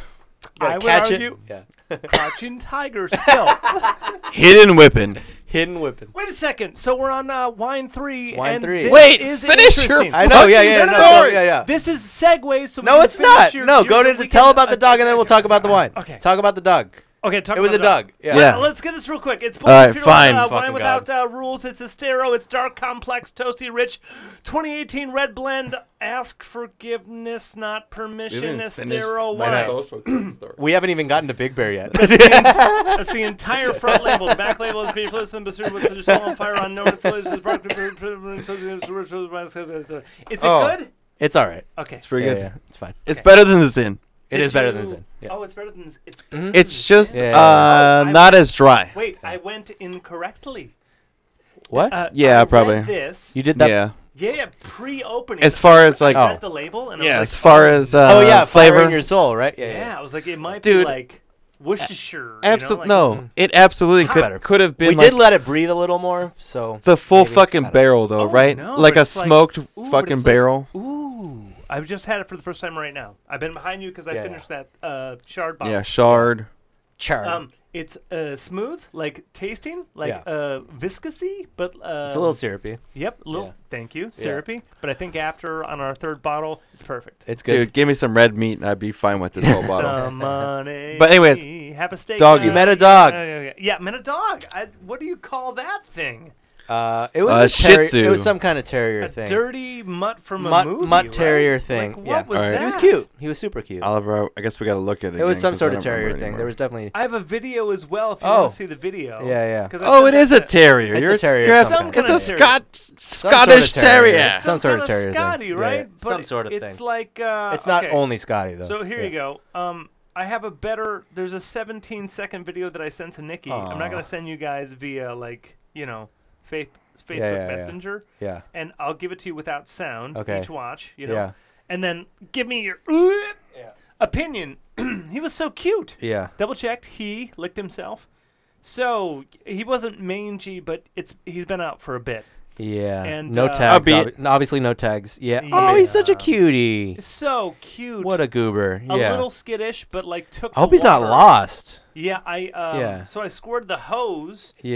Speaker 1: I would
Speaker 2: catch
Speaker 1: argue
Speaker 2: it. Yeah.
Speaker 1: crouching tiger skill.
Speaker 3: Hidden whipping.
Speaker 2: Hidden whipping.
Speaker 1: Wait a second. So we're on uh, wine three.
Speaker 2: Wine
Speaker 1: and
Speaker 2: three.
Speaker 1: This
Speaker 3: Wait,
Speaker 1: is
Speaker 3: finish your
Speaker 1: interesting.
Speaker 2: I know. Yeah,
Speaker 3: Fucking
Speaker 2: yeah, no, no,
Speaker 3: story.
Speaker 2: yeah, yeah.
Speaker 1: This is segues. So we
Speaker 2: no,
Speaker 1: can
Speaker 2: it's
Speaker 1: finish
Speaker 2: not.
Speaker 1: your-
Speaker 2: no,
Speaker 1: your-
Speaker 2: go
Speaker 1: your
Speaker 2: to the, tell
Speaker 1: weekend-
Speaker 2: about the dog, and then we'll talk about the wine.
Speaker 1: Okay.
Speaker 2: Talk about the dog.
Speaker 1: Okay, talk
Speaker 2: It was a
Speaker 1: about the-
Speaker 2: dog. Yeah.
Speaker 3: Yeah.
Speaker 1: Let's get this real quick. It's
Speaker 3: right,
Speaker 1: Bulletproof
Speaker 3: fine.
Speaker 1: uh, wine
Speaker 2: Fucking
Speaker 1: without uh, rules. It's Estero. It's dark, complex, toasty, rich. 2018 red blend. Ask forgiveness, not permission. Estero wine.
Speaker 2: We haven't even gotten to Big Bear yet.
Speaker 1: That's the entire front label. The back label is beefless and bassoon with the soul on fire on no it's Is it
Speaker 3: Oh.
Speaker 1: good?
Speaker 2: it's all right.
Speaker 1: Okay. It's
Speaker 3: Pretty
Speaker 2: Yeah,
Speaker 3: good.
Speaker 2: yeah, it's fine.
Speaker 3: It's better than the sin.
Speaker 2: It is better than Zen. Yeah. Mm-hmm.
Speaker 1: Oh, it's better than. It's
Speaker 3: It's just
Speaker 2: Yeah.
Speaker 3: uh,
Speaker 1: Oh, I-
Speaker 3: not as dry.
Speaker 1: Wait, I went incorrectly.
Speaker 2: What?
Speaker 1: Uh,
Speaker 3: Yeah,
Speaker 1: I read
Speaker 3: probably.
Speaker 1: This.
Speaker 2: you did that?
Speaker 3: yeah.
Speaker 1: Yeah, pre-opening.
Speaker 3: As far as like,
Speaker 1: I read
Speaker 2: Oh.
Speaker 1: the label and I
Speaker 3: yeah,
Speaker 1: was
Speaker 3: as
Speaker 1: like, oh,
Speaker 3: far as uh,
Speaker 2: oh yeah,
Speaker 3: flavor.
Speaker 2: flavor in your soul, right?
Speaker 1: yeah, I was like, it might be
Speaker 3: Dude.
Speaker 1: like Worcestershire.
Speaker 3: Absolutely
Speaker 1: you know? like, hmm.
Speaker 3: no. It absolutely
Speaker 2: Not better.
Speaker 3: could could have been
Speaker 2: we
Speaker 3: like
Speaker 2: did let it breathe a little more, so
Speaker 3: the full
Speaker 2: maybe. I
Speaker 3: fucking
Speaker 2: don't-
Speaker 3: barrel though,
Speaker 1: Oh,
Speaker 3: right?
Speaker 1: no,
Speaker 3: like
Speaker 1: but
Speaker 3: a
Speaker 1: it's like-
Speaker 3: smoked
Speaker 1: ooh, but
Speaker 3: fucking
Speaker 1: it's like-
Speaker 3: barrel.
Speaker 1: Ooh, I've just had it for the first time right now. I've been behind you because I
Speaker 2: Yeah,
Speaker 1: finished that uh, shard bottle.
Speaker 3: yeah, shard.
Speaker 2: char.
Speaker 1: Um, it's uh, smooth, like tasting, like
Speaker 2: Yeah.
Speaker 1: uh, viscousy, but uh,
Speaker 2: it's a little syrupy.
Speaker 1: Yep, a little.
Speaker 2: Yeah.
Speaker 1: Thank you, syrupy. But I think after on our third bottle, it's perfect.
Speaker 2: It's good.
Speaker 3: Dude, give me some red meat and I'd be fine with this whole bottle.
Speaker 1: Some money.
Speaker 3: But anyways,
Speaker 1: have a steak.
Speaker 3: doggy.
Speaker 2: You met a
Speaker 1: yeah,
Speaker 2: dog.
Speaker 1: Yeah, yeah, yeah. Yeah, met a dog. I, what do you call that thing?
Speaker 2: Uh, it was
Speaker 3: Uh,
Speaker 2: a terri-
Speaker 3: Shih Tzu.
Speaker 2: It was some kind of terrier
Speaker 1: A
Speaker 2: thing.
Speaker 1: dirty mutt from
Speaker 2: Mutt-
Speaker 1: a movie.
Speaker 2: mutt
Speaker 1: right?
Speaker 2: terrier
Speaker 1: Like,
Speaker 2: thing,
Speaker 1: what
Speaker 2: yeah.
Speaker 1: was
Speaker 3: All right.
Speaker 1: that?
Speaker 2: He was cute. He was super cute.
Speaker 3: Oliver, I guess we got to look at it.
Speaker 2: it was
Speaker 3: again
Speaker 2: some
Speaker 3: 'cause
Speaker 2: sort
Speaker 3: I
Speaker 2: of
Speaker 3: don't
Speaker 2: terrier
Speaker 3: remember
Speaker 2: thing.
Speaker 3: anymore.
Speaker 2: There was definitely.
Speaker 1: I have a video as well. If you
Speaker 2: Oh.
Speaker 1: want to see the video.
Speaker 2: Yeah, yeah.
Speaker 1: 'Cause I
Speaker 3: Oh, it
Speaker 1: sent
Speaker 3: is a
Speaker 1: that to-
Speaker 3: terrier.
Speaker 2: It's a
Speaker 3: You're
Speaker 2: terrier
Speaker 3: You're
Speaker 2: of
Speaker 3: a-
Speaker 2: some
Speaker 3: it's
Speaker 1: kind.
Speaker 3: a Scot-
Speaker 2: Some sort of
Speaker 3: Scottish
Speaker 2: terrier.
Speaker 3: terrier.
Speaker 2: Some sort of
Speaker 1: kinda
Speaker 2: terrier thing.
Speaker 1: Scotty,
Speaker 2: Yeah,
Speaker 1: right?
Speaker 2: yeah.
Speaker 1: But
Speaker 2: Some sort of
Speaker 1: it's
Speaker 2: thing.
Speaker 1: like uh,
Speaker 2: It's not
Speaker 1: okay.
Speaker 2: only Scotty though.
Speaker 1: So here
Speaker 2: Yeah.
Speaker 1: you go. Um, I have a better. There's a 17 second video that I sent to Nikki. I'm
Speaker 2: Aw.
Speaker 1: not gonna send you guys via like you know, fa- Facebook
Speaker 2: yeah, yeah.
Speaker 1: Messenger,
Speaker 2: Yeah.
Speaker 1: and I'll give it to you without sound.
Speaker 2: Okay.
Speaker 1: Each watch, you know,
Speaker 2: Yeah.
Speaker 1: and then give me your uh, opinion. he was so cute.
Speaker 2: Yeah.
Speaker 1: Double checked. He licked himself. So he wasn't mangy, but it's he's been out for a bit.
Speaker 2: Yeah.
Speaker 1: And,
Speaker 2: no
Speaker 1: uh,
Speaker 2: tags.
Speaker 3: Obvi-
Speaker 2: obvi- no, obviously no tags. Yeah.
Speaker 1: Yeah.
Speaker 2: Oh, he's such a cutie.
Speaker 1: So cute.
Speaker 2: What a goober.
Speaker 1: a
Speaker 2: yeah.
Speaker 1: little skittish, but like took.
Speaker 2: I hope
Speaker 1: the
Speaker 2: he's not
Speaker 1: water.
Speaker 2: lost.
Speaker 1: Yeah, I um,
Speaker 2: Yeah.
Speaker 1: So I scored the hose. And he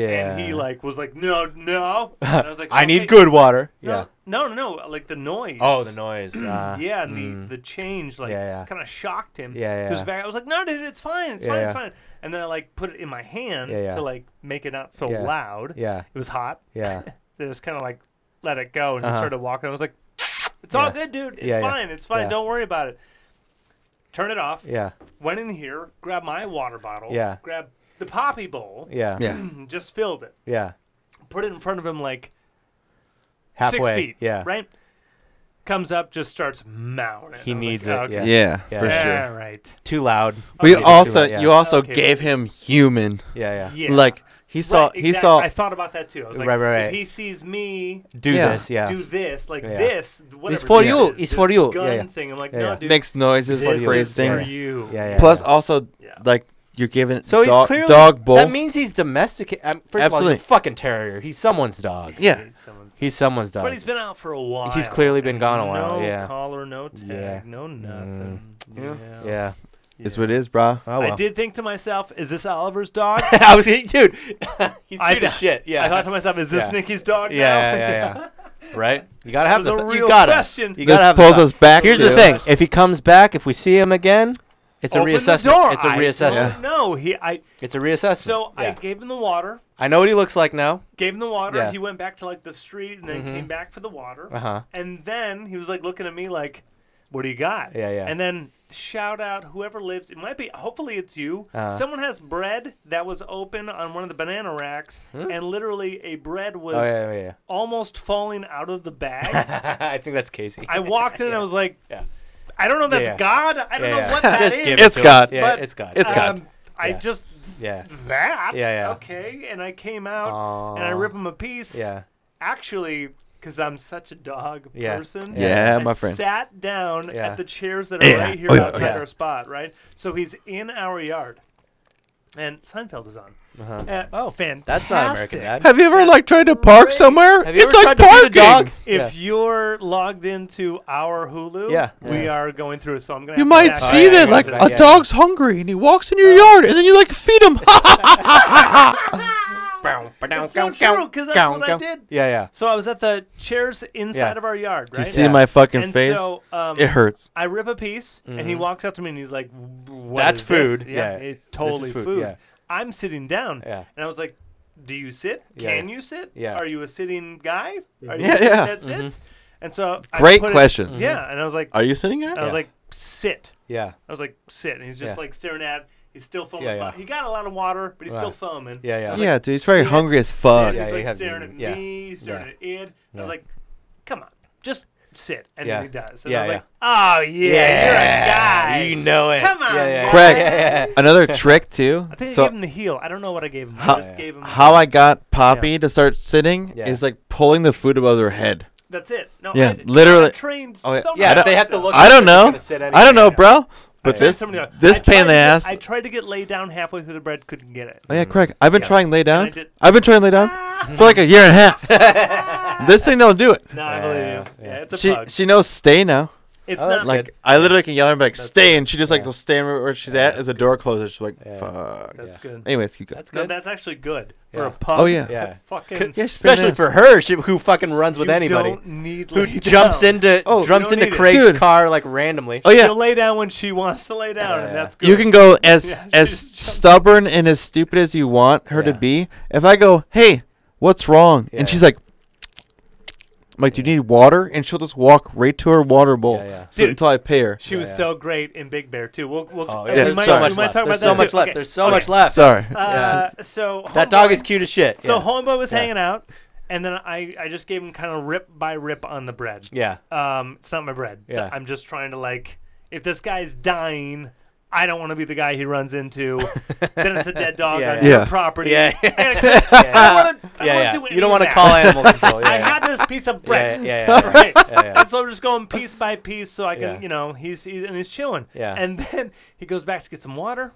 Speaker 2: Yeah.
Speaker 1: like was like, no, no. And I was like,
Speaker 2: I need
Speaker 1: "Okay,
Speaker 2: good water.
Speaker 1: No,
Speaker 2: Yeah. Oh, Uh,
Speaker 1: No, no, no. Like Oh, the noise.
Speaker 2: noise.
Speaker 1: Yeah, and the the change like
Speaker 2: Ah. Mm. Yeah, yeah.
Speaker 1: kind of shocked him.
Speaker 2: Yeah,
Speaker 1: So it was
Speaker 2: yeah.
Speaker 1: back. I was like, no, dude, it's fine, it's
Speaker 2: Yeah,
Speaker 1: fine, it's
Speaker 2: yeah.
Speaker 1: fine. And then I like put it in my hand
Speaker 2: Yeah, yeah.
Speaker 1: to like make it not so
Speaker 2: Yeah.
Speaker 1: loud.
Speaker 2: Yeah.
Speaker 1: It was hot.
Speaker 2: Yeah.
Speaker 1: They just kind of like let it go and
Speaker 2: Uh-huh.
Speaker 1: just started walking. I was like, it's all
Speaker 2: Yeah.
Speaker 1: good, dude. It's
Speaker 2: Yeah, yeah.
Speaker 1: fine. It's fine.
Speaker 2: Yeah.
Speaker 1: Don't worry about it. Turn it off.
Speaker 2: Yeah.
Speaker 1: Went in here, grabbed my water bottle.
Speaker 2: Yeah. Mm.
Speaker 1: Grabbed the poppy bowl.
Speaker 2: Yeah.
Speaker 3: Yeah.
Speaker 1: Just filled it.
Speaker 2: Yeah.
Speaker 1: Put it in front of him like
Speaker 2: Halfway.
Speaker 1: six feet.
Speaker 2: Yeah.
Speaker 1: Right. Comes up, just starts mounting.
Speaker 2: He
Speaker 1: I was
Speaker 2: needs
Speaker 1: like,
Speaker 2: it,
Speaker 1: Okay.
Speaker 2: yeah.
Speaker 3: Yeah,
Speaker 2: Yeah.
Speaker 3: for sure.
Speaker 1: All right.
Speaker 2: Too loud.
Speaker 3: We
Speaker 2: Okay.
Speaker 3: also
Speaker 2: Yeah.
Speaker 3: you also
Speaker 1: Okay.
Speaker 3: gave him human.
Speaker 2: Yeah. Yeah.
Speaker 1: Yeah.
Speaker 3: Like he
Speaker 1: Right,
Speaker 3: saw he
Speaker 1: exact-
Speaker 3: saw
Speaker 1: I thought about that too. I was like,
Speaker 2: Right, right,
Speaker 1: if
Speaker 2: right.
Speaker 1: he sees me
Speaker 2: Do
Speaker 3: Yeah.
Speaker 2: this. Yeah.
Speaker 1: do this, like
Speaker 2: Yeah.
Speaker 1: this, whatever.
Speaker 2: for
Speaker 1: this
Speaker 2: you,
Speaker 1: is,
Speaker 2: it's
Speaker 1: this
Speaker 2: for you. Yeah,
Speaker 1: Gun
Speaker 2: yeah.
Speaker 1: thing. I'm like,
Speaker 2: Yeah,
Speaker 1: no,
Speaker 2: yeah.
Speaker 1: dude.
Speaker 3: makes noises
Speaker 1: this
Speaker 3: like
Speaker 1: is
Speaker 3: crazy
Speaker 1: for
Speaker 3: thing.
Speaker 1: you.
Speaker 2: Yeah, yeah.
Speaker 3: Plus also
Speaker 1: Yeah.
Speaker 3: like you're giving
Speaker 2: So he's
Speaker 3: dog
Speaker 2: clearly
Speaker 3: dog bowl.
Speaker 2: That means he's domesticated. Um, first of all,
Speaker 3: Absolutely.
Speaker 2: he's a fucking terrier. He's someone's dog.
Speaker 3: yeah.
Speaker 1: Someone's-
Speaker 2: He's someone's dog.
Speaker 1: But he's been out for a while.
Speaker 2: He's clearly been
Speaker 1: and
Speaker 2: gone a while, yeah.
Speaker 1: No collar, no tag,
Speaker 2: Yeah. Mm.
Speaker 1: no nothing. Yeah.
Speaker 2: yeah.
Speaker 3: It's what it is, brah.
Speaker 2: Oh, well.
Speaker 1: I did think to myself, is this Oliver's dog?
Speaker 2: I was dude. he's
Speaker 1: I
Speaker 2: cute as
Speaker 1: thought-
Speaker 2: shit. Yeah.
Speaker 1: I thought to myself, is this
Speaker 2: Yeah.
Speaker 1: Nicky's dog
Speaker 2: yeah,
Speaker 1: now?
Speaker 2: yeah, yeah. right? You gotta have
Speaker 1: was a
Speaker 2: the.
Speaker 1: real
Speaker 2: you gotta.
Speaker 1: question.
Speaker 2: You gotta
Speaker 3: This
Speaker 2: have the
Speaker 3: pulls
Speaker 2: thought.
Speaker 3: us back.
Speaker 2: Here's
Speaker 3: to-
Speaker 2: the thing: if he comes back, if we see him again, it's
Speaker 1: Open
Speaker 2: a reassessment.
Speaker 1: The door.
Speaker 2: It's a
Speaker 1: I
Speaker 2: reassessment.
Speaker 1: don't know. He, I,
Speaker 2: It's a reassessment.
Speaker 1: so I
Speaker 2: Yeah.
Speaker 1: gave him the water.
Speaker 2: I know what he looks like now.
Speaker 1: Gave him the water.
Speaker 2: Yeah. Mm-hmm.
Speaker 1: He went back to like the street and then came back for the water.
Speaker 2: Uh huh.
Speaker 1: And then he was like looking at me like, "What do you got?"
Speaker 2: Yeah, yeah.
Speaker 1: And then shout out whoever lives. It might be. Hopefully it's you.
Speaker 2: Uh.
Speaker 1: Someone has bread that was open on one of the banana racks, and literally a bread was
Speaker 2: Oh yeah, yeah.
Speaker 1: almost falling out of the bag.
Speaker 2: yeah. I think that's Casey.
Speaker 1: I walked in and I was like,
Speaker 2: Yeah.
Speaker 1: "I don't know. if That's
Speaker 2: Yeah,
Speaker 1: God. I don't
Speaker 2: yeah,
Speaker 1: know
Speaker 2: yeah.
Speaker 1: what that is."
Speaker 2: Just give
Speaker 3: It's
Speaker 2: it to
Speaker 3: God.
Speaker 2: Us. Yeah,
Speaker 1: But-
Speaker 2: it's God.
Speaker 3: It's God.
Speaker 1: Um, I
Speaker 2: Yeah.
Speaker 1: just
Speaker 2: Yeah.
Speaker 1: that.
Speaker 2: Yeah, yeah.
Speaker 1: Okay. And I came out and I
Speaker 2: Aw.
Speaker 1: rip him a piece.
Speaker 2: Yeah.
Speaker 1: Actually, because I'm such a dog
Speaker 2: Yeah.
Speaker 1: person.
Speaker 3: Yeah,
Speaker 1: I
Speaker 3: my friend.
Speaker 1: Sat down
Speaker 2: Yeah.
Speaker 1: at the chairs that are
Speaker 3: Yeah.
Speaker 1: right here
Speaker 3: Oh, yeah,
Speaker 1: outside
Speaker 2: yeah.
Speaker 1: our spot, right? So he's in our yard. And Seinfeld is on.
Speaker 2: Uh-huh.
Speaker 1: oh, fantastic.
Speaker 2: That's not American Dad.
Speaker 3: Have you ever like tried to park somewhere?
Speaker 2: Have you
Speaker 3: it's
Speaker 2: ever
Speaker 3: like
Speaker 2: tried
Speaker 3: parking.
Speaker 2: to feed a dog?
Speaker 1: If you're logged into our Hulu,
Speaker 2: Yeah.
Speaker 1: we
Speaker 2: Yeah.
Speaker 1: are going through it. So I'm going to
Speaker 3: You might
Speaker 1: back
Speaker 2: Oh,
Speaker 3: see
Speaker 2: yeah,
Speaker 3: that
Speaker 2: yeah,
Speaker 3: like
Speaker 2: yeah,
Speaker 3: a
Speaker 2: yeah.
Speaker 3: dog's hungry and he walks in your
Speaker 1: Oh.
Speaker 3: yard and then you like feed him. uh,
Speaker 1: It's so true because that's what I did.
Speaker 2: Yeah, yeah.
Speaker 1: So I was at the chairs inside
Speaker 2: Yeah.
Speaker 1: of our yard, right?
Speaker 3: you see
Speaker 2: Yeah.
Speaker 3: my fucking
Speaker 1: and
Speaker 3: face?
Speaker 1: so um,
Speaker 3: it hurts.
Speaker 1: I rip a piece, and he walks up to me and he's like, "What
Speaker 2: Mm-hmm. That's
Speaker 1: is this?"
Speaker 2: food.
Speaker 1: Yeah,
Speaker 2: Yeah.
Speaker 1: it's
Speaker 2: This is
Speaker 1: totally
Speaker 2: food,
Speaker 1: food.
Speaker 2: yeah.
Speaker 1: I'm sitting down,
Speaker 2: Yeah.
Speaker 1: and I was like, "Do you sit?
Speaker 2: Yeah.
Speaker 1: Can you sit?
Speaker 2: Yeah. Mm-hmm.
Speaker 1: Are you a sitting guy? Are you
Speaker 3: Yeah,
Speaker 1: a guy
Speaker 3: yeah.
Speaker 1: That sits." And so I
Speaker 3: Great
Speaker 1: put it-
Speaker 3: question.
Speaker 1: yeah, and I was like,
Speaker 3: Are you sitting there?
Speaker 1: I was
Speaker 2: Yeah.
Speaker 1: like, sit.
Speaker 2: Yeah.
Speaker 1: I was like, sit, and he's just
Speaker 2: Yeah.
Speaker 1: like staring at. He's still foaming.
Speaker 2: Yeah, yeah.
Speaker 1: He got a lot of water, but he's still
Speaker 2: Right.
Speaker 1: foaming.
Speaker 2: Yeah, yeah.
Speaker 1: I was
Speaker 3: yeah,
Speaker 1: like,
Speaker 3: dude, he's very
Speaker 1: sit,
Speaker 3: hungry as fuck.
Speaker 1: and
Speaker 2: Yeah,
Speaker 1: he's
Speaker 2: you
Speaker 1: like
Speaker 2: have
Speaker 1: staring
Speaker 2: to-
Speaker 1: at
Speaker 2: yeah.
Speaker 1: me, staring at it. I was
Speaker 2: Yeah.
Speaker 1: like, come on, just sit, and
Speaker 2: Yeah.
Speaker 1: then he does. And
Speaker 2: Yeah,
Speaker 1: I was like,
Speaker 2: yeah.
Speaker 1: oh yeah, you're a guy.
Speaker 2: You know it.
Speaker 1: Come on,
Speaker 2: yeah, yeah,
Speaker 3: Craig.
Speaker 2: Yeah, yeah, yeah.
Speaker 3: Another trick too.
Speaker 1: I think I
Speaker 3: So
Speaker 1: gave him the heel. I don't know what I gave him. I
Speaker 3: How-
Speaker 1: just gave him
Speaker 3: how I got Poppy to start sitting
Speaker 2: Yeah.
Speaker 3: is like pulling the food above her head.
Speaker 1: That's it. No,
Speaker 3: Yeah,
Speaker 1: I did-
Speaker 3: literally-
Speaker 1: I trained
Speaker 3: Oh, yeah.
Speaker 1: so
Speaker 2: Yeah,
Speaker 1: many
Speaker 2: they have to
Speaker 1: times.
Speaker 2: look.
Speaker 3: I don't
Speaker 2: They're
Speaker 3: know.
Speaker 2: gonna sit anyway.
Speaker 3: I don't know,
Speaker 2: Yeah.
Speaker 3: bro. But
Speaker 1: I
Speaker 3: this
Speaker 1: trained so many times. I
Speaker 3: this pain in
Speaker 1: tried
Speaker 3: the
Speaker 1: to get-
Speaker 3: ass.
Speaker 1: I tried to get laid down halfway through the bread, couldn't get it.
Speaker 3: Oh, yeah, Craig. I've been
Speaker 1: Yeah.
Speaker 3: trying to lay down.
Speaker 1: I did-
Speaker 3: I've been trying to lay down for like a year and a half. this thing don't do it.
Speaker 1: No, I believe
Speaker 2: Yeah,
Speaker 1: you.
Speaker 2: yeah.
Speaker 1: Yeah, it's a
Speaker 3: she
Speaker 1: pug.
Speaker 3: she knows stay now.
Speaker 1: It's
Speaker 2: Oh,
Speaker 1: not
Speaker 2: that's
Speaker 1: like
Speaker 3: Like I literally can yell at her and be like
Speaker 1: That's
Speaker 3: stay, and she just like
Speaker 2: Yeah.
Speaker 3: will stand where she's at as the door closes. She's like fuck.
Speaker 1: that's
Speaker 2: Yeah.
Speaker 1: good.
Speaker 3: Anyways, keep going.
Speaker 2: That's
Speaker 1: No,
Speaker 2: good.
Speaker 1: that's actually good for
Speaker 2: Yeah.
Speaker 1: a pug.
Speaker 3: Oh, yeah.
Speaker 1: that's
Speaker 2: Yeah.
Speaker 1: fucking.
Speaker 2: Could-
Speaker 3: yeah, she's been
Speaker 2: Especially
Speaker 3: ass.
Speaker 2: for her, she, who fucking runs with
Speaker 1: you
Speaker 2: anybody.
Speaker 1: don't need
Speaker 2: Who
Speaker 1: lay
Speaker 2: jumps
Speaker 1: down.
Speaker 2: into
Speaker 3: Oh, you
Speaker 2: jumps
Speaker 1: don't
Speaker 2: into
Speaker 1: need it.
Speaker 2: Craig's
Speaker 3: Dude.
Speaker 2: car like randomly.
Speaker 3: Oh yeah,
Speaker 1: She'll lay down when she wants to lay down,
Speaker 2: Yeah.
Speaker 1: and that's good.
Speaker 3: you can go as
Speaker 1: Yeah,
Speaker 3: as
Speaker 1: she's jumping.
Speaker 3: stubborn and as stupid as you want her to
Speaker 2: Yeah.
Speaker 3: be. If I go, hey, what's wrong?
Speaker 2: Yeah.
Speaker 3: And she's like, I'm like, do you need water? And she'll just walk right to her water
Speaker 1: Oh.
Speaker 3: bowl
Speaker 2: Yeah, yeah.
Speaker 3: So,
Speaker 1: Dude.
Speaker 3: until I pay her.
Speaker 1: She
Speaker 2: Yeah,
Speaker 1: was
Speaker 2: yeah.
Speaker 1: so great in Big Bear too. We'll, we'll
Speaker 2: Oh,
Speaker 1: we
Speaker 2: yeah. There's
Speaker 1: might,
Speaker 3: so
Speaker 1: we
Speaker 3: much
Speaker 1: might
Speaker 2: left.
Speaker 1: talk
Speaker 2: There's
Speaker 1: about
Speaker 2: so
Speaker 1: that
Speaker 2: much
Speaker 1: too.
Speaker 2: left.
Speaker 1: Okay.
Speaker 2: There's so
Speaker 1: Okay.
Speaker 2: much left.
Speaker 3: Sorry.
Speaker 1: Uh, so
Speaker 2: that dog
Speaker 1: homeboy-
Speaker 2: is cute as shit.
Speaker 1: So
Speaker 2: yeah.
Speaker 1: homeboy was
Speaker 2: Yeah.
Speaker 1: hanging out, and then I I just gave him kind of rip by rip on the bread.
Speaker 2: yeah.
Speaker 1: Um, it's not my bread. T-
Speaker 2: Yeah.
Speaker 1: I'm just trying to like, if this guy's dying, I don't want to be the guy he runs into. then it's a dead dog
Speaker 2: Yeah,
Speaker 1: on
Speaker 2: yeah.
Speaker 1: some
Speaker 3: Yeah.
Speaker 1: property.
Speaker 2: Yeah.
Speaker 1: I gotta clean- I don't want to.
Speaker 2: Yeah, yeah.
Speaker 1: do any
Speaker 2: you don't
Speaker 1: want to
Speaker 2: call animal control. Yeah,
Speaker 1: I
Speaker 2: yeah.
Speaker 1: had this piece of
Speaker 2: yeah,
Speaker 1: bread.
Speaker 2: yeah, yeah, yeah.
Speaker 1: Right.
Speaker 2: Yeah, yeah.
Speaker 1: And so I'm just going piece by piece, so I can,
Speaker 2: Yeah.
Speaker 1: you know, he's, he's and he's chilling.
Speaker 2: Yeah.
Speaker 1: And then he goes back to get some water.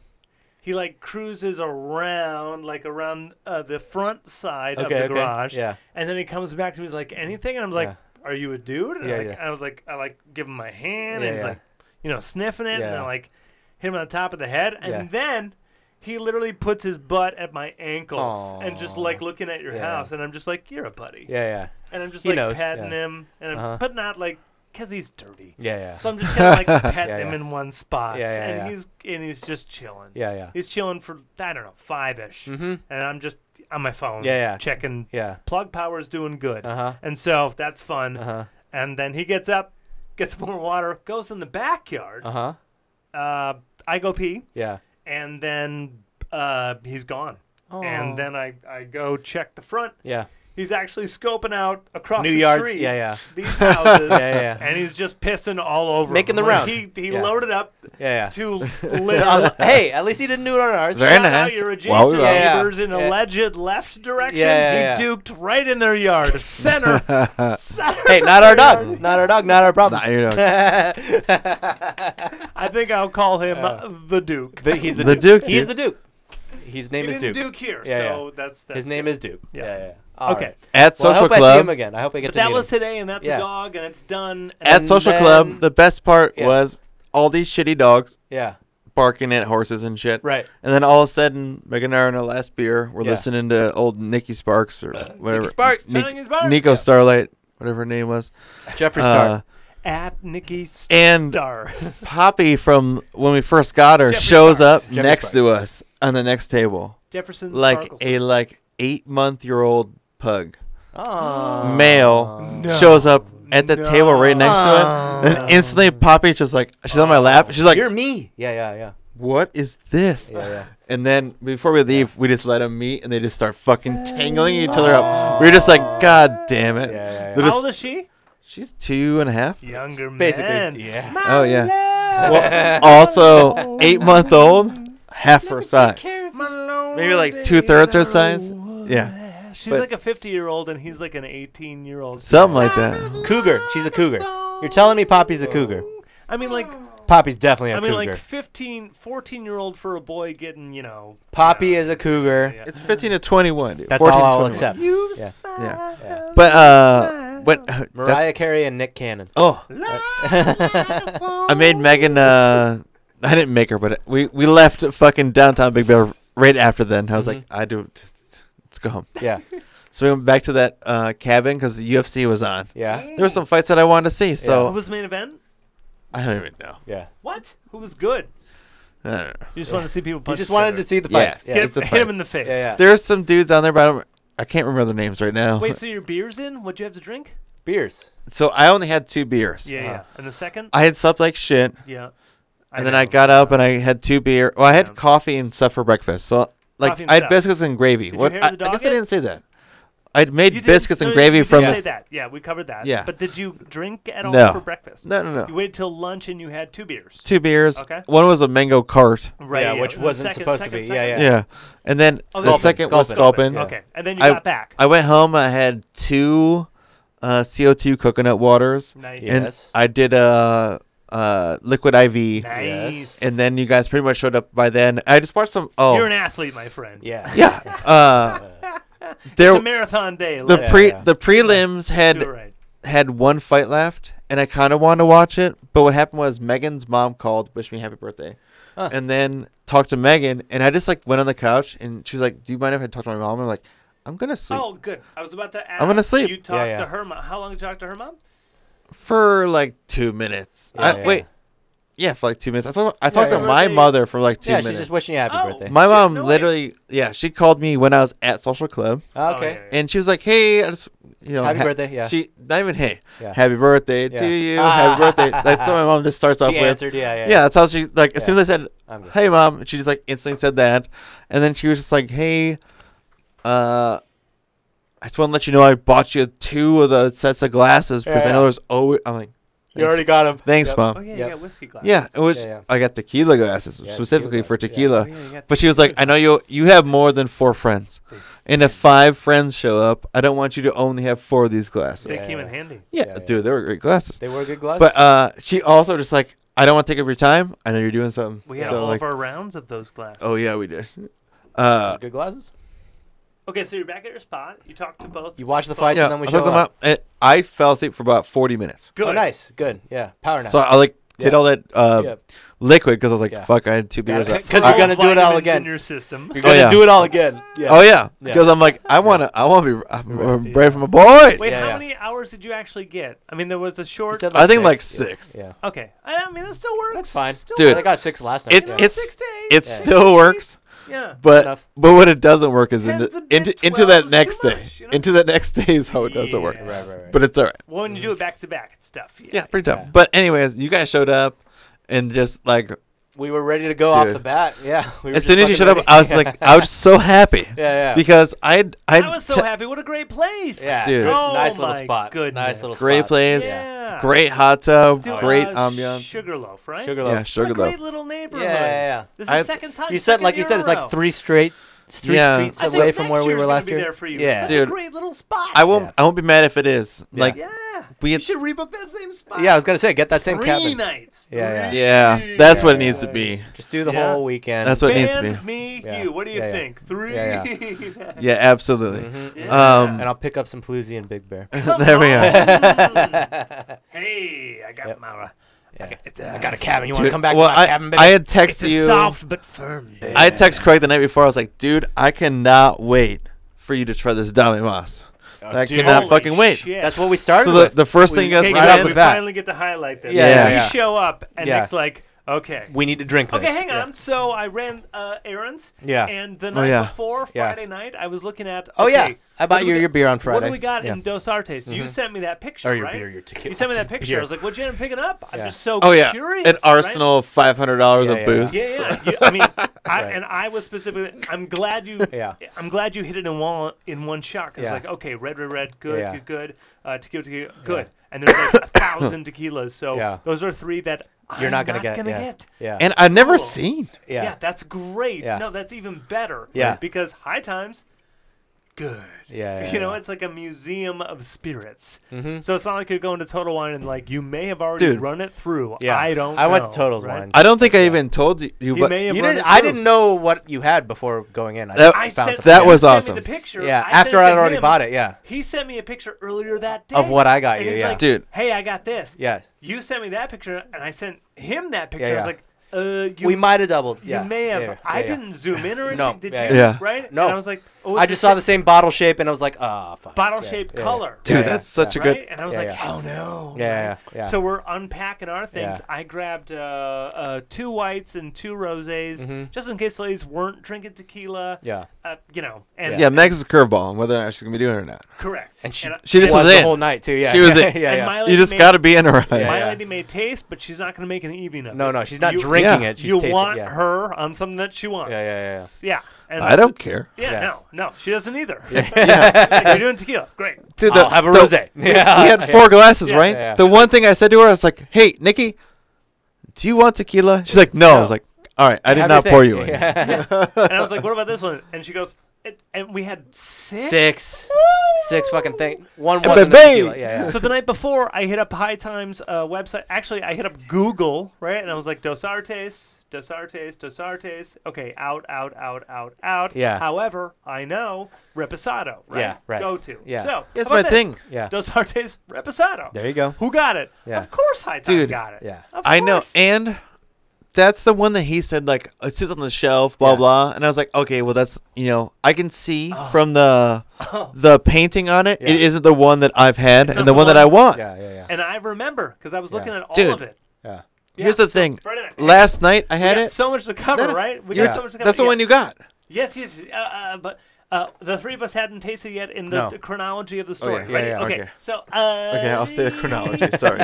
Speaker 1: He like cruises around, like around uh, the front side
Speaker 2: Okay,
Speaker 1: of the
Speaker 2: okay.
Speaker 1: garage.
Speaker 2: Yeah.
Speaker 1: And then he comes back to me, he's like, anything? And I'm like,
Speaker 2: Yeah.
Speaker 1: are you a dude? And
Speaker 2: Yeah,
Speaker 1: like,
Speaker 2: yeah.
Speaker 1: I was like, I like give him my hand,
Speaker 2: Yeah,
Speaker 1: and he's
Speaker 2: yeah.
Speaker 1: like, you know, sniffing it, and
Speaker 2: Yeah.
Speaker 1: I like hit him on the top of the head, and
Speaker 2: Yeah.
Speaker 1: then. He literally puts his butt at my ankles and just
Speaker 2: Aw.
Speaker 1: like looking at your
Speaker 2: Yeah.
Speaker 1: house, and I'm just like, "You're a buddy."
Speaker 2: Yeah, yeah,
Speaker 1: and I'm just
Speaker 2: He
Speaker 1: like
Speaker 2: knows,
Speaker 1: patting
Speaker 2: yeah.
Speaker 1: him, and I'm,
Speaker 2: Uh-huh.
Speaker 1: but not like because he's dirty.
Speaker 2: yeah, yeah.
Speaker 1: So I'm just gonna like pat
Speaker 2: Yeah,
Speaker 1: him
Speaker 2: yeah.
Speaker 1: in one spot,
Speaker 2: Yeah, yeah,
Speaker 1: and
Speaker 2: yeah.
Speaker 1: he's and he's just chilling.
Speaker 2: yeah, yeah.
Speaker 1: He's chilling for I don't know five ish,
Speaker 2: Mm-hmm.
Speaker 1: and I'm just on my phone.
Speaker 2: Yeah, yeah.
Speaker 1: checking.
Speaker 2: Yeah.
Speaker 1: Plug power's doing good,
Speaker 2: Uh huh.
Speaker 1: and so that's fun.
Speaker 2: Uh huh.
Speaker 1: And then he gets up, gets more water, goes in the backyard.
Speaker 2: Uh huh.
Speaker 1: Uh, I go pee,
Speaker 2: Yeah.
Speaker 1: and then uh, he's gone.
Speaker 2: Aw.
Speaker 1: And then I, I go check the front.
Speaker 2: Yeah.
Speaker 1: He's actually scoping out across
Speaker 2: New
Speaker 1: the
Speaker 2: yards.
Speaker 1: street
Speaker 2: Yeah, yeah.
Speaker 1: these houses,
Speaker 2: Yeah, yeah.
Speaker 1: and he's just pissing all over.
Speaker 2: Making
Speaker 1: them.
Speaker 2: the
Speaker 1: Like,
Speaker 2: rounds.
Speaker 1: He he
Speaker 2: Yeah.
Speaker 1: loaded up
Speaker 2: Yeah,
Speaker 1: to
Speaker 2: yeah.
Speaker 1: litter.
Speaker 2: Uh, hey, at least he didn't do it on ours.
Speaker 3: Very
Speaker 1: Shout out
Speaker 3: nice.
Speaker 1: Your
Speaker 3: Wow,
Speaker 1: adjacent
Speaker 2: wow. Yeah,
Speaker 1: neighbors in
Speaker 2: yeah.
Speaker 1: alleged left direction.
Speaker 2: Yeah, yeah,
Speaker 1: he
Speaker 2: yeah.
Speaker 1: duked right in their yard, center, center.
Speaker 2: Hey, not our dog. Not our dog. Not our problem.
Speaker 3: Nah, you know,
Speaker 1: I think I'll call him
Speaker 2: Yeah.
Speaker 1: uh, the Duke.
Speaker 2: The- he's the,
Speaker 3: The
Speaker 2: Duke.
Speaker 3: Duke,
Speaker 2: He's
Speaker 3: dude.
Speaker 2: the Duke. His name
Speaker 1: He
Speaker 2: is
Speaker 1: didn't
Speaker 2: Duke.
Speaker 1: Duke here,
Speaker 2: Yeah,
Speaker 1: so that's, that's
Speaker 2: His name is Duke.
Speaker 1: Yeah.
Speaker 2: Yeah, yeah. yeah. All
Speaker 1: Okay,
Speaker 2: right.
Speaker 3: at
Speaker 2: Well,
Speaker 3: social
Speaker 2: I hope I see him
Speaker 3: club.
Speaker 2: again. I hope I get
Speaker 1: but
Speaker 2: to meet
Speaker 1: that was
Speaker 2: him.
Speaker 1: today, and that's
Speaker 2: Yeah.
Speaker 1: a dog, and it's done. And
Speaker 3: At
Speaker 2: And
Speaker 3: social
Speaker 2: then-
Speaker 3: club, the best part
Speaker 2: Yeah.
Speaker 3: was all these shitty dogs
Speaker 2: Yeah.
Speaker 3: barking at horses and shit.
Speaker 2: Right.
Speaker 3: And then all of a sudden, Megan and I are on our last beer. We're
Speaker 2: Yeah. Uh,
Speaker 3: listening to old Nikki Sparks or whatever.
Speaker 2: Sparks,
Speaker 3: Nic-
Speaker 1: Shining His Bar.
Speaker 3: Nico Starlight, whatever her name was.
Speaker 2: Jeffree
Speaker 3: Uh,
Speaker 2: Star.
Speaker 1: at Nikki Star.
Speaker 3: and Poppy from when we first got her
Speaker 1: Jeffree
Speaker 3: shows
Speaker 1: Starks.
Speaker 3: up
Speaker 2: Jeffree
Speaker 3: next to us on the next table,
Speaker 1: Jefferson
Speaker 3: like
Speaker 1: Sparkles.
Speaker 3: a like eight month year old pug
Speaker 1: Ah.
Speaker 2: Oh.
Speaker 3: male
Speaker 1: No.
Speaker 3: shows up at the table right next to it.
Speaker 2: No.
Speaker 3: And instantly, Poppy's just like she's on my lap. She's like,
Speaker 2: Ah. You're me. Yeah, yeah, yeah.
Speaker 3: "What is this?"
Speaker 2: Yeah, yeah.
Speaker 3: And then before we leave, we just let them meet, and they just start fucking tangling each other up. We are just like, "God damn it!"
Speaker 2: Yeah, yeah, yeah. Oh,
Speaker 3: They're
Speaker 1: How
Speaker 3: just-
Speaker 1: old is she?
Speaker 3: she's two and a half.
Speaker 1: Younger
Speaker 2: Basically,
Speaker 1: man.
Speaker 2: yeah.
Speaker 3: Oh yeah. Well, also eight month old, half her size, maybe like two thirds her size. Yeah,
Speaker 1: She's
Speaker 3: but-
Speaker 1: like a 50 year old and he's like an 18 year old.
Speaker 3: something like that.
Speaker 2: Cougar. She's a cougar. You're telling me Poppy's a cougar.
Speaker 1: I mean, like,
Speaker 2: Poppy's definitely a
Speaker 1: I mean,
Speaker 2: cougar.
Speaker 1: like 15, 14 year old for a boy getting, you know. uh,
Speaker 2: Poppy is a cougar.
Speaker 1: Yeah.
Speaker 3: It's fifteen to twenty one. Dude.
Speaker 2: That's
Speaker 3: 14
Speaker 2: all
Speaker 3: to
Speaker 2: I'll
Speaker 3: 21.
Speaker 2: accept.
Speaker 1: You
Speaker 2: Yeah.
Speaker 1: smile.
Speaker 2: Yeah.
Speaker 3: But uh, what?
Speaker 2: Mariah
Speaker 3: That's,
Speaker 2: Carey and Nick Cannon.
Speaker 3: oh, I made Megan. Uh, I didn't make her, but we we left fucking downtown Big Bear right after then. I was
Speaker 2: Mm-hmm.
Speaker 3: like, I do. Let's go home.
Speaker 2: Yeah,
Speaker 3: So we went back to that uh, cabin because the UFC was on.
Speaker 2: yeah,
Speaker 3: There were some fights that I wanted to see,
Speaker 1: Who
Speaker 3: so
Speaker 1: was main event?
Speaker 3: I don't even know.
Speaker 2: yeah.
Speaker 1: What? Who was good?
Speaker 3: I don't know.
Speaker 1: You just wanted to see people punch
Speaker 2: You just
Speaker 1: each
Speaker 2: wanted
Speaker 1: other.
Speaker 2: to see the
Speaker 3: Yeah,
Speaker 2: fights.
Speaker 3: yeah,
Speaker 2: Yeah,
Speaker 3: it's the
Speaker 1: Get, hit him
Speaker 3: fights.
Speaker 1: in the face.
Speaker 2: yeah, yeah.
Speaker 3: There's some dudes on there, but I, don't, I can't remember their names right now.
Speaker 1: Wait, so your beer's in? What'd you have to drink?
Speaker 2: Beers.
Speaker 3: So I only had two beers.
Speaker 1: Yeah, yeah.
Speaker 2: Uh-huh.
Speaker 1: And the second?
Speaker 3: I had slept like shit,
Speaker 1: yeah.
Speaker 3: uh, ah. and then I got up and I had two beer. Well, I had
Speaker 1: Yeah.
Speaker 3: coffee and stuff for breakfast. So like
Speaker 1: Coffee and
Speaker 3: I had
Speaker 1: stuff.
Speaker 3: biscuits and gravy.
Speaker 1: Did you
Speaker 3: what?
Speaker 1: hear
Speaker 3: I,
Speaker 1: the
Speaker 3: I
Speaker 1: dog
Speaker 3: guess I
Speaker 1: yet?
Speaker 3: didn't say that. I'd made
Speaker 1: You did-
Speaker 3: biscuits and
Speaker 1: no,
Speaker 3: gravy
Speaker 1: you
Speaker 3: from.
Speaker 1: Did say that. Yeah, we covered that.
Speaker 3: Yeah.
Speaker 1: But did you drink at all
Speaker 3: No.
Speaker 1: for breakfast?
Speaker 3: No, no, no.
Speaker 1: You waited till lunch and you had two beers.
Speaker 3: Two beers.
Speaker 1: Okay.
Speaker 3: One was a mango cart.
Speaker 1: Right.
Speaker 2: Yeah, which
Speaker 1: The
Speaker 2: wasn't supposed to be. Yeah,
Speaker 3: Yeah.
Speaker 2: yeah.
Speaker 3: And then
Speaker 1: Oh,
Speaker 3: the
Speaker 1: Sculpin,
Speaker 3: second was
Speaker 1: Sculpin.
Speaker 3: Sculpin.
Speaker 1: Okay. And then you
Speaker 3: I-
Speaker 1: got back.
Speaker 3: I went home. I had two uh, CO2 coconut waters.
Speaker 1: nice.
Speaker 2: Yeah.
Speaker 3: And
Speaker 2: Yes.
Speaker 3: I did a uh, liquid IV.
Speaker 1: Nice.
Speaker 3: And then you guys pretty much showed up by then. I just watched some. Oh.
Speaker 1: You're an athlete, my friend.
Speaker 2: Yeah.
Speaker 3: yeah. Uh, there,
Speaker 1: It's a marathon day.
Speaker 3: the
Speaker 1: Let's
Speaker 2: Yeah,
Speaker 3: pre
Speaker 2: yeah.
Speaker 3: the prelims had
Speaker 1: do it right.
Speaker 3: had one fight left, and I kind of wanted to watch it. But what happened was Megan's mom called, wished me happy birthday,
Speaker 2: Huh.
Speaker 3: and then talked to Megan, and I just like went on the couch, and she was like, "Do you mind if I talk to my mom?" I'm like, "I'm gonna sleep
Speaker 1: Oh, good. I was about to ask.
Speaker 3: gonna sleep.
Speaker 1: You talked to
Speaker 2: yeah.
Speaker 1: her mom. How long did you talk to her mom?
Speaker 3: for like two minutes." I-
Speaker 2: Yeah.
Speaker 3: Wait, yeah, for like two minutes. I talked, I talked
Speaker 2: yeah.
Speaker 3: to my
Speaker 1: Birthday.
Speaker 3: mother for like two
Speaker 2: yeah,
Speaker 3: minutes.
Speaker 2: she's just wishing you happy
Speaker 1: Oh.
Speaker 2: birthday.
Speaker 3: my
Speaker 1: Shit,
Speaker 3: mom
Speaker 1: no way.
Speaker 3: literally, yeah, she called me when I was at social club,
Speaker 2: Ah,
Speaker 1: Oh, yeah,
Speaker 2: okay.
Speaker 1: yeah, yeah.
Speaker 3: and she was like, "Hey, I just." You know,
Speaker 2: Happy
Speaker 3: ha-
Speaker 2: birthday, yeah.
Speaker 3: She not even hey.
Speaker 2: Yeah.
Speaker 3: Happy birthday
Speaker 2: Yeah.
Speaker 3: to you.
Speaker 2: Ah.
Speaker 3: Happy birthday. That's what my mom just starts off
Speaker 2: She
Speaker 3: with.
Speaker 2: answered, yeah, yeah.
Speaker 3: Yeah, that's how she like. As
Speaker 2: Yeah.
Speaker 3: soon as I said,
Speaker 2: I'm good.
Speaker 3: "Hey, mom," she just like instantly said that, and then she was just like, "Hey, uh, I just want to let you know I bought you two of the sets of glasses because
Speaker 2: Yeah,
Speaker 3: I know
Speaker 2: yeah.
Speaker 3: there's always." I'm like,
Speaker 2: You already got him.
Speaker 3: "Thanks,
Speaker 2: Yep.
Speaker 1: Oh,
Speaker 3: mom."
Speaker 1: yeah,
Speaker 2: Yep.
Speaker 1: yeah, whiskey glass.
Speaker 3: Yeah, it was.
Speaker 2: yeah.
Speaker 3: I got tequila glasses
Speaker 2: Yeah,
Speaker 3: specifically
Speaker 2: tequila,
Speaker 3: for
Speaker 2: yeah.
Speaker 1: Oh,
Speaker 3: tequila.
Speaker 1: yeah, you got
Speaker 3: But she was like, "I know you you have more than four friends,
Speaker 1: They-
Speaker 3: and if five friends show up, I don't want you to only have four of these
Speaker 1: They
Speaker 3: glasses."
Speaker 2: Yeah.
Speaker 1: came in handy.
Speaker 3: Yeah,
Speaker 2: Yeah, yeah.
Speaker 3: dude, they were great glasses.
Speaker 2: They were good gloves.
Speaker 3: But uh, she also just like, I don't want to take up your time. I know you're doing something.
Speaker 1: We had
Speaker 3: So,
Speaker 1: all
Speaker 3: like,
Speaker 1: of our rounds of those glasses.
Speaker 3: Oh yeah, we did. Uh,
Speaker 2: good glasses.
Speaker 1: Okay, so you're back at your spot. You talked to both.
Speaker 2: You watch the fights
Speaker 3: yeah,
Speaker 2: and then we
Speaker 3: I
Speaker 2: show
Speaker 3: looked them
Speaker 2: up.
Speaker 3: up. and I fell asleep for about 40 minutes.
Speaker 1: Good.
Speaker 2: Oh, nice. Good. Yeah. Power nap.
Speaker 3: So I like did
Speaker 2: Yeah.
Speaker 3: all that uh,
Speaker 2: Yeah.
Speaker 3: liquid because I was like,
Speaker 2: Yeah.
Speaker 3: fuck, I had two
Speaker 2: Yeah,
Speaker 3: beers. up.
Speaker 2: Because you're
Speaker 1: All
Speaker 2: gonna do it all
Speaker 1: vitamins
Speaker 2: again.
Speaker 1: in your system.
Speaker 2: You're
Speaker 3: Oh,
Speaker 2: gonna
Speaker 3: yeah.
Speaker 2: do it all again. Yeah.
Speaker 3: Oh yeah,
Speaker 2: Yeah.
Speaker 3: because I'm like, I wanna, I wanna be, I'm, I'm
Speaker 1: Yeah.
Speaker 3: brave for my boys.
Speaker 1: Wait,
Speaker 2: Yeah,
Speaker 1: how
Speaker 2: yeah.
Speaker 1: many hours did you actually get? I mean, there was a
Speaker 2: He
Speaker 1: short.
Speaker 2: said
Speaker 3: I think like
Speaker 2: Yeah.
Speaker 3: six.
Speaker 2: Yeah.
Speaker 1: okay, I, I mean that still works.
Speaker 2: That's fine.
Speaker 1: Still
Speaker 3: Dude,
Speaker 2: I
Speaker 1: works.
Speaker 2: got six last night.
Speaker 3: It
Speaker 2: yeah.
Speaker 3: it's
Speaker 1: Six to eight,
Speaker 3: it
Speaker 1: yeah.
Speaker 3: still works,
Speaker 1: Yeah.
Speaker 3: but
Speaker 2: enough.
Speaker 3: but what it doesn't work is
Speaker 1: Ten's
Speaker 3: into
Speaker 1: a bit,
Speaker 3: into, into
Speaker 1: 12
Speaker 3: that
Speaker 1: is
Speaker 3: next
Speaker 1: too
Speaker 3: day.
Speaker 1: much, you know?
Speaker 3: Into that next day is how it doesn't work.
Speaker 1: Yeah.
Speaker 2: Right, right, right.
Speaker 3: But it's alright.
Speaker 1: Well, when you do it back to back, it's tough. Yeah.
Speaker 3: Yeah, pretty tough.
Speaker 2: Yeah.
Speaker 3: But anyways, you guys showed up and just like
Speaker 2: we were ready to go off
Speaker 3: Dude.
Speaker 2: the bat. Yeah. We were
Speaker 3: as
Speaker 2: just
Speaker 3: soon as you
Speaker 2: fucking
Speaker 3: showed up,
Speaker 2: ready.
Speaker 3: I was like, I was so happy
Speaker 2: yeah, yeah.
Speaker 3: because I'd I'd
Speaker 1: I was so
Speaker 3: t-
Speaker 1: happy. What a great place.
Speaker 2: yeah.
Speaker 3: Dude.
Speaker 2: good-
Speaker 1: Oh
Speaker 2: nice little
Speaker 1: my
Speaker 2: spot.
Speaker 1: goodness.
Speaker 2: Nice little
Speaker 3: great
Speaker 2: spot.
Speaker 3: place,
Speaker 2: Yeah.
Speaker 1: Yeah.
Speaker 3: great hot tub,
Speaker 1: Do,
Speaker 3: great
Speaker 1: uh,
Speaker 3: ambiance.
Speaker 1: Sugarloaf, right?
Speaker 2: Sugarloaf.
Speaker 3: yeah,
Speaker 2: Yeah,
Speaker 1: What a
Speaker 3: Sugarloaf.
Speaker 1: great little neighborhood.
Speaker 2: yeah, yeah.
Speaker 1: This is
Speaker 3: I-
Speaker 1: the second time.
Speaker 2: You said,
Speaker 1: second
Speaker 2: like you
Speaker 1: year
Speaker 2: said,
Speaker 1: in
Speaker 2: it's
Speaker 1: a
Speaker 2: like
Speaker 1: row.
Speaker 2: three straight, three
Speaker 3: Yeah.
Speaker 2: streets
Speaker 1: I think
Speaker 2: away from where
Speaker 1: next
Speaker 2: we
Speaker 1: year's
Speaker 2: were
Speaker 1: gonna
Speaker 2: last
Speaker 1: be
Speaker 2: year.
Speaker 1: There for you.
Speaker 2: Yeah.
Speaker 1: It's such a
Speaker 3: Dude.
Speaker 1: great little spot.
Speaker 3: I won't
Speaker 2: Yeah.
Speaker 3: I won't be mad if it is like
Speaker 1: Yeah.
Speaker 3: we
Speaker 1: you
Speaker 3: had, s-
Speaker 1: should rebook that same spot.
Speaker 2: Yeah, I was gonna say, get that same
Speaker 1: three
Speaker 2: cabin.
Speaker 1: nights.
Speaker 2: Yeah,
Speaker 3: yeah that's what it
Speaker 2: Yeah.
Speaker 3: needs to be.
Speaker 2: Just do the
Speaker 1: Yeah.
Speaker 2: whole weekend.
Speaker 3: That's what it needs to be.
Speaker 1: Band, me,
Speaker 2: Yeah.
Speaker 1: you. What do you
Speaker 2: Yeah, yeah.
Speaker 1: think? Three.
Speaker 2: Yeah,
Speaker 3: Yeah, absolutely.
Speaker 2: Mhm.
Speaker 1: Mm-hmm.
Speaker 3: Um,
Speaker 2: and I'll pick up some Palooza and Big Bear.
Speaker 3: there we are.
Speaker 1: go. hey, I got
Speaker 2: Yep.
Speaker 1: my.
Speaker 2: Yeah.
Speaker 1: I got, it's, uh,
Speaker 2: I got a cabin. You want to
Speaker 3: Dude,
Speaker 2: come back
Speaker 3: well,
Speaker 2: to my
Speaker 3: I,
Speaker 2: cabin, baby?
Speaker 3: I had
Speaker 1: it's
Speaker 3: texted
Speaker 1: a
Speaker 3: you.
Speaker 1: soft but firm. Baby.
Speaker 3: I had texted Craig the night before. I was like, dude, I cannot wait for you to try this Dami Moss. I cannot
Speaker 1: Oh, Holy
Speaker 3: fucking wait.
Speaker 1: shit.
Speaker 2: That's what we started
Speaker 3: So the,
Speaker 2: with.
Speaker 3: the first thing you guys
Speaker 1: Okay,
Speaker 2: right
Speaker 1: guys,
Speaker 2: off
Speaker 1: we
Speaker 2: the bat.
Speaker 1: finally get to highlight this.
Speaker 2: Yeah,
Speaker 3: Yeah. yeah,
Speaker 1: You
Speaker 2: yeah.
Speaker 1: show up, and
Speaker 2: Yeah.
Speaker 1: Nick's like, okay.
Speaker 2: we need to drink this.
Speaker 1: Okay, hang
Speaker 2: Yeah.
Speaker 1: on. So I ran uh, errands.
Speaker 2: Yeah. Oh,
Speaker 1: And the night
Speaker 3: yeah.
Speaker 1: before,
Speaker 2: Yeah.
Speaker 1: Friday night, I was looking at.
Speaker 2: Oh yeah,
Speaker 1: okay,
Speaker 2: I
Speaker 1: what
Speaker 2: bought
Speaker 1: do
Speaker 2: you
Speaker 1: we
Speaker 2: your
Speaker 1: got-
Speaker 2: beer on Friday.
Speaker 1: What do we got
Speaker 2: Yeah. Mm-hmm.
Speaker 1: in Dos Artes? You sent me that picture,
Speaker 2: Or your
Speaker 1: right?
Speaker 2: beer, your tequila.
Speaker 1: you sent me that
Speaker 2: It's just
Speaker 1: picture.
Speaker 2: beer.
Speaker 1: I was like, "What'd you end up picking up?"
Speaker 2: Yeah.
Speaker 1: I'm just so
Speaker 3: Oh yeah,
Speaker 1: curious.
Speaker 3: an
Speaker 1: right?
Speaker 3: Arsenal five hundred dollars
Speaker 2: Yeah,
Speaker 3: of
Speaker 2: yeah,
Speaker 3: booze.
Speaker 1: Yeah, yeah. You- I mean, I,
Speaker 2: Right.
Speaker 1: and I was specifically. I'm glad you.
Speaker 2: Yeah.
Speaker 1: I'm glad you hit it in one in one shot. Cause
Speaker 2: Yeah.
Speaker 1: like, okay, red, red, red, good,
Speaker 2: Yeah.
Speaker 1: good, good. Uh, tequila, tequila, good. And there's like a thousand tequilas. So
Speaker 2: Yeah.
Speaker 1: those are three that
Speaker 2: You're
Speaker 1: I'm
Speaker 2: not gonna get. yeah. Yeah.
Speaker 3: And I've never
Speaker 1: Cool.
Speaker 3: seen.
Speaker 1: Yeah.
Speaker 2: yeah.
Speaker 1: that's great.
Speaker 2: Yeah.
Speaker 1: No, that's even better.
Speaker 2: Yeah.
Speaker 1: because high times, good.
Speaker 2: Yeah. yeah,
Speaker 1: You know,
Speaker 2: yeah.
Speaker 1: it's like a museum of spirits. So it's not like you're going to Total Wine and like you may have already
Speaker 3: Dude.
Speaker 1: run it through.
Speaker 2: Yeah.
Speaker 1: I don't.
Speaker 2: I went to
Speaker 1: know,
Speaker 2: Total's
Speaker 1: right?
Speaker 2: wine.
Speaker 3: I don't think I even told you, you
Speaker 1: He
Speaker 3: but
Speaker 1: may have
Speaker 2: You
Speaker 1: run
Speaker 2: didn't.
Speaker 1: it
Speaker 2: I
Speaker 1: through.
Speaker 2: didn't know what you had before going in. I
Speaker 3: That-
Speaker 2: just
Speaker 1: I
Speaker 2: found
Speaker 1: sent
Speaker 2: something.
Speaker 3: that
Speaker 1: you
Speaker 3: was
Speaker 1: sent me
Speaker 3: awesome.
Speaker 1: the picture.
Speaker 2: Yeah.
Speaker 1: I
Speaker 2: After
Speaker 1: sent
Speaker 2: I'd
Speaker 1: to
Speaker 2: already
Speaker 1: him.
Speaker 2: bought it. Yeah.
Speaker 1: He sent me a picture earlier that day
Speaker 2: Of what I got
Speaker 1: and
Speaker 2: you,
Speaker 1: he's
Speaker 2: yeah.
Speaker 1: like,
Speaker 3: Dude.
Speaker 1: Hey, I got this.
Speaker 2: Yeah.
Speaker 1: You sent me that picture, and I sent him that picture.
Speaker 2: Yeah,
Speaker 1: I was
Speaker 2: yeah.
Speaker 1: like, uh, you,
Speaker 2: we might have doubled.
Speaker 1: you
Speaker 2: yeah.
Speaker 1: may have.
Speaker 2: Yeah, yeah,
Speaker 1: I
Speaker 2: yeah.
Speaker 1: didn't zoom in or anything.
Speaker 2: No,
Speaker 1: Did
Speaker 2: yeah,
Speaker 1: you?
Speaker 3: yeah. Yeah.
Speaker 1: Right?
Speaker 2: No.
Speaker 1: And I was like, oh,
Speaker 2: I
Speaker 1: it's
Speaker 2: just
Speaker 1: the
Speaker 2: saw
Speaker 1: same-
Speaker 2: the same bottle shape and I was like, ah, fuck.
Speaker 1: bottle
Speaker 2: Yeah,
Speaker 1: shaped
Speaker 2: yeah, yeah.
Speaker 1: color.
Speaker 3: dude,
Speaker 2: Yeah, yeah,
Speaker 3: that's such a
Speaker 1: right?
Speaker 3: good.
Speaker 1: And I was
Speaker 2: Yeah,
Speaker 1: like,
Speaker 2: yeah.
Speaker 1: oh no.
Speaker 2: Yeah, yeah,
Speaker 1: right?
Speaker 2: yeah.
Speaker 1: So we're unpacking our things.
Speaker 2: Yeah.
Speaker 1: I grabbed uh, uh, two whites and two rosés, just in case the ladies weren't drinking tequila.
Speaker 2: Mm-hmm. Yeah.
Speaker 1: Uh, you know, and
Speaker 3: Yeah, Meg's is a curveball, and whether or not she's gonna be doing it or not.
Speaker 1: correct.
Speaker 2: And she,
Speaker 1: I-
Speaker 3: She just
Speaker 2: was
Speaker 3: was
Speaker 2: the
Speaker 3: in.
Speaker 2: whole night too. Yeah.
Speaker 3: She was
Speaker 2: yeah,
Speaker 3: in.
Speaker 2: Yeah.
Speaker 1: And
Speaker 2: yeah.
Speaker 1: my
Speaker 3: You
Speaker 1: lady
Speaker 3: just
Speaker 1: made-
Speaker 3: gotta be in her
Speaker 2: Yeah,
Speaker 1: My
Speaker 3: eye.
Speaker 2: yeah.
Speaker 1: lady may taste, but she's not going to make an evening of it.
Speaker 2: no, no, she's not
Speaker 1: You-
Speaker 2: drinking
Speaker 3: Yeah.
Speaker 2: it. She's
Speaker 1: you
Speaker 2: tasting.
Speaker 1: want
Speaker 2: yeah.
Speaker 1: her on something that she wants.
Speaker 2: yeah, yeah,
Speaker 1: yeah. And
Speaker 3: I don't care.
Speaker 1: Yeah,
Speaker 2: Yeah.
Speaker 1: no, no, she doesn't either.
Speaker 3: yeah,
Speaker 1: Like, you're doing tequila, great.
Speaker 3: dude.
Speaker 5: I'll have a rosé.
Speaker 3: We,
Speaker 2: Yeah,
Speaker 3: we had four glasses,
Speaker 1: Yeah,
Speaker 3: right?
Speaker 2: yeah.
Speaker 3: The one thing I said to her, I was like, "Hey, Nikki, do you want tequila?" She's like, "No." I was like, "All right, I did not pour you any."
Speaker 1: And I was like, what about this one? And she goes, it, and we had six.
Speaker 6: Six. Six fucking thing. One
Speaker 3: Yeah,
Speaker 6: was
Speaker 3: babe.
Speaker 6: tequila. Yeah, yeah.
Speaker 1: So the night before, I hit up High Times uh, website. Actually, I hit up Google, right? And I was like, Dos Artes, Dos Artes, Dos Artes. Okay, out, out, out, out, out.
Speaker 6: Yeah.
Speaker 1: However, I know Reposado, right?
Speaker 6: Yeah, right.
Speaker 1: Go to.
Speaker 6: Yeah.
Speaker 1: So,
Speaker 3: That's
Speaker 1: how
Speaker 3: my
Speaker 1: about this?
Speaker 3: thing.
Speaker 6: Yeah.
Speaker 1: Dos Artes, Reposado.
Speaker 2: There you go.
Speaker 1: Who got it?
Speaker 6: Yeah.
Speaker 1: Of course, High Times
Speaker 3: Dude.
Speaker 1: got it.
Speaker 2: Yeah.
Speaker 1: Of
Speaker 3: I know,
Speaker 1: course.
Speaker 3: and that's the one that he said like it sits on the shelf, blah
Speaker 2: Yeah.
Speaker 3: blah. And I was like, okay, well that's you know I can see
Speaker 1: Oh.
Speaker 3: from the the painting on it,
Speaker 2: Yeah.
Speaker 3: it isn't the one that I've had
Speaker 1: not
Speaker 3: and the
Speaker 1: the
Speaker 3: one that
Speaker 1: one-
Speaker 3: I want.
Speaker 2: Yeah, yeah, yeah.
Speaker 1: And I remember because I was looking at all
Speaker 3: Dude.
Speaker 1: of it.
Speaker 2: Yeah.
Speaker 3: Here's
Speaker 1: Yeah,
Speaker 3: the thing.
Speaker 1: Friday night.
Speaker 3: Last night I
Speaker 1: We
Speaker 3: had
Speaker 1: got
Speaker 3: it.
Speaker 1: so much to cover,
Speaker 3: No, no.
Speaker 1: right? We
Speaker 2: You're-
Speaker 1: got so much to cover.
Speaker 3: That's the
Speaker 1: Yeah.
Speaker 3: one you got.
Speaker 1: Yes, yes. Uh, uh, but uh, the three of us hadn't tasted yet in the
Speaker 2: No.
Speaker 1: the chronology of the story.
Speaker 3: Oh, yeah,
Speaker 1: right?
Speaker 2: yeah,
Speaker 1: okay.
Speaker 3: okay.
Speaker 1: So. Uh,
Speaker 3: Okay, I'll stay the chronology. Sorry.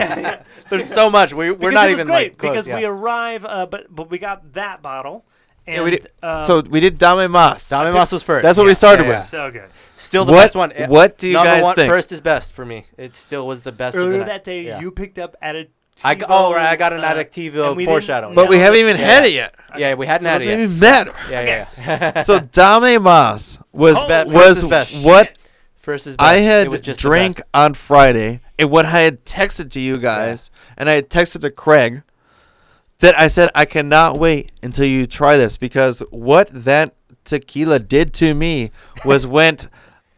Speaker 2: There's so much. We we're
Speaker 1: Because
Speaker 2: not
Speaker 1: it was
Speaker 2: even
Speaker 1: great
Speaker 2: like close.
Speaker 1: because
Speaker 2: yeah.
Speaker 1: we arrive, uh, but but we got that bottle. And,
Speaker 3: Yeah, we did-
Speaker 1: uh,
Speaker 3: so we did Dame Mas.
Speaker 2: Dame Mas was first.
Speaker 3: That's what we
Speaker 2: Yeah.
Speaker 3: started
Speaker 2: Yeah, yeah.
Speaker 3: with.
Speaker 1: so good.
Speaker 2: Still the
Speaker 3: What-
Speaker 2: best one. Eh,
Speaker 3: what do you
Speaker 2: number
Speaker 3: guys
Speaker 2: one,
Speaker 3: think?
Speaker 2: First is best for me. It still was the best. of the
Speaker 1: Earlier
Speaker 2: night.
Speaker 1: that day,
Speaker 2: Yeah.
Speaker 1: you picked up at a.
Speaker 2: I g- oh right, I got an
Speaker 1: uh, and we
Speaker 2: Adactivo
Speaker 1: didn't-
Speaker 2: foreshadowing.
Speaker 3: But we
Speaker 1: Yeah.
Speaker 3: haven't even
Speaker 2: Yeah.
Speaker 3: had it yet.
Speaker 2: yeah, we hadn't
Speaker 3: So it
Speaker 2: had it
Speaker 3: doesn't
Speaker 2: yet.
Speaker 3: even matter.
Speaker 2: Yeah, yeah, yeah.
Speaker 3: So Dame Mas was
Speaker 1: Oh, Best-
Speaker 3: was
Speaker 2: first is best.
Speaker 3: what
Speaker 2: First is best.
Speaker 3: I
Speaker 2: it
Speaker 3: had
Speaker 2: was just the
Speaker 3: drank
Speaker 2: best.
Speaker 3: on Friday, and what I had texted to you guys, and I had texted to Craig, that I said I cannot wait until you try this because what that tequila did to me was went,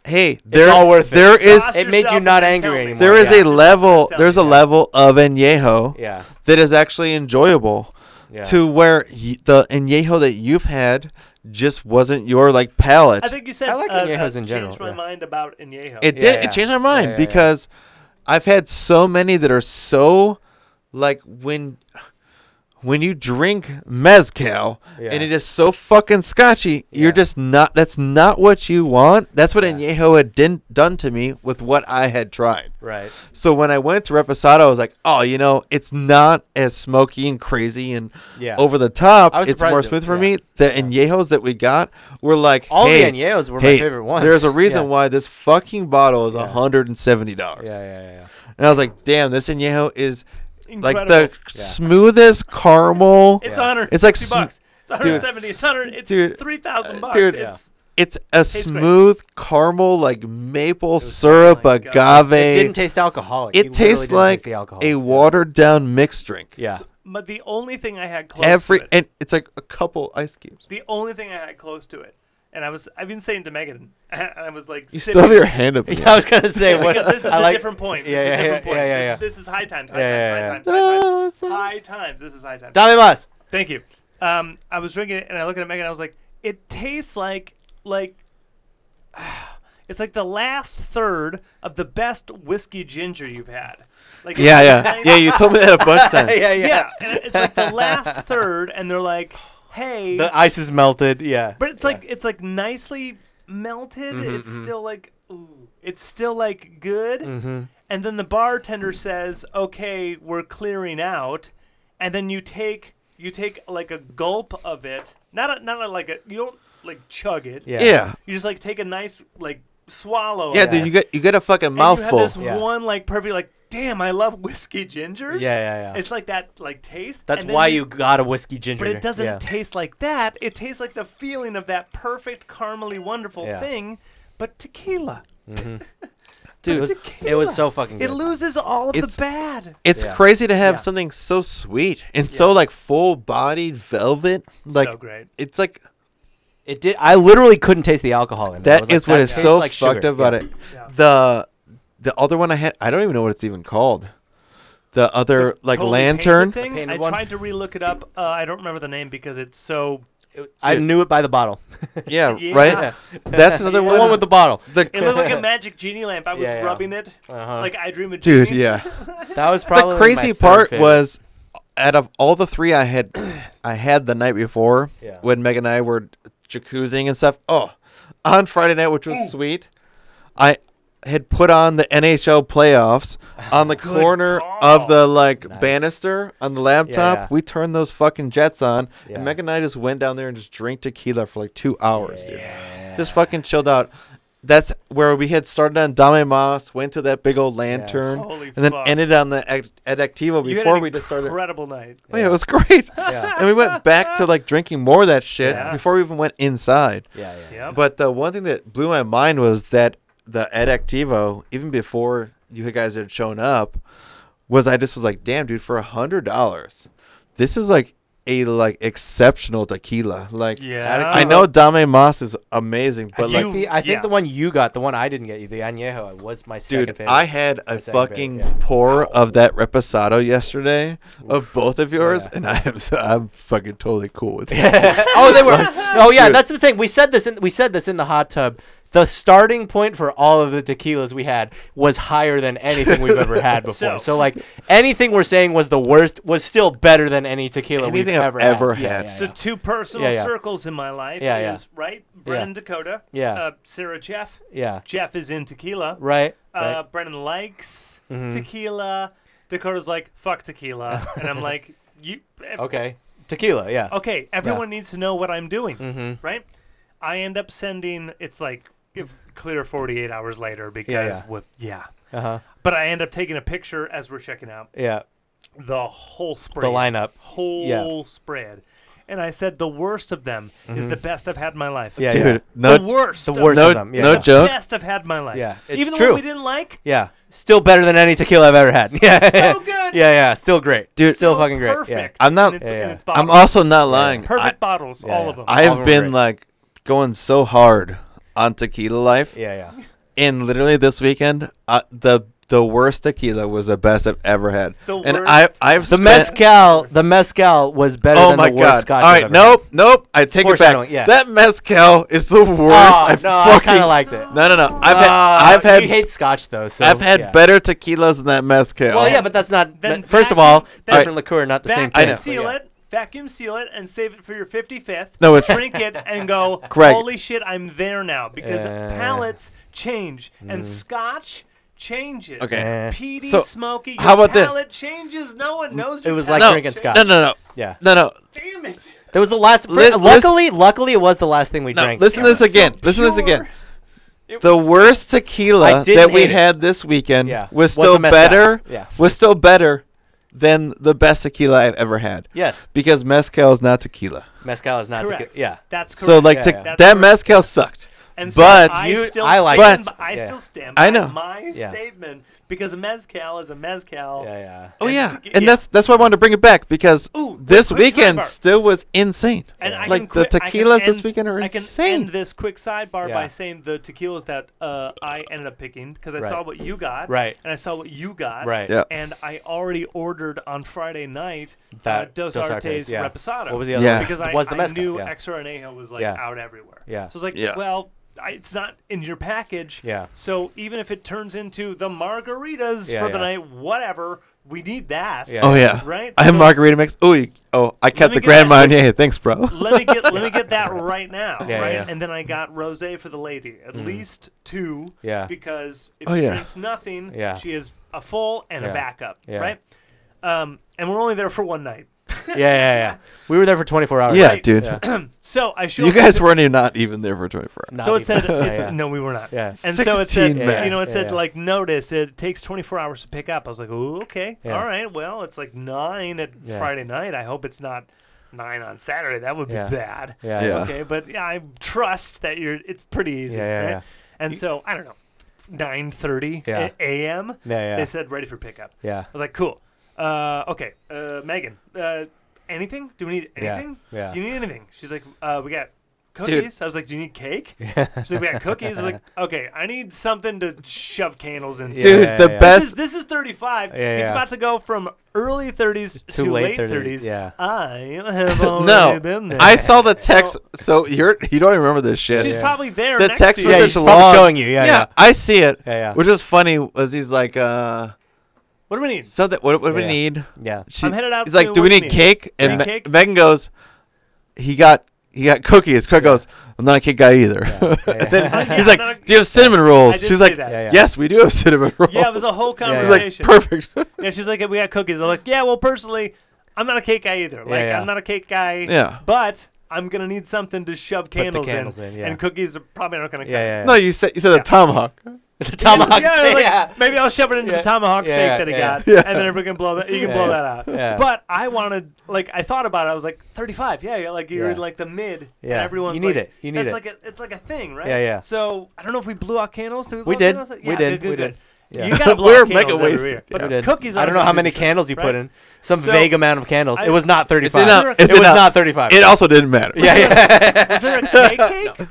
Speaker 3: hey, there
Speaker 2: all worth it.
Speaker 3: there is-
Speaker 1: Sauce
Speaker 2: It made you
Speaker 1: yourself and
Speaker 2: not
Speaker 1: then
Speaker 2: angry
Speaker 1: tell me.
Speaker 2: anymore.
Speaker 3: there is
Speaker 2: Yeah.
Speaker 3: a level
Speaker 1: Tell
Speaker 3: there's
Speaker 1: me,
Speaker 3: a
Speaker 1: yeah.
Speaker 3: level of añejo
Speaker 2: Yeah,
Speaker 3: that is actually enjoyable
Speaker 2: yeah.
Speaker 3: to where y- the añejo that you've had just wasn't your like palate.
Speaker 1: I think you said
Speaker 2: I like
Speaker 1: uh,
Speaker 2: añejos
Speaker 1: uh,
Speaker 2: in general,
Speaker 1: Changed my
Speaker 2: yeah.
Speaker 1: mind about añejo.
Speaker 3: It
Speaker 2: Yeah,
Speaker 3: did.
Speaker 2: yeah.
Speaker 3: It changed my mind
Speaker 2: yeah, yeah.
Speaker 3: because I've had so many that are so like when when you drink mezcal
Speaker 2: Yeah.
Speaker 3: and it is so fucking scotchy,
Speaker 2: Yeah.
Speaker 3: you're just not. That's not what you want. That's what
Speaker 2: Yeah.
Speaker 3: añejo had din- done to me with what I had tried.
Speaker 2: Right.
Speaker 3: So when I went to Reposado, I was like, oh, you know, it's not as smoky and crazy and
Speaker 2: Yeah.
Speaker 3: over the top.
Speaker 2: I was
Speaker 3: It's
Speaker 2: surprised
Speaker 3: more
Speaker 2: it-
Speaker 3: smooth for
Speaker 2: yeah.
Speaker 3: me. The añejos that we got were like,
Speaker 2: All
Speaker 3: hey,
Speaker 2: the añejos were
Speaker 3: hey,
Speaker 2: my favorite ones.
Speaker 3: There's a reason
Speaker 2: Yeah.
Speaker 3: why this fucking bottle is
Speaker 2: Yeah.
Speaker 3: hundred and seventy dollars.
Speaker 2: Yeah, yeah, yeah, yeah.
Speaker 3: And I was like, damn, this añejo is like
Speaker 1: Incredible.
Speaker 3: the smoothest caramel.
Speaker 1: It's
Speaker 2: Yeah.
Speaker 1: honor.
Speaker 3: It's like
Speaker 1: sixty
Speaker 3: sm-
Speaker 1: bucks. It's 170. It's 100. It's
Speaker 3: Dude.
Speaker 1: 3,000 bucks.
Speaker 3: Dude.
Speaker 1: it's,
Speaker 3: It's a
Speaker 1: great.
Speaker 3: smooth caramel, like maple syrup
Speaker 1: Oh my God.
Speaker 3: agave.
Speaker 2: It didn't taste alcoholic.
Speaker 3: It
Speaker 2: really
Speaker 3: tastes
Speaker 2: didn't
Speaker 3: like
Speaker 2: taste the alcohol.
Speaker 3: a watered down mixed drink.
Speaker 2: Yeah.
Speaker 1: but the only thing I had close
Speaker 3: Every
Speaker 1: to it,
Speaker 3: and it's like a couple ice cubes.
Speaker 1: the only thing I had close to it, and I was I've been saying to Megan, and I was like,
Speaker 3: You
Speaker 1: sipping-
Speaker 3: still have your hand up. in
Speaker 2: Yeah, I was gonna say what.
Speaker 1: because this is
Speaker 2: I
Speaker 1: a
Speaker 2: like,
Speaker 1: different point. This
Speaker 2: Yeah,
Speaker 1: is a
Speaker 2: yeah,
Speaker 1: different
Speaker 2: yeah,
Speaker 1: point.
Speaker 2: yeah,
Speaker 1: This-
Speaker 2: yeah.
Speaker 1: This, is high times. High
Speaker 2: Yeah, yeah,
Speaker 1: times.
Speaker 3: yeah.
Speaker 1: High times.
Speaker 3: Ah,
Speaker 1: High
Speaker 3: it's
Speaker 1: times.
Speaker 3: a-
Speaker 1: High times. This is high times.
Speaker 2: Dame Mas.
Speaker 1: Thank you. Um, I was drinking it and I look at Megan. I was like, it tastes like like it's like the last third of the best whiskey ginger you've had. Like it's
Speaker 3: Yeah,
Speaker 1: like
Speaker 3: yeah,
Speaker 1: nice-
Speaker 3: yeah. You told me that a bunch of times.
Speaker 2: yeah, yeah.
Speaker 1: yeah. and It's like the last third, and they're like, hey,
Speaker 2: The
Speaker 3: uh,
Speaker 2: ice is melted. Yeah.
Speaker 1: but it's like it's like nicely melted.
Speaker 3: Mm-hmm,
Speaker 1: it's still like ooh, it's still like good.
Speaker 2: Mm-hmm.
Speaker 1: And then the bartender says, "Okay, we're clearing out." And then you take you take like a gulp of it. Not a, not a, like a you don't like chug it.
Speaker 2: Yeah.
Speaker 3: Yeah,
Speaker 1: You just like take a nice like swallow.
Speaker 3: yeah,
Speaker 1: of it.
Speaker 3: dude. You get you get a fucking
Speaker 1: Oh, And you have
Speaker 3: mouthful.
Speaker 1: this
Speaker 2: Yeah.
Speaker 1: one like perfect like damn, I love whiskey gingers.
Speaker 2: Yeah, yeah, yeah.
Speaker 1: It's like that like taste.
Speaker 2: That's
Speaker 1: and then
Speaker 2: why you got a whiskey ginger.
Speaker 1: but it doesn't
Speaker 2: Yeah.
Speaker 1: taste like that. It tastes like the feeling of that perfect, caramely, wonderful
Speaker 2: Yeah.
Speaker 1: thing, but tequila.
Speaker 2: Dude, it was, it was so fucking good.
Speaker 1: It loses all of
Speaker 3: It's-
Speaker 1: the bad.
Speaker 3: It's
Speaker 2: Yeah.
Speaker 3: crazy to have
Speaker 1: Yeah.
Speaker 3: something so sweet and so like full bodied velvet. Like
Speaker 1: so great.
Speaker 3: it's like
Speaker 2: It did. I literally couldn't taste the alcohol in it. I
Speaker 3: that
Speaker 2: was like,
Speaker 3: is what is
Speaker 2: tastes
Speaker 3: so
Speaker 2: like sugar."
Speaker 3: fucked up about
Speaker 2: Yeah.
Speaker 3: it.
Speaker 1: Yeah.
Speaker 3: The the other one I had, I don't even know what it's even called. The other
Speaker 1: Totally
Speaker 3: like
Speaker 1: painted
Speaker 3: lantern.
Speaker 1: thing.
Speaker 2: painted
Speaker 1: I
Speaker 2: one.
Speaker 1: tried to relook it up. Uh, I don't remember the name because it's so.
Speaker 2: I
Speaker 3: Dude.
Speaker 2: knew it by the bottle.
Speaker 3: Yeah,
Speaker 1: Yeah.
Speaker 3: right. That's another
Speaker 2: the
Speaker 3: one.
Speaker 2: one with the bottle.
Speaker 3: the
Speaker 1: It looked like a magic genie lamp. I was
Speaker 2: Yeah, yeah.
Speaker 1: rubbing it
Speaker 2: Uh-huh.
Speaker 1: like I dream of
Speaker 3: dude.
Speaker 1: Genie.
Speaker 3: Yeah.
Speaker 2: that was probably
Speaker 3: the
Speaker 2: my
Speaker 3: crazy
Speaker 2: third
Speaker 3: part
Speaker 2: favorite.
Speaker 3: was, out of all the three I had, I had the night before
Speaker 2: Yeah.
Speaker 3: when Meg and I were jacuzzing and stuff. Oh, on Friday night, which was sweet. I had put on the NHL playoffs on the corner
Speaker 1: call.
Speaker 3: of the like
Speaker 2: Nice.
Speaker 3: banister on the laptop.
Speaker 2: yeah.
Speaker 3: We turned those fucking jets on,
Speaker 2: Yeah.
Speaker 3: and Megan and I just went down there and just drank tequila for like two hours, dude. Just fucking chilled out. That's where we had started on Dame Moss, went to that big old lantern,
Speaker 1: Holy
Speaker 3: and then
Speaker 1: fuck.
Speaker 3: ended on the Ed- Edactivo
Speaker 1: You had
Speaker 3: before
Speaker 1: an
Speaker 3: we just started.
Speaker 1: Incredible night.
Speaker 3: Oh, yeah, it was great.
Speaker 2: Yeah.
Speaker 3: and we went back to like drinking more of that shit
Speaker 1: Yeah.
Speaker 3: before we even went inside.
Speaker 2: Yeah, yeah.
Speaker 1: Yep.
Speaker 3: But the one thing that blew my mind was that the Ed Activo, even before you guys had shown up, was I just was like, damn, dude, for a hundred dollars, this is like a like exceptional tequila. Like,
Speaker 1: yeah.
Speaker 3: I know Dame Moss is amazing, but
Speaker 2: I
Speaker 3: like,
Speaker 2: think, the, I think
Speaker 1: yeah.
Speaker 2: the one you got, the one I didn't get you, the añejo, it was my second
Speaker 3: dude,
Speaker 2: favorite.
Speaker 3: I had a
Speaker 2: second favorite,
Speaker 3: fucking
Speaker 2: yeah.
Speaker 3: pour of that reposado yesterday of both of yours, and I am so, I'm fucking totally cool with that.
Speaker 2: oh, they were. Oh yeah,
Speaker 3: Dude.
Speaker 2: that's the thing. We said this. In, we said this in the hot tub. The starting point for all of the tequilas we had was higher than anything we've ever had before. So,
Speaker 1: So-
Speaker 2: like anything we're saying was the worst was still better than any tequila
Speaker 3: Anything
Speaker 2: we've
Speaker 3: I've
Speaker 2: ever,
Speaker 3: ever
Speaker 2: had. Yeah,
Speaker 3: had.
Speaker 2: yeah,
Speaker 1: So
Speaker 2: yeah.
Speaker 1: two personal
Speaker 2: Yeah, yeah.
Speaker 1: circles in my life
Speaker 2: Yeah, yeah.
Speaker 1: is right Brennan Dakota,
Speaker 2: Yeah.
Speaker 1: uh, Sarah Jeff.
Speaker 2: Yeah.
Speaker 1: Jeff is in tequila.
Speaker 2: Right.
Speaker 1: Uh,
Speaker 2: right. Mm-hmm.
Speaker 1: Brennan likes tequila. Dakota's like fuck tequila, and I'm like you. ev-
Speaker 2: Okay. Tequila. Yeah. Mm-hmm.
Speaker 1: Okay. Everyone needs to know what I'm doing, right? I end up sending. It's like if clear 48 hours later because
Speaker 2: yeah.
Speaker 1: what? Yeah.
Speaker 2: Uh huh.
Speaker 1: But I end up taking a picture as we're checking out
Speaker 2: Yeah.
Speaker 1: the whole spread.
Speaker 2: lineup.
Speaker 1: Whole spread. And I said the worst of them is the best I've had in my life.
Speaker 2: Mm-hmm. Yeah.
Speaker 3: dude,
Speaker 2: yeah.
Speaker 3: no,
Speaker 1: the worst.
Speaker 2: The
Speaker 1: of
Speaker 2: worst
Speaker 3: no,
Speaker 2: of them. Yeah,
Speaker 3: no
Speaker 2: yeah.
Speaker 1: The
Speaker 3: joke.
Speaker 1: best I've had in my life.
Speaker 2: Yeah, it's
Speaker 1: Even the
Speaker 2: true.
Speaker 1: one we didn't like.
Speaker 2: Yeah. Still better than any tequila I've ever had. Yeah.
Speaker 1: So good.
Speaker 2: Yeah. Yeah. Still great.
Speaker 3: Dude.
Speaker 2: Still
Speaker 1: So
Speaker 2: fucking great.
Speaker 1: Perfect.
Speaker 2: Yeah.
Speaker 3: I'm not-
Speaker 1: And it's,
Speaker 2: Yeah,
Speaker 1: and
Speaker 2: yeah.
Speaker 1: it's
Speaker 3: I'm
Speaker 1: bottles.
Speaker 3: also not lying.
Speaker 1: perfect bottles,
Speaker 2: Yeah,
Speaker 1: all
Speaker 2: yeah.
Speaker 1: of them.
Speaker 3: I
Speaker 2: All of
Speaker 3: have
Speaker 2: 'em
Speaker 3: been
Speaker 2: great.
Speaker 3: like going so hard on tequila life,
Speaker 2: Yeah. Yeah.
Speaker 3: and literally this weekend, uh, the the worst tequila was the best I've ever had.
Speaker 1: The
Speaker 3: and
Speaker 1: worst.
Speaker 3: I I've
Speaker 2: The
Speaker 3: spent-
Speaker 2: mezcal, the mezcal was better
Speaker 3: Oh
Speaker 2: than
Speaker 3: my
Speaker 2: the worst
Speaker 3: god!
Speaker 2: scotch.
Speaker 3: All
Speaker 2: I've
Speaker 3: right,
Speaker 2: ever had.
Speaker 3: nope, nope. I take it back.
Speaker 2: Foreshadowing, yeah.
Speaker 3: That mezcal is the worst.
Speaker 2: Oh,
Speaker 3: I
Speaker 2: no, I
Speaker 3: fucking
Speaker 2: kind of liked it.
Speaker 3: No, no, no. I've
Speaker 2: Uh,
Speaker 3: had
Speaker 1: Ah,
Speaker 3: I've had
Speaker 2: You hate scotch though, so
Speaker 3: I've had uh,
Speaker 2: yeah.
Speaker 3: better tequilas than that mezcal.
Speaker 2: Well, yeah, but that's not.
Speaker 1: Then
Speaker 2: that- first of
Speaker 1: vacuum-
Speaker 2: all,
Speaker 1: then-
Speaker 2: different liqueur, not the
Speaker 1: Vacuum
Speaker 2: same thing.
Speaker 3: know.
Speaker 2: but
Speaker 1: seal
Speaker 2: yeah.
Speaker 1: it. Vacuum seal it and save it for your 55th.
Speaker 3: No, it's-
Speaker 1: drink it and go.
Speaker 3: Greg.
Speaker 1: Holy shit, I'm there now because
Speaker 2: Uh,
Speaker 1: palates change
Speaker 2: Mm.
Speaker 1: and Scotch changes.
Speaker 3: Okay.
Speaker 2: Uh,
Speaker 1: Peaty,
Speaker 3: So,
Speaker 1: smoky. Your
Speaker 3: how about this?
Speaker 1: palate changes. No one knows.
Speaker 2: it
Speaker 1: your
Speaker 2: was like
Speaker 1: palate
Speaker 2: drinking
Speaker 1: changes.
Speaker 2: scotch.
Speaker 3: no, no, no,
Speaker 2: Yeah,
Speaker 3: no, no.
Speaker 1: Damn it.
Speaker 2: that was the last.
Speaker 3: Li-
Speaker 2: luckily, luckily, it was the last thing we
Speaker 3: No,
Speaker 2: drank.
Speaker 3: listen to this again. Listen to this again.
Speaker 1: It
Speaker 3: The
Speaker 1: was
Speaker 3: worst
Speaker 2: I
Speaker 3: tequila
Speaker 2: didn't
Speaker 3: that we
Speaker 2: hate it.
Speaker 3: had this weekend
Speaker 2: Yeah.
Speaker 3: was
Speaker 2: Was
Speaker 3: still
Speaker 2: the mezcal.
Speaker 3: better.
Speaker 2: Yeah.
Speaker 3: Was still better than the best tequila I've ever had.
Speaker 2: Yes,
Speaker 3: Because mezcal is not tequila.
Speaker 2: mezcal is not.
Speaker 1: Correct.
Speaker 2: tequila- Yeah,
Speaker 1: That's correct.
Speaker 3: So like
Speaker 2: Yeah,
Speaker 3: te-
Speaker 2: yeah.
Speaker 3: that mezcal sucked.
Speaker 1: and
Speaker 3: but
Speaker 1: so I
Speaker 2: You-
Speaker 1: still
Speaker 2: I like
Speaker 3: it.
Speaker 1: stand,
Speaker 3: But-
Speaker 1: I
Speaker 2: Yeah.
Speaker 1: still stand.
Speaker 3: I
Speaker 1: by
Speaker 3: know.
Speaker 1: my
Speaker 2: Yeah.
Speaker 1: statement because a mezcal is a mezcal.
Speaker 2: yeah, yeah.
Speaker 3: Oh
Speaker 1: And
Speaker 3: yeah,
Speaker 1: to-
Speaker 3: and
Speaker 1: yeah.
Speaker 3: that's that's why I wanted to bring it back because
Speaker 1: Ooh,
Speaker 3: this
Speaker 1: quick
Speaker 3: weekend
Speaker 1: sidebar.
Speaker 3: still was insane.
Speaker 1: And I
Speaker 3: like
Speaker 1: can
Speaker 3: the
Speaker 1: quit- I can
Speaker 3: tequilas this
Speaker 1: end-
Speaker 3: weekend are
Speaker 1: I
Speaker 3: insane.
Speaker 1: can end this quick sidebar
Speaker 2: Yeah.
Speaker 1: by saying the tequilas that uh, I ended up picking because I
Speaker 2: Right.
Speaker 1: saw what you got,
Speaker 2: Right.
Speaker 1: and I saw what you got,
Speaker 2: Right.
Speaker 3: Yeah.
Speaker 1: and I already ordered on Friday night uh,
Speaker 2: That-
Speaker 1: Dos,
Speaker 2: Dos Artes,
Speaker 1: Artes
Speaker 2: yeah.
Speaker 1: Reposado.
Speaker 2: What was the other?
Speaker 3: Yeah.
Speaker 2: one?
Speaker 1: Because I,
Speaker 2: was the
Speaker 1: I
Speaker 2: mezcal?
Speaker 1: knew
Speaker 2: yeah.
Speaker 1: Extra Anejo was like
Speaker 2: Yeah.
Speaker 1: out everywhere.
Speaker 2: Yeah.
Speaker 1: So it's like,
Speaker 3: Yeah.
Speaker 1: well, I, it's not in your package.
Speaker 2: Yeah.
Speaker 1: So even if it turns into the margaritas
Speaker 2: Yeah,
Speaker 1: for the
Speaker 2: yeah.
Speaker 1: night, whatever, we need that.
Speaker 2: Yeah.
Speaker 3: Oh yeah,
Speaker 1: Right?
Speaker 3: I have
Speaker 1: So-
Speaker 3: margarita mix. Oh, you, oh, I kept
Speaker 1: me
Speaker 3: the
Speaker 1: get
Speaker 3: Grand
Speaker 1: that.
Speaker 3: Marnier. Thanks, bro.
Speaker 1: let me get let me get that right now,
Speaker 2: Yeah,
Speaker 1: right?
Speaker 2: yeah. Mm.
Speaker 1: And then I got rosé for the lady, at least two,
Speaker 2: Yeah.
Speaker 1: because if
Speaker 3: Oh,
Speaker 1: she
Speaker 3: yeah.
Speaker 1: drinks nothing,
Speaker 2: Yeah.
Speaker 1: she is a full and
Speaker 2: Yeah.
Speaker 1: a backup,
Speaker 2: Yeah.
Speaker 1: right? Um, and we're only there for one night,
Speaker 2: yeah, yeah, yeah. We were there for 24 hours.
Speaker 3: Yeah,
Speaker 1: Right.
Speaker 3: dude.
Speaker 1: so I show
Speaker 3: You
Speaker 1: up with
Speaker 3: guys weren't even not even there for 24 hours.
Speaker 2: Not
Speaker 1: So it
Speaker 2: even-
Speaker 1: said, it's,
Speaker 2: yeah.
Speaker 1: no, we were not.
Speaker 2: Yeah.
Speaker 1: And so it said,
Speaker 3: 16
Speaker 1: you know, it
Speaker 2: max.
Speaker 1: said
Speaker 2: Yeah.
Speaker 1: like notice it takes 24 hours to pick up. I was like, oh, okay,
Speaker 2: Yeah.
Speaker 1: all right, well, it's like nine at
Speaker 2: Yeah.
Speaker 1: Friday night. I hope it's not nine on Saturday. That would be
Speaker 2: Yeah.
Speaker 1: bad.
Speaker 2: Yeah,
Speaker 3: Yeah.
Speaker 1: Okay, but yeah, I trust that you're. It's pretty easy.
Speaker 2: Yeah, yeah,
Speaker 1: right?
Speaker 2: yeah.
Speaker 1: And so I don't know, 9:30
Speaker 2: Yeah.
Speaker 1: a.m.
Speaker 2: Yeah, yeah.
Speaker 1: They said ready for pickup.
Speaker 2: yeah,
Speaker 1: I was like, cool. Uh, okay, uh, Megan, uh, anything? Do we need
Speaker 2: Yeah,
Speaker 1: anything?
Speaker 2: yeah.
Speaker 1: Do you need anything? She's like, uh, we got cookies. I was like, do you need cake? She's like, we got cookies. I was like, okay, I need something to shove candles into.
Speaker 3: Dude,
Speaker 2: Yeah,
Speaker 3: the
Speaker 2: yeah.
Speaker 1: This is,
Speaker 3: best.
Speaker 1: this is 35.
Speaker 2: Yeah,
Speaker 1: It's
Speaker 2: yeah.
Speaker 1: about to go from early 30s to, late 30s.
Speaker 2: Yeah.
Speaker 1: I have already
Speaker 3: No,
Speaker 1: been there.
Speaker 3: I saw the text. So you're you don't even remember this shit.
Speaker 1: She's
Speaker 2: Yeah.
Speaker 1: probably there.
Speaker 3: The
Speaker 1: next
Speaker 3: text
Speaker 1: to
Speaker 3: was
Speaker 1: you.
Speaker 3: such
Speaker 2: he's
Speaker 3: long.
Speaker 2: probably showing you, yeah, yeah.
Speaker 3: I see it.
Speaker 2: Yeah, yeah.
Speaker 3: Which is funny was he's like, uh,
Speaker 1: What do we need?
Speaker 3: so that what, what do we
Speaker 2: Yeah.
Speaker 3: need?
Speaker 2: Yeah.
Speaker 3: She,
Speaker 1: I'm headed out
Speaker 3: He's like,
Speaker 1: soon.
Speaker 3: do
Speaker 1: What
Speaker 3: we
Speaker 1: do you
Speaker 3: need
Speaker 1: need?"
Speaker 3: cake? And
Speaker 1: Yeah.
Speaker 3: Me-
Speaker 1: Cake?
Speaker 3: Megan goes, he got he got cookies. Craig goes, I'm not a kid guy either. and
Speaker 1: Oh,
Speaker 3: then
Speaker 1: yeah,
Speaker 3: he's
Speaker 1: I'm not a-
Speaker 3: like, Do you have cinnamon rolls?
Speaker 1: I did
Speaker 3: She's
Speaker 1: see
Speaker 3: like,
Speaker 1: that.
Speaker 2: Yeah, yeah.
Speaker 3: Yes, we do have cinnamon rolls.
Speaker 1: Yeah, it was a whole
Speaker 2: Yeah, yeah.
Speaker 3: It's
Speaker 1: conversation.
Speaker 3: like perfect.
Speaker 1: Yeah, she's like, we had cookies. I'm like, yeah, well, personally, I'm not a cake guy either. Like,
Speaker 2: yeah.
Speaker 1: I'm not a cake guy.
Speaker 3: Yeah.
Speaker 1: But I'm gonna need something to shove
Speaker 2: the
Speaker 1: candles,
Speaker 2: candles in, yeah.
Speaker 1: and cookies are probably not gonna.
Speaker 2: Yeah, yeah.
Speaker 3: No, you said you said a tomahawk.
Speaker 2: the
Speaker 1: cut.
Speaker 2: tomahawk.
Speaker 1: Yeah,
Speaker 2: steak.
Speaker 1: like,
Speaker 2: yeah.
Speaker 1: Maybe I'll shove it into
Speaker 2: Yeah.
Speaker 1: the tomahawk
Speaker 2: Yeah,
Speaker 1: steak that I
Speaker 2: yeah.
Speaker 1: got,
Speaker 3: Yeah.
Speaker 1: and then everyone can blow that. You can
Speaker 2: Yeah,
Speaker 1: blow
Speaker 2: yeah.
Speaker 1: that out.
Speaker 2: Yeah.
Speaker 1: But I wanted, like, I thought about it. I was like, 35. Yeah, yeah, like you're
Speaker 2: Yeah.
Speaker 1: in like the mid.
Speaker 2: Yeah.
Speaker 1: And everyone's
Speaker 2: You need
Speaker 1: like-
Speaker 2: it. You need
Speaker 1: that's
Speaker 2: it.
Speaker 1: Like a, it's like a thing, right?
Speaker 2: Yeah, yeah.
Speaker 1: So I don't know if we blew out candles. Did we? Blow
Speaker 2: We
Speaker 1: out
Speaker 2: did.
Speaker 1: Candles?
Speaker 2: We
Speaker 1: Yeah,
Speaker 2: did.
Speaker 1: Good, good,
Speaker 2: We
Speaker 1: good.
Speaker 2: did. Yeah.
Speaker 1: You gotta blow
Speaker 3: We're
Speaker 1: out candles
Speaker 3: mega
Speaker 1: every
Speaker 3: wasted.
Speaker 1: year.
Speaker 3: Yeah.
Speaker 1: But
Speaker 2: We did.
Speaker 1: cookies.
Speaker 2: I
Speaker 1: aren't
Speaker 2: don't know
Speaker 1: gonna
Speaker 2: how
Speaker 1: do
Speaker 2: many
Speaker 1: the trick,
Speaker 2: candles you
Speaker 1: right?
Speaker 2: put in. Some
Speaker 1: So-
Speaker 2: vague amount of candles.
Speaker 1: I-
Speaker 2: it was not
Speaker 3: It,
Speaker 2: 35.
Speaker 3: did not, it,
Speaker 2: It
Speaker 3: did
Speaker 2: was
Speaker 3: not-
Speaker 2: not 35.
Speaker 3: it also didn't matter.
Speaker 2: yeah, yeah.
Speaker 1: Is there a cake cake?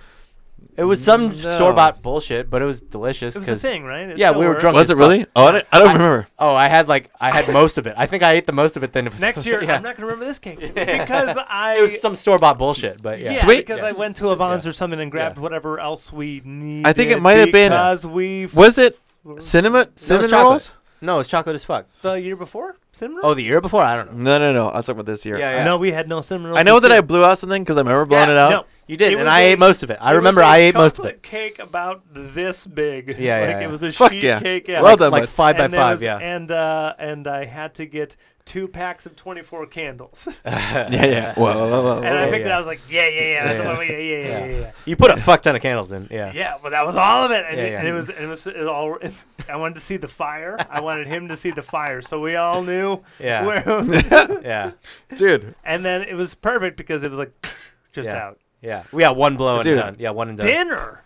Speaker 2: it was some
Speaker 3: No.
Speaker 2: store bought bullshit, but it was delicious.
Speaker 1: It was a
Speaker 2: 'cause-
Speaker 1: thing, right? It
Speaker 2: Yeah,
Speaker 1: still
Speaker 2: we were
Speaker 1: worked.
Speaker 2: drunk.
Speaker 3: Was it
Speaker 2: Fuck.
Speaker 3: really? Oh, I don't, I don't remember.
Speaker 2: Oh, I had like I had most of it. I think I ate the most of it then. If,
Speaker 1: Next year,
Speaker 2: yeah.
Speaker 1: I'm not gonna remember this cake because I
Speaker 2: It was some store bought bullshit, but yeah.
Speaker 1: yeah,
Speaker 3: Sweet.
Speaker 1: because
Speaker 2: Yeah.
Speaker 1: I went to Avon's
Speaker 2: Yeah.
Speaker 1: or something and grabbed whatever else we needed.
Speaker 3: I think it might have been-
Speaker 1: because we f-
Speaker 3: Was it cinnamon cinnamon
Speaker 2: chocolate.
Speaker 3: rolls?
Speaker 2: No, it's chocolate as fuck.
Speaker 1: the year before cinnamon
Speaker 2: Oh,
Speaker 1: rolls.
Speaker 2: the year before, I don't know.
Speaker 3: No, no, no. I was talking about this year.
Speaker 2: Yeah, yeah.
Speaker 1: no, we had no cinnamon rolls.
Speaker 3: I know
Speaker 1: this
Speaker 3: that I
Speaker 1: year.
Speaker 3: blew out something because I remember blowing
Speaker 1: Yeah,
Speaker 3: it out.
Speaker 1: No,
Speaker 2: You did,
Speaker 1: It
Speaker 2: and
Speaker 1: was
Speaker 2: I
Speaker 1: a-
Speaker 2: ate most of it. I
Speaker 1: It was
Speaker 2: remember
Speaker 1: a
Speaker 2: I ate most of
Speaker 1: chocolate
Speaker 2: it.
Speaker 1: Cake about this big. like
Speaker 2: Yeah, yeah,
Speaker 1: it
Speaker 2: yeah.
Speaker 1: was a
Speaker 3: Fuck
Speaker 1: sheet
Speaker 3: yeah.
Speaker 1: cake. Yeah,
Speaker 3: Well
Speaker 1: Like-
Speaker 3: done,
Speaker 2: Like
Speaker 3: bud.
Speaker 2: five by
Speaker 1: and there
Speaker 2: five,
Speaker 1: was-
Speaker 2: yeah.
Speaker 1: And uh, and I had to get two packs of 24 candles.
Speaker 3: Yeah, yeah. Whoa, whoa, whoa, whoa,
Speaker 1: and I
Speaker 3: whoa.
Speaker 1: picked it. I was like, yeah, yeah, yeah. That's
Speaker 2: Yeah.
Speaker 1: what we, yeah, yeah, yeah, yeah. yeah.
Speaker 2: You put a fuck ton of candles in. Yeah.
Speaker 1: Yeah, but that was all of it, and,
Speaker 2: Yeah,
Speaker 1: it,
Speaker 2: yeah.
Speaker 1: and it was and it was it all. I wanted to see the fire. I wanted him to see the fire, so we all knew
Speaker 2: Yeah.
Speaker 1: where.
Speaker 2: Yeah.
Speaker 3: Dude,
Speaker 1: And then it was perfect because it was like just
Speaker 2: Yeah.
Speaker 1: out
Speaker 2: Yeah. We got one blow and
Speaker 3: Dude.
Speaker 2: done. Yeah, one and done.
Speaker 1: dinner.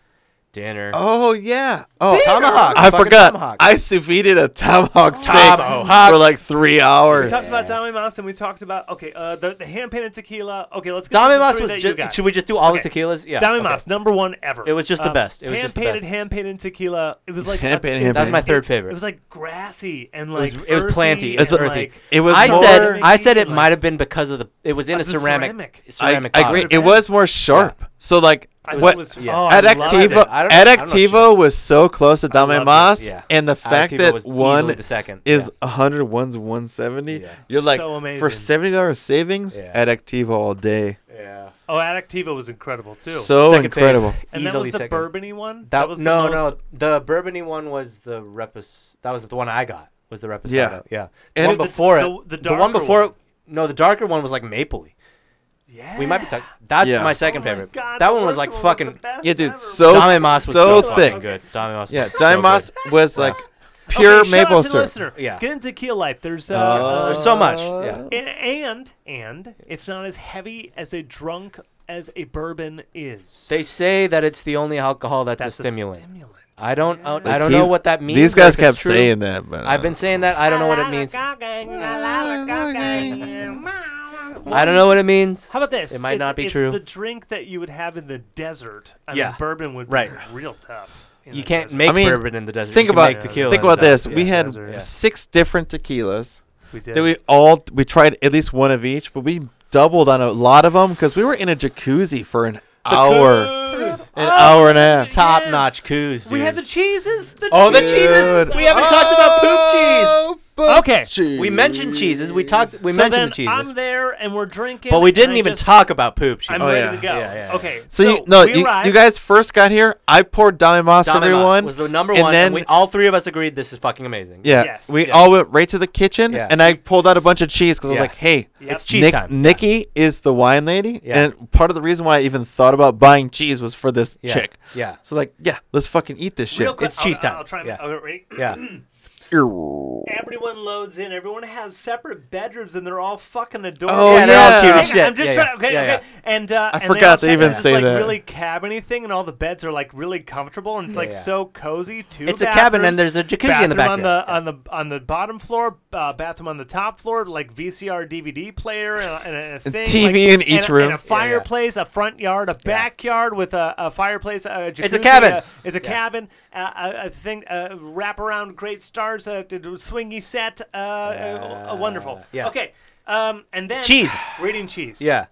Speaker 2: Dinner.
Speaker 3: Oh yeah. Oh,
Speaker 2: Tomahawk.
Speaker 3: I
Speaker 2: Fucking
Speaker 3: forgot.
Speaker 2: tomahawk.
Speaker 3: I sous vide a tomahawk steak
Speaker 2: Tomahawk.
Speaker 3: for like three
Speaker 1: We
Speaker 3: hours.
Speaker 1: talked about
Speaker 2: Yeah.
Speaker 1: Dame Mas and we talked about okay, uh, the, the hand painted tequila. Okay, let's. get to the
Speaker 2: Dame Mas
Speaker 1: three
Speaker 2: was
Speaker 1: that you
Speaker 2: just.
Speaker 1: got.
Speaker 2: Should we just do all
Speaker 1: Okay.
Speaker 2: the tequilas? Yeah.
Speaker 1: Dame
Speaker 2: okay.
Speaker 1: Mas, number one ever.
Speaker 2: It was just the
Speaker 1: Um,
Speaker 2: best. It was just the
Speaker 1: hand-painted,
Speaker 2: best.
Speaker 1: hand-painted tequila. It was like a-
Speaker 3: Hand-painted,
Speaker 1: it-
Speaker 3: hand-painted.
Speaker 2: That was my third
Speaker 1: It
Speaker 2: favorite.
Speaker 1: was like grassy and
Speaker 2: was-
Speaker 1: like
Speaker 2: it was
Speaker 1: earthy
Speaker 2: planty.
Speaker 1: and,
Speaker 3: It's a-
Speaker 1: like-
Speaker 3: it was
Speaker 2: I
Speaker 3: more,
Speaker 2: said. I said it
Speaker 1: Like-
Speaker 2: might have been because of the. It was in
Speaker 1: Of
Speaker 2: a
Speaker 1: the
Speaker 2: ceramic.
Speaker 1: ceramic.
Speaker 3: I,
Speaker 2: Ceramic.
Speaker 3: I
Speaker 2: bottle.
Speaker 3: agree. It was more sharp. So like
Speaker 1: I
Speaker 3: what?
Speaker 1: was,
Speaker 2: Yeah.
Speaker 1: oh, I
Speaker 3: At
Speaker 1: loved it.
Speaker 3: Activo,
Speaker 2: I don't-
Speaker 3: At
Speaker 2: I don't know shit.
Speaker 3: Activo was so close to Dame
Speaker 2: loved it,
Speaker 3: Mas,
Speaker 2: yeah.
Speaker 3: and the fact
Speaker 2: Activo
Speaker 3: that
Speaker 2: was
Speaker 3: one
Speaker 2: easily the second.
Speaker 3: is a hundred, one's one seventy.
Speaker 2: Yeah.
Speaker 3: You're like
Speaker 1: So
Speaker 3: for
Speaker 1: amazing.
Speaker 3: seventy dollars savings
Speaker 2: Yeah.
Speaker 3: at Activo all day.
Speaker 2: Yeah.
Speaker 1: Oh, Adactiva was incredible too.
Speaker 3: So
Speaker 2: Second favorite.
Speaker 3: incredible.
Speaker 1: and that
Speaker 2: Easily
Speaker 1: was the
Speaker 2: second.
Speaker 1: bourbony one.
Speaker 2: That, was
Speaker 1: was
Speaker 2: no,
Speaker 1: the most,
Speaker 2: no. The bourbony one was the repus. That was the one I got. Was the reposado?
Speaker 3: Yeah.
Speaker 2: Yeah, The
Speaker 3: And-
Speaker 2: one
Speaker 3: The-
Speaker 2: before
Speaker 1: the-
Speaker 2: it.
Speaker 1: the
Speaker 2: The,
Speaker 1: darker
Speaker 2: one before.
Speaker 1: one.
Speaker 2: It, no, the darker one was like mapley.
Speaker 1: Yeah.
Speaker 2: We might be talking. That's
Speaker 3: Yeah.
Speaker 2: my
Speaker 3: Oh
Speaker 2: second
Speaker 1: Oh my
Speaker 2: favorite.
Speaker 1: God,
Speaker 2: that
Speaker 1: the
Speaker 2: one was
Speaker 1: first
Speaker 2: like
Speaker 1: the
Speaker 2: fucking.
Speaker 1: best
Speaker 3: Yeah, dude,
Speaker 1: ever.
Speaker 3: so
Speaker 2: Dame Mas was
Speaker 3: so
Speaker 2: so,
Speaker 3: thick.
Speaker 2: fucking good. Dame Mas.
Speaker 3: Yeah,
Speaker 2: was so
Speaker 3: Dime
Speaker 2: good.
Speaker 3: Mas was like
Speaker 1: Okay,
Speaker 3: pure
Speaker 1: shout out
Speaker 3: maple
Speaker 1: to the
Speaker 3: syrup.
Speaker 1: listener.
Speaker 2: Yeah.
Speaker 1: Get into Tequila Life. There's uh,
Speaker 3: Uh,
Speaker 1: uh,
Speaker 2: There's so much. Yeah.
Speaker 1: and, and and it's not as heavy as a drunk as a bourbon is.
Speaker 2: They say that it's the only alcohol that's,
Speaker 1: That's
Speaker 2: a stimulant.
Speaker 1: A stimulant.
Speaker 2: I don't.
Speaker 1: Yeah.
Speaker 2: I
Speaker 3: Like,
Speaker 2: don't
Speaker 3: he-
Speaker 2: know what that means.
Speaker 3: These
Speaker 2: or
Speaker 3: guys
Speaker 2: if it's
Speaker 3: kept
Speaker 2: true.
Speaker 3: saying that, but uh,
Speaker 2: I've been saying that. I don't know what it means. I don't know what it means.
Speaker 1: How about this?
Speaker 2: It might
Speaker 1: it's,
Speaker 2: not be
Speaker 1: it's
Speaker 2: true.
Speaker 1: The drink that you would have in the desert. I
Speaker 2: Yeah.
Speaker 1: mean, bourbon would be
Speaker 2: Right.
Speaker 1: real tough. in
Speaker 2: You
Speaker 1: the
Speaker 2: can't
Speaker 1: desert.
Speaker 2: make
Speaker 3: I mean,
Speaker 2: bourbon in the desert.
Speaker 3: think
Speaker 2: you
Speaker 3: about-
Speaker 2: can make tequila
Speaker 3: Think
Speaker 2: in the
Speaker 3: about this.
Speaker 2: desert.
Speaker 3: we
Speaker 2: Yeah.
Speaker 3: had
Speaker 1: desert, yeah.
Speaker 3: six different tequilas.
Speaker 1: We did.
Speaker 3: That we all we tried at least one of each, but we doubled on a lot of them because we were in a jacuzzi for an hour, an hour and a half.
Speaker 2: top notch coups, dude.
Speaker 1: We had the cheeses. The
Speaker 2: oh, the
Speaker 1: cheeses.
Speaker 2: cheeses.
Speaker 3: Dude.
Speaker 2: We haven't talked about poop
Speaker 3: Oh, poop
Speaker 1: Okay,
Speaker 3: cheese.
Speaker 2: cheese. We mentioned cheeses. We talked. We
Speaker 1: so
Speaker 2: mentioned
Speaker 1: then
Speaker 2: the cheeses,
Speaker 1: I'm there and we're drinking.
Speaker 2: but we
Speaker 1: and
Speaker 2: didn't
Speaker 1: I
Speaker 2: even
Speaker 1: just-
Speaker 2: talk about poop cheese.
Speaker 1: I'm
Speaker 3: Oh,
Speaker 1: ready
Speaker 3: yeah.
Speaker 1: to go.
Speaker 2: Yeah, yeah, yeah.
Speaker 1: Okay.
Speaker 3: So, you, no,
Speaker 1: we
Speaker 3: you,
Speaker 1: arrived.
Speaker 3: you guys first got here. I poured Dame Mas for
Speaker 2: Dame Mas
Speaker 3: everyone.
Speaker 2: was the number
Speaker 3: and
Speaker 2: one.
Speaker 3: then-
Speaker 2: and we all three of us agreed this is fucking amazing.
Speaker 3: yeah,
Speaker 1: Yes.
Speaker 3: we
Speaker 1: Yeah.
Speaker 3: all went right to the kitchen,
Speaker 2: Yeah.
Speaker 3: and I pulled out a bunch of cheese because I was
Speaker 2: Yeah.
Speaker 3: like, "Hey,
Speaker 1: Yep.
Speaker 2: it's cheese
Speaker 3: Nick-
Speaker 2: time.
Speaker 3: Nikki is the wine lady,
Speaker 2: Yeah.
Speaker 3: and part of the reason why I even thought about buying cheese was for this
Speaker 2: Yeah.
Speaker 3: chick.
Speaker 2: Yeah.
Speaker 3: So like, yeah, let's fucking eat this shit.
Speaker 1: Real quick,
Speaker 2: It's cheese
Speaker 1: I'll,
Speaker 2: time.
Speaker 1: I'll try.
Speaker 2: Yeah.
Speaker 1: I'll get ready.
Speaker 2: Yeah.
Speaker 3: Ew.
Speaker 1: Everyone loads in. Everyone has separate bedrooms, and they're all fucking adorable.
Speaker 3: Oh, Yeah, they're all yeah. cute as
Speaker 1: Hang on, I'm
Speaker 2: shit.
Speaker 1: just
Speaker 2: Yeah,
Speaker 1: trying.
Speaker 2: yeah.
Speaker 1: Okay,
Speaker 2: Yeah,
Speaker 1: okay. And uh,
Speaker 3: I
Speaker 1: and they
Speaker 3: forgot
Speaker 1: all
Speaker 3: they
Speaker 1: have
Speaker 3: even
Speaker 1: this,
Speaker 3: say
Speaker 1: like,
Speaker 3: that.
Speaker 1: Really cabiny thing, and all the beds are like really comfortable, and it's like
Speaker 2: yeah.
Speaker 1: so cozy. Two.
Speaker 2: It's a cabin and
Speaker 1: bathrooms,
Speaker 2: there's a jacuzzi in the
Speaker 1: bathroom
Speaker 2: background.
Speaker 1: on the on the on the bottom floor, uh, bathroom on the top floor, like VCR, DVD player, and a, and a thing,
Speaker 3: TV
Speaker 1: like,
Speaker 3: in each
Speaker 1: and a,
Speaker 3: room.
Speaker 1: and
Speaker 3: Yeah,
Speaker 1: a
Speaker 3: yeah.
Speaker 1: fireplace, a front yard, a backyard with a, a fireplace, a jacuzzi.
Speaker 2: It's a cabin.
Speaker 1: it's a cabin. Uh, a, a thing, a wraparound, great stars, a, d- d- swingy set, uh, uh, wonderful.
Speaker 2: yeah.
Speaker 1: Okay. Um, and then
Speaker 2: Cheese.
Speaker 1: reading cheese.
Speaker 2: Yeah.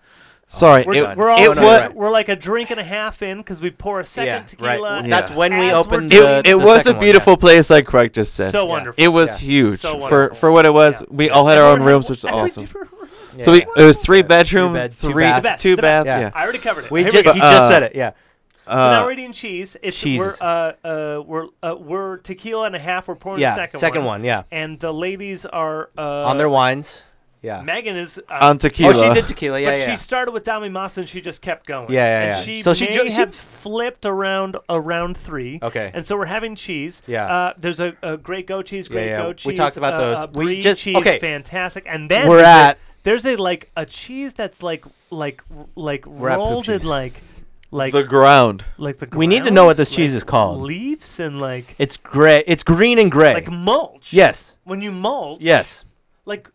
Speaker 3: Sorry,
Speaker 1: We're,
Speaker 3: it,
Speaker 2: done.
Speaker 1: we're all
Speaker 3: it
Speaker 2: no,
Speaker 3: was
Speaker 2: right.
Speaker 1: we're like a drink and a half in because we pour a second
Speaker 2: Yeah. Right.
Speaker 1: tequila.
Speaker 3: Yeah.
Speaker 2: That's when we
Speaker 1: As we're
Speaker 2: opened.
Speaker 1: doing-
Speaker 2: the-
Speaker 3: it,
Speaker 2: the
Speaker 3: it was a
Speaker 2: second one, yeah.
Speaker 3: beautiful place, like Craig just said.
Speaker 1: So wonderful.
Speaker 3: It was
Speaker 2: Yeah.
Speaker 3: huge
Speaker 1: So
Speaker 3: for
Speaker 1: wonderful.
Speaker 3: for what it was.
Speaker 1: Yeah.
Speaker 3: We all had our own rooms, which is
Speaker 1: Everyone had
Speaker 3: awesome.
Speaker 1: different rooms.
Speaker 3: So we, it was three bedroom,
Speaker 2: bed, two
Speaker 3: three
Speaker 1: The
Speaker 2: bath.
Speaker 1: best,
Speaker 3: two
Speaker 1: the
Speaker 3: bath.
Speaker 1: best.
Speaker 3: Yeah.
Speaker 1: I already covered it.
Speaker 2: We
Speaker 1: Here
Speaker 2: just
Speaker 1: go.
Speaker 2: he
Speaker 3: But,
Speaker 2: just
Speaker 3: uh,
Speaker 2: said it. Yeah.
Speaker 1: So now
Speaker 3: Uh,
Speaker 1: we're eating cheese. It's we're
Speaker 2: cheeses.
Speaker 1: uh, uh we're uh, we're tequila and a half. We're pouring
Speaker 2: Yeah.
Speaker 1: the second,
Speaker 2: one. Yeah.
Speaker 1: And the ladies are uh,
Speaker 2: On their wines. Yeah.
Speaker 1: Megan is uh,
Speaker 3: on
Speaker 6: Oh,
Speaker 3: tequila.
Speaker 6: she did tequila. Yeah,
Speaker 1: but
Speaker 6: yeah.
Speaker 1: she started with Dami Mas and she just kept going.
Speaker 2: Yeah, yeah,
Speaker 1: And
Speaker 2: yeah.
Speaker 1: she
Speaker 2: So
Speaker 1: so
Speaker 2: she
Speaker 1: she
Speaker 2: ju-
Speaker 1: may
Speaker 2: she-
Speaker 1: have flipped around around three.
Speaker 2: Okay.
Speaker 1: And so we're having cheese.
Speaker 2: Yeah.
Speaker 1: Uh, there's a, a great goat cheese, great
Speaker 2: yeah.
Speaker 1: goat cheese.
Speaker 2: We talked about
Speaker 1: uh,
Speaker 2: those.
Speaker 1: Uh,
Speaker 2: We
Speaker 1: brie
Speaker 2: just-
Speaker 1: cheese,
Speaker 2: okay.
Speaker 1: fantastic. And then
Speaker 2: We're
Speaker 1: there's a-
Speaker 2: at-
Speaker 1: there's a like a cheese that's like like like
Speaker 2: at poop
Speaker 1: rolled in
Speaker 2: cheese.
Speaker 1: like like
Speaker 3: the ground.
Speaker 1: like the
Speaker 2: We need to
Speaker 1: ground,
Speaker 2: know what this
Speaker 1: like
Speaker 2: cheese is called.
Speaker 1: Leaves and like
Speaker 2: It's gray. It's green and gray.
Speaker 1: like mulch.
Speaker 2: yes.
Speaker 1: When you mulch,
Speaker 2: Yes.
Speaker 1: like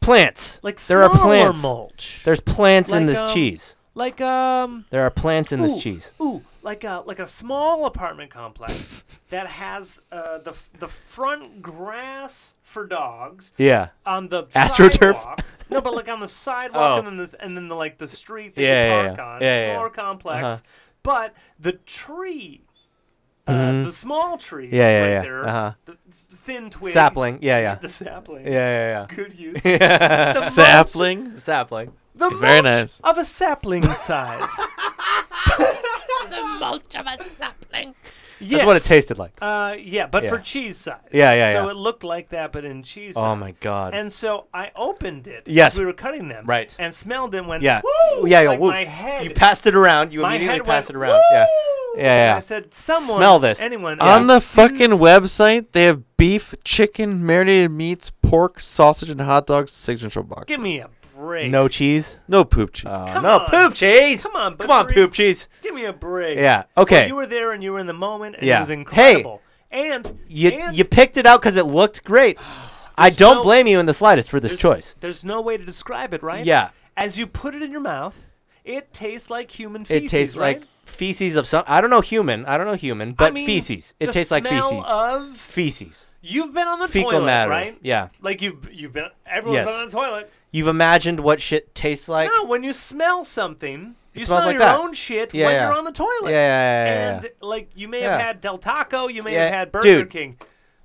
Speaker 2: Plants.
Speaker 1: like
Speaker 2: there are
Speaker 1: smaller
Speaker 2: plants.
Speaker 1: mulch.
Speaker 2: There's plants in
Speaker 1: Like,
Speaker 2: this
Speaker 1: um,
Speaker 2: cheese.
Speaker 1: like um
Speaker 2: There are plants in
Speaker 1: ooh,
Speaker 2: this cheese.
Speaker 1: Ooh, like a like a small apartment complex that has uh, the f- the front grass for dogs
Speaker 2: Yeah.
Speaker 1: on the
Speaker 2: AstroTurf?
Speaker 1: sidewalk. No, but like on the sidewalk
Speaker 2: Oh.
Speaker 1: and then this and then the, like the street that
Speaker 2: Yeah, yeah,
Speaker 1: you park
Speaker 2: yeah.
Speaker 1: on,
Speaker 2: Yeah, yeah, yeah.
Speaker 1: smaller complex.
Speaker 2: Uh-huh.
Speaker 1: But the tree, uh, the small tree,
Speaker 2: Mm-hmm. Yeah, yeah,
Speaker 1: right
Speaker 2: yeah.
Speaker 1: there,
Speaker 2: Uh-huh.
Speaker 1: the, s- thin twig,
Speaker 2: Sapling. Yeah, yeah.
Speaker 1: the sapling,
Speaker 2: Yeah, yeah,
Speaker 1: good use.
Speaker 2: yeah. yeah.
Speaker 1: The mulch-
Speaker 3: Sapling.
Speaker 2: Sapling.
Speaker 1: the
Speaker 3: Very
Speaker 1: mulch
Speaker 3: nice.
Speaker 1: of a sapling size.
Speaker 2: That's what it
Speaker 1: Yes.
Speaker 2: tasted like.
Speaker 1: Uh, yeah, but for
Speaker 2: Yeah.
Speaker 1: cheese size.
Speaker 2: Yeah, yeah,
Speaker 1: So
Speaker 2: yeah.
Speaker 1: it looked like that, but in cheese.
Speaker 2: Oh
Speaker 1: size.
Speaker 2: my god.
Speaker 1: And so I opened it.
Speaker 2: Yes.
Speaker 1: as we were cutting them.
Speaker 2: Right.
Speaker 1: And smelled them. Went.
Speaker 2: yeah.
Speaker 1: Woo!
Speaker 2: Yeah, yeah.
Speaker 1: Like
Speaker 2: woo.
Speaker 1: My head.
Speaker 2: You passed it around. You
Speaker 1: my
Speaker 2: immediately
Speaker 1: head
Speaker 2: passed it
Speaker 1: went,
Speaker 2: around. Yeah.
Speaker 1: "Woo!"
Speaker 2: Yeah,
Speaker 1: And
Speaker 2: yeah.
Speaker 1: I said, someone.
Speaker 2: Smell this.
Speaker 1: Anyone.
Speaker 3: On the fucking website, they have beef, chicken, marinated meats, pork, sausage, and hot dogs signature box.
Speaker 1: Give Uh, me a break.
Speaker 2: No cheese.
Speaker 3: No poop cheese.
Speaker 2: Oh,
Speaker 1: Come
Speaker 2: no
Speaker 1: on.
Speaker 2: poop cheese.
Speaker 1: Come on,
Speaker 2: Come on,
Speaker 1: butchery.
Speaker 2: poop cheese.
Speaker 1: Give me a break.
Speaker 2: Yeah.
Speaker 1: Well,
Speaker 2: Okay.
Speaker 1: you were there and you were in the moment, and
Speaker 2: Yeah.
Speaker 1: it was
Speaker 2: Hey.
Speaker 1: incredible. and
Speaker 2: You
Speaker 1: and
Speaker 2: you picked it out because it looked great. I
Speaker 1: There's
Speaker 2: don't
Speaker 1: no-
Speaker 2: blame you in the slightest for this
Speaker 1: there's,
Speaker 2: choice.
Speaker 1: There's no way to describe it, right?
Speaker 2: Yeah.
Speaker 1: As you put it in your mouth, it tastes like human
Speaker 2: It
Speaker 1: feces.
Speaker 2: tastes
Speaker 1: right?
Speaker 2: like feces of some. I don't know human. I don't know human, but
Speaker 1: I mean,
Speaker 2: feces. It
Speaker 1: the
Speaker 2: tastes like
Speaker 1: smell
Speaker 2: feces.
Speaker 1: Of
Speaker 2: feces.
Speaker 1: you've been on the
Speaker 2: Fecal
Speaker 1: toilet,
Speaker 2: matter.
Speaker 1: right?
Speaker 2: Yeah.
Speaker 1: Like you've you've been everyone's
Speaker 2: Yes.
Speaker 1: been on the toilet.
Speaker 2: You've imagined what shit tastes like.
Speaker 1: No, when you smell something, you
Speaker 2: smells
Speaker 1: smell
Speaker 2: like
Speaker 1: your
Speaker 2: that.
Speaker 1: own shit
Speaker 2: Yeah,
Speaker 1: when
Speaker 2: yeah.
Speaker 1: you're on the
Speaker 2: Yeah,
Speaker 1: toilet.
Speaker 2: yeah, yeah, yeah, yeah.
Speaker 1: And like you may
Speaker 2: Yeah.
Speaker 1: have had Del Taco, you may
Speaker 2: Yeah,
Speaker 1: have had Burger
Speaker 2: dude.
Speaker 1: King,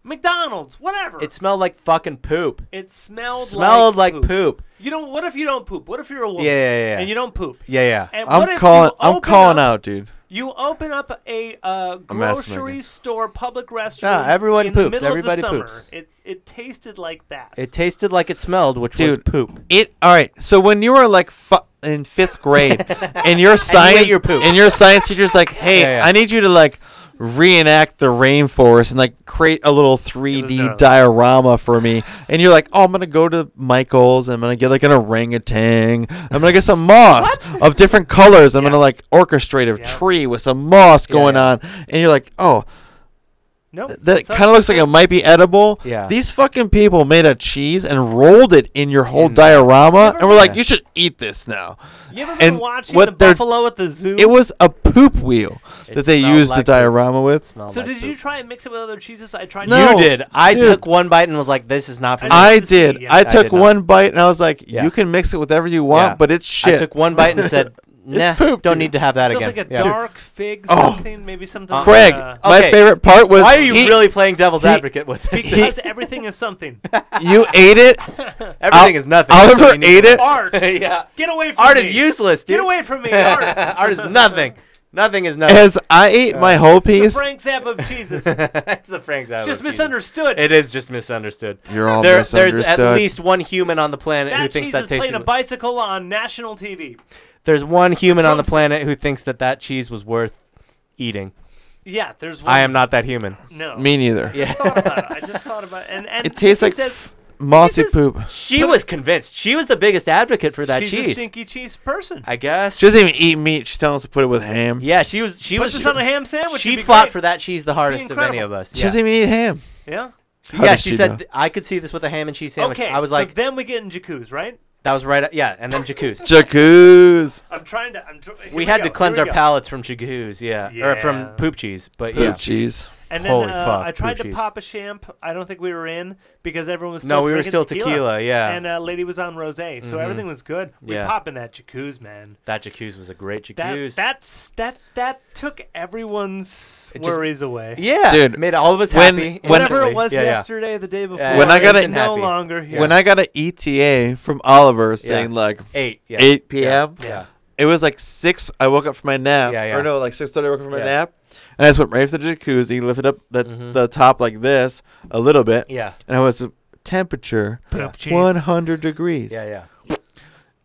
Speaker 1: McDonald's, whatever.
Speaker 2: It smelled like fucking poop.
Speaker 1: it smelled
Speaker 2: Smelled
Speaker 1: like,
Speaker 2: like, poop.
Speaker 1: You know what if you don't poop? What if you're a woman
Speaker 2: Yeah, yeah, yeah, yeah.
Speaker 1: and you don't poop?
Speaker 2: Yeah, yeah.
Speaker 1: And what if
Speaker 3: I'm
Speaker 1: you
Speaker 3: calling. I'm
Speaker 1: open
Speaker 3: calling
Speaker 1: up-
Speaker 3: out, dude.
Speaker 1: You open up a uh,
Speaker 3: I'm asking
Speaker 1: grocery
Speaker 3: again.
Speaker 1: store, public restaurant.
Speaker 2: Nah, everyone
Speaker 1: in the
Speaker 2: poops.
Speaker 1: middle of the
Speaker 2: Everybody
Speaker 1: summer.
Speaker 2: poops.
Speaker 1: It it tasted like that.
Speaker 2: It tasted like it smelled, which
Speaker 3: Dude,
Speaker 2: was poop.
Speaker 3: It all right. So when you were like fu- in fifth grade, and your science
Speaker 2: your poop.
Speaker 3: and your science teacher's like, "Hey,
Speaker 2: Yeah, yeah.
Speaker 3: I need you to like reenact the rainforest and like create a little 3D
Speaker 1: no.
Speaker 3: diorama for me," and you're like, "Oh, I'm gonna go to Michael's. I'm gonna get like an orangutan. I'm gonna get some moss of different colors. I'm gonna like orchestrate a
Speaker 1: Yeah.
Speaker 3: tree with some moss going
Speaker 2: yeah.
Speaker 3: on," and you're like, "Oh."
Speaker 1: no,
Speaker 3: That kind of looks like it might be edible.
Speaker 2: Yeah.
Speaker 3: These fucking people made a cheese and rolled it in your whole
Speaker 2: In there.
Speaker 3: diorama, and we're like,
Speaker 2: Yeah.
Speaker 3: you should eat this now.
Speaker 1: You ever been
Speaker 3: and
Speaker 1: watching
Speaker 3: what
Speaker 1: the
Speaker 3: they're-
Speaker 1: buffalo at the zoo?
Speaker 3: It was a poop wheel that they
Speaker 2: smelled
Speaker 3: used
Speaker 2: like
Speaker 3: the
Speaker 2: poop.
Speaker 3: diorama with.
Speaker 2: Smelled
Speaker 1: so
Speaker 2: like
Speaker 1: did
Speaker 2: poop.
Speaker 1: you try and mix it with other cheeses? I tried.
Speaker 3: No.
Speaker 1: to
Speaker 2: You did. I
Speaker 3: dude.
Speaker 2: took one bite and was like, "This is not for me."
Speaker 1: I
Speaker 3: I
Speaker 1: didn't see
Speaker 3: did.
Speaker 1: it.
Speaker 3: I
Speaker 1: I
Speaker 3: took
Speaker 2: uh, did not.
Speaker 3: one bite and I was like,
Speaker 2: Yeah.
Speaker 3: you can mix it with whatever you want,
Speaker 2: Yeah.
Speaker 3: but it's
Speaker 2: I
Speaker 3: shit.
Speaker 2: took one bite and said, "Nah,
Speaker 3: poop,
Speaker 2: don't
Speaker 3: dude.
Speaker 2: need to have that
Speaker 1: Sounds
Speaker 2: again."
Speaker 1: like a
Speaker 2: Yeah.
Speaker 1: dark fig,
Speaker 3: Oh.
Speaker 1: something, maybe something.
Speaker 2: Uh,
Speaker 3: Craig,
Speaker 1: uh,
Speaker 3: my
Speaker 2: Okay.
Speaker 3: favorite part was
Speaker 2: Why are you
Speaker 3: he-
Speaker 2: really playing devil's
Speaker 3: he-
Speaker 2: advocate with this?
Speaker 3: he-
Speaker 1: because everything is something.
Speaker 3: you ate it.
Speaker 2: Everything is nothing.
Speaker 3: Oliver
Speaker 2: That's what you need
Speaker 3: ate
Speaker 2: to
Speaker 3: it.
Speaker 1: Art,
Speaker 2: know. yeah.
Speaker 1: get away from
Speaker 2: Art
Speaker 1: me.
Speaker 2: is useless, dude.
Speaker 1: Get away from me, art.
Speaker 2: Art is nothing. Nothing is nothing.
Speaker 3: As I ate my whole piece,
Speaker 1: Frank Zappa of Jesus. It's
Speaker 2: That's the Frank's out.
Speaker 1: just misunderstood.
Speaker 2: It is just misunderstood.
Speaker 3: you're all
Speaker 2: There, there's
Speaker 3: misunderstood.
Speaker 2: at least one human on the planet who
Speaker 1: that
Speaker 2: thinks
Speaker 1: cheese
Speaker 2: that
Speaker 1: is
Speaker 2: tastes.
Speaker 1: playing a bicycle on national TV.
Speaker 2: There's one human on the
Speaker 1: Trump's-
Speaker 2: planet who thinks that that cheese was worth eating.
Speaker 1: Yeah, there's one.
Speaker 2: I am not that human.
Speaker 1: No.
Speaker 3: Me neither.
Speaker 1: I just thought about it. I just thought about it. And, and
Speaker 3: It tastes
Speaker 1: he
Speaker 3: like
Speaker 1: said
Speaker 3: f- mossy
Speaker 1: just-
Speaker 3: poop.
Speaker 2: She was convinced. She was the biggest advocate for that
Speaker 1: she's a
Speaker 2: cheese.
Speaker 1: stinky cheese person.
Speaker 2: I guess.
Speaker 3: She doesn't even eat meat. She's telling us to put it with ham.
Speaker 2: yeah, she was. She
Speaker 1: Put
Speaker 2: was.
Speaker 1: this on a ham sandwich.
Speaker 2: she
Speaker 1: it'd be
Speaker 2: fought
Speaker 1: great.
Speaker 2: for that cheese the hardest of any
Speaker 1: incredible.
Speaker 2: of us.
Speaker 3: She
Speaker 2: yeah.
Speaker 3: doesn't even eat ham.
Speaker 1: Yeah.
Speaker 3: How
Speaker 2: yeah,
Speaker 3: did
Speaker 2: she
Speaker 3: she
Speaker 2: said
Speaker 3: know?
Speaker 2: th- I could see this with a ham and cheese sandwich.
Speaker 1: Okay.
Speaker 2: I was
Speaker 1: so
Speaker 2: like,
Speaker 1: then we get in jacuz, right?
Speaker 2: that was right. Yeah, and then jacuz.
Speaker 3: Jacuz.
Speaker 1: I'm trying to. I'm tr- here
Speaker 2: we had
Speaker 1: go,
Speaker 2: to cleanse
Speaker 1: here
Speaker 2: our
Speaker 1: we go.
Speaker 2: palates from jacuz, yeah, or from
Speaker 1: Yeah.
Speaker 2: poop cheese. But
Speaker 3: Poop
Speaker 2: yeah,
Speaker 3: cheese.
Speaker 1: And then
Speaker 7: Holy
Speaker 1: uh,
Speaker 7: fuck,
Speaker 1: I tried to
Speaker 7: Poochies.
Speaker 1: pop a champ. I don't think we were in because everyone was still
Speaker 2: no, we were
Speaker 1: drinking
Speaker 2: still tequila. yeah,
Speaker 1: And uh, lady was on rosé, so
Speaker 2: Mhm.
Speaker 1: everything was good. We
Speaker 2: Yeah.
Speaker 1: pop in that jacuzzi, man.
Speaker 2: that jacuzzi was a great
Speaker 1: That
Speaker 2: jacuzzi.
Speaker 1: that's that that took everyone's
Speaker 2: It just-
Speaker 1: worries away.
Speaker 2: yeah,
Speaker 3: Dude,
Speaker 2: made all of us
Speaker 3: when-
Speaker 2: happy.
Speaker 3: when-
Speaker 1: Whatever it
Speaker 2: instantly.
Speaker 1: was
Speaker 2: Yeah, yeah.
Speaker 1: yesterday, the day before,
Speaker 2: Yeah,
Speaker 3: When I got
Speaker 1: it's
Speaker 3: it-
Speaker 1: no
Speaker 2: happy.
Speaker 1: longer here.
Speaker 3: When I got an ETA from Oliver saying like
Speaker 2: eight, yeah.
Speaker 3: 8 p.m.,
Speaker 2: yeah.
Speaker 3: it was like six. I woke up from my nap,
Speaker 2: Yeah, yeah.
Speaker 3: or no, like six thirty. I woke up from my
Speaker 2: Yeah.
Speaker 3: nap, and I just went right to the jacuzzi, lifted up the
Speaker 2: Mhm.
Speaker 3: the top like this a little bit,
Speaker 2: yeah,
Speaker 3: and I was temperature
Speaker 1: Poop cheese.
Speaker 3: one hundred degrees.
Speaker 2: yeah, yeah.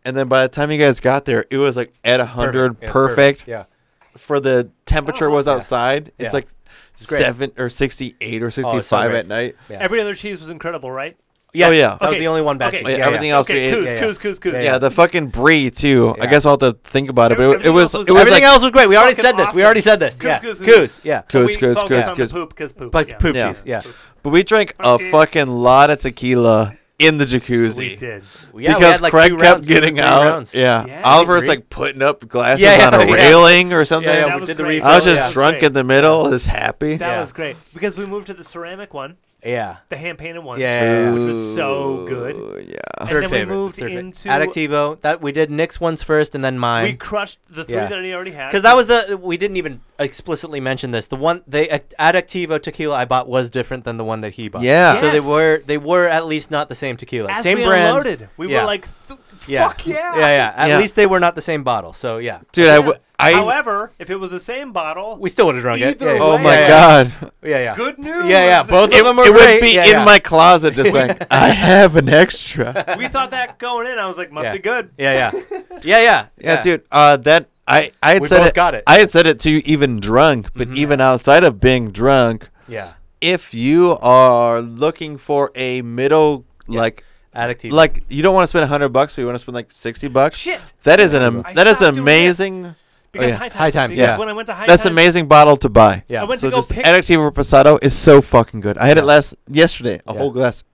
Speaker 3: And then by the time you guys got there, it was like at hundred, perfect,
Speaker 2: Yeah, it's Oh, Yeah,
Speaker 3: for the temperature was outside.
Speaker 2: Oh, Yeah.
Speaker 3: It's like
Speaker 2: great. Oh,
Speaker 3: seven or sixty-eight or
Speaker 2: so
Speaker 3: sixty-five
Speaker 2: great.
Speaker 3: at night.
Speaker 2: yeah.
Speaker 1: Every other cheese was incredible, right?
Speaker 3: Oh yeah,
Speaker 2: That was
Speaker 1: Okay.
Speaker 2: the only one batch.
Speaker 1: Okay.
Speaker 2: you-
Speaker 3: Oh, yeah, everything else we
Speaker 1: okay,
Speaker 3: ate.
Speaker 1: coos,
Speaker 2: yeah, yeah.
Speaker 1: coos, coos, coos.
Speaker 3: Yeah,
Speaker 2: Yeah, yeah.
Speaker 3: the fucking brie too. I
Speaker 2: Yeah.
Speaker 3: guess I'll have to think about it, but it, it
Speaker 1: Everything
Speaker 3: was
Speaker 1: else was-
Speaker 3: it was
Speaker 2: everything
Speaker 3: like
Speaker 2: else was great. We already
Speaker 1: fucking
Speaker 2: said this. We already said this.
Speaker 1: Goose,
Speaker 2: Yeah,
Speaker 1: goose,
Speaker 2: goose. Yeah,
Speaker 1: But
Speaker 3: goods,
Speaker 1: we
Speaker 3: goods,
Speaker 1: focus
Speaker 3: goods,
Speaker 1: on
Speaker 3: goods.
Speaker 1: The poop, because poop.
Speaker 2: Plus
Speaker 1: yeah.
Speaker 2: poopies.
Speaker 3: Yeah.
Speaker 2: Yeah,
Speaker 3: But we drank a
Speaker 1: Fucking-
Speaker 3: fucking lot of tequila in the jacuzzi.
Speaker 1: We did.
Speaker 2: Yeah, we
Speaker 3: because
Speaker 2: had, like,
Speaker 3: Craig
Speaker 2: two
Speaker 3: kept
Speaker 2: rounds, two or
Speaker 3: getting
Speaker 2: three
Speaker 3: out.
Speaker 2: rounds.
Speaker 3: Yeah.
Speaker 1: Yeah.
Speaker 3: Oliver's
Speaker 2: Agree.
Speaker 3: like putting up glasses
Speaker 2: Yeah,
Speaker 3: on a
Speaker 2: yeah.
Speaker 3: railing or something.
Speaker 2: Yeah,
Speaker 1: that
Speaker 2: we
Speaker 1: was
Speaker 2: did the
Speaker 1: great.
Speaker 2: refill,
Speaker 3: I was just
Speaker 2: yeah.
Speaker 3: drunk in the middle, just happy.
Speaker 1: That
Speaker 2: Yeah.
Speaker 1: was great because we moved to the ceramic one,
Speaker 2: yeah.
Speaker 1: the hand painted one,
Speaker 2: Yeah.
Speaker 1: which was so good.
Speaker 3: Ooh, Yeah.
Speaker 1: And
Speaker 2: Third
Speaker 1: then
Speaker 2: favorite.
Speaker 1: we moved
Speaker 2: third favorite.
Speaker 1: into
Speaker 2: Addictivo. That we did Nick's ones first, and then
Speaker 1: we
Speaker 2: mine.
Speaker 1: crushed the three
Speaker 2: Yeah.
Speaker 1: that he already had
Speaker 2: Because that was the we didn't even explicitly mention this. The one they Addictivo tequila I bought was different than the one that he bought.
Speaker 3: Yeah.
Speaker 2: So they
Speaker 1: Yes.
Speaker 2: were they were at least not the same tequila.
Speaker 1: As
Speaker 2: same
Speaker 1: we
Speaker 2: brand.
Speaker 1: unloaded, we
Speaker 2: Yeah.
Speaker 1: were like, th-
Speaker 2: Yeah.
Speaker 1: "Fuck yeah!"
Speaker 2: Yeah, yeah. At
Speaker 3: Yeah.
Speaker 2: least they were not the same bottle. So yeah,
Speaker 3: Dude, I, w- I
Speaker 1: However, if it was the same bottle,
Speaker 2: we still would have drunk
Speaker 1: Either
Speaker 2: it. Yeah,
Speaker 3: Oh
Speaker 1: way-
Speaker 3: my
Speaker 2: yeah, yeah.
Speaker 3: god.
Speaker 2: Yeah, yeah.
Speaker 1: good news.
Speaker 2: Yeah, yeah. Both
Speaker 3: It,
Speaker 2: of them were
Speaker 3: it
Speaker 2: great.
Speaker 3: would be
Speaker 2: yeah,
Speaker 3: in
Speaker 2: yeah.
Speaker 3: my closet just like I have an extra.
Speaker 1: we thought that going in. I was like, "Must
Speaker 2: Yeah.
Speaker 1: be good."
Speaker 2: Yeah, yeah. Yeah, yeah.
Speaker 3: Yeah, dude. Uh that I I had
Speaker 2: We
Speaker 3: said
Speaker 2: both
Speaker 3: it,
Speaker 2: got it.
Speaker 3: I had said it to you even drunk, but even outside of being drunk,
Speaker 2: Yeah.
Speaker 3: if you are looking for a middle like
Speaker 2: Addictivo.
Speaker 3: like you don't want to spend a hundred bucks, but you want to spend like sixty bucks.
Speaker 1: Shit.
Speaker 3: That is an am-
Speaker 1: I
Speaker 3: that is
Speaker 1: stopped doing
Speaker 3: an
Speaker 1: that.
Speaker 3: amazing.
Speaker 1: Because
Speaker 3: yeah.
Speaker 1: high times.
Speaker 2: Oh, High Times,
Speaker 1: because
Speaker 3: yeah.
Speaker 1: When I went to high
Speaker 3: That's an
Speaker 1: times,
Speaker 3: amazing bottle to buy.
Speaker 1: I
Speaker 2: yeah.
Speaker 1: went
Speaker 3: So
Speaker 1: to go
Speaker 3: just
Speaker 1: pick.
Speaker 3: Addictivo Reposado is so fucking good. I had
Speaker 2: Yeah.
Speaker 3: it last yesterday, a
Speaker 2: Yeah.
Speaker 3: whole glass.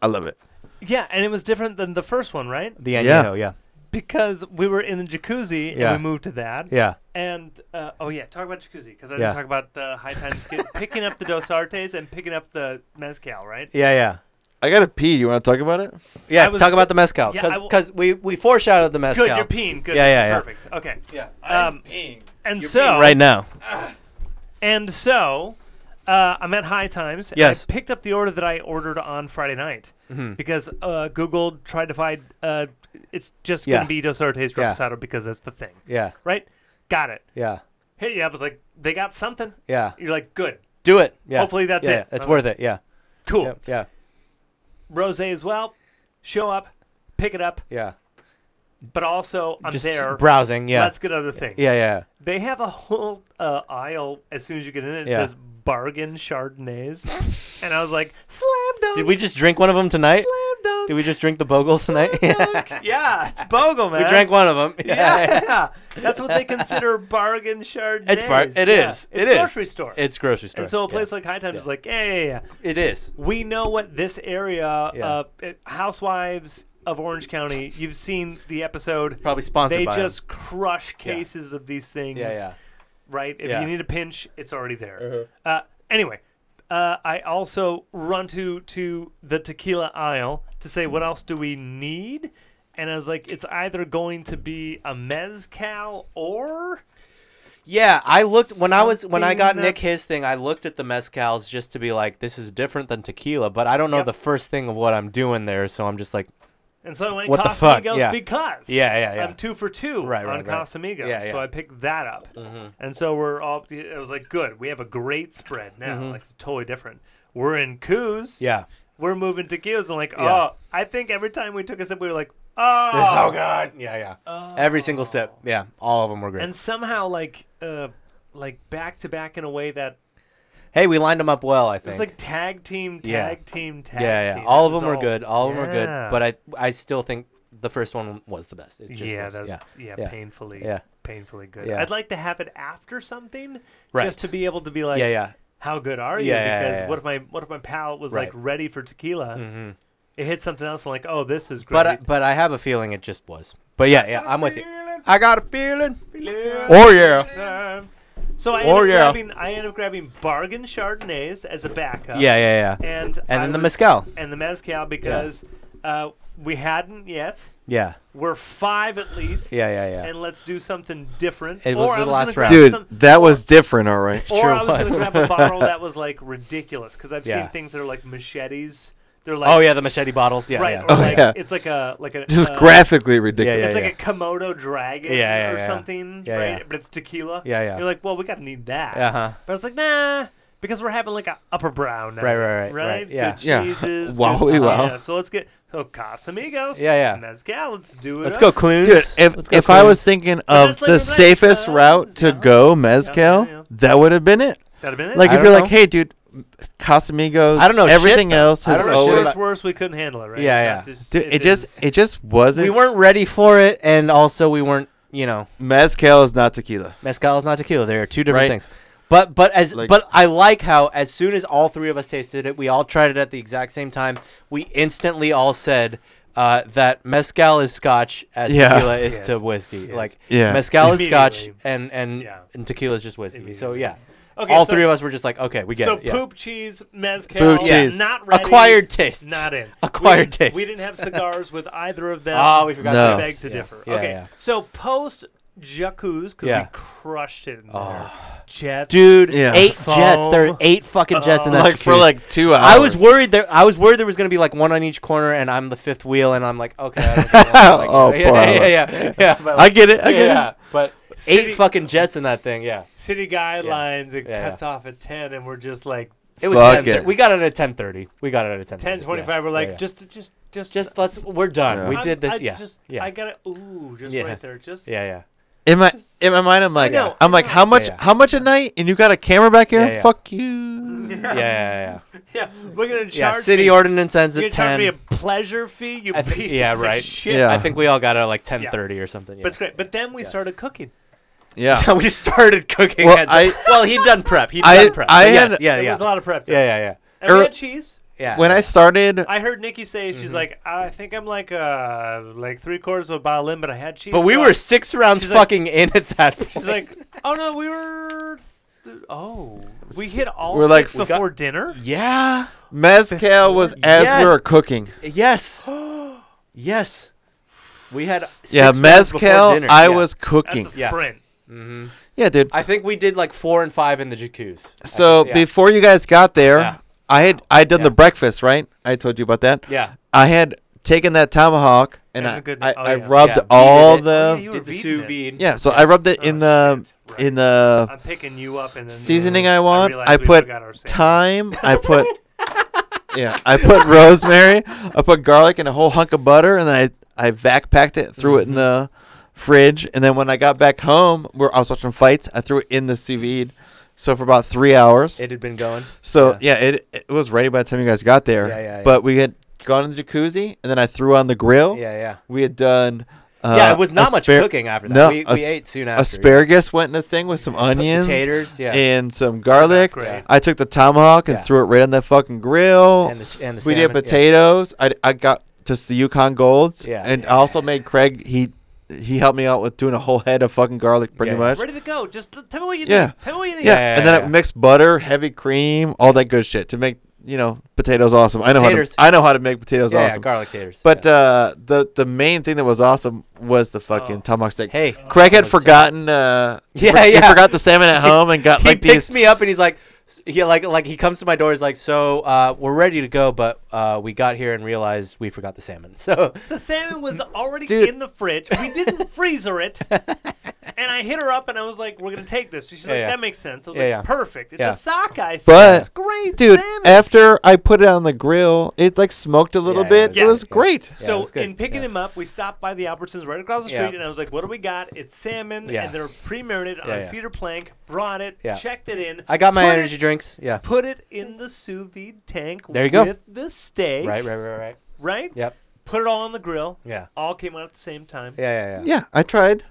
Speaker 3: I love it.
Speaker 1: yeah, and it was different than the first one, right?
Speaker 2: The
Speaker 3: Yeah.
Speaker 2: Añejo, yeah.
Speaker 1: Because we were in the jacuzzi
Speaker 2: Yeah.
Speaker 1: and we moved to that.
Speaker 2: Yeah.
Speaker 1: And uh, oh yeah, talk about jacuzzi because I
Speaker 2: Yeah.
Speaker 1: didn't talk about the high times kid picking up the Dos Artes and picking up the mezcal, right?
Speaker 2: Yeah, yeah.
Speaker 3: I gotta pee. You want to talk about it?
Speaker 2: Yeah,
Speaker 1: I was-
Speaker 2: talk about the mezcal
Speaker 1: Yeah, I will-
Speaker 2: because we we foreshadowed the mezcal.
Speaker 1: Good, you're peeing. Good,
Speaker 2: Yeah,
Speaker 1: this
Speaker 2: yeah,
Speaker 1: is
Speaker 2: yeah.
Speaker 1: perfect. Okay.
Speaker 2: Yeah,
Speaker 1: Um, and so
Speaker 2: right now.
Speaker 1: and so uh, I'm at High Times.
Speaker 2: Yes. Mm-hmm.
Speaker 1: And I picked up the order that I ordered on Friday night because uh, Google tried to find uh, it's just
Speaker 2: Yeah.
Speaker 1: gonna be Dos Artes
Speaker 2: Yeah.
Speaker 1: Reposado because that's the thing,
Speaker 2: Yeah,
Speaker 1: right? Got it.
Speaker 2: yeah,
Speaker 1: Hey, yeah, I was like, they got something.
Speaker 2: yeah.
Speaker 1: You're like, good,
Speaker 2: Do it. Yeah.
Speaker 1: Hopefully that's
Speaker 2: yeah,
Speaker 1: it.
Speaker 2: yeah, It's
Speaker 1: Uh,
Speaker 2: worth it. Yeah.
Speaker 1: cool.
Speaker 2: Yeah. Yeah.
Speaker 1: Rose as well. Show up, pick it up,
Speaker 2: yeah.
Speaker 1: but also I'm
Speaker 2: Just
Speaker 1: there.
Speaker 2: browsing. Yeah.
Speaker 1: Let's get other things.
Speaker 2: yeah. Yeah.
Speaker 1: They have a whole uh, aisle as soon as you get in. It
Speaker 2: Yeah.
Speaker 1: says bargain chardonnays, and I was like, slam dunk.
Speaker 2: Did we just drink one of them tonight?
Speaker 1: slam dunk?
Speaker 2: Did we just drink the Bogles tonight?
Speaker 1: dunk. yeah, it's Bogle, man.
Speaker 2: we drank one of them.
Speaker 1: Yeah, that's what they consider bargain chardonnays.
Speaker 2: It's bar- it
Speaker 1: yeah.
Speaker 2: is.
Speaker 1: It's
Speaker 2: It is.
Speaker 1: grocery store.
Speaker 2: It's grocery store.
Speaker 1: and so a
Speaker 2: Yeah.
Speaker 1: place like High Times is like, yeah, yeah, yeah.
Speaker 2: it is.
Speaker 1: we know what this area
Speaker 2: Yeah.
Speaker 1: uh, it- housewives of orange county you've seen the episode
Speaker 2: Probably sponsored
Speaker 1: they
Speaker 2: by 'em.
Speaker 1: just crush cases of these things
Speaker 2: Yeah. Yeah.
Speaker 1: right if
Speaker 2: Yeah.
Speaker 1: you need a pinch it's already there uh, anyway uh, i also run to to the tequila aisle to say what else do we need and i was like it's either going to be a mezcal or
Speaker 2: Yeah, I looked when I was when I got
Speaker 1: Something
Speaker 2: Nick his thing. I looked at the mezcals just to be like, this is different than tequila, but I don't know
Speaker 1: Yep.
Speaker 2: the first thing of what I'm doing there, so I'm just like,
Speaker 1: And so I went
Speaker 2: What the
Speaker 1: Casamigos
Speaker 2: fuck? Yeah.
Speaker 1: because
Speaker 2: Yeah, yeah, yeah.
Speaker 1: I'm two for two
Speaker 2: Right, right,
Speaker 1: on
Speaker 2: right.
Speaker 1: Casamigos,
Speaker 2: Yeah, yeah.
Speaker 1: so I picked that up. And so we're all. I was like, good, we have a great spread now. Like it's totally different. We're in coos.
Speaker 2: Mm-hmm. yeah,
Speaker 1: We're moving to Kios and like,
Speaker 2: Yeah.
Speaker 1: oh, I think every time we took a sip, we were like,
Speaker 2: this is so
Speaker 1: oh,
Speaker 2: good. Yeah, yeah. Every single sip. Yeah, all of them were great.
Speaker 1: and somehow like, uh, like back to back in a way that
Speaker 2: hey, we lined them up well. I
Speaker 1: it
Speaker 2: think.
Speaker 1: was like tag team, tag
Speaker 2: Yeah.
Speaker 1: team, tag
Speaker 2: yeah, yeah.
Speaker 1: team.
Speaker 2: All
Speaker 1: It
Speaker 2: of
Speaker 1: was
Speaker 2: them were good. All of them were
Speaker 1: Yeah.
Speaker 2: good. But I I still think the first one was the best. It just
Speaker 1: yeah,
Speaker 2: was.
Speaker 1: that's
Speaker 2: yeah.
Speaker 1: yeah,
Speaker 2: yeah,
Speaker 1: painfully,
Speaker 2: yeah.
Speaker 1: painfully good.
Speaker 2: Yeah.
Speaker 1: I'd like to have it after something,
Speaker 2: Right.
Speaker 1: just to be able to be like,
Speaker 2: yeah, yeah.
Speaker 1: how good are you?
Speaker 2: Yeah, yeah,
Speaker 1: because
Speaker 2: yeah, yeah.
Speaker 1: what if my what if my palate was like
Speaker 2: Right.
Speaker 1: ready for tequila?
Speaker 2: Mhm.
Speaker 1: It hit something else and like, oh, this is great.
Speaker 2: But I, but I have a feeling it just was. But yeah, yeah, I'm with you. I got a feeling.
Speaker 1: Feeling
Speaker 2: Oh yeah.
Speaker 1: awesome. Uh, So I
Speaker 2: Or
Speaker 1: ended
Speaker 2: yeah.
Speaker 1: up grabbing, I ended up grabbing bargain chardonnays as a backup.
Speaker 2: Yeah, yeah, yeah.
Speaker 1: And
Speaker 2: And
Speaker 1: I
Speaker 2: then the
Speaker 1: was-
Speaker 2: mezcal.
Speaker 1: and the mezcal because uh, we hadn't yet.
Speaker 2: Yeah.
Speaker 1: We're five at least.
Speaker 2: Yeah, yeah, yeah.
Speaker 1: And let's do something different.
Speaker 2: It was
Speaker 1: or
Speaker 2: the
Speaker 1: I was
Speaker 2: last
Speaker 1: gonna grab
Speaker 2: round.
Speaker 3: Dude,
Speaker 1: some-
Speaker 3: that was different, all right.
Speaker 1: or
Speaker 2: sure
Speaker 1: I was,
Speaker 2: was.
Speaker 1: gonna grab a bottle that was like ridiculous because I've
Speaker 2: Yeah.
Speaker 1: seen things that are like machetes. They're like
Speaker 2: Oh yeah, the machete bottles. Yeah,
Speaker 1: right,
Speaker 2: yeah.
Speaker 1: or like
Speaker 3: yeah.
Speaker 1: it's like a like a
Speaker 3: Just
Speaker 1: uh,
Speaker 3: graphically ridiculous.
Speaker 1: It's
Speaker 2: Yeah,
Speaker 1: like a Komodo dragon
Speaker 2: Yeah, yeah,
Speaker 1: or
Speaker 2: yeah.
Speaker 1: something,
Speaker 2: Yeah,
Speaker 1: right?
Speaker 2: yeah.
Speaker 1: But it's tequila.
Speaker 2: Yeah, yeah.
Speaker 1: You're like, well, we gotta need that.
Speaker 2: Uh huh.
Speaker 1: But I was like, nah, because we're having like a upper brown night,
Speaker 2: Right, right, right,
Speaker 1: right,
Speaker 2: right, yeah.
Speaker 1: Good
Speaker 3: Yeah.
Speaker 1: cheeses,
Speaker 3: Wowie
Speaker 1: good-
Speaker 3: wow.
Speaker 1: yeah, So let's get so Casamigos,
Speaker 2: Yeah, yeah.
Speaker 1: mezcal. Let's do it.
Speaker 2: Let's
Speaker 1: up.
Speaker 2: go, Clunes.
Speaker 3: Dude, if,
Speaker 2: Let's go
Speaker 3: if I
Speaker 2: Clunes.
Speaker 3: was thinking
Speaker 1: Yeah,
Speaker 3: of
Speaker 1: it's like
Speaker 3: the
Speaker 1: a
Speaker 3: safest
Speaker 2: uh,
Speaker 1: mezcal,
Speaker 3: route to
Speaker 1: mezcal.
Speaker 3: go mezcal,
Speaker 1: yeah.
Speaker 3: that would have been it.
Speaker 1: That'd have been it.
Speaker 3: Like
Speaker 2: I
Speaker 3: if
Speaker 2: don't
Speaker 3: you're
Speaker 2: know.
Speaker 3: like, hey, dude, Casamigos,
Speaker 2: I don't know shit,
Speaker 3: everything
Speaker 2: though.
Speaker 3: else
Speaker 2: I
Speaker 3: has
Speaker 1: Worse,
Speaker 2: don't know shit
Speaker 3: always.
Speaker 1: worse, worse, we couldn't handle it, right?
Speaker 2: Yeah,
Speaker 1: Not
Speaker 2: yeah.
Speaker 1: Just,
Speaker 3: Dude, it
Speaker 1: is-
Speaker 3: just it just wasn't.
Speaker 2: we weren't ready for it, and also we weren't. You know,
Speaker 3: mezcal is not tequila.
Speaker 2: mezcal is not tequila. They are two different
Speaker 3: Right.
Speaker 2: things. But but as
Speaker 3: Like-
Speaker 2: but I like how as soon as all three of us tasted it, we all tried it at the exact same time. We instantly all said uh, that mezcal is Scotch as
Speaker 3: Yeah.
Speaker 2: tequila is to
Speaker 1: Yes.
Speaker 2: whiskey.
Speaker 1: Yes.
Speaker 2: Like
Speaker 3: Yeah.
Speaker 2: mezcal is Scotch
Speaker 1: Immediately.
Speaker 2: and and,
Speaker 1: Yeah.
Speaker 2: and tequila is just whiskey. So
Speaker 1: Immediately.
Speaker 2: yeah,
Speaker 1: okay,
Speaker 2: all
Speaker 1: so,
Speaker 2: three of us were just like, okay, we get
Speaker 1: so
Speaker 2: it. yeah.
Speaker 1: poop cheese, mezcal,
Speaker 3: Poop Yeah. cheese.
Speaker 1: not ready,
Speaker 2: Acquired tastes.
Speaker 1: not in.
Speaker 2: Acquired
Speaker 1: we,
Speaker 2: tastes.
Speaker 1: We didn't have cigars with either of them.
Speaker 2: Ah, we forgot
Speaker 3: No.
Speaker 1: We beg to
Speaker 2: Yeah.
Speaker 1: differ.
Speaker 2: Yeah,
Speaker 1: okay,
Speaker 2: yeah.
Speaker 1: so post Jacuz, because
Speaker 2: Yeah. Ah.
Speaker 1: we crushed it in there. Jets.
Speaker 2: dude.
Speaker 3: Yeah.
Speaker 2: Eight
Speaker 1: Foam.
Speaker 2: jets. There are eight fucking jets in that.
Speaker 3: Like for
Speaker 2: jacuzzi.
Speaker 3: like two hours.
Speaker 2: I was worried there. I was worried there was gonna be like one on each corner, and I'm the fifth wheel, and I'm like, okay. I don't know. Like,
Speaker 3: Oh,
Speaker 2: yeah,
Speaker 3: poor
Speaker 2: yeah, yeah,
Speaker 3: Alan.
Speaker 2: yeah, yeah. But
Speaker 3: I
Speaker 2: like,
Speaker 3: get it. I get
Speaker 2: yeah,
Speaker 3: it.
Speaker 2: but
Speaker 1: City-
Speaker 2: eight fucking jets in that thing. Yeah,
Speaker 1: City guidelines, it
Speaker 2: Yeah,
Speaker 1: cuts off at 10, and we're just like,
Speaker 2: it was.
Speaker 3: Fuck
Speaker 2: 10,
Speaker 3: it.
Speaker 2: We got it at ten thirty. We got it at ten.
Speaker 1: 10, 25, we're like, just, just, just,
Speaker 2: just let's. We're done.
Speaker 3: Yeah.
Speaker 2: We
Speaker 1: I'm-
Speaker 2: did this.
Speaker 1: I
Speaker 2: yeah,
Speaker 1: Just,
Speaker 2: yeah,
Speaker 1: I got to, ooh, just
Speaker 2: Yeah.
Speaker 1: right there. Just,
Speaker 2: yeah, yeah.
Speaker 3: In my
Speaker 1: Just-
Speaker 3: in my mind, I'm like,
Speaker 1: know,
Speaker 3: I'm
Speaker 1: I
Speaker 3: like,
Speaker 1: know.
Speaker 3: how much
Speaker 2: Yeah, yeah.
Speaker 3: how much a night? And you got a camera back here?
Speaker 2: Yeah, yeah.
Speaker 3: Fuck you.
Speaker 2: Yeah, yeah, yeah.
Speaker 1: yeah, we're going to charge
Speaker 2: yeah. City
Speaker 1: me-
Speaker 2: ordinance ends
Speaker 1: You're
Speaker 2: at
Speaker 1: charging me a
Speaker 2: ten.
Speaker 1: pleasure fee, you
Speaker 2: I think-
Speaker 1: piece
Speaker 2: yeah,
Speaker 1: of
Speaker 2: right.
Speaker 1: shit.
Speaker 3: Yeah.
Speaker 2: I think we all got it at like ten thirty or something. Yeah.
Speaker 1: But it's great. But then we
Speaker 2: Yeah.
Speaker 1: started cooking.
Speaker 3: Yeah.
Speaker 2: we started cooking.
Speaker 3: Well,
Speaker 2: at
Speaker 3: I-
Speaker 2: well, he'd done prep. He'd
Speaker 3: I-
Speaker 2: done prep.
Speaker 3: I
Speaker 2: But yes,
Speaker 3: had-
Speaker 2: yeah,
Speaker 1: it
Speaker 2: yeah,
Speaker 1: was a lot of prep.
Speaker 2: yeah, yeah, yeah,
Speaker 1: And we
Speaker 3: Er- Mm-hmm.
Speaker 1: had cheese.
Speaker 2: yeah.
Speaker 3: When I started,
Speaker 1: I heard Nikki say she's like, I think I'm like uh like three quarters of a bottle in, but I had cheese.
Speaker 2: But we
Speaker 1: so
Speaker 2: were
Speaker 1: I-
Speaker 2: six rounds
Speaker 1: she's like-
Speaker 2: fucking in at that point.
Speaker 1: She's like, oh no, we were. th- Oh, we
Speaker 3: S-
Speaker 1: hit all
Speaker 3: we're like-
Speaker 1: six
Speaker 3: We got-
Speaker 1: before dinner.
Speaker 2: yeah.
Speaker 3: mezcal was as
Speaker 2: Yes.
Speaker 3: we were cooking.
Speaker 2: Yes. yes. We had. Six
Speaker 3: yeah,
Speaker 2: rounds before
Speaker 3: mezcal.
Speaker 2: dinner,
Speaker 3: I
Speaker 2: yeah.
Speaker 3: was cooking.
Speaker 1: That's a
Speaker 2: Yeah.
Speaker 1: sprint.
Speaker 3: yeah, dude.
Speaker 2: I think we did like four and five in the jacuzzi. I
Speaker 3: So
Speaker 2: think, yeah.
Speaker 3: before you guys got there,
Speaker 2: Yeah.
Speaker 3: I had I had done
Speaker 2: Yeah.
Speaker 3: the breakfast right. I told you about that.
Speaker 2: Yeah.
Speaker 3: I had taken that tomahawk and
Speaker 1: And
Speaker 3: I,
Speaker 1: the good-
Speaker 3: I,
Speaker 1: oh,
Speaker 3: I
Speaker 1: yeah.
Speaker 3: rubbed
Speaker 2: Yeah, we
Speaker 3: all
Speaker 2: did it.
Speaker 3: the
Speaker 1: Oh, yeah, you
Speaker 2: Did
Speaker 1: were
Speaker 2: the
Speaker 1: beating
Speaker 2: sous
Speaker 1: it.
Speaker 2: vide.
Speaker 3: yeah. So I rubbed it
Speaker 1: Oh,
Speaker 3: in the
Speaker 1: shit, right.
Speaker 3: in the
Speaker 1: I'm picking you up and then
Speaker 3: seasoning
Speaker 2: uh,
Speaker 3: I want.
Speaker 1: realized
Speaker 3: I,
Speaker 1: we
Speaker 3: put
Speaker 1: forgot our sandwich.
Speaker 3: thyme. I put yeah. I put rosemary. I put garlic and a whole hunk of butter, and then I I vac packed it, threw
Speaker 2: Mm-hmm.
Speaker 3: it in the fridge, and then when I got back home, where I was watching fights, I threw it in the sous vide. So for about three hours.
Speaker 2: It had been going.
Speaker 3: so yeah, it it was ready by the time you guys got there.
Speaker 2: Yeah, yeah, yeah.
Speaker 3: But we had gone in the jacuzzi, and then I threw on the grill.
Speaker 2: Yeah, yeah.
Speaker 3: We had done. Uh,
Speaker 2: yeah, it was not much
Speaker 3: aspar-
Speaker 2: cooking after that.
Speaker 3: No,
Speaker 2: we, we
Speaker 3: as-
Speaker 2: ate soon after.
Speaker 3: Asparagus went in a thing with some onions
Speaker 2: Potatoes, yeah.
Speaker 3: and some garlic.
Speaker 1: Great.
Speaker 2: Yeah.
Speaker 3: I took the tomahawk and
Speaker 2: Yeah.
Speaker 3: threw it right on that fucking grill.
Speaker 2: and the, ch- and the
Speaker 3: we
Speaker 2: salmon,
Speaker 3: did potatoes. I, I got just the Yukon Golds.
Speaker 2: Yeah.
Speaker 3: And I also made Craig he he helped me out with doing a whole head of fucking garlic pretty
Speaker 2: Yeah.
Speaker 3: much.
Speaker 1: Ready to go. Just l- tell me what you
Speaker 3: Yeah.
Speaker 1: need. Tell me what you need.
Speaker 3: Yeah.
Speaker 2: yeah,
Speaker 3: And then
Speaker 2: yeah.
Speaker 3: I mixed butter, heavy cream, all that good shit to make you know potatoes awesome. I know
Speaker 2: Taters.
Speaker 3: how to I know how to make potatoes
Speaker 2: Yeah, yeah,
Speaker 3: awesome.
Speaker 2: garlic taters.
Speaker 3: but
Speaker 2: yeah.
Speaker 3: uh, the the main thing that was awesome was the fucking
Speaker 1: Oh.
Speaker 3: tomahawk steak.
Speaker 2: hey,
Speaker 3: Craig
Speaker 2: Tomahawk
Speaker 3: had
Speaker 2: steak.
Speaker 3: forgotten. Uh,
Speaker 2: Yeah,
Speaker 3: he for-
Speaker 2: yeah.
Speaker 3: He forgot the salmon at home and got
Speaker 2: he
Speaker 3: like
Speaker 2: picks
Speaker 3: these.
Speaker 2: me up and he's like, s- he like like he comes to my door. He's like, so uh, we're ready to go, but uh, we got here and realized we forgot the salmon. So
Speaker 1: The salmon was already
Speaker 3: Dude.
Speaker 1: in the fridge. We didn't freezer it. And I hit her up and I was like, we're going to take this. She's
Speaker 2: Yeah,
Speaker 1: like,
Speaker 2: yeah.
Speaker 1: that makes sense. I was
Speaker 2: Yeah,
Speaker 1: like,
Speaker 2: yeah.
Speaker 1: perfect. It's
Speaker 2: Yeah.
Speaker 1: a sockeye salmon.
Speaker 3: But-
Speaker 1: it's great
Speaker 3: dude
Speaker 1: salmon.
Speaker 3: after i put it on the grill it like smoked a little
Speaker 2: Yeah,
Speaker 3: bit
Speaker 1: yeah,
Speaker 3: it was
Speaker 2: yeah.
Speaker 3: great
Speaker 2: Yeah,
Speaker 1: so
Speaker 2: that's good.
Speaker 1: in picking
Speaker 2: Yeah.
Speaker 1: him up, we stopped by the Albertsons right across the
Speaker 2: Yeah.
Speaker 1: street, and I was like, "What do we got? It's salmon,
Speaker 2: Yeah.
Speaker 1: and they're pre-marinated on
Speaker 2: Yeah,
Speaker 1: a
Speaker 2: yeah.
Speaker 1: cedar plank." Brought it,
Speaker 2: Yeah.
Speaker 1: checked it in.
Speaker 2: I got my
Speaker 1: put
Speaker 2: energy
Speaker 1: It,
Speaker 2: drinks. Yeah.
Speaker 1: put it in the sous vide tank.
Speaker 2: There you go.
Speaker 1: With the steak,
Speaker 2: Right, right, right, right.
Speaker 1: right?
Speaker 2: Yep.
Speaker 1: Put it all on the grill.
Speaker 2: Yeah.
Speaker 1: All came out at the same time.
Speaker 2: Yeah, yeah, yeah.
Speaker 3: yeah i tried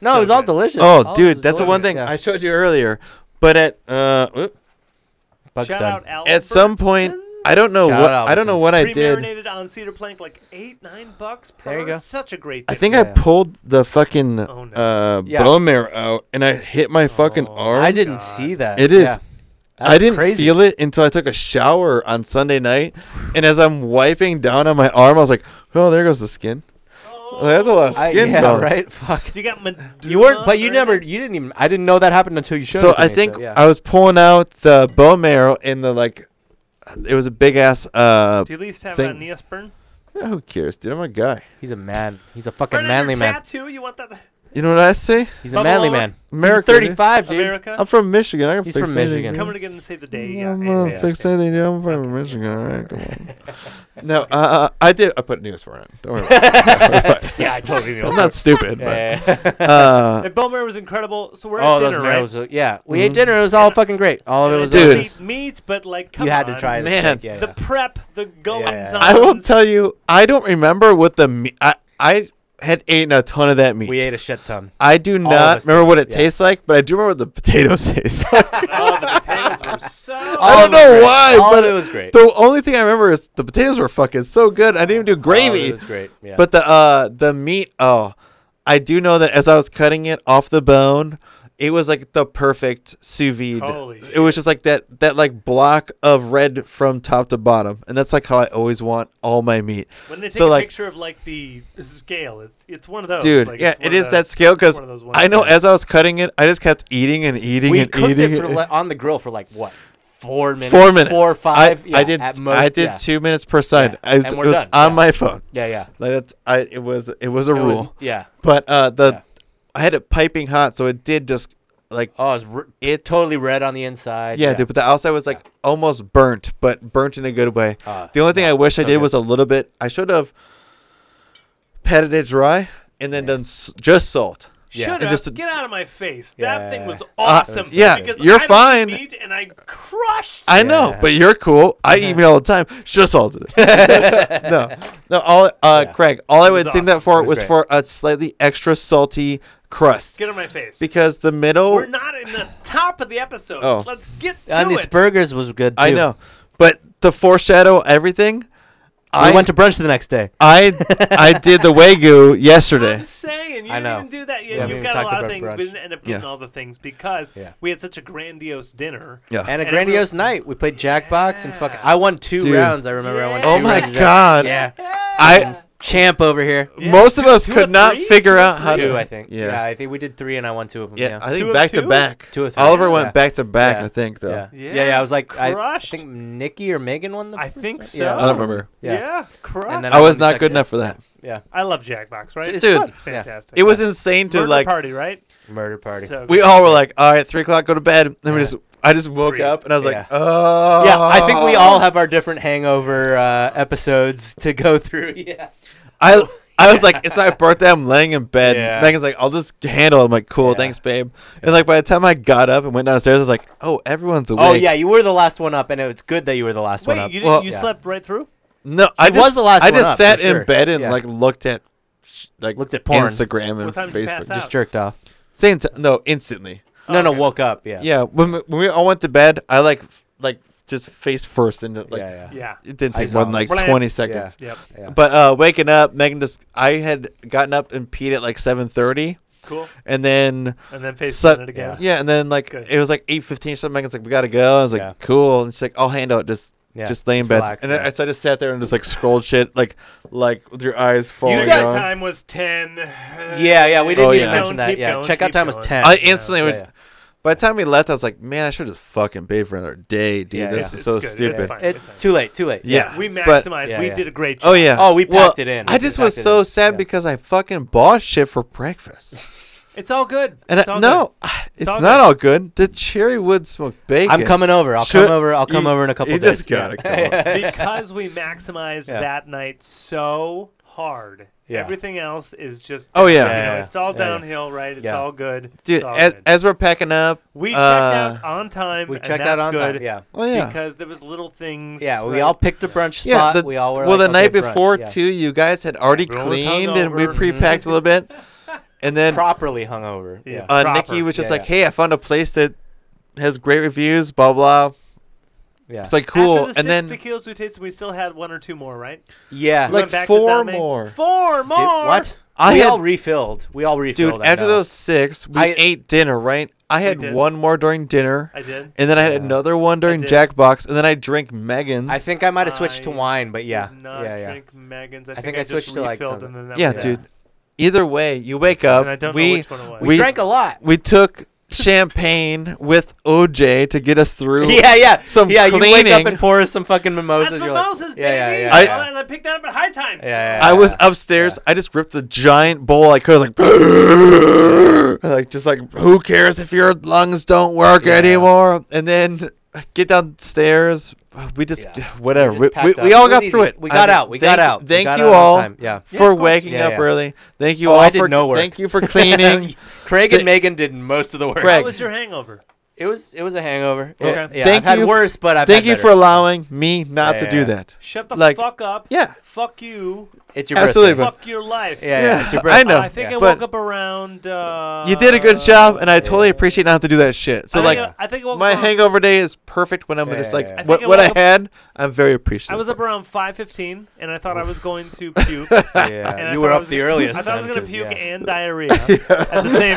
Speaker 2: No,
Speaker 1: So
Speaker 2: it was all
Speaker 1: good.
Speaker 2: delicious.
Speaker 3: oh
Speaker 2: All of it
Speaker 3: dude
Speaker 2: was
Speaker 3: that's the one thing
Speaker 2: delicious.
Speaker 3: i showed you earlier but at uh whoop,
Speaker 2: Yeah. Bugs
Speaker 1: Shout
Speaker 2: done.
Speaker 1: out Albertsons.
Speaker 3: at some point I don't know
Speaker 2: Shout
Speaker 3: what
Speaker 2: out
Speaker 3: I don't know
Speaker 2: Albertsons.
Speaker 3: what I did.
Speaker 1: Pre-marinated on cedar plank, like eight, nine bucks per.
Speaker 8: There you go.
Speaker 1: Such a great.
Speaker 3: I
Speaker 1: deal.
Speaker 3: think I
Speaker 2: Yeah.
Speaker 3: pulled the fucking
Speaker 1: Oh, no.
Speaker 3: uh,
Speaker 2: Yeah.
Speaker 3: bone marrow out, and I hit my fucking
Speaker 1: Oh.
Speaker 3: arm.
Speaker 2: I didn't
Speaker 1: God.
Speaker 2: see that.
Speaker 3: It is.
Speaker 2: Yeah.
Speaker 3: I didn't
Speaker 2: crazy.
Speaker 3: feel it until I took a shower on Sunday night, and as I'm wiping down on my arm, I was like, "Oh, there goes the skin.
Speaker 1: Oh.
Speaker 3: That's a lot of
Speaker 2: I-
Speaker 3: skin
Speaker 2: yeah,
Speaker 3: bone."
Speaker 2: right. Fuck.
Speaker 1: Do you got
Speaker 2: You
Speaker 1: medulla
Speaker 2: weren't, but you
Speaker 1: or
Speaker 2: never,
Speaker 1: anything?
Speaker 2: you didn't even. I didn't know that happened until you showed.
Speaker 3: So
Speaker 2: it to
Speaker 3: I
Speaker 2: me,
Speaker 3: think
Speaker 2: yeah.
Speaker 3: I was pulling out the bone marrow and the like. It was a big ass. Uh,
Speaker 1: Do you at least have a
Speaker 3: Thing.
Speaker 1: neosporin?
Speaker 3: who cares, dude? I'm a guy.
Speaker 2: he's a man. He's a
Speaker 1: Burn
Speaker 2: fucking
Speaker 1: on
Speaker 2: manly
Speaker 1: your
Speaker 2: man.
Speaker 1: Tattoo? You want that?
Speaker 3: You know what I say?
Speaker 2: He's
Speaker 1: Bubba
Speaker 2: a manly
Speaker 1: Wallace?
Speaker 2: man. He's
Speaker 3: America. dude.
Speaker 2: 35, dude.
Speaker 1: America.
Speaker 3: I'm from Michigan. I can
Speaker 2: He's
Speaker 3: fix
Speaker 2: from
Speaker 3: anything.
Speaker 2: Michigan.
Speaker 1: Coming again and save the day.
Speaker 3: Yeah,
Speaker 1: Yeah,
Speaker 3: I'm
Speaker 1: yeah,
Speaker 3: gonna
Speaker 1: yeah,
Speaker 3: fix
Speaker 1: yeah.
Speaker 3: anything, dude. I'm from Michigan. All right, come on. no, uh, uh, I did. I put news for it. Don't worry. About it.
Speaker 1: Yeah, I totally knew.
Speaker 3: I'm not stupid,
Speaker 2: Yeah.
Speaker 3: but uh,
Speaker 1: The bone marrow was incredible. So we're
Speaker 2: oh,
Speaker 1: at
Speaker 2: those
Speaker 1: dinner, right?
Speaker 2: marrows. uh, Yeah, we ate
Speaker 3: Mhm.
Speaker 2: dinner. It was all fucking great. All of it
Speaker 1: And
Speaker 2: was
Speaker 3: Dude.
Speaker 2: delicious.
Speaker 1: meat, meat, but like, come
Speaker 2: You had
Speaker 1: on.
Speaker 2: to try it.
Speaker 3: Man.
Speaker 2: yeah,
Speaker 1: The
Speaker 2: yeah.
Speaker 1: prep, the goings on.
Speaker 3: I will tell you, I don't remember what the me- I I had eaten a ton of that meat.
Speaker 2: we ate a shit ton.
Speaker 3: I do
Speaker 2: of
Speaker 3: not
Speaker 2: us
Speaker 3: remember what it
Speaker 2: yeah.
Speaker 3: tastes like, but I do remember what the potatoes taste. like.
Speaker 1: Oh, the potatoes were so.
Speaker 3: I
Speaker 2: All
Speaker 3: don't
Speaker 2: of it was
Speaker 3: know
Speaker 2: great.
Speaker 3: why,
Speaker 2: All
Speaker 3: but
Speaker 2: of it was great.
Speaker 3: the only thing I remember is the potatoes were fucking so good. I didn't
Speaker 1: Oh,
Speaker 3: even do
Speaker 2: All of
Speaker 3: gravy.
Speaker 2: it was great. Yeah.
Speaker 3: But the uh the meat, oh, I do know that as I was cutting it off the bone, it was like the perfect sous vide.
Speaker 1: Holy
Speaker 3: it was just like that that like block of red from top to bottom, and that's like how I always want all my meat,
Speaker 1: When they take a
Speaker 3: So, like-
Speaker 1: picture of like the scale, it's, it's one of those.
Speaker 3: dude.
Speaker 1: like,
Speaker 3: yeah,
Speaker 1: it's one
Speaker 3: it
Speaker 1: of
Speaker 3: is
Speaker 1: the-
Speaker 3: that scale because
Speaker 1: one of those ones
Speaker 3: I know
Speaker 1: that-
Speaker 3: as I was cutting it, I just kept eating and eating
Speaker 2: we
Speaker 3: and
Speaker 2: cooked
Speaker 3: eating.
Speaker 2: it for, like, on the grill for like what? Four minutes.
Speaker 3: Four minutes,
Speaker 2: Four or five.
Speaker 3: I,
Speaker 2: yeah,
Speaker 3: I did.
Speaker 2: At most,
Speaker 3: I did
Speaker 2: yeah.
Speaker 3: two minutes per side.
Speaker 2: Yeah,
Speaker 3: I was,
Speaker 2: and
Speaker 3: it
Speaker 2: we're
Speaker 3: was
Speaker 2: done,
Speaker 3: on
Speaker 2: yeah.
Speaker 3: my phone.
Speaker 2: Yeah, yeah.
Speaker 3: Like that's. I. It was. It was a
Speaker 2: It
Speaker 3: rule.
Speaker 2: was, yeah.
Speaker 3: but uh, the
Speaker 2: Yeah.
Speaker 3: I had it piping hot, so it did just like
Speaker 2: Oh, it was r-
Speaker 3: it.
Speaker 2: totally red on the inside.
Speaker 3: Yeah, dude, but the outside was like almost burnt, but burnt in a good way.
Speaker 2: Uh,
Speaker 3: The only thing I wish I
Speaker 2: so
Speaker 3: did
Speaker 2: good.
Speaker 3: was a little bit. I should have patted it dry and then done s- just salt.
Speaker 2: Yeah.
Speaker 1: Shut
Speaker 3: And
Speaker 1: up!
Speaker 3: just a-
Speaker 1: get out of my face.
Speaker 2: Yeah.
Speaker 1: That thing was awesome.
Speaker 3: yeah,
Speaker 1: because
Speaker 3: you're
Speaker 1: I love
Speaker 3: fine.
Speaker 1: Meat and I crushed.
Speaker 3: I know,
Speaker 2: Yeah. Uh-huh.
Speaker 3: but you're cool. I eat meat all the time. Just salted it. no, no. All uh,
Speaker 2: Yeah.
Speaker 3: Craig. All I
Speaker 1: It was
Speaker 3: would think that
Speaker 1: awesome.
Speaker 3: for
Speaker 2: It was
Speaker 3: was
Speaker 2: great.
Speaker 3: for a slightly extra salty crust
Speaker 1: Get out of my face.
Speaker 3: because the middle.
Speaker 1: We're not in the top of the episode.
Speaker 3: Oh.
Speaker 1: Let's get to
Speaker 2: and these
Speaker 1: it.
Speaker 2: burgers was good too.
Speaker 3: I know, but to foreshadow everything,
Speaker 2: We
Speaker 3: I
Speaker 2: went to brunch the next day.
Speaker 3: I I did the wagyu yesterday.
Speaker 1: I'm saying you
Speaker 2: I know.
Speaker 1: didn't even do that. You,
Speaker 2: Yeah, we
Speaker 1: you've
Speaker 2: even
Speaker 1: got a
Speaker 2: talked
Speaker 1: lot of
Speaker 2: about
Speaker 1: things.
Speaker 2: brunch.
Speaker 1: We didn't end up getting
Speaker 3: Yeah.
Speaker 1: all the things because
Speaker 2: Yeah.
Speaker 1: we had such a grandiose dinner.
Speaker 3: Yeah.
Speaker 2: And a
Speaker 1: And
Speaker 2: grandiose night. We played jackbox and fucking. I won two
Speaker 3: Dude.
Speaker 2: rounds. I remember I won two
Speaker 3: oh my
Speaker 2: rounds of Jack-
Speaker 3: god.
Speaker 2: Yeah.
Speaker 3: I
Speaker 2: Champ over here.
Speaker 1: Yeah,
Speaker 3: most of
Speaker 1: two-
Speaker 3: us
Speaker 1: two
Speaker 3: could
Speaker 1: or
Speaker 3: not
Speaker 1: three?
Speaker 3: figure
Speaker 1: Two or
Speaker 3: out how
Speaker 2: Two,
Speaker 3: to.
Speaker 2: I think.
Speaker 3: Yeah.
Speaker 2: Yeah. I think we did three and I won two of them.
Speaker 3: Yeah,
Speaker 2: Yeah.
Speaker 3: I
Speaker 1: Two
Speaker 3: think
Speaker 1: of
Speaker 3: back to
Speaker 1: two?
Speaker 3: back.
Speaker 2: Two or three.
Speaker 3: Oliver
Speaker 2: Yeah.
Speaker 3: went back to back,
Speaker 2: Yeah.
Speaker 3: I think though.
Speaker 2: yeah.
Speaker 1: Yeah,
Speaker 2: yeah. I was like, I, I
Speaker 1: crushed.
Speaker 2: think Nikki or Megan won the.
Speaker 1: I
Speaker 2: first
Speaker 1: think
Speaker 2: round?
Speaker 1: so.
Speaker 2: Yeah.
Speaker 1: I don't
Speaker 3: remember.
Speaker 1: Yeah,
Speaker 2: Yeah.
Speaker 1: crap.
Speaker 2: And then
Speaker 3: I
Speaker 2: I
Speaker 3: was
Speaker 2: won the
Speaker 3: not good
Speaker 2: second.
Speaker 3: enough for that.
Speaker 2: Yeah.
Speaker 1: I love Jackbox, right?
Speaker 2: It's
Speaker 3: Oh. Dude,
Speaker 2: fun.
Speaker 1: It's
Speaker 2: Yeah.
Speaker 1: fantastic.
Speaker 3: It was insane to
Speaker 1: Murder
Speaker 3: like
Speaker 1: party, right?
Speaker 2: Murder party.
Speaker 1: So
Speaker 3: we
Speaker 1: good.
Speaker 3: all were like, all right, three o'clock, go to bed. Then we
Speaker 2: Yeah.
Speaker 3: just I just woke
Speaker 1: Three.
Speaker 3: up and I was
Speaker 2: Yeah.
Speaker 3: like, oh
Speaker 2: yeah, I think we all have our different hangover uh, episodes to go through. Yeah.
Speaker 3: I I was like, it's my birthday. I'm laying in bed.
Speaker 2: Oh. Yeah.
Speaker 3: Megan's like, I'll just handle. it. I'm like, cool,
Speaker 2: Yeah.
Speaker 3: thanks, babe. And like by the time I got up and went downstairs, I was like, oh, everyone's awake.
Speaker 2: Oh yeah, you were the last one up, and it was good that you were the last
Speaker 1: Wait,
Speaker 2: one up.
Speaker 1: you, didn't,
Speaker 3: Well-
Speaker 1: you
Speaker 2: Yeah.
Speaker 1: slept right through?
Speaker 3: No, I
Speaker 2: was
Speaker 3: just
Speaker 2: the last
Speaker 3: I
Speaker 2: one
Speaker 3: just
Speaker 2: up, for
Speaker 3: sat in
Speaker 2: sure.
Speaker 3: bed and
Speaker 2: Yeah.
Speaker 3: like looked at sh- like
Speaker 2: Looked at porn.
Speaker 3: Instagram and
Speaker 1: What time did you pass
Speaker 3: Facebook.
Speaker 1: out?
Speaker 2: Just jerked off.
Speaker 3: Same t- no, instantly.
Speaker 2: No, no,
Speaker 1: Oh, Okay.
Speaker 2: woke up. Yeah.
Speaker 3: Yeah, when we, when we all went to bed, I like f- like just face first into
Speaker 2: yeah,
Speaker 3: like
Speaker 2: yeah.
Speaker 1: Yeah.
Speaker 3: it didn't
Speaker 2: I
Speaker 3: take
Speaker 2: saw
Speaker 3: more than
Speaker 2: that.
Speaker 3: like
Speaker 1: Blam.
Speaker 3: 20 seconds.
Speaker 1: Yep.
Speaker 2: Yeah.
Speaker 3: But uh waking up, Megan just I had gotten up and peed at like 7:30
Speaker 1: Cool.
Speaker 3: and then
Speaker 1: And then face
Speaker 3: Slept-
Speaker 1: it again.
Speaker 3: yeah, and then like
Speaker 1: Good.
Speaker 3: it was like 8:15 or something. Megan's like we got to go. I was like
Speaker 2: Yeah.
Speaker 3: cool. And she's like I'll handle it just
Speaker 2: Yeah,
Speaker 3: just lay in
Speaker 2: just
Speaker 3: bed,
Speaker 2: relax,
Speaker 3: and then
Speaker 2: yeah.
Speaker 3: I, so I just sat there and just like scrolled shit, like like with your eyes falling
Speaker 1: You
Speaker 3: down.
Speaker 1: got time was 10.
Speaker 2: Yeah, yeah, we didn't
Speaker 3: Oh,
Speaker 2: even
Speaker 3: yeah.
Speaker 2: mention that.
Speaker 1: Keep
Speaker 2: Yeah,
Speaker 1: going,
Speaker 2: checkout
Speaker 1: keep
Speaker 2: time was
Speaker 1: going.
Speaker 2: ten.
Speaker 3: I instantly
Speaker 2: Yeah,
Speaker 3: would.
Speaker 2: yeah.
Speaker 3: By the time we left, I was like, man, I should have fucking paid for another day, dude.
Speaker 2: Yeah,
Speaker 3: this
Speaker 2: yeah.
Speaker 3: is so
Speaker 1: It's good. It's
Speaker 3: stupid.
Speaker 1: fine.
Speaker 2: It's too late. Too late.
Speaker 3: Yeah.
Speaker 1: We
Speaker 3: but-
Speaker 1: maximized.
Speaker 2: Yeah,
Speaker 1: we
Speaker 2: yeah.
Speaker 1: did a great job.
Speaker 3: Oh yeah.
Speaker 2: Oh, we
Speaker 3: Well,
Speaker 2: packed it in.
Speaker 3: I
Speaker 2: We
Speaker 3: just
Speaker 2: packed
Speaker 3: was
Speaker 2: it
Speaker 3: so
Speaker 2: in.
Speaker 3: sad
Speaker 2: Yeah.
Speaker 3: because I fucking bought shit for breakfast.
Speaker 1: It's all good.
Speaker 3: And
Speaker 1: it's
Speaker 3: I,
Speaker 1: all
Speaker 3: no,
Speaker 1: good.
Speaker 3: it's,
Speaker 1: all
Speaker 3: not
Speaker 1: good.
Speaker 3: all good. The cherry wood smoked bacon.
Speaker 2: I'm coming over. I'll
Speaker 3: Should-
Speaker 2: come over. I'll come
Speaker 3: you-
Speaker 2: over in a couple
Speaker 3: You
Speaker 2: days.
Speaker 3: just gotta go.
Speaker 1: because we maximized
Speaker 2: Yeah.
Speaker 1: that night so hard.
Speaker 2: Yeah.
Speaker 1: Everything else is just
Speaker 3: Oh, yeah.
Speaker 1: you know,
Speaker 2: Yeah, yeah.
Speaker 1: it's all
Speaker 2: Yeah, yeah.
Speaker 1: downhill, right? It's
Speaker 2: Yeah.
Speaker 1: all good.
Speaker 3: dude.
Speaker 1: it's all
Speaker 3: As,
Speaker 1: good.
Speaker 3: as we're packing up,
Speaker 1: we checked
Speaker 3: uh,
Speaker 1: out on time.
Speaker 2: We
Speaker 1: and
Speaker 2: checked out
Speaker 1: that's
Speaker 2: on
Speaker 1: good
Speaker 2: time. Yeah.
Speaker 3: Oh yeah,
Speaker 1: Because there was little things.
Speaker 2: Yeah. We
Speaker 1: right?
Speaker 2: all picked a brunch spot.
Speaker 3: yeah. The,
Speaker 2: we all were.
Speaker 3: well,
Speaker 2: like,
Speaker 3: the
Speaker 2: okay,
Speaker 3: night
Speaker 2: brunch,
Speaker 3: before
Speaker 2: yeah.
Speaker 3: too, you guys had already
Speaker 1: Everyone was
Speaker 3: cleaned and we
Speaker 1: hungover.
Speaker 3: pre-packed a little bit, and then
Speaker 2: Properly hungover.
Speaker 1: Yeah.
Speaker 2: Yeah.
Speaker 3: uh,
Speaker 1: Proper.
Speaker 3: Nikki was just
Speaker 2: Yeah,
Speaker 3: like, "Hey, I found a place that has great reviews, blah blah."
Speaker 9: Yeah.
Speaker 3: It's like cool,
Speaker 1: After the
Speaker 3: and
Speaker 1: six
Speaker 3: then
Speaker 1: tequilas we tasted, we still had one or two more, right?
Speaker 2: Yeah.
Speaker 1: went
Speaker 3: like
Speaker 1: back to
Speaker 3: four
Speaker 1: Dame.
Speaker 3: more.
Speaker 1: Four more.
Speaker 2: Dude, what?
Speaker 3: I
Speaker 2: we
Speaker 3: had-
Speaker 2: all refilled. We all refilled.
Speaker 3: Dude,
Speaker 2: I
Speaker 3: after
Speaker 2: know.
Speaker 3: those six, we
Speaker 2: I-
Speaker 3: ate dinner, right? I had
Speaker 1: did.
Speaker 3: one more during dinner,
Speaker 1: I did.
Speaker 3: and then I had another one during
Speaker 1: did.
Speaker 3: Jackbox, and then I drank Megan's.
Speaker 2: I think I might have switched to
Speaker 1: I
Speaker 2: wine, but yeah,
Speaker 1: Did not
Speaker 2: yeah, yeah.
Speaker 1: drink Megan's. I,
Speaker 2: I
Speaker 1: think,
Speaker 2: think
Speaker 1: I,
Speaker 2: I
Speaker 1: just
Speaker 2: switched to, like,
Speaker 1: refilled
Speaker 2: something.
Speaker 1: and then that
Speaker 3: yeah,
Speaker 1: was it.
Speaker 3: dude. Either way, you wake up.
Speaker 1: And I don't
Speaker 3: we
Speaker 1: know which one it was.
Speaker 2: We,
Speaker 3: We-
Speaker 2: drank a lot.
Speaker 3: we took champagne with OJ to get us through.
Speaker 2: yeah, yeah.
Speaker 3: some
Speaker 2: yeah, you wake up
Speaker 3: cleaning.
Speaker 2: and pour us some fucking mimosas.
Speaker 1: That's
Speaker 2: you're like-
Speaker 1: mimosas,
Speaker 2: yeah, yeah,
Speaker 1: baby.
Speaker 2: yeah,
Speaker 3: I-
Speaker 2: yeah.
Speaker 1: I, I picked that up at high times.
Speaker 2: Yeah, yeah,
Speaker 3: I was
Speaker 2: yeah.
Speaker 3: upstairs. I just ripped the giant bowl. I could like, like just like who cares if your lungs don't work anymore? And then get downstairs. We just
Speaker 2: Yeah.
Speaker 3: whatever.
Speaker 2: We
Speaker 3: We,
Speaker 2: just
Speaker 3: we,
Speaker 2: packed
Speaker 3: we
Speaker 2: up.
Speaker 3: all
Speaker 2: It
Speaker 3: got
Speaker 2: was
Speaker 3: through
Speaker 2: easy.
Speaker 3: it.
Speaker 2: We got out. We got
Speaker 3: thank-
Speaker 2: out. We
Speaker 3: Thank
Speaker 2: got
Speaker 3: you
Speaker 2: out on
Speaker 3: all
Speaker 2: time. Yeah.
Speaker 1: Yeah,
Speaker 3: for
Speaker 1: of course.
Speaker 3: waking
Speaker 2: Yeah,
Speaker 3: up
Speaker 2: yeah.
Speaker 3: early. Thank you
Speaker 2: Oh,
Speaker 3: all
Speaker 2: I did
Speaker 3: for
Speaker 2: no work.
Speaker 3: thank you for cleaning.
Speaker 2: Craig and
Speaker 3: Th-
Speaker 2: Megan did most of the work.
Speaker 3: Craig.
Speaker 1: What was your hangover?
Speaker 2: It was it was a hangover. It-
Speaker 1: Okay.
Speaker 2: yeah,
Speaker 3: Thank
Speaker 2: I've had
Speaker 3: you f-
Speaker 2: worse, but I've
Speaker 3: thank
Speaker 2: had
Speaker 3: you for
Speaker 2: better.
Speaker 3: allowing me not
Speaker 2: Yeah,
Speaker 3: to
Speaker 2: yeah,
Speaker 3: do
Speaker 2: yeah.
Speaker 3: that.
Speaker 1: Shut the
Speaker 3: Like-
Speaker 1: fuck up.
Speaker 3: Yeah,
Speaker 1: Fuck you.
Speaker 2: It's your
Speaker 3: Absolutely,
Speaker 2: birthday.
Speaker 3: but-
Speaker 1: Fuck your life.
Speaker 2: Yeah, yeah, it's your
Speaker 3: I
Speaker 2: birthday.
Speaker 3: know.
Speaker 1: I think
Speaker 2: Yeah.
Speaker 1: I
Speaker 3: But-
Speaker 1: woke up around. Uh,
Speaker 3: you did a good job, and I totally appreciate not having to do that shit. So
Speaker 1: I
Speaker 3: like,
Speaker 1: think I, I think I woke
Speaker 3: my
Speaker 1: up around-
Speaker 3: hangover day is perfect when I'm
Speaker 2: Yeah,
Speaker 3: just
Speaker 2: yeah,
Speaker 3: like
Speaker 2: yeah. I
Speaker 3: what,
Speaker 1: think I
Speaker 3: what I
Speaker 1: woke up-
Speaker 3: had. I'm very appreciative.
Speaker 1: I was
Speaker 3: for.
Speaker 1: up around 5:15, and I thought I was going to puke. And
Speaker 2: Yeah,
Speaker 1: I
Speaker 2: you
Speaker 1: thought
Speaker 2: were
Speaker 1: I
Speaker 2: up
Speaker 1: was-
Speaker 2: the earliest.
Speaker 1: I thought I was
Speaker 2: time,
Speaker 1: going to
Speaker 2: 'cause,
Speaker 1: puke
Speaker 2: yeah.
Speaker 1: and diarrhea at the same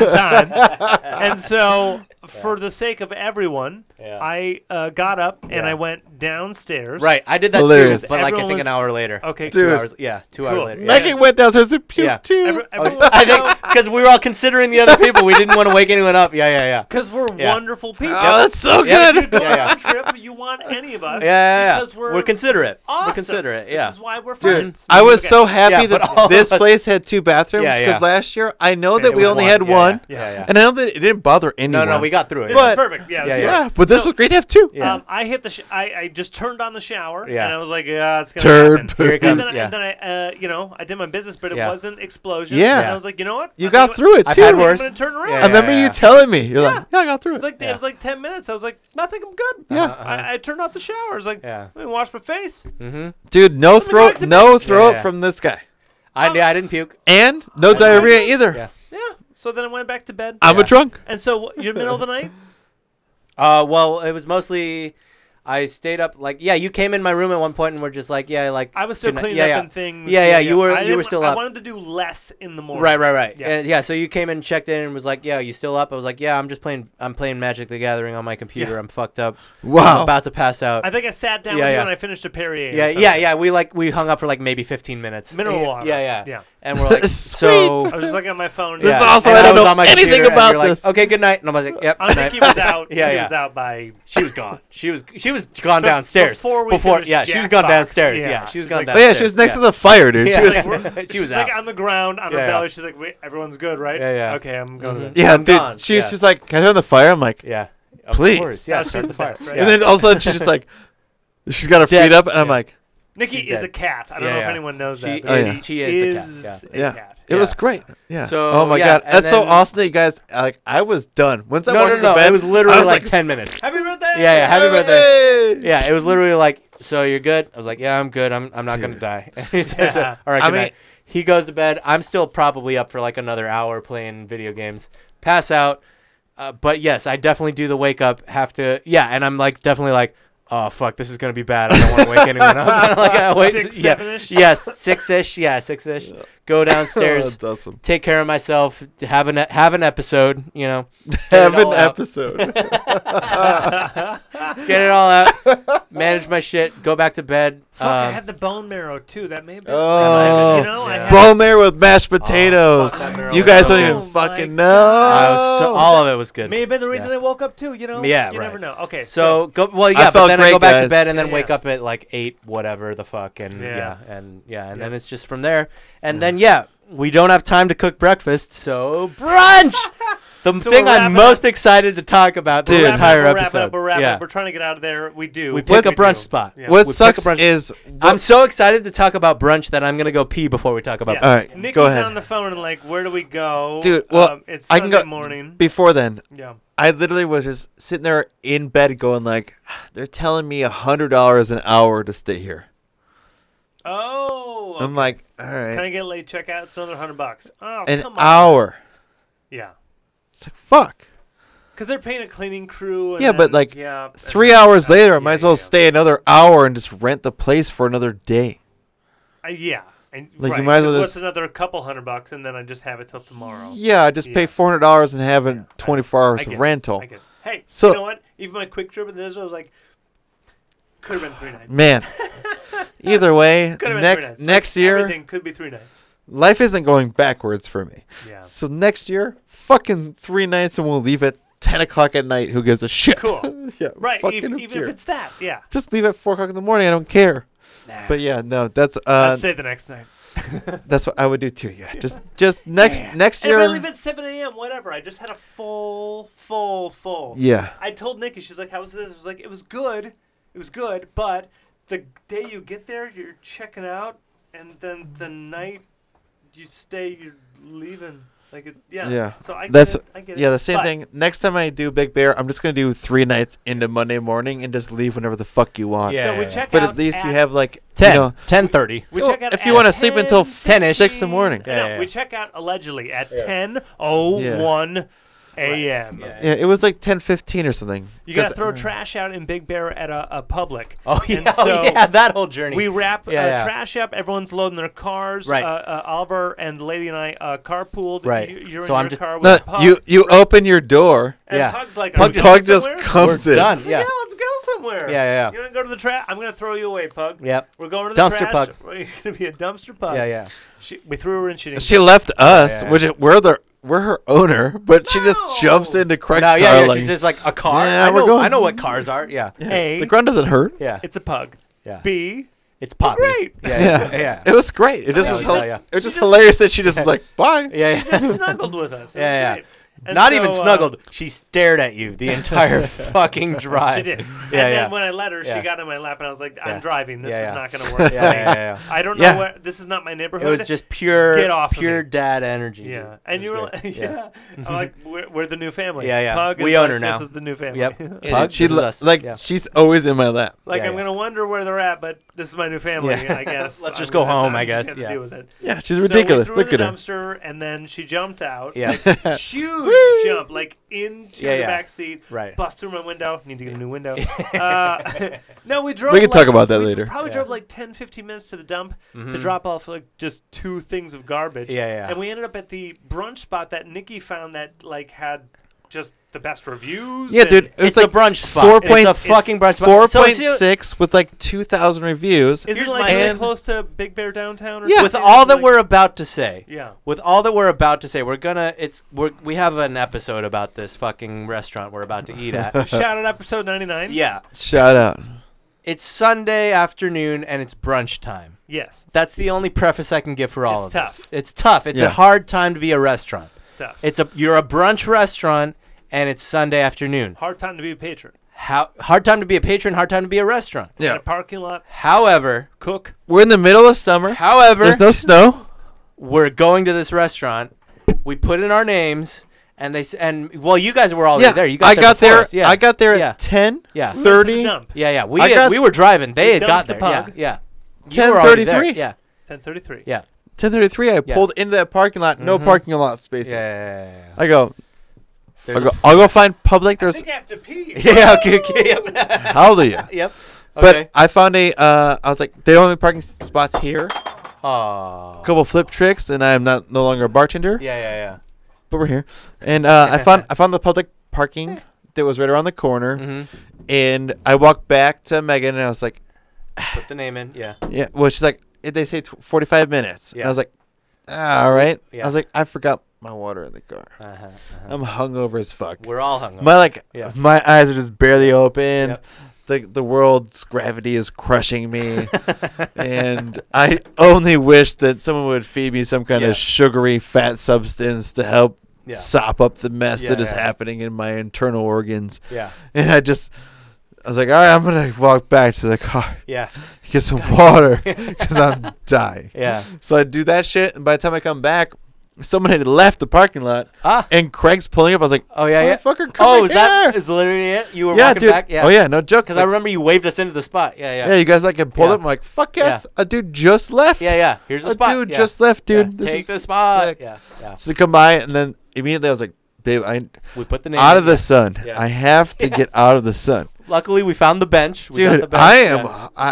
Speaker 1: time. And so, for the sake of everyone,
Speaker 2: Yeah.
Speaker 1: I uh, got up and
Speaker 2: Yeah.
Speaker 1: I went downstairs.
Speaker 2: Right, I did that
Speaker 3: Hilarious.
Speaker 2: too, but like I
Speaker 1: Everyone
Speaker 2: think
Speaker 1: was-
Speaker 2: an hour later.
Speaker 1: Okay,
Speaker 3: Dude.
Speaker 2: Two hours. Yeah, two
Speaker 1: Cool.
Speaker 2: hours later. Yeah.
Speaker 3: Megan went downstairs to puke
Speaker 2: Yeah.
Speaker 3: too.
Speaker 1: Every,
Speaker 2: Okay.
Speaker 1: everyone was
Speaker 2: I think because we were all considering the other people, we didn't want to wake anyone up. Yeah, yeah, yeah.
Speaker 1: Because we're
Speaker 2: Yeah.
Speaker 1: wonderful people.
Speaker 3: oh, that's so
Speaker 2: Yeah,
Speaker 3: good.
Speaker 1: Go on
Speaker 2: Yeah, yeah.
Speaker 1: a trip, you want any of us.
Speaker 2: Yeah, yeah, yeah.
Speaker 1: Because we're,
Speaker 2: we're considerate.
Speaker 1: awesome.
Speaker 2: We're considerate. Yeah.
Speaker 1: This is why we're
Speaker 3: Dude,
Speaker 1: friends.
Speaker 3: I was
Speaker 1: Okay.
Speaker 3: so happy
Speaker 2: Yeah, but all
Speaker 3: that
Speaker 2: of
Speaker 3: this
Speaker 2: us-
Speaker 3: place had two bathrooms
Speaker 2: Yeah,
Speaker 3: because
Speaker 2: yeah.
Speaker 3: last year I know
Speaker 1: it
Speaker 3: that we
Speaker 1: was
Speaker 3: only
Speaker 1: one.
Speaker 3: had
Speaker 2: Yeah,
Speaker 3: one,
Speaker 2: Yeah, yeah. yeah.
Speaker 3: and I know that it didn't bother
Speaker 2: no,
Speaker 3: anyone.
Speaker 2: no, we got through it.
Speaker 1: This
Speaker 3: but-
Speaker 1: is perfect. Yeah,
Speaker 2: Yeah,
Speaker 1: this is
Speaker 2: yeah.
Speaker 1: perfect.
Speaker 3: yeah, but this was great to have two.
Speaker 2: Yeah.
Speaker 1: Um, I hit the. Sh- I, I just turned on the shower,
Speaker 2: Yeah.
Speaker 1: and I was like, "Yeah, it's gonna
Speaker 3: Turd
Speaker 1: happen."
Speaker 3: poop. Here it
Speaker 1: and
Speaker 2: comes,
Speaker 1: then, I-
Speaker 2: yeah.
Speaker 1: and then I, uh, you know, I did my business, but it
Speaker 2: Yeah.
Speaker 1: wasn't explosions.
Speaker 3: Yeah.
Speaker 1: and I was like, you know what?
Speaker 3: You
Speaker 1: I
Speaker 3: got
Speaker 1: think
Speaker 3: through it
Speaker 2: I've
Speaker 3: too.
Speaker 2: had
Speaker 1: I'm
Speaker 2: worse.
Speaker 1: gonna turn around.
Speaker 2: Yeah,
Speaker 3: I remember
Speaker 2: yeah,
Speaker 3: you
Speaker 2: yeah.
Speaker 3: telling me. You're like, yeah, I got
Speaker 1: It
Speaker 3: through
Speaker 1: was
Speaker 3: it.
Speaker 1: like it
Speaker 2: Yeah.
Speaker 1: was like ten minutes. I was like, I think I'm good.
Speaker 3: Yeah.
Speaker 2: uh-huh.
Speaker 1: I, I turned off the shower. I was like,
Speaker 2: Yeah.
Speaker 1: let me wash my face.
Speaker 2: Mm-hmm.
Speaker 3: Dude, no
Speaker 1: the
Speaker 3: throat,
Speaker 1: dogs have
Speaker 3: no throat
Speaker 2: yeah.
Speaker 3: from this guy,
Speaker 2: I
Speaker 1: oh.
Speaker 2: yeah, I didn't puke.
Speaker 3: and no
Speaker 1: the dogs
Speaker 3: diarrhea
Speaker 1: have-
Speaker 3: either.
Speaker 2: Yeah.
Speaker 1: Yeah. So then I went back to bed.
Speaker 3: I'm
Speaker 2: Yeah.
Speaker 3: a drunk.
Speaker 1: and so what, you're middle of the night.
Speaker 2: Uh, well, it was mostly. I stayed up like yeah. You came in my room at one point and were just like yeah, like
Speaker 1: I was still
Speaker 2: good night-
Speaker 1: cleaning
Speaker 2: yeah,
Speaker 1: up
Speaker 2: yeah.
Speaker 1: and things.
Speaker 2: Yeah, yeah, you were-
Speaker 1: I
Speaker 2: you
Speaker 1: didn't
Speaker 2: were
Speaker 1: wa-
Speaker 2: still
Speaker 1: I
Speaker 2: up.
Speaker 1: wanted to do less in the morning.
Speaker 2: Right, right, right.
Speaker 1: Yeah.
Speaker 2: Yeah. yeah, so you came in, checked in, and was like, "Yeah, you still up?" I was like, "Yeah, I'm just playing. I'm playing Magic: The Gathering on my computer.
Speaker 1: Yeah.
Speaker 2: I'm fucked up. I'm
Speaker 3: Wow.
Speaker 2: about to pass out."
Speaker 1: I think I sat down
Speaker 2: Yeah,
Speaker 1: with you
Speaker 2: yeah.
Speaker 1: and I finished a Perrier. or
Speaker 2: yeah,
Speaker 1: something.
Speaker 2: yeah, yeah. We like we hung up for like maybe 15 minutes.
Speaker 1: Mineral
Speaker 2: yeah,
Speaker 1: water.
Speaker 2: Yeah, yeah,
Speaker 1: Yeah.
Speaker 2: And we're like,
Speaker 3: Sweet.
Speaker 2: so.
Speaker 1: I was just looking at my phone.
Speaker 3: This
Speaker 2: yeah.
Speaker 3: is awesome.
Speaker 2: And
Speaker 3: I don't
Speaker 2: was
Speaker 3: know
Speaker 2: on my
Speaker 3: anything
Speaker 2: computer, and
Speaker 3: about
Speaker 2: you're like,
Speaker 3: this.
Speaker 2: okay, good night. And I was like, "Yep."
Speaker 1: I think
Speaker 2: night.
Speaker 1: he was out.
Speaker 2: Yeah,
Speaker 1: he
Speaker 2: yeah.
Speaker 1: was out by.
Speaker 2: She was gone. She was she was gone
Speaker 1: Bef-
Speaker 2: downstairs
Speaker 1: before we finished
Speaker 2: yeah, she was gone
Speaker 1: Jackbox.
Speaker 2: downstairs.
Speaker 1: Yeah.
Speaker 2: Yeah, she was
Speaker 1: She's
Speaker 2: gone
Speaker 1: like-
Speaker 3: Oh
Speaker 2: downstairs.
Speaker 3: yeah, she was next
Speaker 2: yeah.
Speaker 3: to the fire, dude.
Speaker 2: Yeah.
Speaker 3: She was
Speaker 1: Like, we're-
Speaker 2: She
Speaker 1: she's
Speaker 2: was
Speaker 1: like
Speaker 2: out.
Speaker 1: on the ground on her
Speaker 2: Yeah, yeah.
Speaker 1: belly. She's like, Wait, everyone's good, right?
Speaker 2: Yeah, yeah.
Speaker 1: Okay, I'm going.
Speaker 2: Mhm.
Speaker 1: To
Speaker 3: Yeah,
Speaker 2: I'm
Speaker 3: dude.
Speaker 2: gone.
Speaker 3: She was
Speaker 2: Yeah.
Speaker 3: just like, "Can I turn the fire?" I'm like,
Speaker 2: Yeah. Of
Speaker 3: Please.
Speaker 2: course, Yeah,
Speaker 1: No, she's
Speaker 2: start
Speaker 1: the
Speaker 2: the fire.
Speaker 1: best, right?
Speaker 2: Yeah.
Speaker 3: and then all of a sudden she's just like, she's got her
Speaker 2: Dead.
Speaker 3: feet up, and I'm like,
Speaker 1: Nikki
Speaker 2: She's
Speaker 1: is
Speaker 2: dead.
Speaker 1: a cat. I don't
Speaker 2: Yeah,
Speaker 1: know if
Speaker 2: yeah.
Speaker 1: anyone knows
Speaker 2: She
Speaker 1: that. but
Speaker 3: is-
Speaker 1: Nikki
Speaker 2: she is a cat,
Speaker 1: a
Speaker 3: yeah,
Speaker 1: cat.
Speaker 3: it
Speaker 2: Yeah.
Speaker 3: was great. Yeah.
Speaker 2: So,
Speaker 3: oh my
Speaker 2: yeah,
Speaker 3: god,
Speaker 2: and
Speaker 3: that's so
Speaker 2: then-
Speaker 3: awesome that you guys like. I was done. Once I
Speaker 2: No,
Speaker 3: walked
Speaker 2: no,
Speaker 3: into
Speaker 2: no.
Speaker 3: bed,
Speaker 2: It was literally
Speaker 3: I was
Speaker 2: like 10 minutes.
Speaker 1: Happy birthday!
Speaker 2: Yeah, yeah. Happy birthday.
Speaker 3: birthday.
Speaker 2: Yeah, it was literally like, so you're good. I was like, yeah, I'm good. I'm, I'm not gonna
Speaker 3: Dude.
Speaker 2: die. he says, uh,
Speaker 1: Yeah.
Speaker 2: all right,
Speaker 3: I
Speaker 2: good
Speaker 3: mean-
Speaker 2: night. He goes to bed. I'm still probably up for like another hour playing video games. Pass out. Uh, but yes, I definitely do the wake up. Have to, yeah. And I'm like, definitely like, oh fuck, this is gonna be bad. I don't want to wake anyone up. like, I wait,
Speaker 1: Six,
Speaker 2: yeah,
Speaker 1: seven-ish?
Speaker 2: yes, six ish. Yeah, six ish. Go
Speaker 3: Oh,
Speaker 2: downstairs.
Speaker 3: that's awesome.
Speaker 2: Take care of myself. Have an have an episode. You know,
Speaker 3: Have
Speaker 2: it
Speaker 3: an
Speaker 2: all out.
Speaker 3: episode.
Speaker 2: get it all out. manage my shit. Go back to bed.
Speaker 1: Fuck, I
Speaker 2: um,
Speaker 1: had the bone marrow too. That may have been.
Speaker 3: Oh.
Speaker 1: you know, I
Speaker 2: Yeah.
Speaker 1: had
Speaker 3: Bone marrow with mashed potatoes.
Speaker 2: Oh, fuck, that marrow
Speaker 3: you
Speaker 2: was
Speaker 3: guys
Speaker 2: so
Speaker 3: don't
Speaker 1: good.
Speaker 3: even
Speaker 1: Oh my
Speaker 3: fucking know.
Speaker 2: I was so- oh, all of it was good.
Speaker 1: May have been the reason I woke up too. You know.
Speaker 2: Yeah,
Speaker 1: You
Speaker 2: right.
Speaker 1: never know. Okay.
Speaker 2: So go well, yeah. But
Speaker 3: felt
Speaker 2: then I
Speaker 3: great,
Speaker 2: go back
Speaker 3: guys.
Speaker 2: to bed and then
Speaker 1: Yeah.
Speaker 2: wake up at like eight, whatever the fuck, and
Speaker 1: Yeah.
Speaker 2: yeah, and yeah, and then
Speaker 1: Yeah.
Speaker 2: it's just from there. And then yeah, we don't have time to cook breakfast, so brunch. the
Speaker 1: So
Speaker 2: thing
Speaker 1: we're
Speaker 2: I'm
Speaker 1: wrapping
Speaker 2: most excited to talk about the
Speaker 3: Dude.
Speaker 1: We're
Speaker 2: entire
Speaker 1: wrapping up,
Speaker 2: episode.
Speaker 1: We're wrapping up. We're wrapping
Speaker 2: yeah.
Speaker 1: up. We're trying to get out of there. We do.
Speaker 2: We pick
Speaker 1: do.
Speaker 2: a brunch spot.
Speaker 1: Yeah.
Speaker 3: What
Speaker 2: We pick
Speaker 3: sucks
Speaker 2: a brunch-
Speaker 3: is
Speaker 2: I'm so excited to talk about brunch that I'm gonna go pee before we talk about.
Speaker 1: Yeah.
Speaker 3: All right,
Speaker 1: Nikki's
Speaker 3: go ahead.
Speaker 1: on the phone and like, where do we go?
Speaker 3: Dude, well,
Speaker 1: um, it's
Speaker 3: I
Speaker 1: Sunday
Speaker 3: can go-
Speaker 1: morning.
Speaker 3: before then.
Speaker 1: yeah.
Speaker 3: I literally was just sitting there in bed, going like, "They're telling me a hundred dollars an hour to stay here."
Speaker 1: Oh.
Speaker 3: I'm like, "All
Speaker 1: Can I
Speaker 3: right,
Speaker 1: get late checkout? It's another hundred bucks. Oh,
Speaker 3: an
Speaker 1: come on.
Speaker 3: hour."
Speaker 1: Yeah.
Speaker 3: It's like, "Fuck."
Speaker 1: because they're paying a cleaning crew. And
Speaker 3: Yeah, but,
Speaker 1: then-
Speaker 3: like,
Speaker 1: yeah, and
Speaker 3: Three
Speaker 1: then-
Speaker 3: hours later, I might
Speaker 1: yeah,
Speaker 3: as well
Speaker 1: yeah.
Speaker 3: stay another hour and just rent the place for another day.
Speaker 1: Uh, yeah, and,
Speaker 3: Like, you
Speaker 1: right,
Speaker 3: might as well
Speaker 1: 'cause what's
Speaker 3: just-
Speaker 1: another couple hundred bucks, and then I just have it till tomorrow.
Speaker 3: Yeah, I just
Speaker 1: Yeah.
Speaker 3: pay four hundred dollars and have it twenty four
Speaker 1: I
Speaker 3: hours
Speaker 1: get
Speaker 3: of
Speaker 1: it,
Speaker 3: rental.
Speaker 1: I get it. Hey,
Speaker 3: So-
Speaker 1: you know what? Even my quick trip in this I was like, could have been three nights.
Speaker 3: Man. Either way,
Speaker 1: Could've been three
Speaker 3: next
Speaker 1: nights.
Speaker 3: next year,
Speaker 1: Everything could be three nights.
Speaker 3: life isn't going backwards for me.
Speaker 1: Yeah.
Speaker 3: So next year, fucking three nights, and we'll leave at ten o'clock at night. Who gives a shit?
Speaker 1: Cool.
Speaker 3: yeah,
Speaker 1: Right.
Speaker 3: Fucking
Speaker 1: Even,
Speaker 3: who
Speaker 1: even if
Speaker 3: cares?
Speaker 1: it's that. Yeah.
Speaker 3: just leave at four o'clock in the morning. I don't care. But yeah, no, that's
Speaker 1: I'll
Speaker 3: uh,
Speaker 1: say the next night.
Speaker 3: that's what I would do too. Yeah, just just next next
Speaker 1: And if
Speaker 3: year.
Speaker 1: I leave at 7 a.m., whatever. I just had a full, full, full.
Speaker 3: Yeah.
Speaker 1: I told Nikki, she's like, how was this? I was like, it was good. It was good, but the day you get there, you're checking out, and then the night you stay, you're leaving. Like, it, yeah.
Speaker 3: Yeah.
Speaker 1: So I get
Speaker 3: That's-
Speaker 1: it. I get it.
Speaker 3: Yeah, the same
Speaker 1: But
Speaker 3: thing. Next time I do Big Bear, I'm just gonna do three nights into Monday morning and just leave whenever the fuck you want.
Speaker 2: Yeah.
Speaker 1: So we check
Speaker 3: But
Speaker 1: out
Speaker 3: at least you
Speaker 1: at-
Speaker 3: have like
Speaker 2: Ten.
Speaker 3: You know,
Speaker 2: ten thirty.
Speaker 1: We
Speaker 3: Well,
Speaker 1: check out
Speaker 3: if you wanna
Speaker 1: at
Speaker 3: sleep until
Speaker 1: 10:15.
Speaker 3: 6 in the morning.
Speaker 1: No,
Speaker 2: Yeah, yeah,
Speaker 1: we
Speaker 2: yeah.
Speaker 1: check out allegedly at 10:01 a.m.
Speaker 3: yeah, it was like 10:15 or something.
Speaker 1: You gotta
Speaker 3: 'Cause-
Speaker 1: throw trash out in Big Bear at a, a public.
Speaker 2: uh, Oh
Speaker 1: And
Speaker 2: yeah,
Speaker 1: so
Speaker 2: oh, yeah, that whole journey.
Speaker 1: We wrap uh,
Speaker 2: Yeah, yeah.
Speaker 1: trash up. Everyone's loading their cars.
Speaker 2: Right.
Speaker 1: Uh, uh, Oliver and Lady and I uh, carpooled.
Speaker 2: Right.
Speaker 1: You, you're
Speaker 2: So
Speaker 1: in
Speaker 2: I'm
Speaker 1: your
Speaker 2: just-
Speaker 1: car with
Speaker 3: No,
Speaker 1: Pug.
Speaker 3: you you open your door.
Speaker 1: and
Speaker 2: Yeah.
Speaker 1: Pug's like,
Speaker 3: Pug,
Speaker 1: "Are we
Speaker 3: Pug
Speaker 1: going
Speaker 3: just
Speaker 1: somewhere?"
Speaker 3: comes
Speaker 2: We're
Speaker 3: in.
Speaker 2: done.
Speaker 1: Yeah.
Speaker 2: Yeah.
Speaker 1: let's go somewhere.
Speaker 2: Yeah, yeah,
Speaker 1: You're gonna go to the trash. I'm gonna throw you away, Pug.
Speaker 2: Yep.
Speaker 1: We're going to the
Speaker 2: Dumpster
Speaker 1: trash.
Speaker 2: Pug.
Speaker 1: We're gonna be a dumpster Pug.
Speaker 2: Yeah, yeah.
Speaker 1: She, we threw her in. She didn't.
Speaker 3: She left us,
Speaker 2: Yeah, yeah.
Speaker 3: which is- we're the we're her owner, but she just jumps
Speaker 1: No.
Speaker 3: into Craig's
Speaker 2: No, yeah,
Speaker 3: car
Speaker 2: yeah.
Speaker 3: like
Speaker 2: She's just like a car.
Speaker 3: Yeah,
Speaker 2: I
Speaker 3: we're
Speaker 2: know,
Speaker 3: going-
Speaker 2: I know what cars are. Yeah, yeah.
Speaker 1: a.
Speaker 3: the ground doesn't hurt.
Speaker 1: It's a pug.
Speaker 2: yeah.
Speaker 1: B.
Speaker 2: It's poppy.
Speaker 1: Great.
Speaker 2: Yeah, yeah,
Speaker 3: It was great. It just
Speaker 1: Yeah,
Speaker 3: was
Speaker 1: yeah,
Speaker 3: hel-
Speaker 2: yeah.
Speaker 3: it was
Speaker 1: She
Speaker 3: just
Speaker 1: just-
Speaker 3: hilarious that she just was like, "Bye."
Speaker 2: yeah.
Speaker 1: She
Speaker 2: yeah.
Speaker 1: just snuggled with us. It was
Speaker 2: Yeah, yeah.
Speaker 1: great. And
Speaker 2: Not even
Speaker 1: so, uh,
Speaker 2: snuggled. she stared at you the entire fucking drive.
Speaker 1: She did. and
Speaker 2: Yeah, yeah.
Speaker 1: then when I let her,
Speaker 2: Yeah.
Speaker 1: she got in my lap, and I was like, "I'm
Speaker 2: Yeah.
Speaker 1: driving. This
Speaker 2: Yeah,
Speaker 1: is
Speaker 2: yeah.
Speaker 1: not gonna work."
Speaker 2: Yeah, yeah, yeah,
Speaker 1: I don't
Speaker 3: Yeah.
Speaker 1: know where this is not my neighborhood.
Speaker 2: yeah. It was just pure,
Speaker 1: Get off of
Speaker 2: pure
Speaker 1: me.
Speaker 2: dad energy.
Speaker 1: yeah,
Speaker 2: It
Speaker 1: and
Speaker 2: was
Speaker 1: you were
Speaker 2: great.
Speaker 1: like, yeah, I'm like we're, we're the new family.
Speaker 2: Yeah, yeah.
Speaker 1: Pug
Speaker 2: We
Speaker 1: is
Speaker 2: own
Speaker 1: like,
Speaker 2: her now.
Speaker 1: This is the new family.
Speaker 2: Yep.
Speaker 3: And
Speaker 2: Pug,
Speaker 3: she
Speaker 2: this is
Speaker 3: lo-
Speaker 2: us.
Speaker 3: like
Speaker 2: Yeah.
Speaker 3: she's always in my lap.
Speaker 1: like
Speaker 2: Yeah,
Speaker 1: I'm
Speaker 2: yeah.
Speaker 1: gonna wonder where they're at, but this is my new family.
Speaker 2: Yeah.
Speaker 1: I guess
Speaker 2: Let's
Speaker 1: I'm
Speaker 2: just go
Speaker 1: gonna- I'm
Speaker 2: home, I
Speaker 1: just
Speaker 2: guess.
Speaker 1: gonna
Speaker 2: Yeah.
Speaker 1: Deal with it.
Speaker 3: Yeah, she's
Speaker 1: So we
Speaker 3: ridiculous.
Speaker 1: threw
Speaker 3: Look at
Speaker 1: in the
Speaker 3: her.
Speaker 1: dumpster, and then she jumped out.
Speaker 2: Yeah.
Speaker 1: huge jump, like into
Speaker 2: Yeah,
Speaker 1: the
Speaker 2: yeah.
Speaker 1: back seat.
Speaker 2: Right.
Speaker 1: Bust through my window. Need to get a new window. uh, no, we drove.
Speaker 3: We can
Speaker 1: like-
Speaker 3: talk about that
Speaker 1: we
Speaker 3: later.
Speaker 1: Probably
Speaker 2: Yeah. Mm-hmm.
Speaker 1: drove like 10, 15 minutes to the dump to drop off like just two things of garbage.
Speaker 2: Yeah, yeah.
Speaker 1: And we ended up at the brunch spot that Nikki found that like had just the best reviews.
Speaker 3: Yeah,
Speaker 1: and-
Speaker 3: dude. It's,
Speaker 2: It's,
Speaker 3: like
Speaker 2: a brunch spot.
Speaker 3: four
Speaker 2: it's
Speaker 3: point-
Speaker 2: a fucking brunch spot.
Speaker 3: four
Speaker 2: So
Speaker 3: point
Speaker 2: it's you-
Speaker 3: six with like two thousand
Speaker 1: Is
Speaker 3: reviews.
Speaker 1: it
Speaker 2: Here's
Speaker 1: like
Speaker 2: my-
Speaker 1: really
Speaker 3: And-
Speaker 1: close to Big Bear downtown? Or
Speaker 3: Yeah.
Speaker 1: something?
Speaker 2: With all
Speaker 1: It's
Speaker 2: that
Speaker 1: like-
Speaker 2: we're about to say,
Speaker 1: Yeah.
Speaker 2: with all that we're about to say, we're gonna. It's we're, we have an episode about this fucking restaurant we're about to eat at.
Speaker 1: Shout out episode 99.
Speaker 2: yeah,
Speaker 3: Shout out.
Speaker 2: it's Sunday afternoon and it's brunch time.
Speaker 1: Yes.
Speaker 2: That's the only preface I can give for all
Speaker 1: It's
Speaker 2: of
Speaker 1: tough.
Speaker 2: this. It's tough. It's
Speaker 3: Yeah.
Speaker 2: a hard time to be a restaurant.
Speaker 1: It's tough.
Speaker 2: It's a you're a brunch restaurant and it's Sunday afternoon.
Speaker 1: Hard time to be a patron.
Speaker 2: How hard time to be a patron, hard time to be a restaurant.
Speaker 1: In
Speaker 3: Yeah,
Speaker 1: a parking lot.
Speaker 2: However,
Speaker 1: Cook.
Speaker 3: we're in the middle of summer.
Speaker 2: however,
Speaker 3: There's no snow.
Speaker 2: we're going to this restaurant. We put in our names and they s- and well, you guys were all
Speaker 3: Yeah,
Speaker 2: Oh, there. You got
Speaker 3: I
Speaker 2: there
Speaker 3: got
Speaker 2: before
Speaker 3: there.
Speaker 2: us. Yeah.
Speaker 3: I got there
Speaker 2: Yeah.
Speaker 3: at ten
Speaker 2: Yeah.
Speaker 1: We went to the
Speaker 3: thirty.
Speaker 1: dump.
Speaker 2: yeah, yeah. We
Speaker 3: I
Speaker 2: had-
Speaker 3: got-
Speaker 2: we were driving. They
Speaker 1: We
Speaker 2: had
Speaker 1: dumped
Speaker 2: got
Speaker 1: the
Speaker 2: there. Yeah,
Speaker 1: pug.
Speaker 2: yeah. You were already
Speaker 3: 10:33.
Speaker 2: there. Yeah.
Speaker 1: 1033.
Speaker 2: Yeah.
Speaker 3: 10:33. I
Speaker 2: Yeah.
Speaker 3: pulled into that parking lot. No
Speaker 2: Mhm.
Speaker 3: parking lot spaces.
Speaker 2: Yeah. yeah, yeah,
Speaker 3: I go. I
Speaker 2: There's-
Speaker 3: go. I'll go find public. There's
Speaker 1: I have to pee.
Speaker 2: yeah. Yeah, okay, okay. Yep.
Speaker 3: how do you?
Speaker 2: yep.
Speaker 3: But
Speaker 2: Okay.
Speaker 3: I found a. Uh, I was like, they don't have parking s- spots here.
Speaker 2: Aw.
Speaker 3: A couple flip tricks, and I am not no longer a bartender.
Speaker 2: Yeah, yeah, yeah.
Speaker 3: But we're here, and uh, I found I found the public parking that was right around the corner,
Speaker 2: Mm-hmm.
Speaker 3: and I walked back to Megan, and I was like,
Speaker 2: Put the name in. Yeah.
Speaker 3: yeah. Well, she's like, "Eh, they say tw- 45 minutes. And
Speaker 2: Yeah.
Speaker 3: I was like, ah, all right.
Speaker 2: Yeah.
Speaker 3: I was like, I forgot my water in the car.
Speaker 2: Uh-huh, uh-huh.
Speaker 3: I'm hungover as fuck.
Speaker 2: We're all hungover.
Speaker 3: My like,
Speaker 2: Yeah.
Speaker 3: my eyes are just barely open.
Speaker 2: Yep.
Speaker 3: The, the world's gravity is crushing me, and I only wish that someone would feed me some kind
Speaker 2: Yeah.
Speaker 3: of sugary fat substance to help
Speaker 2: Yeah.
Speaker 3: sop up the mess
Speaker 2: Yeah,
Speaker 3: that is
Speaker 2: yeah.
Speaker 3: happening in my internal organs.
Speaker 2: yeah.
Speaker 3: And I just, I was like, all right, I'm gonna walk back to the car,
Speaker 2: Yeah.
Speaker 3: get some water, because I'm dying.
Speaker 2: Yeah.
Speaker 3: So I do that shit, and by the time I come back, someone had left the parking lot,
Speaker 2: Ah.
Speaker 3: and Craig's pulling up. I was like,
Speaker 2: Oh yeah, yeah.
Speaker 3: motherfucker, come
Speaker 2: Oh, is
Speaker 3: back
Speaker 2: that
Speaker 3: here.
Speaker 2: is literally it? You were
Speaker 3: yeah,
Speaker 2: walking
Speaker 3: dude.
Speaker 2: back. Yeah.
Speaker 3: Oh yeah, no joke.
Speaker 2: Because
Speaker 3: Like,
Speaker 2: I remember you waved us into the spot. Yeah, yeah.
Speaker 3: Yeah, you guys like I pulled
Speaker 2: Yeah.
Speaker 3: up. I'm like, fuck
Speaker 2: Yeah.
Speaker 3: yes, a dude just left.
Speaker 2: yeah, yeah. Here's the
Speaker 3: a
Speaker 2: spot.
Speaker 3: Uh, dude
Speaker 2: yeah.
Speaker 3: just left,
Speaker 2: Yeah.
Speaker 3: dude. This
Speaker 2: Take
Speaker 3: is
Speaker 2: the spot.
Speaker 3: sick.
Speaker 2: Yeah. Yeah.
Speaker 3: So they come by, and then immediately I was like, Dave, I
Speaker 2: We put the name
Speaker 3: out
Speaker 2: in
Speaker 3: of the
Speaker 2: there.
Speaker 3: sun.
Speaker 2: Yeah.
Speaker 3: I have to get out of the sun,
Speaker 2: Luckily, we found the bench. We got the
Speaker 3: dude.
Speaker 2: bench.
Speaker 3: I am.
Speaker 2: Yeah.
Speaker 3: I,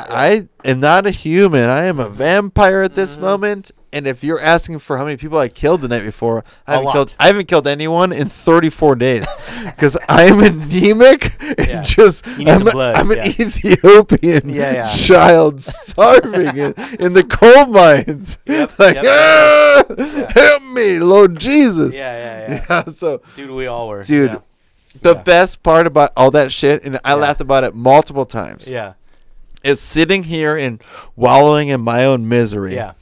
Speaker 3: I am not a human. I am a vampire at this moment. And if you're asking for how many people I killed the night before, I haven't
Speaker 10: lot.
Speaker 3: killed. I haven't killed anyone in 34 days because I'm anemic and
Speaker 10: Yeah.
Speaker 3: just.
Speaker 10: You need
Speaker 3: I'm,
Speaker 10: some
Speaker 3: a-
Speaker 10: blood,
Speaker 3: I'm an
Speaker 10: yeah.
Speaker 3: Ethiopian
Speaker 10: Yeah, yeah.
Speaker 3: child starving in, in the coal mines. like,
Speaker 2: yep, yep.
Speaker 3: "Ah, help me, Lord Jesus.
Speaker 2: Yeah, yeah, yeah.
Speaker 3: Yeah, so
Speaker 2: Dude, we all were.
Speaker 3: dude
Speaker 2: Yeah.
Speaker 3: the
Speaker 10: Yeah.
Speaker 3: best part about all that shit and i laughed about it multiple times
Speaker 2: Yeah.
Speaker 3: is sitting here and wallowing in my own misery
Speaker 2: Yeah.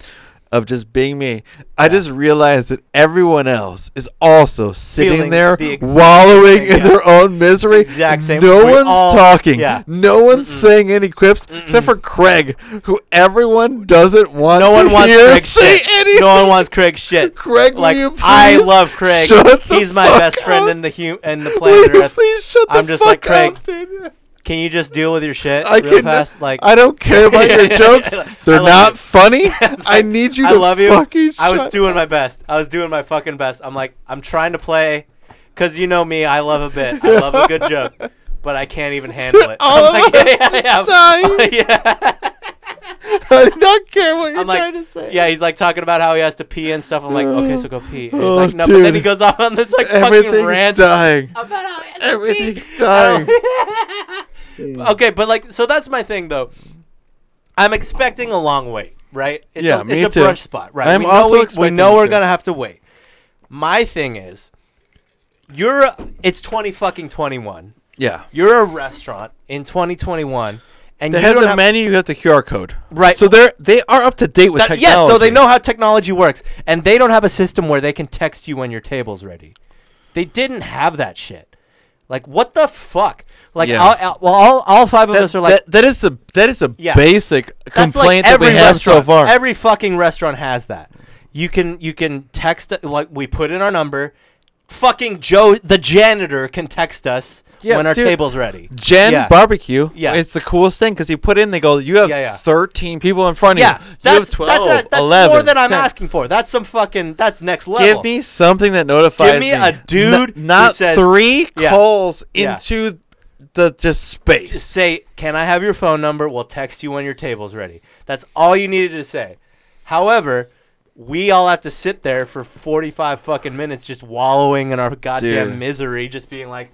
Speaker 3: of just being me i just realized that everyone else is also sitting
Speaker 2: Feeling
Speaker 3: there
Speaker 2: the exact
Speaker 3: wallowing
Speaker 2: thing,
Speaker 3: in
Speaker 2: yeah.
Speaker 3: their own misery
Speaker 2: Exact same-
Speaker 3: no
Speaker 2: we
Speaker 3: one's
Speaker 2: all-
Speaker 3: talking
Speaker 2: yeah.
Speaker 3: no one's saying any quips except for craig who everyone doesn't want
Speaker 2: No
Speaker 3: to
Speaker 2: one wants
Speaker 3: hear
Speaker 2: Craig's
Speaker 3: say
Speaker 2: shit.
Speaker 3: anything
Speaker 2: No one wants Craig's shit.
Speaker 3: Craig, will
Speaker 2: like
Speaker 3: you please
Speaker 2: I love Craig.
Speaker 3: shut the
Speaker 2: He's my
Speaker 3: fuck
Speaker 2: best friend
Speaker 3: up?
Speaker 2: in the hu- and the
Speaker 3: Will
Speaker 2: planet
Speaker 3: you
Speaker 2: Earth.
Speaker 3: please shut the
Speaker 2: I'm just
Speaker 3: fuck
Speaker 2: like, Craig,
Speaker 3: up, dude?
Speaker 2: Can you just deal with your shit
Speaker 3: I
Speaker 2: real
Speaker 3: can.
Speaker 2: fast? Like
Speaker 3: I don't care about your jokes. They're
Speaker 2: love
Speaker 3: not
Speaker 2: you.
Speaker 3: funny. I need you
Speaker 2: I
Speaker 3: to
Speaker 2: love you.
Speaker 3: fucking shut.
Speaker 2: I was doing my best. I was doing my fucking best. I'm like, I'm trying to play, cause you know me. I love a bit. I love a good joke, but I can't even handle it.
Speaker 3: all
Speaker 2: I'm
Speaker 3: of
Speaker 2: like, yeah, yeah,
Speaker 3: dying.
Speaker 2: yeah. yeah.
Speaker 3: I do not care what you're
Speaker 2: I'm like,
Speaker 3: trying to say.
Speaker 2: Yeah, he's like talking about how he has to pee and stuff. I'm like, okay, so go pee. And he's
Speaker 3: Uh, Oh,
Speaker 2: like, no, but then he
Speaker 3: dude.
Speaker 2: goes off on this like fucking
Speaker 3: everything's
Speaker 2: rant.
Speaker 3: dying. Everything's dying.
Speaker 2: Okay, but like, so that's my thing though. I'm expecting a long wait, right? It's
Speaker 3: Yeah,
Speaker 2: a,
Speaker 3: me
Speaker 2: it's
Speaker 3: too.
Speaker 2: a brunch spot, right?
Speaker 3: I'm
Speaker 2: we know
Speaker 3: also
Speaker 2: we,
Speaker 3: expecting
Speaker 2: we know
Speaker 3: it
Speaker 2: we're
Speaker 3: too.
Speaker 2: gonna have to wait. My thing is, you're a- it's twenty fucking twenty one.
Speaker 3: Yeah.
Speaker 2: You're a restaurant in 2021, and
Speaker 3: It
Speaker 2: you
Speaker 3: has
Speaker 2: don't
Speaker 3: a
Speaker 2: have,
Speaker 3: menu. You have the QR code.
Speaker 2: Right.
Speaker 3: So they're they are up to date with
Speaker 2: that,
Speaker 3: technology.
Speaker 2: yes, so they know how technology works, and they don't have a system where they can text you when your table's ready. They didn't have that shit. Like what the fuck? Like
Speaker 3: Yeah.
Speaker 2: all, all, well, all, all five of
Speaker 3: That,
Speaker 2: us are like
Speaker 3: that- that is the that is a
Speaker 2: Yeah.
Speaker 3: basic
Speaker 2: that's like
Speaker 3: complaint that
Speaker 2: every
Speaker 3: we have
Speaker 2: restaurant.
Speaker 3: so far.
Speaker 2: Every fucking restaurant has that. You can you can text like we put in our number. Fucking Joe, the janitor, can text us
Speaker 3: Yeah,
Speaker 2: when our
Speaker 3: dude.
Speaker 2: table's ready.
Speaker 3: Jen
Speaker 2: Yeah.
Speaker 3: Barbecue.
Speaker 2: Yeah.
Speaker 3: It's the coolest thing because you put in, they go, you have
Speaker 2: Yeah, yeah.
Speaker 3: 13 people in front of
Speaker 2: Yeah,
Speaker 3: you. You
Speaker 2: that's
Speaker 3: have 12,
Speaker 2: that's, a, that's
Speaker 3: 11,
Speaker 2: more than I'm
Speaker 3: 10.
Speaker 2: asking for. That's some fucking that's next level.
Speaker 3: Give me something that notifies
Speaker 2: Give me a dude
Speaker 3: N-
Speaker 2: who
Speaker 3: not
Speaker 2: says-
Speaker 3: three
Speaker 2: Yeah.
Speaker 3: calls
Speaker 2: Yeah.
Speaker 3: into the just space.
Speaker 2: say, "Can I have your phone number? We'll text you when your table's ready." That's all you needed to say. However, we all have to sit there for 45 fucking minutes just wallowing in our goddamn
Speaker 3: Dude.
Speaker 2: misery, just being like,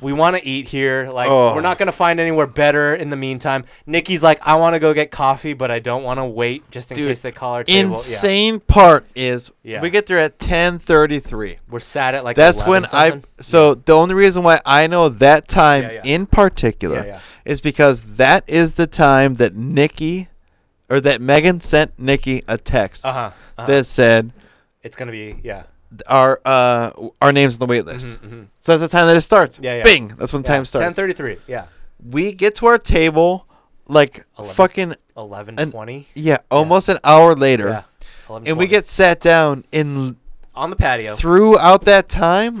Speaker 2: "We want to eat here. Like,
Speaker 3: Oh.
Speaker 2: we're not gonna find anywhere better in the meantime." Nikki's like, "I want to go get coffee, but I don't want to wait just in
Speaker 3: Dude,
Speaker 2: case they call our table." Yeah.
Speaker 3: Insane part is
Speaker 2: Yeah.
Speaker 3: we get there at 10:33.
Speaker 2: We're sad at like.
Speaker 3: That's when I. So the only reason why I know that time
Speaker 2: Yeah, yeah.
Speaker 3: in particular
Speaker 2: Yeah, yeah.
Speaker 3: is because that is the time that Nikki, or that Megan sent Nikki a text
Speaker 2: Uh huh.
Speaker 3: that said
Speaker 2: It's gonna be yeah.
Speaker 3: our uh our names on the wait list. So that's the time that it starts.
Speaker 2: Mm-hmm. Yeah, yeah.
Speaker 3: Bing. That's when time
Speaker 2: Ten
Speaker 3: starts.
Speaker 2: thirty three. Yeah.
Speaker 3: we get to our table like
Speaker 2: Eleven.
Speaker 3: fucking
Speaker 2: Eleven
Speaker 3: And-
Speaker 2: twenty.
Speaker 3: yeah, almost an hour later.
Speaker 2: Yeah. 11:20.
Speaker 3: And we get sat down and
Speaker 2: on the patio.
Speaker 3: l- throughout that time,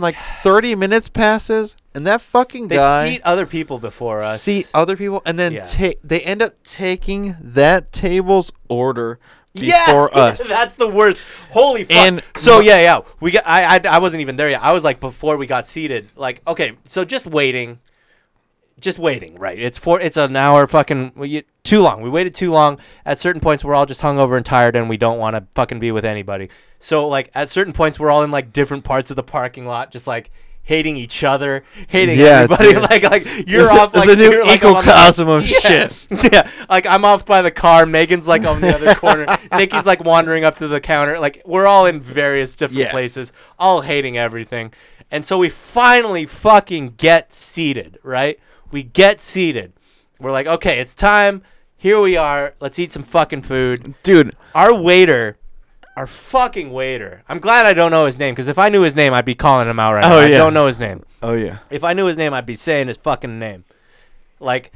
Speaker 3: like 30 minutes passes and that fucking
Speaker 2: They
Speaker 3: guy
Speaker 2: seat other people before us.
Speaker 3: see other people and then
Speaker 2: Yeah.
Speaker 3: ta- they end up taking that table's order
Speaker 2: Yeah,
Speaker 3: before us.
Speaker 2: That's the worst. Holy fuck.
Speaker 3: And-
Speaker 2: so yeah, yeah. We got. I, I I wasn't even there yet. I was like before we got seated. Like okay, so just waiting, just waiting. Right. It's for it's an hour. Fucking we, you- too long. We waited too long. At certain points, we're all just hungover and tired, and we don't want to fucking be with anybody. So like at certain points, we're all in like different parts of the parking lot, just like. Hating each other, hating
Speaker 3: Yeah,
Speaker 2: everybody.
Speaker 3: dude.
Speaker 2: Like, like you're
Speaker 3: It's a-
Speaker 2: off.
Speaker 3: it's
Speaker 2: like,
Speaker 3: a new
Speaker 2: you're, like, I'm on the-
Speaker 3: ecosystem of shit.
Speaker 2: yeah, like I'm off by the car. Megan's like on the other corner. Nikki's like wandering up to the counter. Like we're all in various different
Speaker 3: Yes.
Speaker 2: places, all hating everything. And so we finally fucking get seated, right? We get seated. We're like, okay, it's time. Here we are. Let's eat some fucking food.
Speaker 3: Dude,
Speaker 2: Our waiter, our fucking waiter. I'm glad I don't know his name because if I knew his name, I'd be calling him out right now.
Speaker 3: Oh,
Speaker 2: I
Speaker 3: yeah.
Speaker 2: don't know his name.
Speaker 3: oh yeah.
Speaker 2: If I knew his name, I'd be saying his fucking name. Like,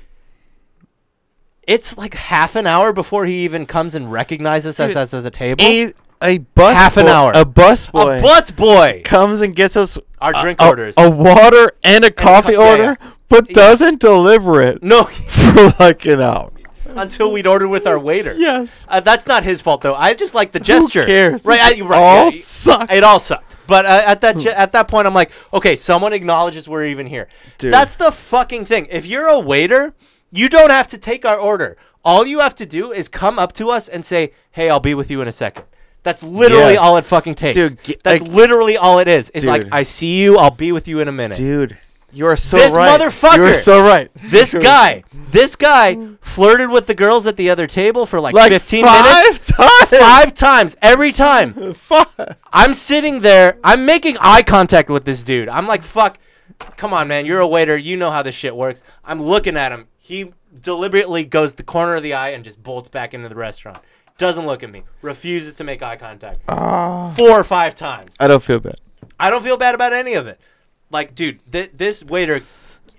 Speaker 2: it's like half an hour before he even comes and recognizes
Speaker 3: Dude,
Speaker 2: us as, as a table.
Speaker 3: A a bus
Speaker 2: Half an
Speaker 3: boy-
Speaker 2: hour.
Speaker 3: A bus boy
Speaker 2: a bus boy.
Speaker 3: comes and gets us
Speaker 2: Our
Speaker 3: a-
Speaker 2: drink
Speaker 3: a,
Speaker 2: orders.
Speaker 3: a water and a coffee
Speaker 2: yeah,
Speaker 3: order,
Speaker 2: yeah.
Speaker 3: but doesn't deliver it
Speaker 2: no,
Speaker 3: for like an hour.
Speaker 2: until we'd order with our waiter.
Speaker 3: Yes.
Speaker 2: Uh, that's not his fault though. I just like the gesture.
Speaker 3: Who cares?
Speaker 2: Right. I,
Speaker 3: It
Speaker 2: right
Speaker 3: all Hmm.
Speaker 2: yeah,
Speaker 3: suck.
Speaker 2: It all sucked. But uh, at that ge- at that point, I'm like, okay, someone acknowledges we're even here.
Speaker 3: Dude.
Speaker 2: That's the fucking thing. If you're a waiter, you don't have to take our order. All you have to do is come up to us and say, "Hey, I'll be with you in a second. That's literally
Speaker 3: Yes.
Speaker 2: all it fucking takes.
Speaker 3: Dude, ge-
Speaker 2: That's
Speaker 3: like-
Speaker 2: literally all it is. It's like,
Speaker 3: Dude.
Speaker 2: I see you. I'll be with you in a minute.
Speaker 3: Dude, you are so
Speaker 2: This
Speaker 3: right. You
Speaker 2: motherfucker.
Speaker 3: are so right.
Speaker 2: This
Speaker 3: You are
Speaker 2: guy, this guy flirted with the girls at the other table for like,
Speaker 3: like
Speaker 2: 15
Speaker 3: five
Speaker 2: minutes,
Speaker 3: times.
Speaker 2: five times, every time.
Speaker 3: Five.
Speaker 2: I'm sitting there. I'm making eye contact with this dude. I'm like, fuck. Come on, man. You're a waiter. You know how this shit works. I'm looking at him. He deliberately goes the corner of the eye and just bolts back into the restaurant. Doesn't look at me. Refuses to make eye contact.
Speaker 3: Ah.
Speaker 2: Four or five times.
Speaker 3: I don't feel bad.
Speaker 2: I don't feel bad about any of it. Like, dude, th- this waiter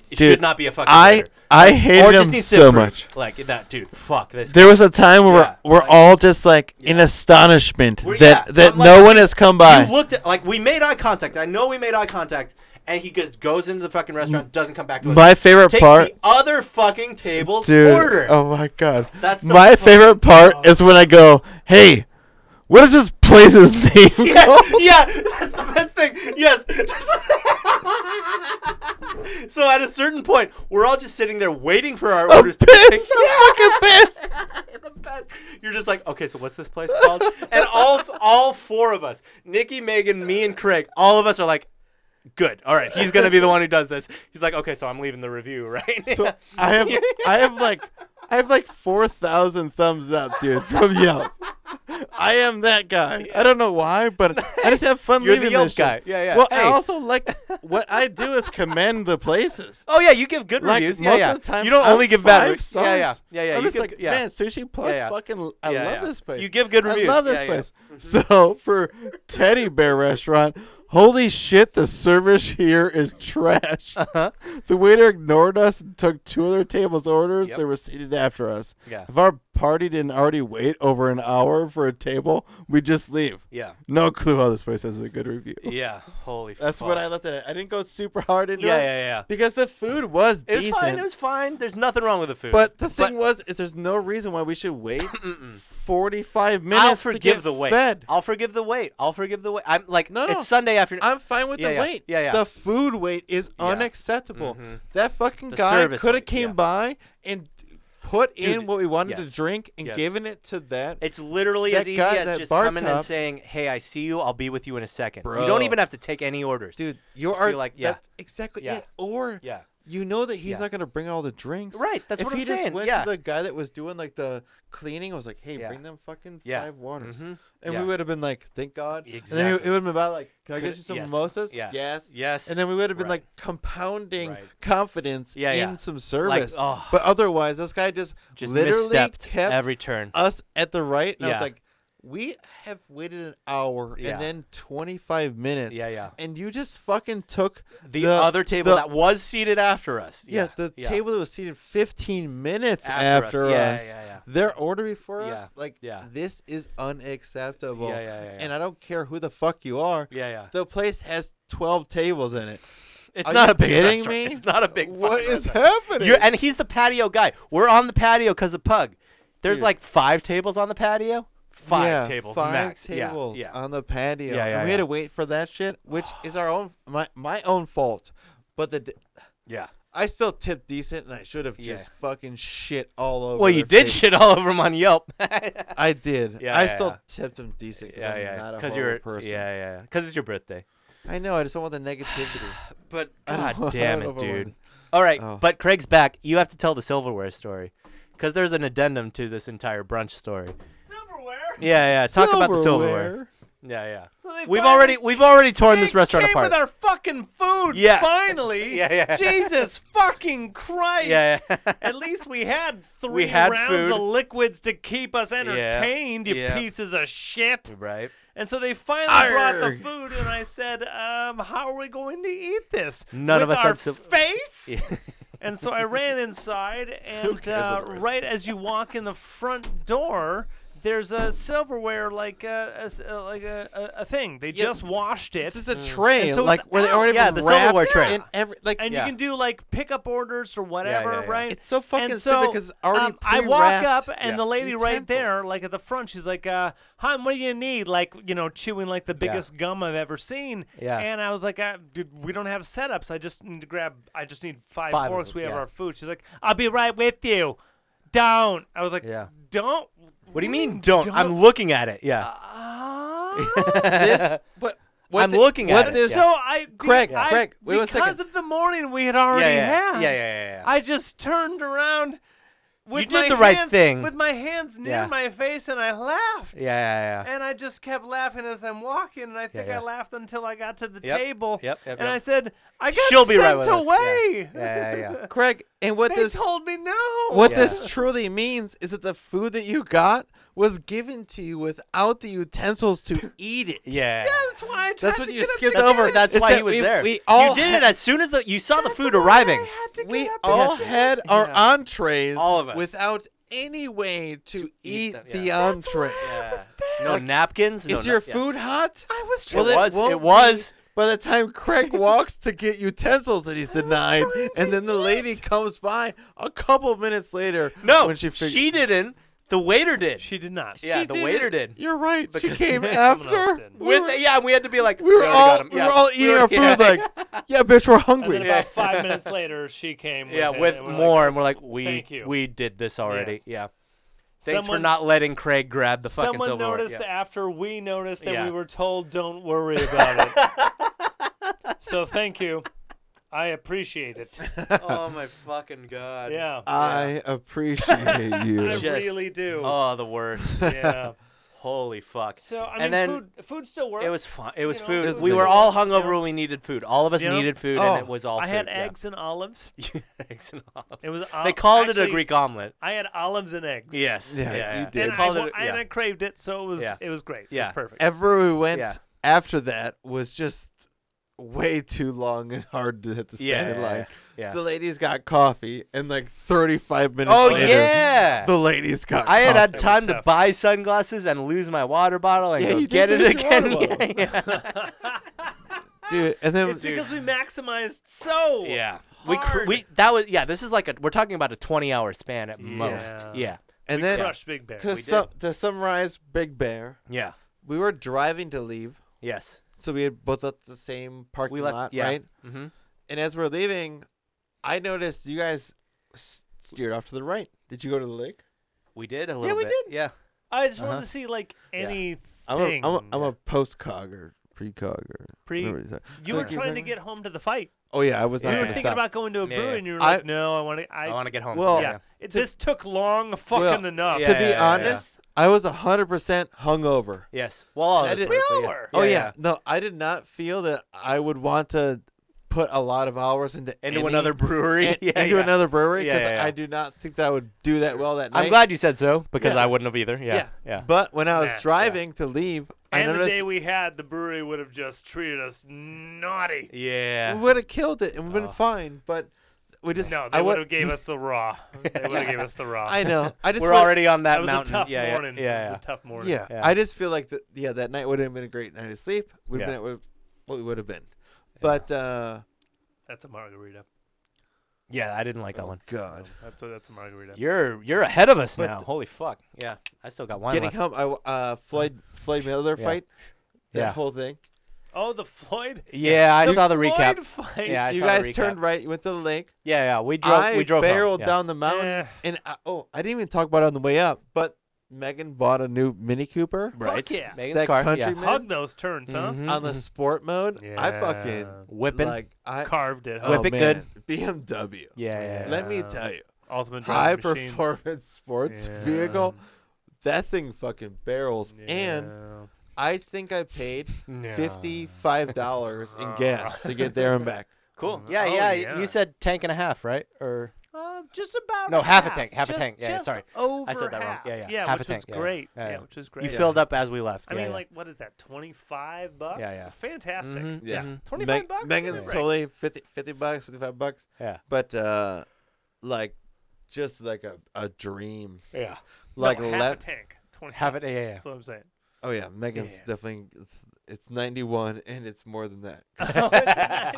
Speaker 3: Dude,
Speaker 2: should not be a fucking
Speaker 3: I
Speaker 2: waiter.
Speaker 3: I hated him
Speaker 2: needs to
Speaker 3: so
Speaker 2: improve.
Speaker 3: much.
Speaker 2: Like that, dude. Fuck this.
Speaker 3: There was a time where
Speaker 2: Yeah,
Speaker 3: we're, we're
Speaker 2: like-
Speaker 3: all just like in astonishment
Speaker 2: We're-
Speaker 3: that
Speaker 2: yeah,
Speaker 3: that
Speaker 2: I'm like-
Speaker 3: no one has come by.
Speaker 2: You looked at like we made eye contact. I know we made eye contact, and he just goes into the fucking restaurant, doesn't come back to us.
Speaker 3: Mm. My favorite
Speaker 2: takes
Speaker 3: part,
Speaker 2: the other fucking table's
Speaker 3: dude.
Speaker 2: order.
Speaker 3: Oh my god.
Speaker 2: That's the
Speaker 3: my
Speaker 2: fucking-
Speaker 3: favorite part is when I go, "Hey, what is this place's name?"
Speaker 2: Yeah,
Speaker 3: called?"
Speaker 2: yeah, that's the best thing. Yes. so at a certain point, we're all just sitting there waiting for our
Speaker 3: I'm
Speaker 2: orders to be
Speaker 3: pissed. I'm fucking pissed.
Speaker 2: the best. You're just like, okay, so what's this place called? and all all four of us, Nikki, Megan, me, and Craig, all of us are like, good. All right, he's gonna be the one who does this. He's like, okay, so I'm leaving the review, right?
Speaker 3: So I have I have like I have like four thousand thumbs up, dude, from Yelp. I am that guy. I don't know why, but I just have fun
Speaker 2: You're the
Speaker 3: leaving
Speaker 2: Yelp
Speaker 3: this shit.
Speaker 2: guy. Yeah, yeah.
Speaker 3: Well, I
Speaker 2: Hey.
Speaker 3: also like what I do is commend the places.
Speaker 2: oh yeah, you give good
Speaker 3: Like
Speaker 2: reviews. Yeah,
Speaker 3: most
Speaker 2: yeah.
Speaker 3: of the time,
Speaker 2: you don't
Speaker 3: I'm
Speaker 2: only give
Speaker 3: five
Speaker 2: bad reviews.
Speaker 3: Stars.
Speaker 2: Yeah, yeah, yeah, yeah.
Speaker 3: I'm
Speaker 2: you
Speaker 3: just
Speaker 2: give,
Speaker 3: like,
Speaker 2: yeah.
Speaker 3: man, sushi plus
Speaker 2: yeah.
Speaker 3: fucking. I
Speaker 2: Yeah,
Speaker 3: love
Speaker 2: yeah.
Speaker 3: this place.
Speaker 2: You give good reviews.
Speaker 3: I love this
Speaker 2: Yeah, Mm-hmm. yeah.
Speaker 3: place. So for Teddy Bear Restaurant, holy shit, the service here is trash.
Speaker 2: Uh-huh.
Speaker 3: The waiter ignored us and took two other tables' orders.
Speaker 2: Yep.
Speaker 3: They were seated after us.
Speaker 2: Yeah.
Speaker 3: If our party didn't already wait over an hour for a table, we just leave.
Speaker 2: Yeah.
Speaker 3: No clue how this place has a good review.
Speaker 2: Yeah. Holy.
Speaker 3: That's
Speaker 2: fuck.
Speaker 3: what I left it at. I didn't go super hard into
Speaker 2: Yeah,
Speaker 3: it.
Speaker 2: yeah, yeah.
Speaker 3: Because the food was
Speaker 2: It was
Speaker 3: decent.
Speaker 2: fine. It was fine. There's nothing wrong with the food.
Speaker 3: But the thing was, is there's no reason why we should wait 45 minutes
Speaker 2: I'll
Speaker 3: to
Speaker 2: forgive
Speaker 3: get
Speaker 2: the wait.
Speaker 3: fed.
Speaker 2: I'll forgive the wait. I'll forgive the wait. I'm like,
Speaker 3: No, no.
Speaker 2: it's Sunday afternoon.
Speaker 3: I'm fine with
Speaker 2: Yeah,
Speaker 3: the
Speaker 2: yeah.
Speaker 3: wait.
Speaker 2: Yeah, yeah.
Speaker 3: The food wait is unacceptable. That fucking
Speaker 2: The
Speaker 3: guy
Speaker 2: service
Speaker 3: could have
Speaker 2: wait,
Speaker 3: came
Speaker 2: yeah.
Speaker 3: by and put in
Speaker 2: Dude,
Speaker 3: what we wanted to
Speaker 2: yes.
Speaker 3: drink and
Speaker 2: Yes.
Speaker 3: given it to that.
Speaker 2: It's literally
Speaker 3: That
Speaker 2: as easy
Speaker 3: guy- that
Speaker 2: as just
Speaker 3: bar
Speaker 2: coming
Speaker 3: top-
Speaker 2: and saying, "Hey, I see you. I'll be with you in a second. You
Speaker 3: Bro.
Speaker 2: don't even have to take any orders,
Speaker 3: Dude, you
Speaker 2: just
Speaker 3: are
Speaker 2: be like, yeah.
Speaker 3: That's exactly
Speaker 2: Yeah.
Speaker 3: it. Or
Speaker 2: Yeah.
Speaker 3: you know that he's
Speaker 2: Yeah.
Speaker 3: not gonna bring all the drinks.
Speaker 2: Right, that's
Speaker 3: if
Speaker 2: what
Speaker 3: he
Speaker 2: I'm
Speaker 3: just
Speaker 2: saying,
Speaker 3: went
Speaker 2: yeah.
Speaker 3: to the guy that was doing like the cleaning, was like, "Hey,
Speaker 2: Yeah.
Speaker 3: bring them fucking
Speaker 2: Yeah.
Speaker 3: five waters,"
Speaker 2: Mhm.
Speaker 3: and
Speaker 2: Yeah.
Speaker 3: we would have been like, "Thank God." And then it- it
Speaker 2: Exactly.
Speaker 3: would have been about like, "Can I
Speaker 2: Coulda-
Speaker 3: get you some
Speaker 2: yes.
Speaker 3: mimosas?"
Speaker 2: Yeah.
Speaker 3: Yes.
Speaker 2: Yes.
Speaker 3: And then we would have been
Speaker 2: Right.
Speaker 3: like compounding
Speaker 2: Right.
Speaker 3: confidence
Speaker 2: Yeah,
Speaker 3: in
Speaker 2: yeah.
Speaker 3: some service.
Speaker 2: oh.
Speaker 3: But otherwise, this guy just,
Speaker 2: just
Speaker 3: literally
Speaker 2: misstepped
Speaker 3: kept
Speaker 2: every turn.
Speaker 3: us at the right. And I was
Speaker 2: Yeah.
Speaker 3: like, we have waited an hour
Speaker 2: Yeah.
Speaker 3: and then 25 minutes.
Speaker 2: Yeah, yeah.
Speaker 3: And you just fucking took
Speaker 2: The, other table
Speaker 3: the-
Speaker 2: that was seated after us.
Speaker 3: yeah, the table that was seated 15 minutes
Speaker 2: After
Speaker 3: after,
Speaker 2: us.
Speaker 3: us.
Speaker 2: Yeah, yeah, yeah.
Speaker 3: Their order before
Speaker 2: Yeah,
Speaker 3: us, like,
Speaker 2: yeah.
Speaker 3: this is unacceptable.
Speaker 2: Yeah, yeah, yeah,
Speaker 3: And
Speaker 2: yeah.
Speaker 3: I don't care who the fuck you are.
Speaker 2: Yeah, yeah.
Speaker 3: The place has 12 tables in it.
Speaker 2: It's
Speaker 3: Are
Speaker 2: not
Speaker 3: you
Speaker 2: a big
Speaker 3: kidding
Speaker 2: restaurant.
Speaker 3: me?
Speaker 2: It's not a big.
Speaker 3: What
Speaker 2: fucking
Speaker 3: is
Speaker 2: restaurant.
Speaker 3: happening?
Speaker 2: You're, and he's the patio guy. We're on the patio because of Pug. There's
Speaker 3: Dude.
Speaker 2: like five tables on the patio. Five
Speaker 3: yeah,
Speaker 2: tables
Speaker 3: five
Speaker 2: max. Yeah,
Speaker 3: tables Uh,
Speaker 2: yeah.
Speaker 3: on the patio.
Speaker 2: Yeah,
Speaker 3: and
Speaker 2: yeah,
Speaker 3: we had
Speaker 2: yeah.
Speaker 3: to wait for that shit, which is our own my my own fault. But the d-
Speaker 2: yeah.
Speaker 3: I still tipped decent, and I should have
Speaker 2: Yeah.
Speaker 3: just fucking shit all over.
Speaker 2: Well, you
Speaker 3: their
Speaker 2: did
Speaker 3: face.
Speaker 2: shit all over him on Yelp.
Speaker 3: I did.
Speaker 2: Yeah,
Speaker 3: I
Speaker 2: yeah,
Speaker 3: still
Speaker 2: yeah.
Speaker 3: tipped them decent because
Speaker 2: yeah,
Speaker 3: I'm
Speaker 2: yeah.
Speaker 3: not a
Speaker 2: Because
Speaker 3: horrible
Speaker 2: you're
Speaker 3: person.
Speaker 2: yeah, yeah. Because it's your birthday.
Speaker 3: I know. I just don't want the negativity.
Speaker 2: But
Speaker 3: I don't
Speaker 2: god
Speaker 3: know- I
Speaker 2: damn
Speaker 3: don't
Speaker 2: it,
Speaker 3: know if I
Speaker 2: dude.
Speaker 3: would.
Speaker 2: All right,
Speaker 3: Oh.
Speaker 2: but Craig's back. You have to tell the silverware story, because there's an addendum to this entire brunch story.
Speaker 1: Silverware.
Speaker 2: Yeah, yeah. Talk about the silverware. Yeah, yeah.
Speaker 1: So they
Speaker 2: We've
Speaker 1: finally-
Speaker 2: already we've already torn
Speaker 1: They
Speaker 2: this restaurant
Speaker 1: came
Speaker 2: apart.
Speaker 1: with our fucking food.
Speaker 2: Yeah.
Speaker 1: Finally.
Speaker 2: Yeah, yeah.
Speaker 1: Jesus fucking Christ.
Speaker 2: yeah, yeah.
Speaker 1: At least we had three
Speaker 2: had
Speaker 1: rounds of
Speaker 2: food.
Speaker 1: liquids to keep us entertained, you
Speaker 2: yeah.
Speaker 1: pieces of shit.
Speaker 2: right.
Speaker 1: And so they finally brought the food, and I said, um, "How are we going to eat this?
Speaker 2: None of
Speaker 1: With
Speaker 2: us
Speaker 1: our
Speaker 2: had sil-
Speaker 1: face." and so I ran inside, and uh, right as you walk in the front door, there's a silverware like a, a s- uh, like a, a, a thing. They
Speaker 3: Yeah.
Speaker 1: just washed it.
Speaker 3: This is a
Speaker 2: Mm.
Speaker 3: train,
Speaker 1: And so
Speaker 3: like
Speaker 1: it's
Speaker 3: where they
Speaker 1: out.
Speaker 3: already
Speaker 11: Yeah,
Speaker 3: have
Speaker 11: the
Speaker 3: wrapped
Speaker 11: silverware tray.
Speaker 3: in every like.
Speaker 1: and
Speaker 11: Yeah.
Speaker 1: you can do like pickup orders or whatever,
Speaker 11: yeah, yeah.
Speaker 1: right?
Speaker 3: It's so fucking
Speaker 1: and
Speaker 3: stupid
Speaker 1: so,
Speaker 3: 'cause it's already
Speaker 1: um, I walk up
Speaker 3: pre-wrapped.
Speaker 1: and
Speaker 11: Yes.
Speaker 1: the lady right there,
Speaker 3: Utensils.
Speaker 1: like at the front, she's like, uh, "Hon, what do you need?" Like you know, chewing like the biggest gum I've ever seen.
Speaker 11: Yeah.
Speaker 1: And I was like, I, dude, "We don't have setups. I just need to grab. I just need five,
Speaker 11: Five of
Speaker 1: forks.
Speaker 11: them,
Speaker 1: We have
Speaker 11: yeah.
Speaker 1: our food." She's like, "I'll be right with you." Don't. I was like,
Speaker 11: Yeah.
Speaker 1: "Don't." Mm,
Speaker 2: What do you
Speaker 3: Mm,
Speaker 2: mean don't? I'm looking at it. Yeah.
Speaker 1: Ah.
Speaker 3: this, but what
Speaker 2: I'm
Speaker 3: the-
Speaker 2: looking at
Speaker 3: what
Speaker 2: it,
Speaker 3: this.
Speaker 1: so I, dude,
Speaker 3: Craig,
Speaker 1: I-
Speaker 3: Craig, wait one
Speaker 1: because
Speaker 3: second.
Speaker 1: of the morning we had already
Speaker 2: yeah, yeah,
Speaker 1: had.
Speaker 2: yeah, yeah, yeah, yeah.
Speaker 1: I just turned around. With
Speaker 2: You did
Speaker 1: my
Speaker 2: the right
Speaker 1: hands-
Speaker 2: thing.
Speaker 1: With my hands near
Speaker 11: Yeah.
Speaker 1: my face, and I laughed.
Speaker 11: Yeah, yeah, yeah.
Speaker 1: And I just kept laughing as I'm walking, and I think
Speaker 11: yeah.
Speaker 1: I laughed until I got to the
Speaker 11: Yep,
Speaker 1: table.
Speaker 11: yep, yep,
Speaker 1: And
Speaker 11: yep.
Speaker 1: I said, "I got
Speaker 11: She'll be right
Speaker 1: sent
Speaker 11: with us."
Speaker 1: away."
Speaker 11: Yeah, yeah, yeah.
Speaker 3: Craig, and what
Speaker 1: They
Speaker 3: this
Speaker 1: told me no.
Speaker 3: what
Speaker 11: Yeah.
Speaker 3: this truly means is that the food that you got was given to you without the utensils to eat it.
Speaker 2: yeah.
Speaker 1: Yeah, that's why. I tried
Speaker 3: That's what
Speaker 1: to
Speaker 3: you
Speaker 1: get up
Speaker 3: skipped
Speaker 1: to
Speaker 3: over.
Speaker 1: get it.
Speaker 2: That's
Speaker 3: It's
Speaker 2: why
Speaker 3: that
Speaker 2: he was
Speaker 3: we-
Speaker 2: there.
Speaker 3: we all
Speaker 2: you did it
Speaker 3: had-
Speaker 2: as soon as the you saw the
Speaker 1: That's
Speaker 2: food
Speaker 1: why
Speaker 2: arriving.
Speaker 1: I had to
Speaker 3: We
Speaker 1: get up to
Speaker 3: all
Speaker 1: get it.
Speaker 3: had our entrees
Speaker 2: All of us.
Speaker 3: without any way to,
Speaker 2: eat
Speaker 3: eat
Speaker 2: them,
Speaker 3: the
Speaker 1: That's
Speaker 2: yeah.
Speaker 1: why
Speaker 3: entree.
Speaker 1: I was there.
Speaker 2: No napkins. no
Speaker 3: Is your
Speaker 2: na- yeah.
Speaker 3: food hot?
Speaker 1: I was
Speaker 2: It
Speaker 1: trying.
Speaker 3: Well, it
Speaker 2: was.
Speaker 3: won't
Speaker 2: It was.
Speaker 3: By the time Craig walks to get utensils that he's denied,
Speaker 1: trying to
Speaker 3: and then the lady comes by a couple minutes later.
Speaker 2: No,
Speaker 3: when she fig-
Speaker 2: she didn't. The waiter did.
Speaker 1: she did not.
Speaker 2: yeah,
Speaker 3: She
Speaker 2: the
Speaker 3: did
Speaker 2: waiter
Speaker 3: it.
Speaker 2: did.
Speaker 3: You're right. She
Speaker 2: Because-
Speaker 3: came
Speaker 1: Someone else
Speaker 3: after.
Speaker 1: did.
Speaker 3: We
Speaker 2: With
Speaker 3: were-
Speaker 2: yeah, and we had to be like
Speaker 3: we were
Speaker 2: already
Speaker 3: all
Speaker 2: got 'em.
Speaker 3: we
Speaker 2: Yeah.
Speaker 3: were all eating our food
Speaker 2: yeah.
Speaker 3: like, yeah, bitch, we're
Speaker 1: And then
Speaker 3: hungry.
Speaker 1: about five minutes later, she came.
Speaker 2: yeah,
Speaker 1: with, it, and
Speaker 2: with
Speaker 1: we're like,
Speaker 2: more, and we're like, we
Speaker 1: Thank you.
Speaker 2: we did this already.
Speaker 1: Yes.
Speaker 2: Yeah. Thanks for
Speaker 1: Someone-
Speaker 2: not letting Craig grab the fucking
Speaker 1: Someone
Speaker 2: silverware.
Speaker 1: noticed
Speaker 2: yeah.
Speaker 1: after we noticed, and
Speaker 2: Yeah.
Speaker 1: we were told, "Don't worry about it." so thank you, I appreciate it.
Speaker 2: oh my fucking god.
Speaker 1: Yeah,
Speaker 3: I appreciate
Speaker 1: I
Speaker 3: you.
Speaker 2: Just-
Speaker 1: really do.
Speaker 2: Oh, the worst.
Speaker 1: yeah.
Speaker 2: Holy fuck.
Speaker 1: So I mean,
Speaker 2: And then-
Speaker 1: food, food still works.
Speaker 2: It was fun. It was
Speaker 1: know,
Speaker 2: food.
Speaker 3: it's
Speaker 2: we
Speaker 3: good.
Speaker 2: were all hungover when we needed food. All of us
Speaker 1: Yeah.
Speaker 2: needed food,
Speaker 3: Oh,
Speaker 2: and it was all.
Speaker 1: I
Speaker 2: food.
Speaker 1: had
Speaker 2: yeah.
Speaker 1: eggs and olives.
Speaker 2: eggs and olives.
Speaker 1: It was.
Speaker 2: they
Speaker 1: ol-
Speaker 2: called it a
Speaker 1: actually,
Speaker 2: Greek omelet.
Speaker 1: I had olives and eggs.
Speaker 2: Yes.
Speaker 3: Yeah, you did.
Speaker 2: They
Speaker 1: And, I,
Speaker 2: called
Speaker 1: wa-
Speaker 2: it.
Speaker 1: and I
Speaker 2: Yeah.
Speaker 1: craved it, so it was.
Speaker 2: Yeah.
Speaker 1: It was great.
Speaker 2: Yeah.
Speaker 1: It was perfect.
Speaker 3: Everywhere we went
Speaker 2: Yeah.
Speaker 3: after that was just way too long and hard to have to stand
Speaker 2: Yeah.
Speaker 3: in line.
Speaker 2: Yeah.
Speaker 3: The ladies got coffee, and like 35 minutes
Speaker 2: Oh
Speaker 3: later,
Speaker 2: yeah.
Speaker 3: the ladies got
Speaker 2: I had
Speaker 3: coffee.
Speaker 2: had
Speaker 1: was
Speaker 2: time to
Speaker 1: tough.
Speaker 2: buy sunglasses and lose my water bottle and
Speaker 3: Yeah,
Speaker 2: go
Speaker 3: you did
Speaker 2: get it
Speaker 3: lose your
Speaker 2: again.
Speaker 3: water bottle.
Speaker 2: yeah.
Speaker 3: Dude, and then
Speaker 1: It's because we maximized so.
Speaker 2: Yeah. We, cr-
Speaker 1: Hard.
Speaker 2: we that was yeah. This is like a we're talking about a twenty hour span at most.
Speaker 1: Yeah.
Speaker 2: Yeah.
Speaker 3: and then
Speaker 1: Crushed Big Bear.
Speaker 3: to, sum, to summarize Big Bear,
Speaker 2: Yeah.
Speaker 3: we were driving to leave,
Speaker 2: Yes.
Speaker 3: so we had both left the same parking
Speaker 2: We left.
Speaker 3: lot,
Speaker 2: yeah.
Speaker 3: right?
Speaker 2: Mm-hmm.
Speaker 3: And as we're leaving, I noticed you guys s- steered off to the right. Did you go to the lake?
Speaker 2: We did a little
Speaker 1: we
Speaker 2: bit.
Speaker 1: did.
Speaker 2: Yeah.
Speaker 1: I just
Speaker 2: Uh-huh.
Speaker 1: wanted to see like
Speaker 2: Yeah.
Speaker 1: anything.
Speaker 3: I'm a, I'm a, I'm a post cog or pre cog or
Speaker 1: Pre-
Speaker 3: whatever it is.
Speaker 1: You were
Speaker 3: Thank you,
Speaker 1: trying to
Speaker 3: thank you.
Speaker 1: get home to the fight.
Speaker 3: Oh yeah, I was not
Speaker 2: Yeah.
Speaker 1: You were
Speaker 3: going to
Speaker 1: thinking
Speaker 3: stop.
Speaker 1: about going to a
Speaker 2: Yeah,
Speaker 1: brew,
Speaker 2: yeah.
Speaker 1: and you were
Speaker 3: I-
Speaker 1: like, "No, I want to." I,
Speaker 2: I want to get home.
Speaker 3: Well-
Speaker 1: yeah.
Speaker 2: yeah.
Speaker 1: It, this took long, fucking
Speaker 3: Well,
Speaker 1: enough.
Speaker 2: yeah.
Speaker 3: to be honest, I was 100% hungover.
Speaker 2: Yes. Well, all
Speaker 3: I
Speaker 2: of us
Speaker 3: did-
Speaker 2: were, but
Speaker 1: We all
Speaker 2: yeah.
Speaker 1: were.
Speaker 3: Oh yeah. No, I did not feel that I would want to put a lot of hours into
Speaker 2: Into
Speaker 3: any-
Speaker 2: another brewery.
Speaker 3: in-
Speaker 2: yeah,
Speaker 3: into
Speaker 2: yeah.
Speaker 3: another brewery
Speaker 2: Yeah,
Speaker 3: because
Speaker 2: yeah, yeah.
Speaker 3: I do not think that I would do that well that night.
Speaker 2: I'm glad you said so because
Speaker 3: Yeah.
Speaker 2: I wouldn't have either. Yeah. Yeah.
Speaker 3: But when I was
Speaker 1: Nah, yeah.
Speaker 3: driving to leave, I
Speaker 1: And the
Speaker 3: noticed
Speaker 1: day we had, the brewery would have just treated us naughty.
Speaker 2: Yeah.
Speaker 3: we would have killed it and
Speaker 2: Oh.
Speaker 3: been fine. But we just
Speaker 1: No, they
Speaker 3: I
Speaker 1: would
Speaker 3: would
Speaker 1: have gave us the raw. They would have gave us the raw.
Speaker 3: I know. I just
Speaker 2: We're
Speaker 3: would-
Speaker 2: already on that,
Speaker 1: that was
Speaker 2: mountain.
Speaker 1: a tough
Speaker 2: yeah,
Speaker 1: morning.
Speaker 2: Yeah. yeah,
Speaker 1: It
Speaker 2: yeah.
Speaker 1: was a tough morning.
Speaker 3: Yeah,
Speaker 2: Yeah.
Speaker 3: I just feel like that. Yeah, that night would have been a great night of sleep. Would have
Speaker 2: Yeah.
Speaker 3: been what we would have been. But uh,
Speaker 1: That's a margarita.
Speaker 2: Yeah, I didn't like that one.
Speaker 3: God,
Speaker 1: That's a that's a margarita.
Speaker 2: You're you're ahead of us
Speaker 3: But
Speaker 2: now. Holy fuck. Yeah. I still got one
Speaker 3: getting
Speaker 2: left.
Speaker 3: home. I w- uh, Floyd Floyd Miller
Speaker 2: Yeah.
Speaker 3: fight. That
Speaker 2: Yeah.
Speaker 3: whole thing.
Speaker 1: Oh, the Floyd.
Speaker 2: Yeah, I saw the
Speaker 1: Floyd
Speaker 2: recap.
Speaker 1: Fight.
Speaker 2: Yeah, I
Speaker 3: you
Speaker 2: saw the
Speaker 3: guys
Speaker 2: recap.
Speaker 3: turned right. You went to the lake.
Speaker 2: Yeah, yeah. We drove
Speaker 3: I
Speaker 2: we drove home.
Speaker 3: barreled
Speaker 2: Yeah.
Speaker 3: down the mountain,
Speaker 1: Eh,
Speaker 3: and I, oh, I didn't even talk about it on the way up. But Megan bought a new Mini Cooper
Speaker 2: Right.
Speaker 1: yeah.
Speaker 2: Megan's
Speaker 3: That
Speaker 2: car.
Speaker 3: country
Speaker 2: yeah.
Speaker 3: man
Speaker 1: hug those turns, huh?
Speaker 2: Mhm,
Speaker 3: on the
Speaker 2: mhm.
Speaker 3: sport mode. I fucking
Speaker 1: Mm-hmm. Yeah.
Speaker 2: whipping.
Speaker 3: like I
Speaker 1: Carved it.
Speaker 3: oh,
Speaker 1: huh?
Speaker 2: Whip it
Speaker 3: man, BMW.
Speaker 2: yeah, yeah, yeah.
Speaker 3: Let me
Speaker 1: Yeah.
Speaker 3: tell you,
Speaker 1: Ultimate
Speaker 3: high
Speaker 1: driving machines.
Speaker 3: performance sports
Speaker 1: Yeah.
Speaker 3: vehicle. That thing fucking barrels, and
Speaker 1: Yeah.
Speaker 3: I think I paid
Speaker 2: No.
Speaker 3: fifty-five dollars in gas to get there and back.
Speaker 2: Cool.
Speaker 1: Mm.
Speaker 2: Yeah,
Speaker 1: Oh,
Speaker 2: yeah.
Speaker 1: yeah.
Speaker 2: You said tank and a half, right? Or
Speaker 1: Uh, just about.
Speaker 2: No,
Speaker 1: a
Speaker 2: half a
Speaker 1: half.
Speaker 2: tank, half a
Speaker 1: Just-
Speaker 2: tank. Yeah,
Speaker 1: just
Speaker 2: sorry.
Speaker 1: Over
Speaker 2: I said that wrong.
Speaker 1: half.
Speaker 2: Yeah, yeah. half
Speaker 1: which
Speaker 2: a tank.
Speaker 1: is
Speaker 2: yeah,
Speaker 1: great.
Speaker 2: Yeah,
Speaker 1: which is great.
Speaker 2: You filled up as we left.
Speaker 1: I
Speaker 2: yeah,
Speaker 1: mean,
Speaker 2: yeah.
Speaker 1: like, what is that? Twenty-five bucks.
Speaker 2: yeah.
Speaker 1: Fantastic.
Speaker 2: Mhm,
Speaker 3: Yeah.
Speaker 2: mhm.
Speaker 1: Twenty-five
Speaker 3: Meg-
Speaker 1: bucks. Give
Speaker 3: Megan's
Speaker 1: me a break.
Speaker 3: totally 50, 50 bucks, fifty-five bucks.
Speaker 2: Yeah.
Speaker 3: But uh, like, just like a, a dream.
Speaker 2: Yeah.
Speaker 3: Like
Speaker 1: no, half
Speaker 3: left.
Speaker 1: a tank. 20
Speaker 5: Have it AAM.
Speaker 1: That's what I'm saying.
Speaker 3: Oh yeah, Megan's
Speaker 1: Damn.
Speaker 3: definitely it's, it's 91 and it's more than that.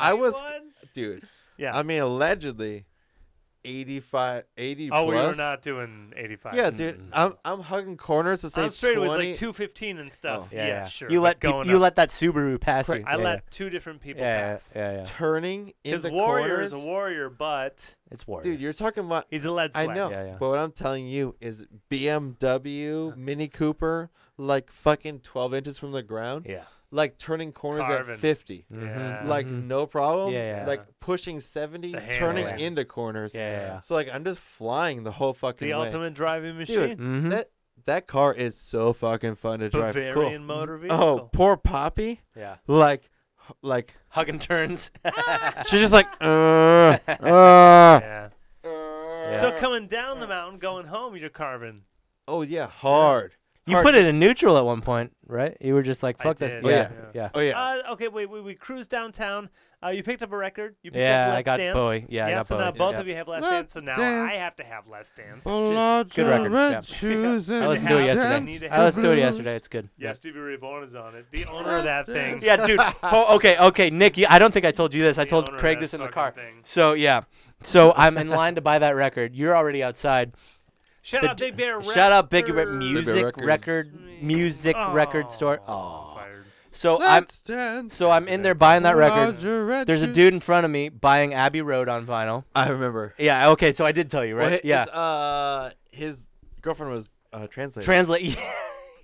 Speaker 1: Oh, I
Speaker 3: was- Dude,
Speaker 1: Yeah.
Speaker 3: I mean allegedly 85 80
Speaker 1: oh, we were
Speaker 3: plus.
Speaker 1: not doing 85.
Speaker 3: yeah,
Speaker 2: Mm-hmm.
Speaker 3: dude. I'm I'm hugging corners to say
Speaker 1: I'm straight.
Speaker 3: 20.
Speaker 1: It was like 215 and stuff.
Speaker 3: Oh.
Speaker 1: yeah, sure.
Speaker 2: You
Speaker 1: but
Speaker 2: let peop-
Speaker 1: going
Speaker 2: you
Speaker 1: up.
Speaker 2: let that Subaru pass you.
Speaker 1: I
Speaker 2: yeah,
Speaker 1: let two different people
Speaker 2: yeah,
Speaker 1: pass.
Speaker 2: yeah, yeah, yeah.
Speaker 3: turning in
Speaker 1: His
Speaker 3: the
Speaker 1: warrior
Speaker 3: corners.
Speaker 1: is a warrior, but
Speaker 2: It's war.
Speaker 3: Dude, you're talking about
Speaker 1: he's a lead
Speaker 3: I
Speaker 1: slat.
Speaker 3: know,
Speaker 2: Yeah, yeah.
Speaker 3: but what I'm telling you is BMW, Mini Cooper, like fucking 12 inches from the ground,
Speaker 2: yeah, Mm-hmm.
Speaker 3: like turning corners
Speaker 1: Carving.
Speaker 3: at 50,
Speaker 1: Yeah.
Speaker 3: like no problem,
Speaker 2: Yeah, yeah.
Speaker 3: like pushing 70,
Speaker 1: The
Speaker 3: turning
Speaker 1: handling.
Speaker 3: into corners.
Speaker 2: yeah, yeah.
Speaker 3: So like I'm just flying the whole fucking
Speaker 1: the
Speaker 3: way.
Speaker 1: ultimate driving
Speaker 3: Dude,
Speaker 1: machine.
Speaker 2: Mhm.
Speaker 3: that that car is so fucking fun to drive.
Speaker 1: Bavarian motor vehicle.
Speaker 3: Oh, poor Poppy,
Speaker 2: yeah.
Speaker 3: like, like
Speaker 2: Hug and turns.
Speaker 3: she's just like, uh, uh,
Speaker 1: yeah.
Speaker 2: Yeah.
Speaker 1: So coming down the mountain, going home, you're carving.
Speaker 3: oh yeah, hard.
Speaker 2: You
Speaker 3: Hard.
Speaker 2: put it in neutral at one point, right? You were just like,
Speaker 1: I
Speaker 2: "Fuck this."
Speaker 1: did,
Speaker 2: Yeah, yeah.
Speaker 1: yeah.
Speaker 2: yeah.
Speaker 3: Oh yeah,
Speaker 1: Uh, okay, wait, we, we cruised downtown. Uh, you picked up a record. You picked up
Speaker 2: I
Speaker 1: Let's
Speaker 2: got
Speaker 1: Dance.
Speaker 2: Bowie. Yeah,
Speaker 1: yeah,
Speaker 2: I got
Speaker 1: so
Speaker 2: Bowie.
Speaker 1: now both
Speaker 2: yeah.
Speaker 1: of you have Last Dance,
Speaker 3: Let's
Speaker 1: so now
Speaker 3: Dance.
Speaker 1: I have to have Last Dance.
Speaker 2: good record, yeah.
Speaker 3: shoes
Speaker 2: I
Speaker 3: and
Speaker 2: listened to it
Speaker 1: dance
Speaker 2: yesterday.
Speaker 1: the
Speaker 2: I listened to it
Speaker 3: blues.
Speaker 2: yesterday. It's good.
Speaker 1: Yeah, Stevie Ray Vaughan is on it. The owner of that thing.
Speaker 2: Yeah, dude. Oh, okay, okay, Nick. You, I don't think I told you this. I
Speaker 1: The
Speaker 2: told
Speaker 1: owner of
Speaker 2: Craig
Speaker 1: that
Speaker 2: this in the
Speaker 1: fucking
Speaker 2: car.
Speaker 1: thing.
Speaker 2: So yeah, so I'm in line to buy that record. You're already outside.
Speaker 1: Shout
Speaker 2: The
Speaker 1: out
Speaker 2: d-
Speaker 1: Big Bear Records.
Speaker 2: Shout out Big Bear
Speaker 1: Records.
Speaker 2: Music
Speaker 3: Records.
Speaker 2: Record Music Record Store.
Speaker 1: Oh,
Speaker 2: Oh,
Speaker 1: fired.
Speaker 2: so I'm
Speaker 3: Let's dance.
Speaker 2: so I'm in there buying that record.
Speaker 3: Roger
Speaker 2: There's a
Speaker 3: Red
Speaker 2: dude in front of me buying Abbey Road on vinyl.
Speaker 3: I remember.
Speaker 2: Yeah, okay, so I did tell you, right?
Speaker 3: Well, his,
Speaker 2: yeah.
Speaker 3: uh, his girlfriend was uh, translating.
Speaker 2: Translate.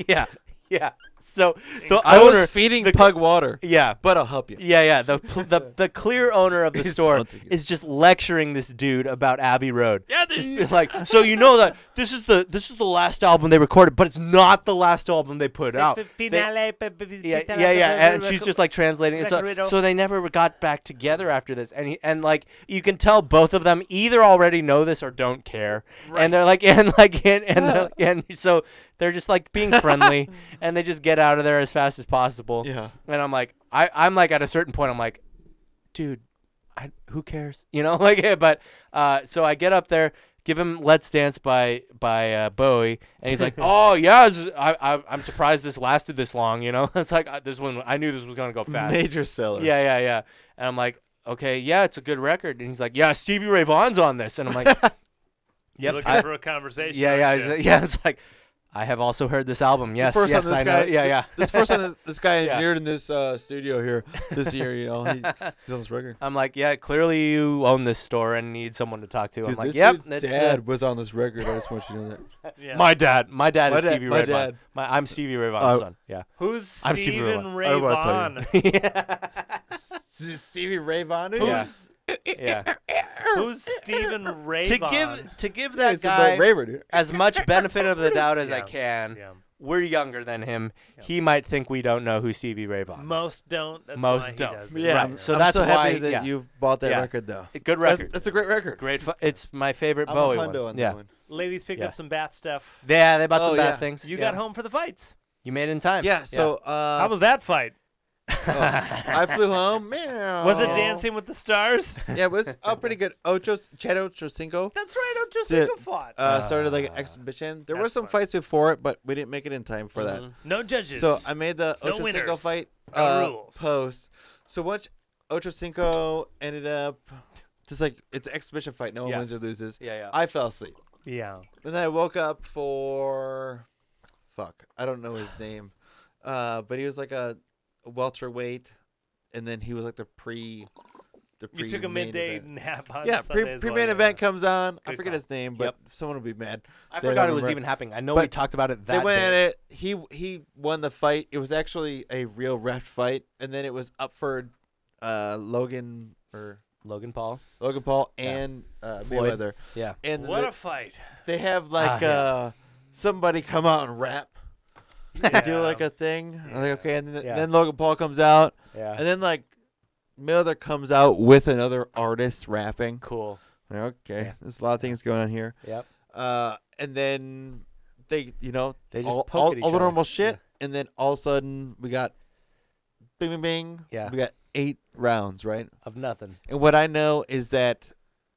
Speaker 2: Yeah. Yeah. So the
Speaker 1: Incredible.
Speaker 3: I
Speaker 2: owner
Speaker 3: was feeding pug water,
Speaker 2: Yeah.
Speaker 3: but I'll help you.
Speaker 2: Yeah, yeah. The pl- the the clear owner of the
Speaker 3: He's
Speaker 2: store
Speaker 3: taunting you.
Speaker 2: is just lecturing this dude about Abbey Road.
Speaker 3: Yeah,
Speaker 2: Just being like, so you know that this is the this is the last album they recorded, but it's not the last album they put out.
Speaker 1: F-
Speaker 2: They-
Speaker 1: finale, b- b- b-
Speaker 2: yeah,
Speaker 1: finale,
Speaker 2: yeah, yeah. And
Speaker 1: record-
Speaker 2: she's just like translating and
Speaker 1: Like
Speaker 2: stuff.
Speaker 1: Riddle.
Speaker 2: So they never got back together after this. And he, and like you can tell both of them either already know this or don't care. And they're like and like and and, they're- and so they're just like being friendly and they just get out of there as fast as possible.
Speaker 3: Yeah.
Speaker 2: And I'm like I I'm like at a certain point I'm like dude, I, who cares? You know, like yeah, but uh, so I get up there, give him "Let's Dance" by by uh, Bowie, and he's like, "Oh yeah, this is- I, I I'm surprised this lasted this long." You know, it's like uh, this one I knew this was gonna go fast.
Speaker 3: Major seller.
Speaker 2: Yeah, yeah, yeah. And I'm like, okay, yeah, it's a good record. And he's like, yeah, Stevie Ray Vaughan's on this, and I'm like,
Speaker 1: You're
Speaker 2: yep,
Speaker 1: looking
Speaker 2: I,
Speaker 1: for a conversation.
Speaker 2: yeah, yeah,
Speaker 1: aren't you?
Speaker 2: it's- yeah. It's like. I have also heard this album. Yes,
Speaker 3: first
Speaker 2: yes,
Speaker 3: time this
Speaker 2: I know.
Speaker 3: guy-
Speaker 2: yeah, yeah.
Speaker 3: This first time this, this guy
Speaker 2: Yeah.
Speaker 3: engineered in this uh, studio here this year, you know, he, he's on this record.
Speaker 2: I'm like, yeah. Clearly, you own this store and need someone to talk to.
Speaker 3: Dude,
Speaker 2: I'm like,
Speaker 3: this
Speaker 2: yep.
Speaker 3: dude's
Speaker 2: that's, uh,
Speaker 3: dad was on this record. I just want you to know that.
Speaker 1: Yeah.
Speaker 2: My dad. My dad
Speaker 3: My
Speaker 2: is
Speaker 3: dad-
Speaker 2: Stevie
Speaker 3: my
Speaker 2: Ray Vaughan.
Speaker 3: dad.
Speaker 2: My, I'm Stevie Ray
Speaker 3: Uh,
Speaker 2: Vaughan's son. Yeah.
Speaker 1: Who's
Speaker 2: I'm Stevie Ray
Speaker 1: Stephen Ray
Speaker 3: I don't wanna tell you.
Speaker 1: Vaughan?
Speaker 3: Stevie Ray Vaughan.
Speaker 2: Yeah.
Speaker 3: Who's-
Speaker 1: Eh,
Speaker 2: yeah.
Speaker 1: Who's Stephen Ray
Speaker 2: To
Speaker 1: Vaughan?
Speaker 2: give to give
Speaker 3: Yeah,
Speaker 2: that
Speaker 3: he's a Ra-
Speaker 2: guy
Speaker 3: raver, dude.
Speaker 2: as much benefit of the doubt as I
Speaker 1: Yeah.
Speaker 2: can,
Speaker 1: Yeah.
Speaker 2: we're younger than him. He might think we don't know who Stevie Ray Vaughan. is.
Speaker 1: Most don't. That's
Speaker 2: Most
Speaker 1: why he
Speaker 2: don't.
Speaker 1: does it.
Speaker 3: Yeah,
Speaker 2: Right,
Speaker 3: I'm-
Speaker 2: so
Speaker 3: I'm
Speaker 2: that's
Speaker 3: so happy
Speaker 2: why-
Speaker 3: that
Speaker 2: yeah.
Speaker 3: you bought that
Speaker 2: Yeah.
Speaker 3: record, though.
Speaker 2: Eh, good
Speaker 3: That's-
Speaker 2: record.
Speaker 3: That's a great record.
Speaker 2: Great. Fu- it's my favorite
Speaker 3: I'm
Speaker 2: Bowie
Speaker 3: a hundo
Speaker 2: one.
Speaker 3: on
Speaker 2: yeah.
Speaker 3: that one.
Speaker 1: Ladies picked
Speaker 2: Yeah.
Speaker 1: up some bat stuff.
Speaker 2: Yeah, they bought
Speaker 3: Oh,
Speaker 2: some bad
Speaker 3: yeah.
Speaker 2: things.
Speaker 1: You
Speaker 2: yeah.
Speaker 1: got home for the fights.
Speaker 2: You made it in time.
Speaker 3: Yeah. So uh,
Speaker 1: How was that fight?
Speaker 3: oh, I flew home. Meow.
Speaker 1: Was it Dancing with the Stars?
Speaker 3: Yeah, it was uh, pretty good. Ocho Cheto Chocinco.
Speaker 1: That's right. I'm just
Speaker 3: Did-
Speaker 1: like a fought.
Speaker 3: Uh, started like an exhibition. There were
Speaker 1: That's
Speaker 3: some
Speaker 1: fun.
Speaker 3: fights before it, but we didn't make it in time for that.
Speaker 1: no judges.
Speaker 3: So I made the
Speaker 1: No
Speaker 3: Ocho Cinco
Speaker 1: winners.
Speaker 3: fight
Speaker 1: No
Speaker 3: uh,
Speaker 1: rules.
Speaker 3: post. So once Ocho Cinco ended up just like it's an exhibition fight, no one
Speaker 2: Yeah.
Speaker 3: wins or loses.
Speaker 2: Yeah, yeah.
Speaker 3: I fell asleep.
Speaker 1: yeah.
Speaker 3: And then I woke up for fuck. I don't know his name. Uh but he was like a welterweight and then he was like the pre the pre
Speaker 1: You took a
Speaker 3: main
Speaker 1: midday
Speaker 3: event.
Speaker 1: nap on
Speaker 3: Yeah, pre
Speaker 1: Sundays
Speaker 3: pre
Speaker 1: while
Speaker 3: main
Speaker 1: you-
Speaker 3: event comes on. I
Speaker 1: Good
Speaker 3: forget
Speaker 1: call.
Speaker 3: his name, but
Speaker 2: Yep.
Speaker 3: someone will be mad.
Speaker 2: I
Speaker 3: They don't
Speaker 2: forgot it was
Speaker 3: remember.
Speaker 2: even happening. I know we
Speaker 3: But
Speaker 2: talked about it that
Speaker 3: They went
Speaker 2: day.
Speaker 3: at it. He he won the fight. It was actually a real ref fight, and then it was up for uh, Logan or
Speaker 2: Logan Paul.
Speaker 3: Logan Paul and uh,
Speaker 2: Floyd.
Speaker 3: Mayweather.
Speaker 2: Yeah.
Speaker 3: And
Speaker 1: What
Speaker 3: the-
Speaker 1: a fight!
Speaker 3: they have like
Speaker 2: Ah, yeah.
Speaker 3: uh, somebody come out and rap. They do like a thing. I'm like, okay, and then,
Speaker 2: Yeah.
Speaker 3: then Logan Paul comes out,
Speaker 2: Yeah.
Speaker 3: and then like Miller comes out with another artist rapping.
Speaker 2: cool.
Speaker 3: Like, okay,
Speaker 2: Yeah.
Speaker 3: there's a lot of things going on here.
Speaker 2: Yep.
Speaker 3: Uh, and then they, you know,
Speaker 2: They just
Speaker 3: all,
Speaker 2: poke
Speaker 3: all,
Speaker 2: at each
Speaker 3: all the
Speaker 2: other.
Speaker 3: normal shit, and then all of a sudden we got, bing, bing, bing.
Speaker 2: Yeah.
Speaker 3: we got eight rounds, right?
Speaker 2: Of nothing.
Speaker 3: And what I know is that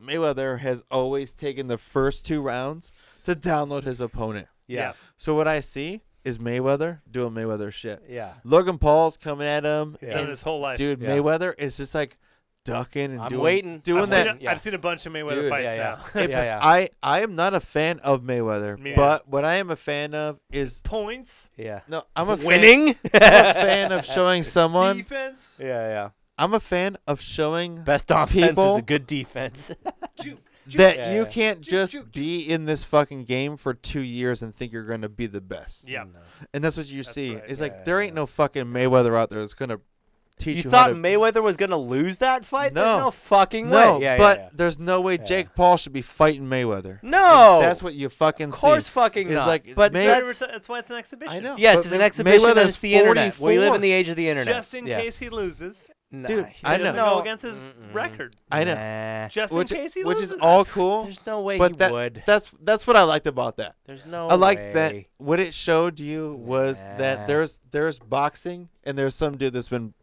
Speaker 3: Mayweather has always taken the first two rounds to download his opponent.
Speaker 1: Yeah.
Speaker 3: So what I see is Mayweather doing Mayweather shit.
Speaker 2: Yeah.
Speaker 3: Logan Paul's coming at him.
Speaker 1: He's
Speaker 3: and
Speaker 1: done it his whole life.
Speaker 3: Dude,
Speaker 2: Yeah.
Speaker 3: Mayweather is just like ducking and
Speaker 5: I'm
Speaker 3: doing,
Speaker 5: waiting.
Speaker 3: doing
Speaker 1: I've,
Speaker 3: that.
Speaker 1: seen a,
Speaker 5: yeah.
Speaker 1: I've seen a bunch of Mayweather
Speaker 3: Dude,
Speaker 1: fights
Speaker 5: yeah,
Speaker 1: now.
Speaker 5: yeah, yeah.
Speaker 3: I I am not a fan of Mayweather,
Speaker 1: Me
Speaker 3: but what I am a fan of is
Speaker 1: Points,
Speaker 2: Yeah.
Speaker 3: no. I'm a fan-
Speaker 5: Winning?
Speaker 3: I'm a fan of showing someone.
Speaker 1: defense,
Speaker 2: Yeah. Yeah.
Speaker 3: I'm a fan of showing
Speaker 2: Best offense
Speaker 3: People-
Speaker 2: is a good defense.
Speaker 1: juke.
Speaker 3: that
Speaker 2: Yeah,
Speaker 3: you
Speaker 2: yeah.
Speaker 3: can't just
Speaker 1: juke,
Speaker 3: be in this fucking game for two years and think you're going to be the best.
Speaker 1: Yeah.
Speaker 3: And that's what you see.
Speaker 1: right.
Speaker 3: It's
Speaker 2: Yeah,
Speaker 3: like there ain't no fucking Mayweather out there that's going to teach
Speaker 5: You
Speaker 3: you,
Speaker 5: thought
Speaker 3: how to.
Speaker 5: Mayweather was gonna lose that fight? There's
Speaker 3: No.
Speaker 5: no fucking
Speaker 3: no,
Speaker 5: way. Yeah,
Speaker 3: but
Speaker 5: yeah,
Speaker 3: there's no way Jake Paul should be fighting Mayweather.
Speaker 5: yeah. no.
Speaker 3: That's what you fucking
Speaker 5: of course,
Speaker 3: see.
Speaker 5: fucking
Speaker 3: It's
Speaker 5: not.
Speaker 3: like
Speaker 5: but
Speaker 3: May-
Speaker 1: That's,
Speaker 5: that's,
Speaker 1: that's why it's an exhibition.
Speaker 3: I know.
Speaker 5: yes,
Speaker 3: but
Speaker 5: it's an
Speaker 3: May-
Speaker 5: exhibition.
Speaker 3: Mayweather's
Speaker 5: That's the internet. We live
Speaker 3: 44.
Speaker 5: in the age of the internet.
Speaker 1: Just in
Speaker 5: Yeah.
Speaker 1: case he loses,
Speaker 5: Nah,
Speaker 3: Dude,
Speaker 5: he
Speaker 3: I
Speaker 1: he doesn't
Speaker 5: doesn't-
Speaker 3: know.
Speaker 1: go against his
Speaker 5: Mm-mm.
Speaker 1: record.
Speaker 3: I know.
Speaker 5: Nah.
Speaker 1: Just
Speaker 3: Which,
Speaker 1: in case he
Speaker 3: which
Speaker 1: loses,
Speaker 3: is all cool,
Speaker 5: There's no way
Speaker 3: but
Speaker 5: he
Speaker 3: that-
Speaker 5: would.
Speaker 3: that's that's what I liked about that.
Speaker 5: There's no.
Speaker 3: I like
Speaker 5: way.
Speaker 3: that what it showed you was
Speaker 5: Nah.
Speaker 3: that there's there's boxing and there's some dude that's been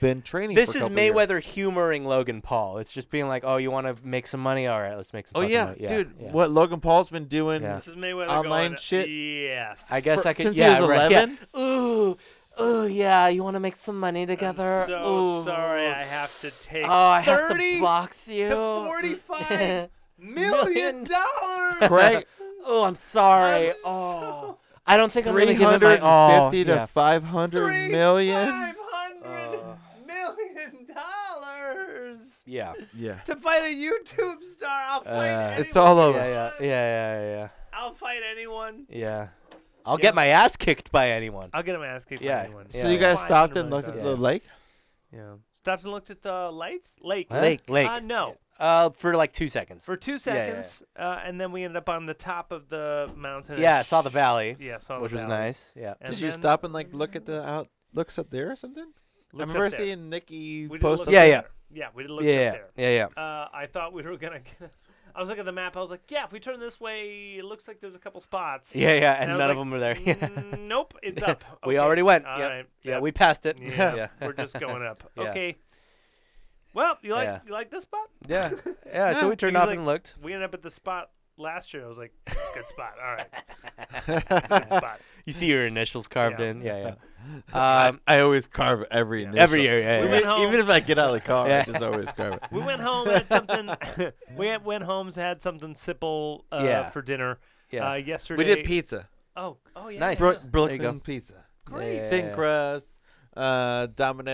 Speaker 3: been training.
Speaker 5: This
Speaker 3: for a
Speaker 5: is
Speaker 3: couple years.
Speaker 5: Mayweather humoring Logan Paul. It's just being like, "Oh, you want to make some money? All right, let's make some."
Speaker 3: Oh
Speaker 5: fucking
Speaker 3: yeah,
Speaker 5: money." yeah
Speaker 3: dude.
Speaker 5: yeah.
Speaker 3: What Logan Paul's been doing?
Speaker 5: Yeah.
Speaker 1: This is Mayweather
Speaker 3: Online
Speaker 1: going,
Speaker 3: shit?
Speaker 1: Yes.
Speaker 5: I guess
Speaker 3: for-
Speaker 5: I could.
Speaker 3: since he
Speaker 5: yeah,
Speaker 3: was
Speaker 5: right, yeah.
Speaker 3: 11?
Speaker 5: Ooh, ooh, yeah. You want to make some money
Speaker 1: I'm
Speaker 5: together?
Speaker 1: so
Speaker 5: Ooh.
Speaker 1: sorry, I have to take
Speaker 5: Oh, I have to
Speaker 1: 30
Speaker 5: box you.
Speaker 1: to 45 million dollars.
Speaker 3: Craig,
Speaker 5: oh, I'm sorry.
Speaker 1: I'm
Speaker 5: oh,
Speaker 1: so-
Speaker 5: I don't think I'm gonna
Speaker 3: three
Speaker 5: give it
Speaker 3: hundred
Speaker 5: my all.
Speaker 3: and fifty to
Speaker 5: yeah.
Speaker 3: five hundred million. Oh.
Speaker 1: Five hundred million dollars
Speaker 2: yeah.
Speaker 3: Yeah,
Speaker 1: to fight a YouTube star. I'll fight.
Speaker 2: Uh,
Speaker 1: anyone.
Speaker 3: it's all over.
Speaker 2: Yeah. Yeah. Yeah. Yeah. Yeah.
Speaker 1: I'll fight anyone.
Speaker 2: Yeah. I'll
Speaker 1: Yeah.
Speaker 2: get my ass kicked by anyone.
Speaker 1: I'll get him asking for
Speaker 2: Yeah.
Speaker 1: anyone.
Speaker 3: So you guys
Speaker 1: Five
Speaker 3: stopped
Speaker 1: hundred
Speaker 3: and looked at
Speaker 1: million
Speaker 3: the
Speaker 1: dollars.
Speaker 3: lake.
Speaker 1: Yeah. Stopped and looked at the lights. Lake.
Speaker 5: Huh?
Speaker 3: Lake.
Speaker 5: Lake.
Speaker 1: Uh, no.
Speaker 5: Uh, for like two seconds.
Speaker 1: For two
Speaker 2: yeah, yeah.
Speaker 1: seconds, Uh, and then we ended up on the top of the mountain.
Speaker 2: Yeah. I saw the valley,
Speaker 1: Yeah. Saw the
Speaker 2: which was
Speaker 1: valley.
Speaker 2: nice. Yeah.
Speaker 1: Oh, And
Speaker 3: Did you
Speaker 1: then
Speaker 3: stop and like look at the out looks up there or something? I
Speaker 1: looks up
Speaker 3: remember
Speaker 1: there.
Speaker 3: seeing Nikki
Speaker 1: We did
Speaker 3: post.
Speaker 1: looks
Speaker 2: Yeah,
Speaker 1: up
Speaker 2: yeah.
Speaker 1: there. Yeah. We did looks
Speaker 2: Yeah.
Speaker 1: up
Speaker 2: Yeah.
Speaker 1: there.
Speaker 2: Yeah. Yeah.
Speaker 1: Uh, I thought we were gonna. Get, I was looking at the map. I was like, yeah, if we turn this way, it looks like there's a couple spots.
Speaker 2: Yeah. Yeah.
Speaker 1: And
Speaker 2: And
Speaker 1: I was
Speaker 2: none of
Speaker 1: like,
Speaker 2: them were there.
Speaker 1: "Mm, nope, it's up.
Speaker 2: We
Speaker 1: Okay,
Speaker 2: already went.
Speaker 1: all
Speaker 2: Yep.
Speaker 1: right,
Speaker 2: Yeah.
Speaker 1: yep,
Speaker 2: We passed it.
Speaker 1: yeah,
Speaker 2: Yeah.
Speaker 1: we're just going up.
Speaker 2: Yeah.
Speaker 1: Okay. Well, you like
Speaker 2: Yeah.
Speaker 1: you like this spot?
Speaker 2: Yeah. Yeah. So we turned
Speaker 1: Because,
Speaker 2: off
Speaker 1: like,
Speaker 2: and looked.
Speaker 1: We ended up at the spot last year. I was like, good spot. All right, It's a good spot.
Speaker 5: You see your initials carved
Speaker 1: Yeah.
Speaker 5: in. Yeah, yeah. Um,
Speaker 3: I, I always carve every initial.
Speaker 5: every year. Yeah,
Speaker 1: We
Speaker 5: yeah.
Speaker 1: went
Speaker 3: Even,
Speaker 1: home.
Speaker 3: even if I get out of the car,
Speaker 5: Yeah.
Speaker 3: I just always carve it.
Speaker 1: We went home had something. we had, went home had something simple uh,
Speaker 2: Yeah.
Speaker 1: for dinner
Speaker 2: Yeah.
Speaker 1: uh, yesterday.
Speaker 3: We did pizza.
Speaker 1: Oh, oh yeah.
Speaker 2: Nice.
Speaker 3: Bro-
Speaker 1: yeah.
Speaker 3: Brooklyn pizza.
Speaker 1: Great.
Speaker 2: Yeah.
Speaker 3: Thin crust, uh,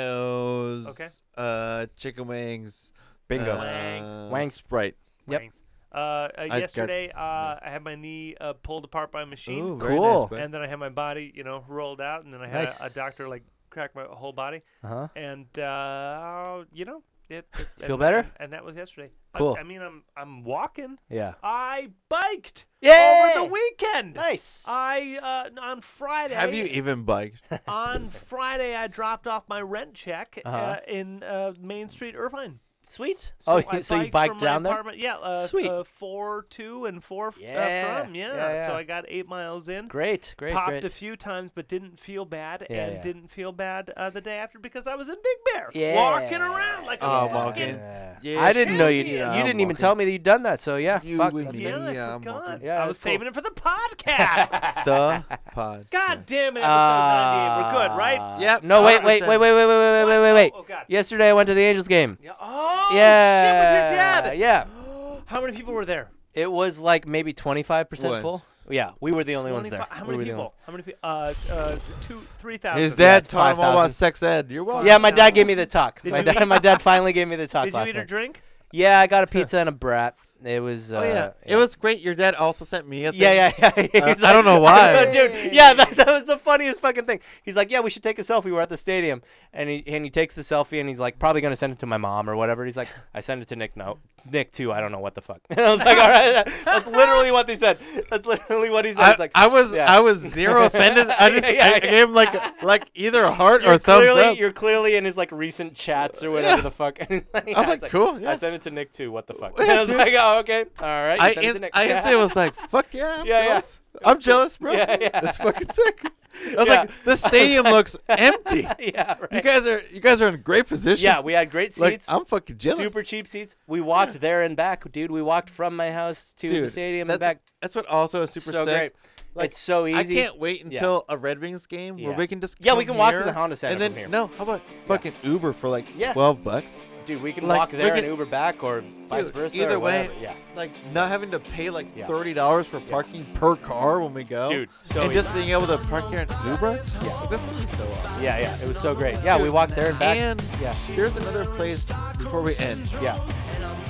Speaker 3: Domino's,
Speaker 1: Okay.
Speaker 3: uh, chicken wings,
Speaker 2: Bingo.
Speaker 3: uh,
Speaker 2: Wangs.
Speaker 3: Sprite.
Speaker 2: Yep.
Speaker 1: Thanks. Uh, uh,
Speaker 3: got-
Speaker 1: yesterday, uh, I had my knee uh, pulled apart by a machine.
Speaker 3: Ooh, very
Speaker 2: Cool.
Speaker 3: nice, bud.
Speaker 1: and then I had my body, you know, rolled out, and then I had
Speaker 2: Nice.
Speaker 1: a, a doctor like crack my whole body,
Speaker 2: Uh-huh.
Speaker 1: and uh, you know, it, it
Speaker 2: You
Speaker 1: and-
Speaker 2: feel better?
Speaker 1: And, and that was yesterday. I-
Speaker 2: Cool.
Speaker 1: I, mean, I'm I'm walking.
Speaker 2: Yeah.
Speaker 1: I biked over
Speaker 2: Yeah.
Speaker 1: the weekend.
Speaker 2: Nice.
Speaker 1: I uh, on Friday.
Speaker 3: Have you even biked?
Speaker 1: on Friday? I dropped off my rent check uh
Speaker 2: Uh-huh.
Speaker 1: in uh, Main Street, Irvine.
Speaker 2: Sweet.
Speaker 1: So
Speaker 2: oh,
Speaker 1: I
Speaker 2: so you
Speaker 1: biked from
Speaker 2: biked
Speaker 1: my
Speaker 2: down there?
Speaker 1: apartment- Yeah, uh,
Speaker 2: Sweet.
Speaker 1: Uh, four two and four uh,
Speaker 2: Yeah,
Speaker 1: from. Yeah.
Speaker 2: yeah,
Speaker 1: so
Speaker 2: yeah.
Speaker 1: I got eight miles in.
Speaker 2: Great. Great.
Speaker 1: popped
Speaker 2: great.
Speaker 1: a few times, but didn't feel bad,
Speaker 2: Yeah,
Speaker 1: and
Speaker 2: yeah.
Speaker 1: didn't feel bad uh, the day after because I was in Big Bear,
Speaker 2: yeah.
Speaker 1: walking around like a
Speaker 3: Oh,
Speaker 1: fucking.
Speaker 3: walking. Yeah,
Speaker 2: I didn't know uh, you.
Speaker 1: shit. Yeah,
Speaker 2: you
Speaker 3: I'm
Speaker 2: didn't even
Speaker 3: walking.
Speaker 2: tell me that you'd done that. So yeah.
Speaker 3: You
Speaker 2: fuck,
Speaker 3: would
Speaker 2: that's
Speaker 3: be-
Speaker 1: Yeah, I
Speaker 3: Yeah, I'm
Speaker 1: forgot.
Speaker 3: uh, walking.
Speaker 2: Yeah,
Speaker 1: I was
Speaker 2: that's cool.
Speaker 1: saving it for the podcast.
Speaker 3: The pod.
Speaker 1: God damn it, episode 98. We're good, right?
Speaker 2: Uh,
Speaker 3: Yep,
Speaker 2: No, wait, wait, wait,
Speaker 3: 100%.
Speaker 2: wait, wait, wait, wait, wait, wait, wait.
Speaker 1: Oh, oh, God.
Speaker 2: Yesterday I went to the Angels game.
Speaker 1: Yeah. Oh,
Speaker 2: yeah.
Speaker 1: shit, with your dad.
Speaker 2: Yeah.
Speaker 1: How many people were there?
Speaker 2: It was like maybe 25%
Speaker 3: What?
Speaker 2: full. Yeah, we were the only ones there.
Speaker 1: 25 How
Speaker 2: We
Speaker 1: many
Speaker 2: were the only-
Speaker 1: people? How many people? Uh, uh, two, 3,000.
Speaker 3: His dad
Speaker 2: it's
Speaker 3: taught him all about
Speaker 2: 5,000.
Speaker 3: sex ed. You're welcome.
Speaker 2: Yeah, my dad gave me the talk.
Speaker 1: Did
Speaker 2: my
Speaker 1: you
Speaker 2: dad,
Speaker 1: eat-
Speaker 2: my dad finally gave me the talk
Speaker 1: Did you
Speaker 2: last
Speaker 1: eat or
Speaker 2: night.
Speaker 1: drink?
Speaker 2: Yeah, I got a pizza and a brat. It was. Uh,
Speaker 3: Oh yeah. it was great. Your dad also sent me a thing.
Speaker 2: Yeah, yeah, yeah. He's
Speaker 3: Uh, I don't know why.
Speaker 2: I don't know, dude. Yeah, that, that was the funniest fucking thing. He's like, "Yeah, we should take a selfie. We're at the stadium." And he and he takes the selfie and he's like, "Probably gonna send it to my mom or whatever." He's like, "I send it to Nick. No, Nick too. I don't know what the fuck." And I was like, "All right, that's literally what they said. That's literally what he said."
Speaker 3: I,
Speaker 2: He's like,
Speaker 3: I was
Speaker 2: yeah.
Speaker 3: I was zero offended. I just
Speaker 2: Yeah, yeah,
Speaker 3: I gave him like like either a heart
Speaker 2: You're
Speaker 3: or thumbs
Speaker 2: clearly,
Speaker 3: up.
Speaker 2: You're clearly in his like recent chats or whatever
Speaker 3: Yeah.
Speaker 2: the fuck. And he's like, yeah,
Speaker 3: I was like, cool.
Speaker 5: I
Speaker 3: Yeah.
Speaker 5: sent it to Nick too. What the fuck?
Speaker 3: Yeah,
Speaker 2: And I was
Speaker 3: dude.
Speaker 2: like, oh, okay, all right. you
Speaker 3: I
Speaker 2: sent it to
Speaker 3: in,
Speaker 2: Nick."
Speaker 3: I instantly was like, fuck yeah, I'm
Speaker 2: Yeah, yeah.
Speaker 3: jealous. I'm jealous, bro.
Speaker 2: Yeah, yeah.
Speaker 3: That's fucking sick. I was
Speaker 2: Yeah.
Speaker 3: like, the stadium looks empty.
Speaker 2: yeah, right.
Speaker 3: You guys are you guys are in great position.
Speaker 2: yeah, we had great
Speaker 3: like
Speaker 2: seats.
Speaker 3: I'm fucking jealous.
Speaker 2: Super cheap seats. We walked there and back, dude. We walked from my house to the
Speaker 3: Dude,
Speaker 2: stadium and
Speaker 3: that's,
Speaker 2: back.
Speaker 3: that's what also is super
Speaker 2: so
Speaker 3: sick.
Speaker 2: great.
Speaker 3: Like,
Speaker 5: it's so easy.
Speaker 3: I can't wait until a Red Wings game where
Speaker 5: Yeah.
Speaker 3: we can just
Speaker 5: Yeah,
Speaker 3: come
Speaker 5: we can walk to
Speaker 3: here
Speaker 5: the Honda Center
Speaker 3: and then
Speaker 5: from here.
Speaker 3: no, how about fucking Uber for like
Speaker 5: Yeah.
Speaker 3: twelve bucks?
Speaker 5: Dude, we can
Speaker 3: like,
Speaker 5: walk
Speaker 3: we
Speaker 5: there and
Speaker 3: can-
Speaker 5: Uber back or vice
Speaker 3: Dude,
Speaker 5: versa.
Speaker 3: either
Speaker 5: or
Speaker 3: way-
Speaker 5: whatever. Yeah.
Speaker 3: Like not having to pay like
Speaker 5: Yeah.
Speaker 3: thirty dollars for parking per car when we go,
Speaker 5: Dude, so
Speaker 3: and just
Speaker 5: easy.
Speaker 3: being able to park here in Uber, yeah, that's gonna be so awesome.
Speaker 5: Yeah, yeah. It was so great. Yeah, we
Speaker 3: Dude,
Speaker 5: walked there and back.
Speaker 3: And
Speaker 5: Yeah.
Speaker 3: there's another place before we end
Speaker 5: yeah.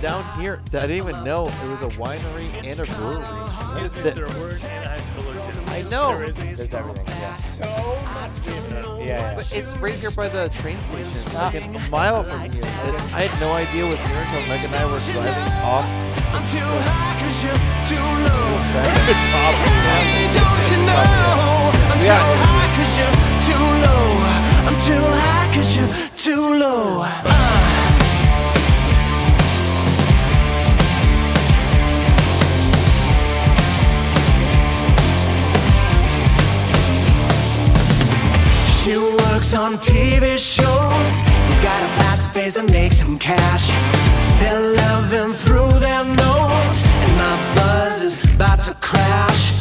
Speaker 3: down here that I didn't even know it was a winery and a brewery.
Speaker 1: Excuse me,
Speaker 3: That-
Speaker 1: sir. We're in Anheuser-Busch.
Speaker 3: I know.
Speaker 1: There is
Speaker 5: There's everything. Yeah.
Speaker 1: so much different.
Speaker 5: Yeah. yeah.
Speaker 3: But it's right here by the train station, like a mile from here. And I had no idea it was here until Meg and I were driving off.
Speaker 12: I'm too high cause you're too low.
Speaker 3: That's
Speaker 12: Hey, don't you know? I'm too
Speaker 3: Yeah.
Speaker 12: high cause you're too low. I'm too high cause you're too low. She works on TV shows. He's got a fast face and makes some cash. They're loving through their nose, and my buzz is about to crash.